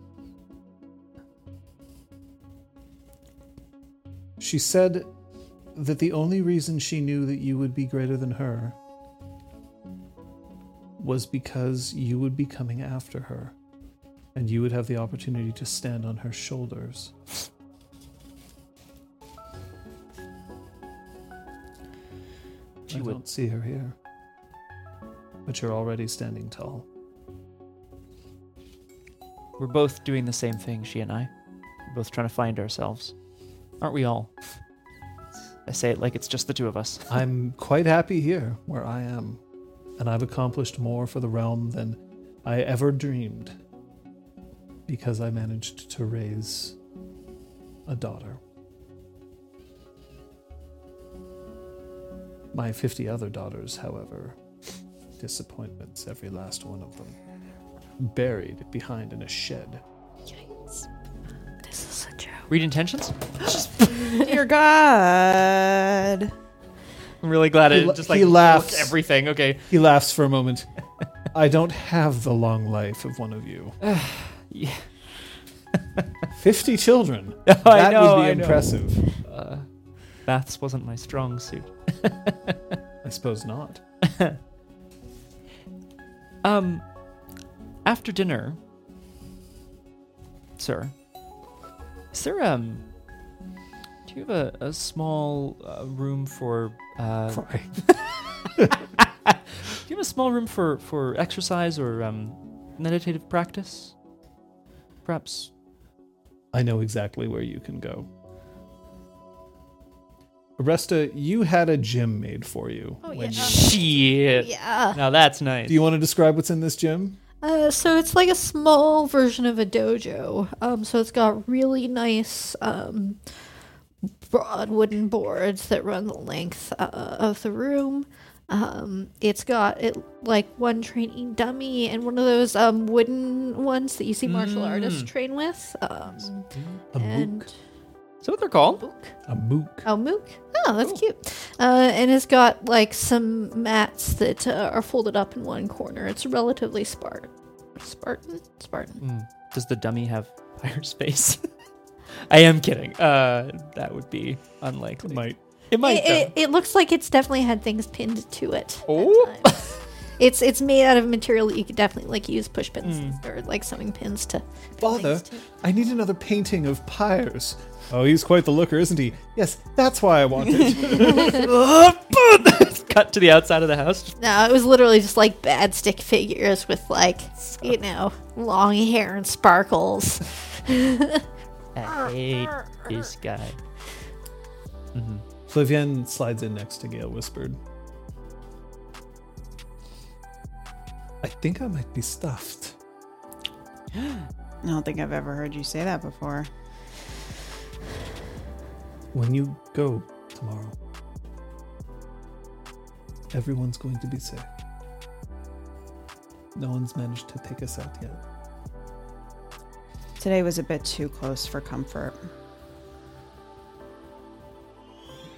[SPEAKER 4] She said that the only reason she knew that you would be greater than her was because you would be coming after her and you would have the opportunity to stand on her shoulders.
[SPEAKER 1] She
[SPEAKER 4] I
[SPEAKER 1] would-
[SPEAKER 4] don't see her here, but you're already standing tall.
[SPEAKER 1] We're both doing the same thing, she and I. We're both trying to find ourselves. Aren't we all? I say it like it's just the two of us.
[SPEAKER 4] I'm quite happy here where I am, and I've accomplished more for the realm than I ever dreamed because I managed to raise a daughter. My 50 other daughters, however, disappointments, every last one of them, buried behind in a shed.
[SPEAKER 2] This is a joke.
[SPEAKER 1] Read intentions?
[SPEAKER 3] Dear God.
[SPEAKER 1] I'm really glad
[SPEAKER 4] He la- he laughs.
[SPEAKER 1] everything. Okay.
[SPEAKER 4] He laughs for a moment. I don't have the long life of one of you.
[SPEAKER 1] Yeah.
[SPEAKER 4] Fifty children.
[SPEAKER 1] I
[SPEAKER 4] that
[SPEAKER 1] know,
[SPEAKER 4] would be
[SPEAKER 1] I know.
[SPEAKER 4] impressive.
[SPEAKER 1] Uh, maths wasn't my strong suit.
[SPEAKER 4] I suppose not.
[SPEAKER 1] Um, after dinner, sir, is there um? Do you have a, a small uh, room for uh?
[SPEAKER 4] Cry.
[SPEAKER 1] do you have a small room for for exercise or um, meditative practice? Perhaps
[SPEAKER 4] I know exactly where you can go. Aresta, you had a gym made for you.
[SPEAKER 2] Oh,
[SPEAKER 4] when
[SPEAKER 2] yeah.
[SPEAKER 4] you-
[SPEAKER 1] Shit.
[SPEAKER 2] Yeah.
[SPEAKER 1] Now that's nice.
[SPEAKER 4] Do you want to describe what's in this gym?
[SPEAKER 2] Uh, so it's like a small version of a dojo. Um, so it's got really nice um, broad wooden boards that run the length uh, of the room. Um, it's got it like one training dummy and one of those um, wooden ones that you see martial artists train with. Um,
[SPEAKER 4] Mm. A
[SPEAKER 2] and
[SPEAKER 1] Is that what they're called?
[SPEAKER 4] A mook.
[SPEAKER 2] Oh, Mook. Oh, that's cute. Uh, and it's got like some mats that uh, are folded up in one corner. It's relatively Spartan. Spartan? Spartan.
[SPEAKER 1] Does the dummy have fire space? I am kidding. Uh, that would be unlikely.
[SPEAKER 4] Might.
[SPEAKER 1] It might.
[SPEAKER 2] It, it, it looks like it's definitely had things pinned to it. at
[SPEAKER 1] Oh.
[SPEAKER 2] times. it's it's made out of material that you could definitely like use push pins or like sewing pins to.
[SPEAKER 4] Father, I need another painting of Pyres. Oh, he's quite the looker, isn't he? Yes, that's why I want it.
[SPEAKER 1] though. cut to the outside of the house.
[SPEAKER 2] No, it was literally just like bad stick figures with like you know long hair and sparkles.
[SPEAKER 1] I hate this guy.
[SPEAKER 4] Flavienne slides in next to Gale Whispered. I think I might be stuffed.
[SPEAKER 8] I don't think I've ever heard you say that before.
[SPEAKER 4] When you go tomorrow, everyone's going to be safe. No one's managed to take us out yet.
[SPEAKER 8] Today was a bit too close for comfort.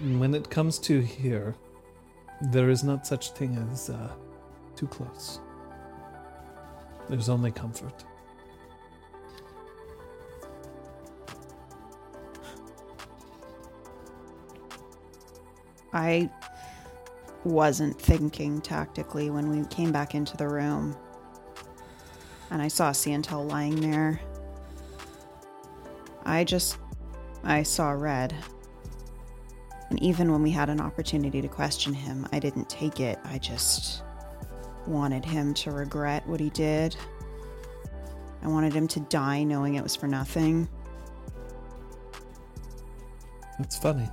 [SPEAKER 4] When it comes to here, there is not such thing as uh, too close. There's only comfort.
[SPEAKER 8] I wasn't thinking tactically when we came back into the room. And I saw Santel lying there. I just I saw red. And even when we had an opportunity to question him, I didn't take it. I just wanted him to regret what he did. I wanted him to die knowing it was for nothing.
[SPEAKER 4] That's funny.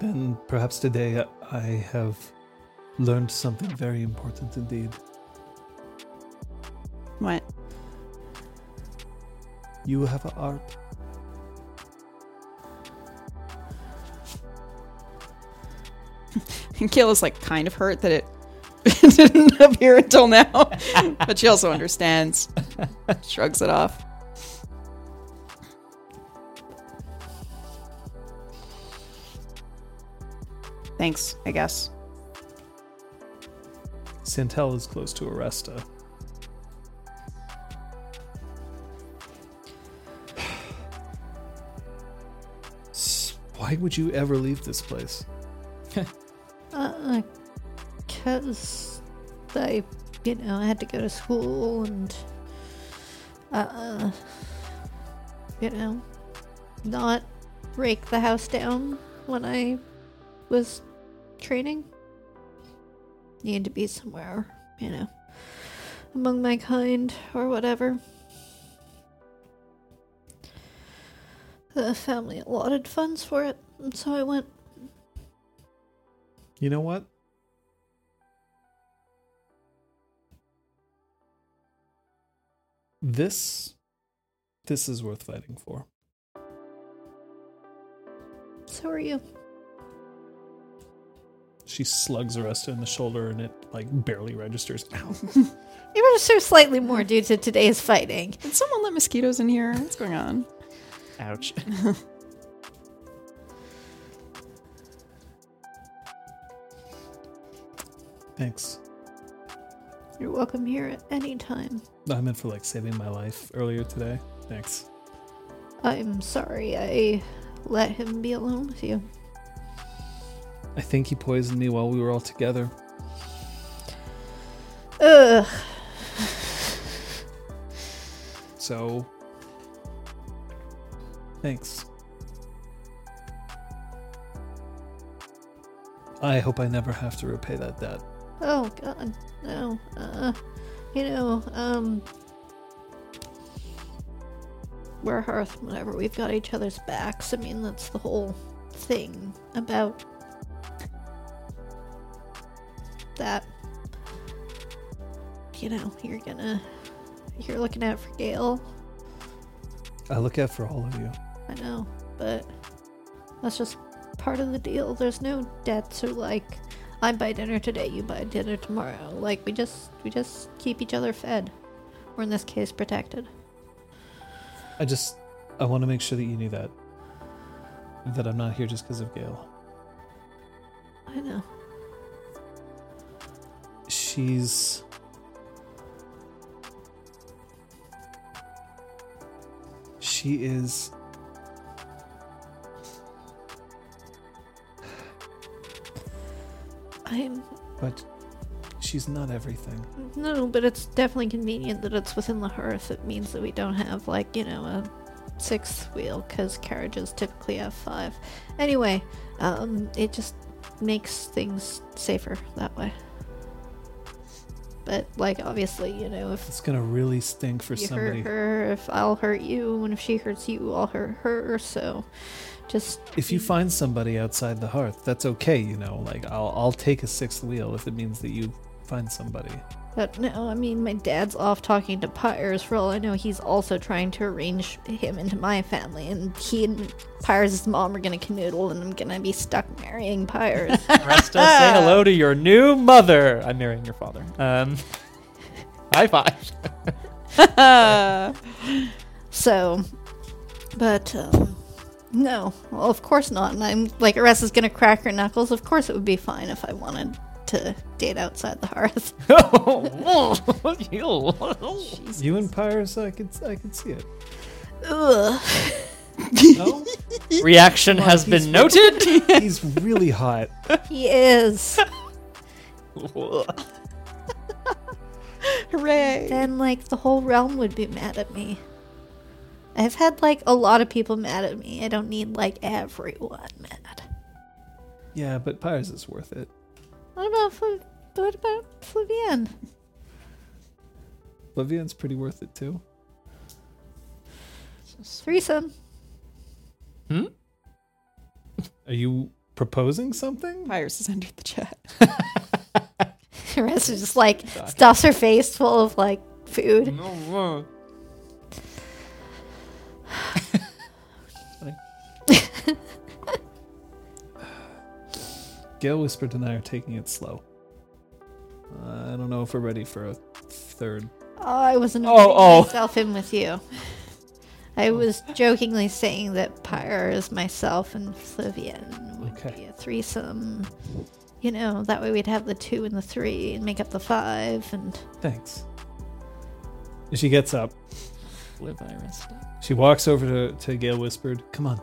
[SPEAKER 4] Then perhaps today I have learned something very important indeed.
[SPEAKER 8] What?
[SPEAKER 4] You have an art.
[SPEAKER 3] And Kayla's like kind of hurt that it didn't appear until now, but she also understands, shrugs it off.
[SPEAKER 8] Thanks, I guess.
[SPEAKER 4] Santel is close to Aresta. S- Why would you ever leave this place?
[SPEAKER 2] Uh, cause I, you know, I had to go to school and, uh, you know, not break the house down when I was training. Need to be somewhere, you know, among my kind or whatever. The family allotted funds for it, and so I went.
[SPEAKER 4] You know what? This this is worth fighting for.
[SPEAKER 2] So are you?
[SPEAKER 4] She slugs Aresta in the shoulder and it like barely registers. Ow.
[SPEAKER 2] They register slightly more due to today's fighting.
[SPEAKER 3] Did someone let mosquitoes in here? What's going on?
[SPEAKER 1] Ouch.
[SPEAKER 4] Thanks.
[SPEAKER 2] You're welcome here at any time.
[SPEAKER 4] I meant for like saving my life earlier today. Thanks.
[SPEAKER 2] I'm sorry I let him be alone with you.
[SPEAKER 4] I think he poisoned me while we were all together.
[SPEAKER 2] Ugh.
[SPEAKER 4] So, thanks. I hope I never have to repay that debt.
[SPEAKER 2] Oh god. No. Uh you know, um we're a hearth whenever we've got each other's backs. I mean that's the whole thing about that. You know, you're gonna you're looking out for Gail.
[SPEAKER 4] I look out for all of you.
[SPEAKER 2] I know, but that's just part of the deal. There's no debts or like I buy dinner today, you buy dinner tomorrow. Like we just we just keep each other fed. Or in this case protected.
[SPEAKER 4] I just, I want to make sure that you knew that. That I'm not here just because of Gail.
[SPEAKER 2] I know.
[SPEAKER 4] She's. She is.
[SPEAKER 2] I'm
[SPEAKER 4] But she's not everything.
[SPEAKER 2] no, but it's definitely convenient that it's within the hearth. It means that we don't have like, you know, a sixth wheel cuz carriages typically have five. Anyway, um it just makes things safer that way. But like obviously, you know, if
[SPEAKER 4] It's going to really stink for
[SPEAKER 2] you
[SPEAKER 4] somebody.
[SPEAKER 2] hurt her, if I'll hurt you, and if she hurts you, I'll hurt her. So, just
[SPEAKER 4] If you find somebody outside the hearth, that's okay, you know. Like, I'll, I'll take a sixth wheel if it means that you find somebody.
[SPEAKER 2] but no, I mean, my dad's off talking to Pyres. For all I know, he's also trying to arrange him into my family, and he and Pyres' mom are gonna canoodle, and I'm gonna be stuck marrying Pyres.
[SPEAKER 1] Resta, say hello to your new mother. I'm marrying your father. Um, high five.
[SPEAKER 3] Uh,
[SPEAKER 2] so, but um, no, well, of course not. And I'm like, Aressa's gonna crack her knuckles. Of course, it would be fine if I wanted to date outside the hearth.
[SPEAKER 4] You and Pyrus, I could, I could see it.
[SPEAKER 2] Ugh.
[SPEAKER 4] No?
[SPEAKER 1] Reaction has
[SPEAKER 4] he's
[SPEAKER 1] been noted.
[SPEAKER 4] He's really hot.
[SPEAKER 2] He is.
[SPEAKER 3] Hooray!
[SPEAKER 2] then like the whole realm would be mad at me. I've had like a lot of people mad at me. I don't need like everyone mad.
[SPEAKER 4] Yeah, but Pyrus is worth it.
[SPEAKER 2] What about Fl- what about Flavian?
[SPEAKER 4] Livian's pretty worth it, too.
[SPEAKER 2] Threesome.
[SPEAKER 1] Hmm?
[SPEAKER 4] Are you proposing something?
[SPEAKER 3] Pyrus is under the chat.
[SPEAKER 2] Aressa just like stuffs her face full of like food.
[SPEAKER 4] Gail Whispered and I are taking it slow. Uh, I don't know if we're ready for a third.
[SPEAKER 2] Oh, I wasn't
[SPEAKER 1] Oh,
[SPEAKER 2] oh,
[SPEAKER 1] oh.
[SPEAKER 2] myself in with you. I was jokingly saying that Pyre is myself and Flavian would
[SPEAKER 4] Okay.
[SPEAKER 2] be a threesome. You know, that way we'd have the two and the three and make up the five and
[SPEAKER 4] Thanks. She gets up.
[SPEAKER 7] Live by Resta.
[SPEAKER 4] She walks over to, to Gail Whispered. Come on,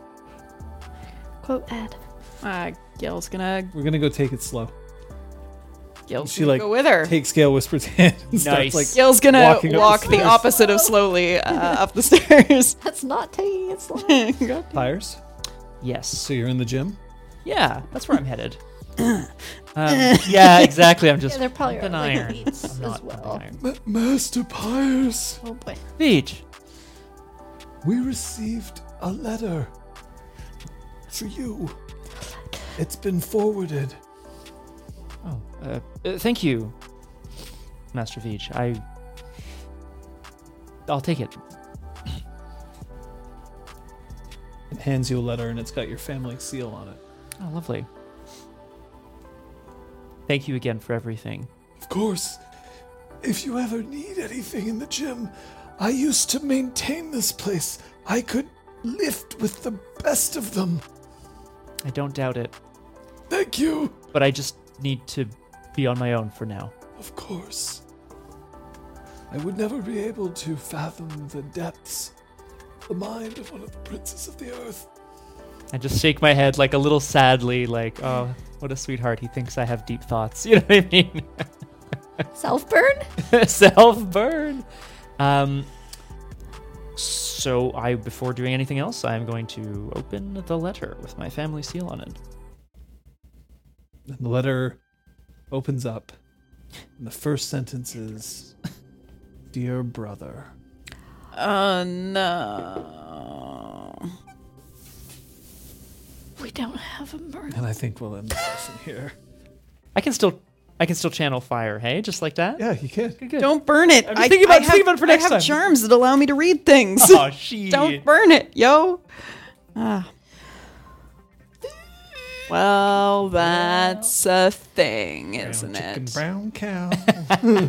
[SPEAKER 2] quote ad.
[SPEAKER 3] Uh, Gail's gonna.
[SPEAKER 4] we're gonna go take it slow.
[SPEAKER 3] Gail's
[SPEAKER 4] She,
[SPEAKER 3] gonna
[SPEAKER 4] like,
[SPEAKER 3] go with her.
[SPEAKER 4] Takes Gail Whispered's hand and starts
[SPEAKER 1] Nice.
[SPEAKER 4] like
[SPEAKER 3] Gail's gonna
[SPEAKER 4] walking up the
[SPEAKER 3] walk the
[SPEAKER 4] stairs.
[SPEAKER 3] opposite of slowly uh, up the stairs.
[SPEAKER 2] That's not taking it slow.
[SPEAKER 4] Pyres.
[SPEAKER 1] Yes.
[SPEAKER 4] So you're in the gym.
[SPEAKER 1] Yeah, that's where I'm headed. um, yeah, exactly. I'm just
[SPEAKER 2] Yeah, they're probably
[SPEAKER 1] pumping
[SPEAKER 2] our
[SPEAKER 1] iron.
[SPEAKER 2] elites
[SPEAKER 1] I'm
[SPEAKER 2] as
[SPEAKER 1] not pumping
[SPEAKER 2] well.
[SPEAKER 1] iron.
[SPEAKER 4] Master Pyres,
[SPEAKER 2] Oh boy.
[SPEAKER 1] Beach.
[SPEAKER 4] we received a letter for you. It's been forwarded.
[SPEAKER 1] Oh, uh, uh, thank you, Master Veach. I, I'll take it.
[SPEAKER 4] It hands you a letter and it's got your family seal on it.
[SPEAKER 1] Oh, lovely. Thank you again for everything.
[SPEAKER 4] Of course. If you ever need anything in the gym, I used to maintain this place. I could lift with the best of them.
[SPEAKER 1] I don't doubt it,
[SPEAKER 4] Thank you.
[SPEAKER 1] but I just need to be on my own for now.
[SPEAKER 4] Of course. I would never be able to fathom the depths, the mind of one of the princes of the earth.
[SPEAKER 1] I just shake my head like a little sadly, like, oh, what a sweetheart. He thinks I have deep thoughts. You know what I mean?
[SPEAKER 2] Self burn?
[SPEAKER 1] Self burn. Um, so I, before doing anything else, I'm going to open the letter with my family seal on it.
[SPEAKER 4] And the letter opens up, and the first sentence is Dear brother.
[SPEAKER 1] Uh,
[SPEAKER 3] Oh no.
[SPEAKER 2] We don't have a murder.
[SPEAKER 4] And I think we'll end the session here.
[SPEAKER 1] I can still, I can still channel fire. Hey, just like that.
[SPEAKER 4] Yeah, you can.
[SPEAKER 1] Good, good.
[SPEAKER 3] Don't burn it.
[SPEAKER 1] I'm thinking about- thinking about it for next
[SPEAKER 3] I have
[SPEAKER 1] time.
[SPEAKER 3] charms that allow me to read things.
[SPEAKER 1] Oh, she.
[SPEAKER 3] Don't burn it, yo. Ah. Well, that's a thing, isn't
[SPEAKER 4] Chicken
[SPEAKER 3] it?
[SPEAKER 4] brown cow.
[SPEAKER 3] Your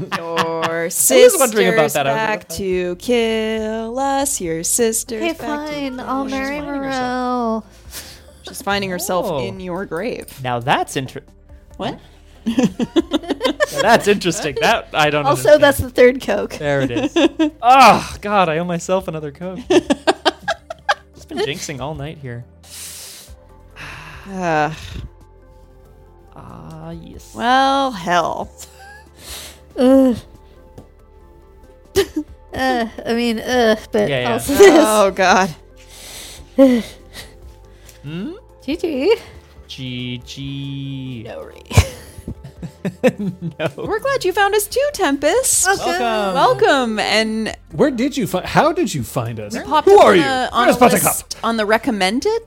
[SPEAKER 1] was wondering about that.
[SPEAKER 3] sister's
[SPEAKER 1] I was like,
[SPEAKER 3] back to kill us. Your sister's
[SPEAKER 2] Okay,
[SPEAKER 3] back to
[SPEAKER 2] fine. I'll marry
[SPEAKER 1] finding herself.
[SPEAKER 2] Morel.
[SPEAKER 3] She's finding herself
[SPEAKER 1] Oh.
[SPEAKER 3] in your grave.
[SPEAKER 1] Now that's inter.
[SPEAKER 3] What?
[SPEAKER 1] now that's interesting. That I don't.
[SPEAKER 2] Also,
[SPEAKER 1] understand.
[SPEAKER 2] that's the third Coke.
[SPEAKER 1] There it is. oh God, I owe myself another coke. It's been jinxing all night here.
[SPEAKER 3] Ah,
[SPEAKER 1] Ah yes.
[SPEAKER 3] well, hell.
[SPEAKER 2] Ugh. uh, I mean, ugh, but
[SPEAKER 1] Yeah, yeah.
[SPEAKER 2] also
[SPEAKER 3] Oh God.
[SPEAKER 1] Hmm?
[SPEAKER 2] GG.
[SPEAKER 1] GG.
[SPEAKER 2] No, re-
[SPEAKER 1] No.
[SPEAKER 3] We're glad you found us too, Tempest.
[SPEAKER 1] Welcome.
[SPEAKER 3] Welcome and
[SPEAKER 4] Where did you find? How did you find us?
[SPEAKER 3] popped
[SPEAKER 4] Who
[SPEAKER 3] up
[SPEAKER 4] are
[SPEAKER 3] on,
[SPEAKER 4] you?
[SPEAKER 3] a, on,
[SPEAKER 4] Where's
[SPEAKER 3] a
[SPEAKER 4] Buttercup?
[SPEAKER 3] list, on the recommended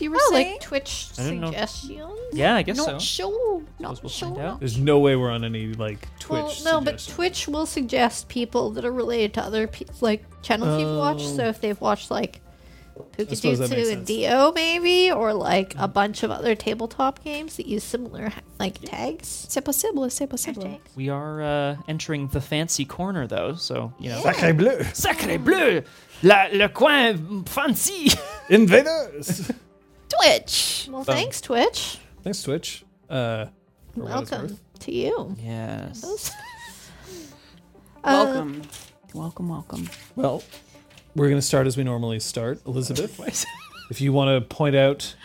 [SPEAKER 3] You were
[SPEAKER 2] oh,
[SPEAKER 3] saying
[SPEAKER 2] like Twitch
[SPEAKER 1] I don't know.
[SPEAKER 2] suggestions?
[SPEAKER 1] Yeah, I guess
[SPEAKER 2] Not
[SPEAKER 1] so.
[SPEAKER 2] sure. Not
[SPEAKER 1] Suppose we'll
[SPEAKER 2] sure.
[SPEAKER 1] find out.
[SPEAKER 4] There's no way we're on any like Twitch.
[SPEAKER 2] Well, no, but
[SPEAKER 4] suggestions.
[SPEAKER 2] Twitch will suggest people that are related to other pe- like channels you've watched. So if they've watched like
[SPEAKER 4] Oh. suppose that makes
[SPEAKER 2] Pukajutsu and
[SPEAKER 4] sense.
[SPEAKER 2] Dio, maybe, or like a bunch of other tabletop games that use similar like tags.
[SPEAKER 3] C'est possible, c'est possible.
[SPEAKER 2] Hashtags.
[SPEAKER 1] We are uh, entering the fancy corner though, so you know.
[SPEAKER 4] Sacre bleu!
[SPEAKER 1] Sacré bleu! La, le coin fancy!
[SPEAKER 4] Invaders!
[SPEAKER 3] Twitch.
[SPEAKER 2] Well, thanks, Twitch.
[SPEAKER 4] Thanks, Twitch. Uh, for what it's
[SPEAKER 2] Welcome
[SPEAKER 4] worth.
[SPEAKER 2] to you.
[SPEAKER 1] Yes.
[SPEAKER 2] Uh,
[SPEAKER 3] Welcome. welcome, welcome.
[SPEAKER 4] Well, we're going to start as we normally start. Elizabeth, if you want to point out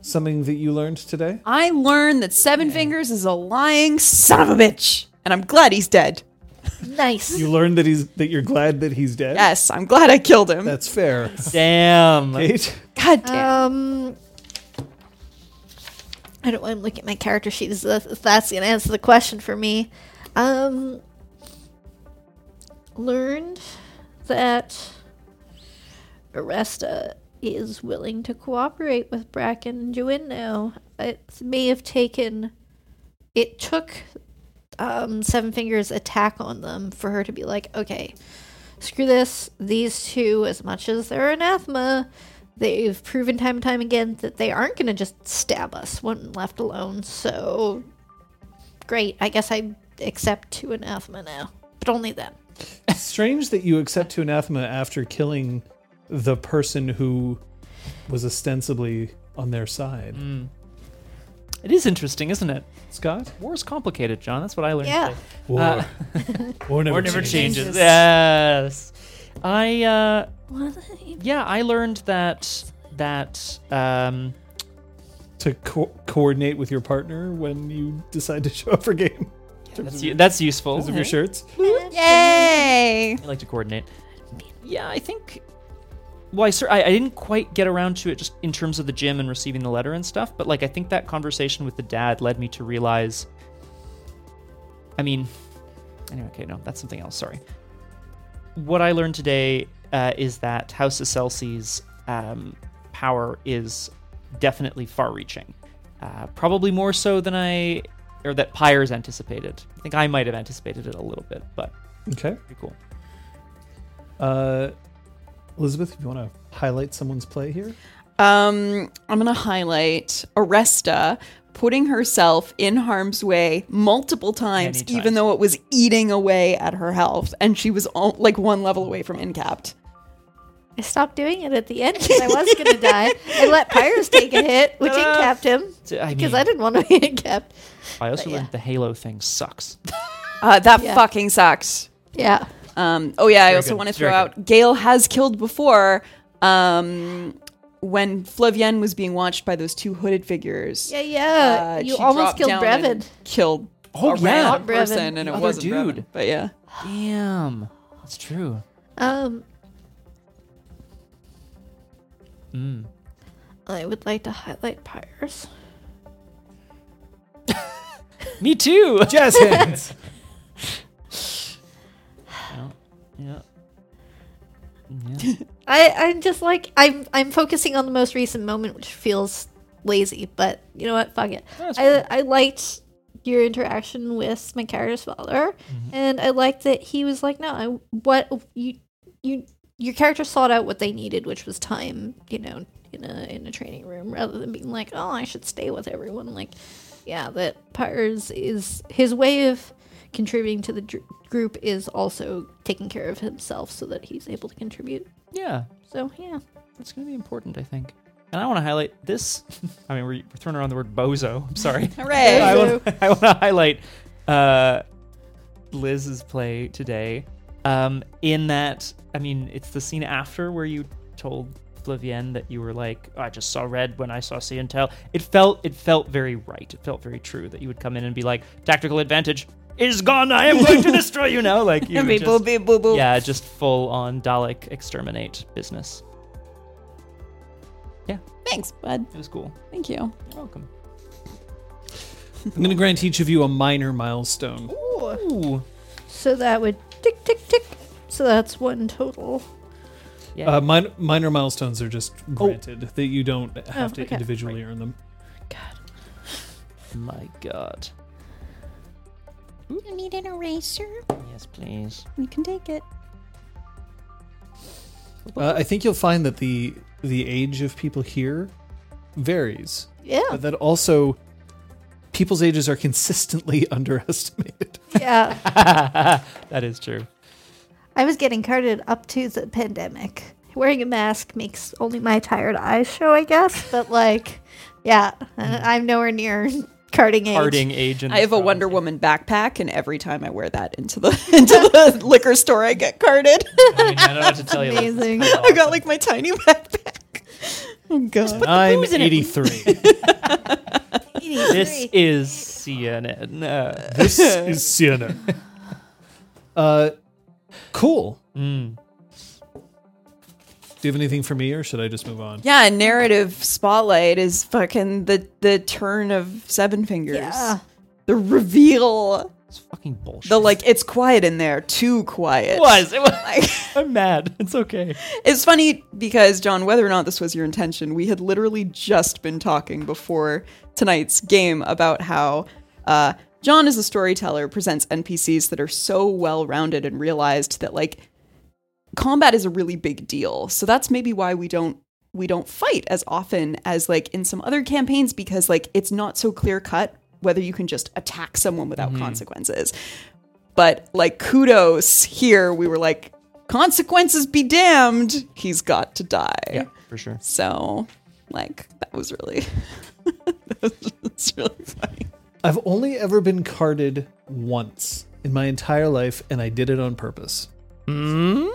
[SPEAKER 4] something that you learned today,
[SPEAKER 3] I learned that Seven Fingers is a lying son of a bitch, and I'm glad he's dead.
[SPEAKER 2] Nice.
[SPEAKER 4] you learned that he's that you're glad that he's dead.
[SPEAKER 3] Yes, I'm glad I killed him.
[SPEAKER 4] That's fair.
[SPEAKER 1] Damn.
[SPEAKER 4] Kate,
[SPEAKER 3] God damn.
[SPEAKER 2] Um, I don't want to look at my character sheet. Is that- if that's going to answer the question for me. Um, learned that Aresta is willing to cooperate with Bracken and Juin now. It may have taken. It took um, Seven Fingers' attack on them for her to be like, okay, screw this. These two, as much as they're anathema, they've proven time and time again that they aren't going to just stab us when left alone. So, great. I guess I accept two anathema now, but only them.
[SPEAKER 4] strange that you accept to anathema after killing the person who was ostensibly on their side.
[SPEAKER 1] It is interesting, isn't it?
[SPEAKER 4] Scott?
[SPEAKER 1] War's complicated, John. That's what I learned.
[SPEAKER 2] Yeah.
[SPEAKER 1] today.
[SPEAKER 4] War.
[SPEAKER 1] Uh,
[SPEAKER 4] War never,
[SPEAKER 1] War never
[SPEAKER 4] changes.
[SPEAKER 1] changes. Yes. I uh
[SPEAKER 2] What are they?
[SPEAKER 1] yeah, I learned that that um
[SPEAKER 4] To co- coordinate with your partner when you decide to show up for game.
[SPEAKER 1] that's, u- that's useful.
[SPEAKER 4] Because of your shirts.
[SPEAKER 1] Oh,
[SPEAKER 3] Yay.
[SPEAKER 1] I like to coordinate. Yeah, I think. Well, I, cer- I I didn't quite get around to it just in terms of the gym and receiving the letter and stuff, but like I think that conversation with the dad led me to realize. I mean, anyway, okay, no, that's something else. Sorry. What I learned today uh, is that House Acelsi's um, power is definitely far-reaching, uh, probably more so than I or that Pyres anticipated. I think I might have anticipated it a little bit, but
[SPEAKER 4] Okay.
[SPEAKER 1] pretty cool.
[SPEAKER 4] Uh, Elizabeth, if you want to highlight someone's play here,
[SPEAKER 3] Um, I'm gonna highlight Aresta putting herself in harm's way multiple times,
[SPEAKER 1] Many
[SPEAKER 3] even
[SPEAKER 1] times.
[SPEAKER 3] though it was eating away at her health, and she was all, like one level away from incapped.
[SPEAKER 2] I stopped doing it at the end because I was going to die. I let Pyres take a hit, which incapped him
[SPEAKER 1] I
[SPEAKER 2] because
[SPEAKER 1] mean-
[SPEAKER 2] I didn't want to be incapped.
[SPEAKER 1] I also
[SPEAKER 2] yeah.
[SPEAKER 1] learned the Halo thing sucks.
[SPEAKER 3] Uh, that
[SPEAKER 2] Yeah.
[SPEAKER 3] fucking sucks.
[SPEAKER 2] Yeah.
[SPEAKER 3] Um, oh yeah, I also
[SPEAKER 12] good.
[SPEAKER 3] want to
[SPEAKER 12] It's
[SPEAKER 3] throw
[SPEAKER 12] very
[SPEAKER 3] out Gail has killed before um, when Flavien was being watched by those two hooded figures.
[SPEAKER 2] Yeah, yeah.
[SPEAKER 3] uh,
[SPEAKER 2] you
[SPEAKER 3] she
[SPEAKER 2] almost
[SPEAKER 3] dropped
[SPEAKER 2] killed
[SPEAKER 3] down
[SPEAKER 2] Brevid.
[SPEAKER 3] and Killed.
[SPEAKER 12] Oh,
[SPEAKER 3] a
[SPEAKER 12] yeah.
[SPEAKER 3] random
[SPEAKER 2] Brevid.
[SPEAKER 3] person, and it
[SPEAKER 12] Other
[SPEAKER 3] wasn't
[SPEAKER 12] dude.
[SPEAKER 3] Brevid, but yeah.
[SPEAKER 1] Damn. That's true.
[SPEAKER 2] Um,
[SPEAKER 1] Mm.
[SPEAKER 2] I would like to highlight Pyres.
[SPEAKER 1] Me too.
[SPEAKER 4] Jazz hands.
[SPEAKER 1] yeah. Yeah. Yeah.
[SPEAKER 2] I I'm just like I'm I'm focusing on the most recent moment, which feels lazy, but you know what? Fuck it.
[SPEAKER 1] That's
[SPEAKER 2] I uh, I liked your interaction with my character's father, and I liked that he was like, no, I what you you your character sought out what they needed, which was time, you know, in a in a training room, rather than being like, oh, I should stay with everyone. Like, yeah, that Pyres is his way of contributing to the dr- group is also taking care of himself so that he's able to contribute.
[SPEAKER 1] yeah.
[SPEAKER 2] So yeah,
[SPEAKER 1] It's going to be important, I think. And I want to highlight this. I mean, we're, we're throwing around the word bozo. I'm sorry.
[SPEAKER 3] Hooray!
[SPEAKER 1] I want, I want to highlight uh, Liz's play today. Um, in that, I mean, it's the scene after where you told Flavienne that you were like, "Oh, I just saw red when I saw see and tell. It felt, it felt very right. It felt very true that you would come in and be like, tactical advantage is gone. I am going to destroy you now. Like, you would just, yeah, just full on Dalek exterminate business.
[SPEAKER 3] Thanks, bud.
[SPEAKER 1] It was cool.
[SPEAKER 3] Thank you.
[SPEAKER 1] You're welcome.
[SPEAKER 4] I'm going to grant each of you a minor milestone.
[SPEAKER 1] Ooh,
[SPEAKER 2] so that would tick tick tick. So that's one total.
[SPEAKER 1] yeah.
[SPEAKER 4] Uh, min- minor milestones are just granted that you don't have
[SPEAKER 2] Oh,
[SPEAKER 4] to
[SPEAKER 2] okay.
[SPEAKER 4] individually earn them.
[SPEAKER 1] My God.
[SPEAKER 13] You need an eraser?
[SPEAKER 1] Yes, please.
[SPEAKER 14] You can take it.
[SPEAKER 4] Uh, I think you'll find that the the age of people here varies,
[SPEAKER 2] Yeah,
[SPEAKER 4] but that also people's ages are consistently underestimated.
[SPEAKER 2] yeah.
[SPEAKER 1] that is true.
[SPEAKER 2] I was getting carded up to the pandemic. Wearing a mask makes only my tired eyes show, I guess. But like, yeah, uh, I'm nowhere near carding age.
[SPEAKER 1] Parting age and
[SPEAKER 3] I have a Wonder Woman backpack, and every time I wear that into the into the liquor store, I get carded.
[SPEAKER 1] I, mean, I don't know what to tell you. Liz.
[SPEAKER 2] Amazing.
[SPEAKER 1] It's
[SPEAKER 3] I got like my tiny backpack. Oh god.
[SPEAKER 4] I'm 83.
[SPEAKER 1] This is CNN. Uh,
[SPEAKER 4] this is CNN. Uh, cool.
[SPEAKER 1] mm.
[SPEAKER 4] Do you have anything for me, or should I just move on?
[SPEAKER 3] Yeah, narrative spotlight is fucking the the turn of seven fingers.
[SPEAKER 2] Yeah.
[SPEAKER 3] The reveal.
[SPEAKER 1] It's fucking bullshit.
[SPEAKER 3] The like it's quiet in there, too quiet.
[SPEAKER 1] it was. It was.
[SPEAKER 3] Like,
[SPEAKER 1] I'm mad. It's okay.
[SPEAKER 3] It's funny because, John, whether or not this was your intention, we had literally just been talking before tonight's game about how uh, John, as a storyteller, presents NPCs that are so well rounded and realized that, like, combat is a really big deal. So that's maybe why we don't we don't fight as often as like in some other campaigns because like it's not so clear cut whether you can just attack someone without consequences. But like kudos here we were like consequences be damned, he's got to die.
[SPEAKER 1] Yeah, for sure.
[SPEAKER 3] So like that was really that was really funny.
[SPEAKER 4] I've only ever been carded once in my entire life, and I did it on purpose.
[SPEAKER 1] Mm-hmm.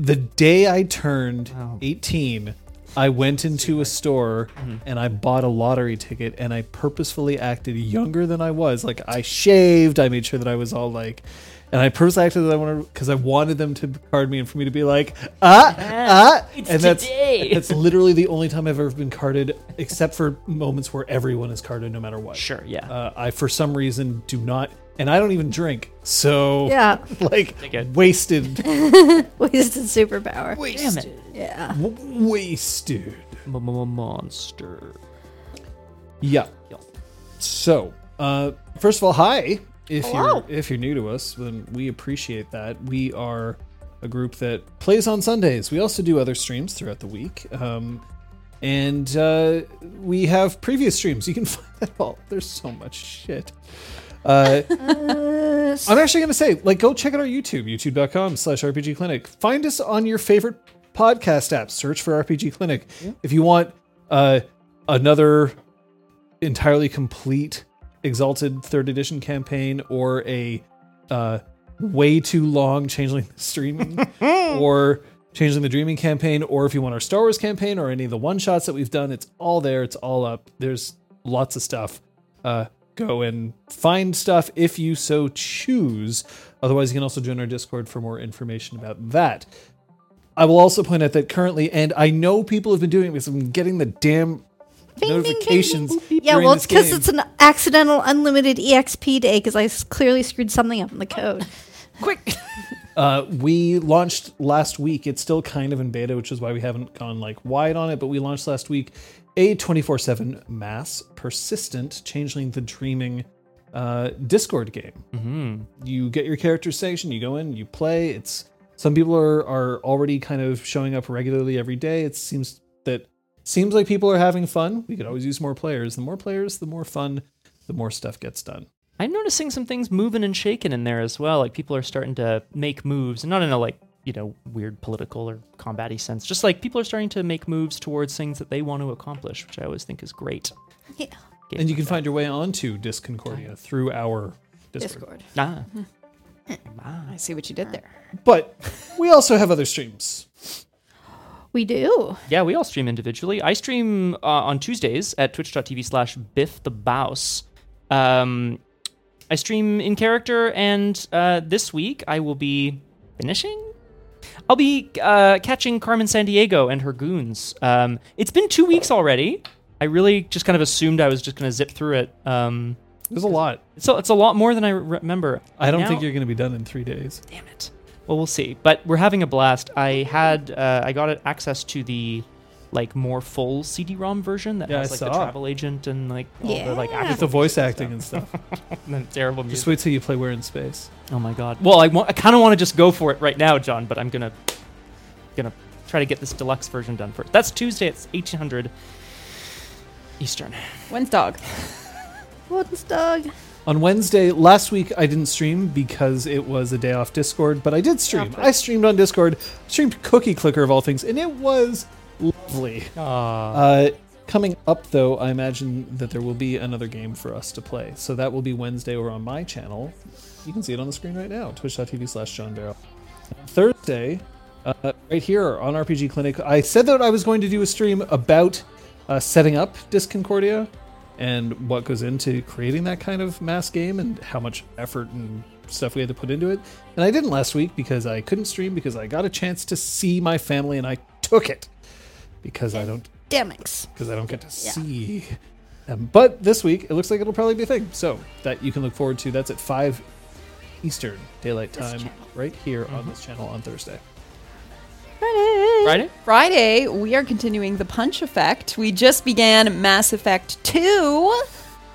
[SPEAKER 4] The day I turned 18, I went into a store and I bought a lottery ticket, and I purposefully acted younger than I was. Like I shaved, I made sure that I was all like, and I purposely acted that I wanted because I wanted them to card me and for me to be like, ah, ah, it's and that's
[SPEAKER 1] today.
[SPEAKER 4] that's literally the only time I've ever been carded, except for moments where everyone is carded no matter what
[SPEAKER 1] Sure. Yeah.
[SPEAKER 4] uh, I for some reason do not, and I don't even drink, so
[SPEAKER 2] Yeah,
[SPEAKER 4] like
[SPEAKER 1] it.
[SPEAKER 4] wasted,
[SPEAKER 2] wasted superpower.
[SPEAKER 1] Damn it.
[SPEAKER 2] Yeah.
[SPEAKER 4] w- wasted.
[SPEAKER 1] Monster.
[SPEAKER 4] Yeah.
[SPEAKER 1] Yup.
[SPEAKER 4] So, uh, first of all, hi. If you're if you're new to us, then we appreciate that. We are a group that plays on Sundays. We also do other streams throughout the week, um, and uh, we have previous streams. You can find that all. There's so much shit. Uh, I'm actually going to say, like, go check out our YouTube, youtube.com slash RPG Clinic. Find us on your favorite podcast app. Search for RPG Clinic. If you want uh, another entirely complete Exalted third edition campaign or a uh, way too long changeling the streaming or changeling the dreaming campaign, or if you want our Star Wars campaign or any of the one shots that we've done, it's all there. It's all up. There's lots of stuff. Uh, go and find stuff if you so choose. Otherwise, you can also join our Discord for more information about that. I will also point out that currently, and I know people have been doing it because I'm getting the damn notifications.
[SPEAKER 2] Yeah,
[SPEAKER 4] during
[SPEAKER 2] well,
[SPEAKER 4] this
[SPEAKER 2] it's because
[SPEAKER 4] game.
[SPEAKER 2] it's an accidental unlimited EXP day because I s- clearly screwed something up in the code.
[SPEAKER 3] Quick.
[SPEAKER 4] Uh, we launched last week. It's still kind of in beta, which is why we haven't gone like wide on it. But we launched last week a 24/7 mass persistent changeling the dreaming uh, Discord game. Mm-hmm. You get your character section. You go in. You play. It's some people are are already kind of showing up regularly every day. It seems that seems like people are having fun. We could always use more players. The more players, the more fun. The more stuff gets done.
[SPEAKER 1] I'm noticing some things moving and shaking in there as well. Like people are starting to make moves, and not in a like you know weird political or combat-y sense. Just like people are starting to make moves towards things that they want to accomplish, which I always think is great.
[SPEAKER 2] yeah.
[SPEAKER 1] Games
[SPEAKER 4] And you
[SPEAKER 1] like
[SPEAKER 4] can find your way onto Disconcordia through our
[SPEAKER 2] Discord.
[SPEAKER 4] Discord.
[SPEAKER 1] that. ah,
[SPEAKER 3] Oh, I see what you did there.
[SPEAKER 4] But we also have other streams.
[SPEAKER 2] We do.
[SPEAKER 1] Yeah, we all stream individually. I stream uh, on Tuesdays at twitch.tv slash biff the bouse. Um, I stream in character, and uh, this week I will be finishing. I'll be uh, catching Carmen San Diego and her goons. Um, it's been two weeks already. I really just kind of assumed I was just going to zip through it. Um,
[SPEAKER 4] There's a lot.
[SPEAKER 1] so it's a lot more than I re- remember.
[SPEAKER 4] I don't
[SPEAKER 1] Now-
[SPEAKER 4] think you're going to be done in three days.
[SPEAKER 1] damn it. Well, we'll see. But we're having a blast. I had uh, I got access to the like more full CD-ROM version that
[SPEAKER 4] Yeah,
[SPEAKER 1] has
[SPEAKER 4] I
[SPEAKER 1] like the
[SPEAKER 4] saw.
[SPEAKER 1] travel agent and like all the like
[SPEAKER 2] Yeah.
[SPEAKER 1] actual
[SPEAKER 4] The voice acting and stuff.
[SPEAKER 1] and the terrible music.
[SPEAKER 4] Just wait till you play We're in Space.
[SPEAKER 1] Oh my god. Well, I, wa- I kind of want to just go for it right now, John, but I'm gonna gonna try to get this deluxe version done first. That's Tuesday. It's 1800 Eastern.
[SPEAKER 3] When's dog?
[SPEAKER 2] What's Doug?
[SPEAKER 4] On Wednesday, last week I didn't stream because it was a day off Discord, but I did stream. I streamed on Discord, streamed Cookie Clicker of all things, and it was lovely. Uh, coming up, though, I imagine that there will be another game for us to play. So that will be Wednesday over on my channel. You can see it on the screen right now, twitch.tv slash John Barrow. Thursday, uh, right here on RPG Clinic, I said that I was going to do a stream about uh, setting up Disconcordia and what goes into creating that kind of mass game and how much effort and stuff we had to put into it. And I didn't last week because I couldn't stream because I got a chance to see my family and I took it because I don't
[SPEAKER 2] Demix.
[SPEAKER 4] because I don't get to see them. But this week, it looks like it'll probably be a thing. So that you can look forward to. That's at 5 Eastern Daylight Time, right here on this channel on Thursday.
[SPEAKER 3] Friday.
[SPEAKER 1] Friday?
[SPEAKER 3] Friday, we are continuing the punch effect. We just began Mass Effect 2.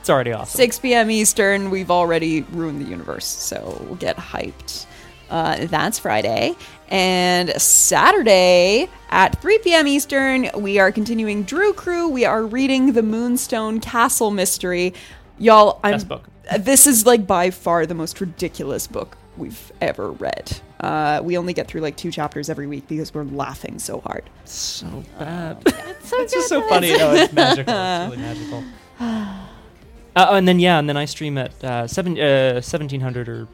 [SPEAKER 1] It's already awesome.
[SPEAKER 3] 6 p.m. Eastern. We've already ruined the universe, so get hyped. Uh, that's Friday. And Saturday at 3 p.m. Eastern, we are continuing Drew Crew. We are reading the Moonstone Castle Mystery. Y'all, I'm. uh,
[SPEAKER 1] Best book.
[SPEAKER 3] This is like by far the most ridiculous book we've ever read. Uh, we only get through like two chapters every week because we're laughing so hard.
[SPEAKER 1] So bad. Oh, It's, just so funny. No, it's magical. It's really magical. Uh, and then yeah, and then I stream at uh, seven uh, seventeen hundred or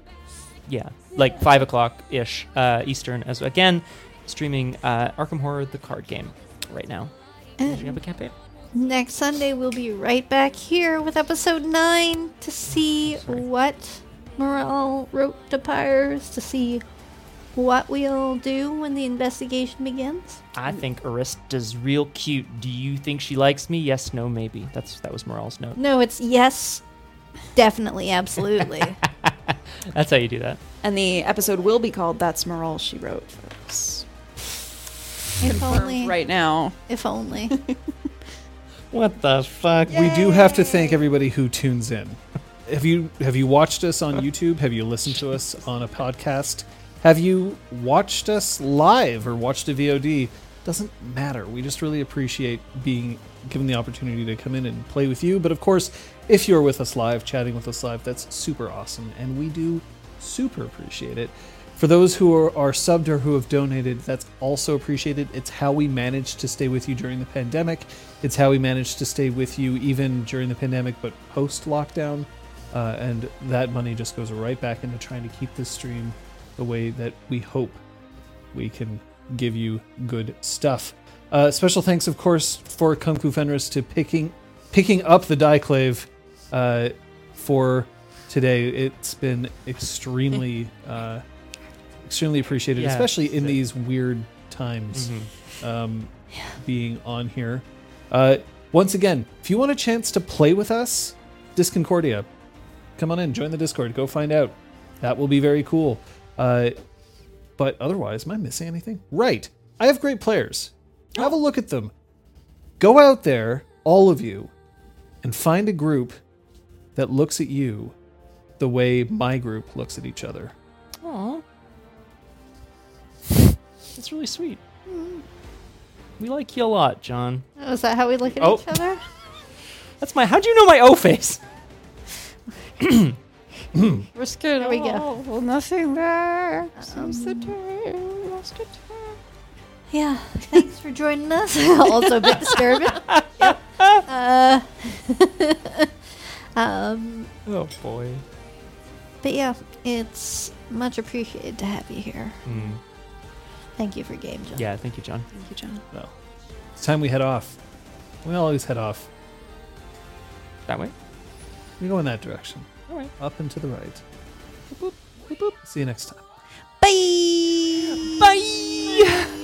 [SPEAKER 1] yeah, like five o'clock ish uh, Eastern as again streaming uh, Arkham Horror the card game right now. Finishing up a campaign.
[SPEAKER 2] Next Sunday, we'll be right back here with episode 9 to see what Morel wrote to Pyres, to see what we'll do when the investigation begins.
[SPEAKER 1] I think Arista's real cute. Do you think she likes me? Yes, no, maybe. That's that was Morale's note.
[SPEAKER 2] No, it's yes, definitely, absolutely.
[SPEAKER 1] That's how you do that.
[SPEAKER 3] And the episode will be called That's Moral She Wrote, folks.
[SPEAKER 2] if only.
[SPEAKER 3] Right now.
[SPEAKER 2] If only.
[SPEAKER 1] What the fuck?
[SPEAKER 4] We do have to thank everybody who tunes in. Have you have you watched us on YouTube? Have you listened to us on a podcast? Have you watched us live or watched a VOD? Doesn't matter. We just really appreciate being given the opportunity to come in and play with you. But of course, if you're with us live, chatting with us live, that's super awesome, and we do super appreciate it. For those who are, are subbed or who have donated, that's also appreciated. It's how we managed to stay with you during the pandemic. It's how we managed to stay with you even during the pandemic, but post lockdown. Uh, and that money just goes right back into trying to keep this stream the way that we hope we can give you good stuff. Uh, special thanks, of course, for Kung Fu Fenris to picking picking up the Dieclave uh, for today. It's been extremely uh, extremely appreciated,
[SPEAKER 1] Yeah. Mm-hmm.
[SPEAKER 4] especially in these weird times um, being on here. Uh, once again, if you want a chance to play with us, Disconcordia, come on in, join the Discord, go find out. That will be very cool. Uh, but otherwise, am I missing anything? Right. I have great players. Have a look at them. Go out there, all of you, and find a group that looks at you the way my group looks at each other.
[SPEAKER 1] Aw. That's really sweet. We like you a lot, John.
[SPEAKER 2] Oh, is that how we look at
[SPEAKER 1] Oh.
[SPEAKER 2] each other?
[SPEAKER 1] That's my. How do you know my O face?
[SPEAKER 2] We're scared. There we go.
[SPEAKER 3] Oh, well, nothing there. Since the
[SPEAKER 2] Um.
[SPEAKER 3] day we lost a turn.
[SPEAKER 2] Yeah. Thanks for joining us. also a bit disturbing. Yep. Uh, um,
[SPEAKER 1] Oh boy.
[SPEAKER 2] but yeah, it's much appreciated to have you here. Thank you for game, John.
[SPEAKER 1] Hmm. Yeah, thank you, John.
[SPEAKER 3] Thank you, John.
[SPEAKER 4] It's time we head off. We always head off.
[SPEAKER 1] That way.
[SPEAKER 4] We go in that direction.
[SPEAKER 1] All right.
[SPEAKER 4] Up and to the right. See you next time.
[SPEAKER 2] Bye. Bye.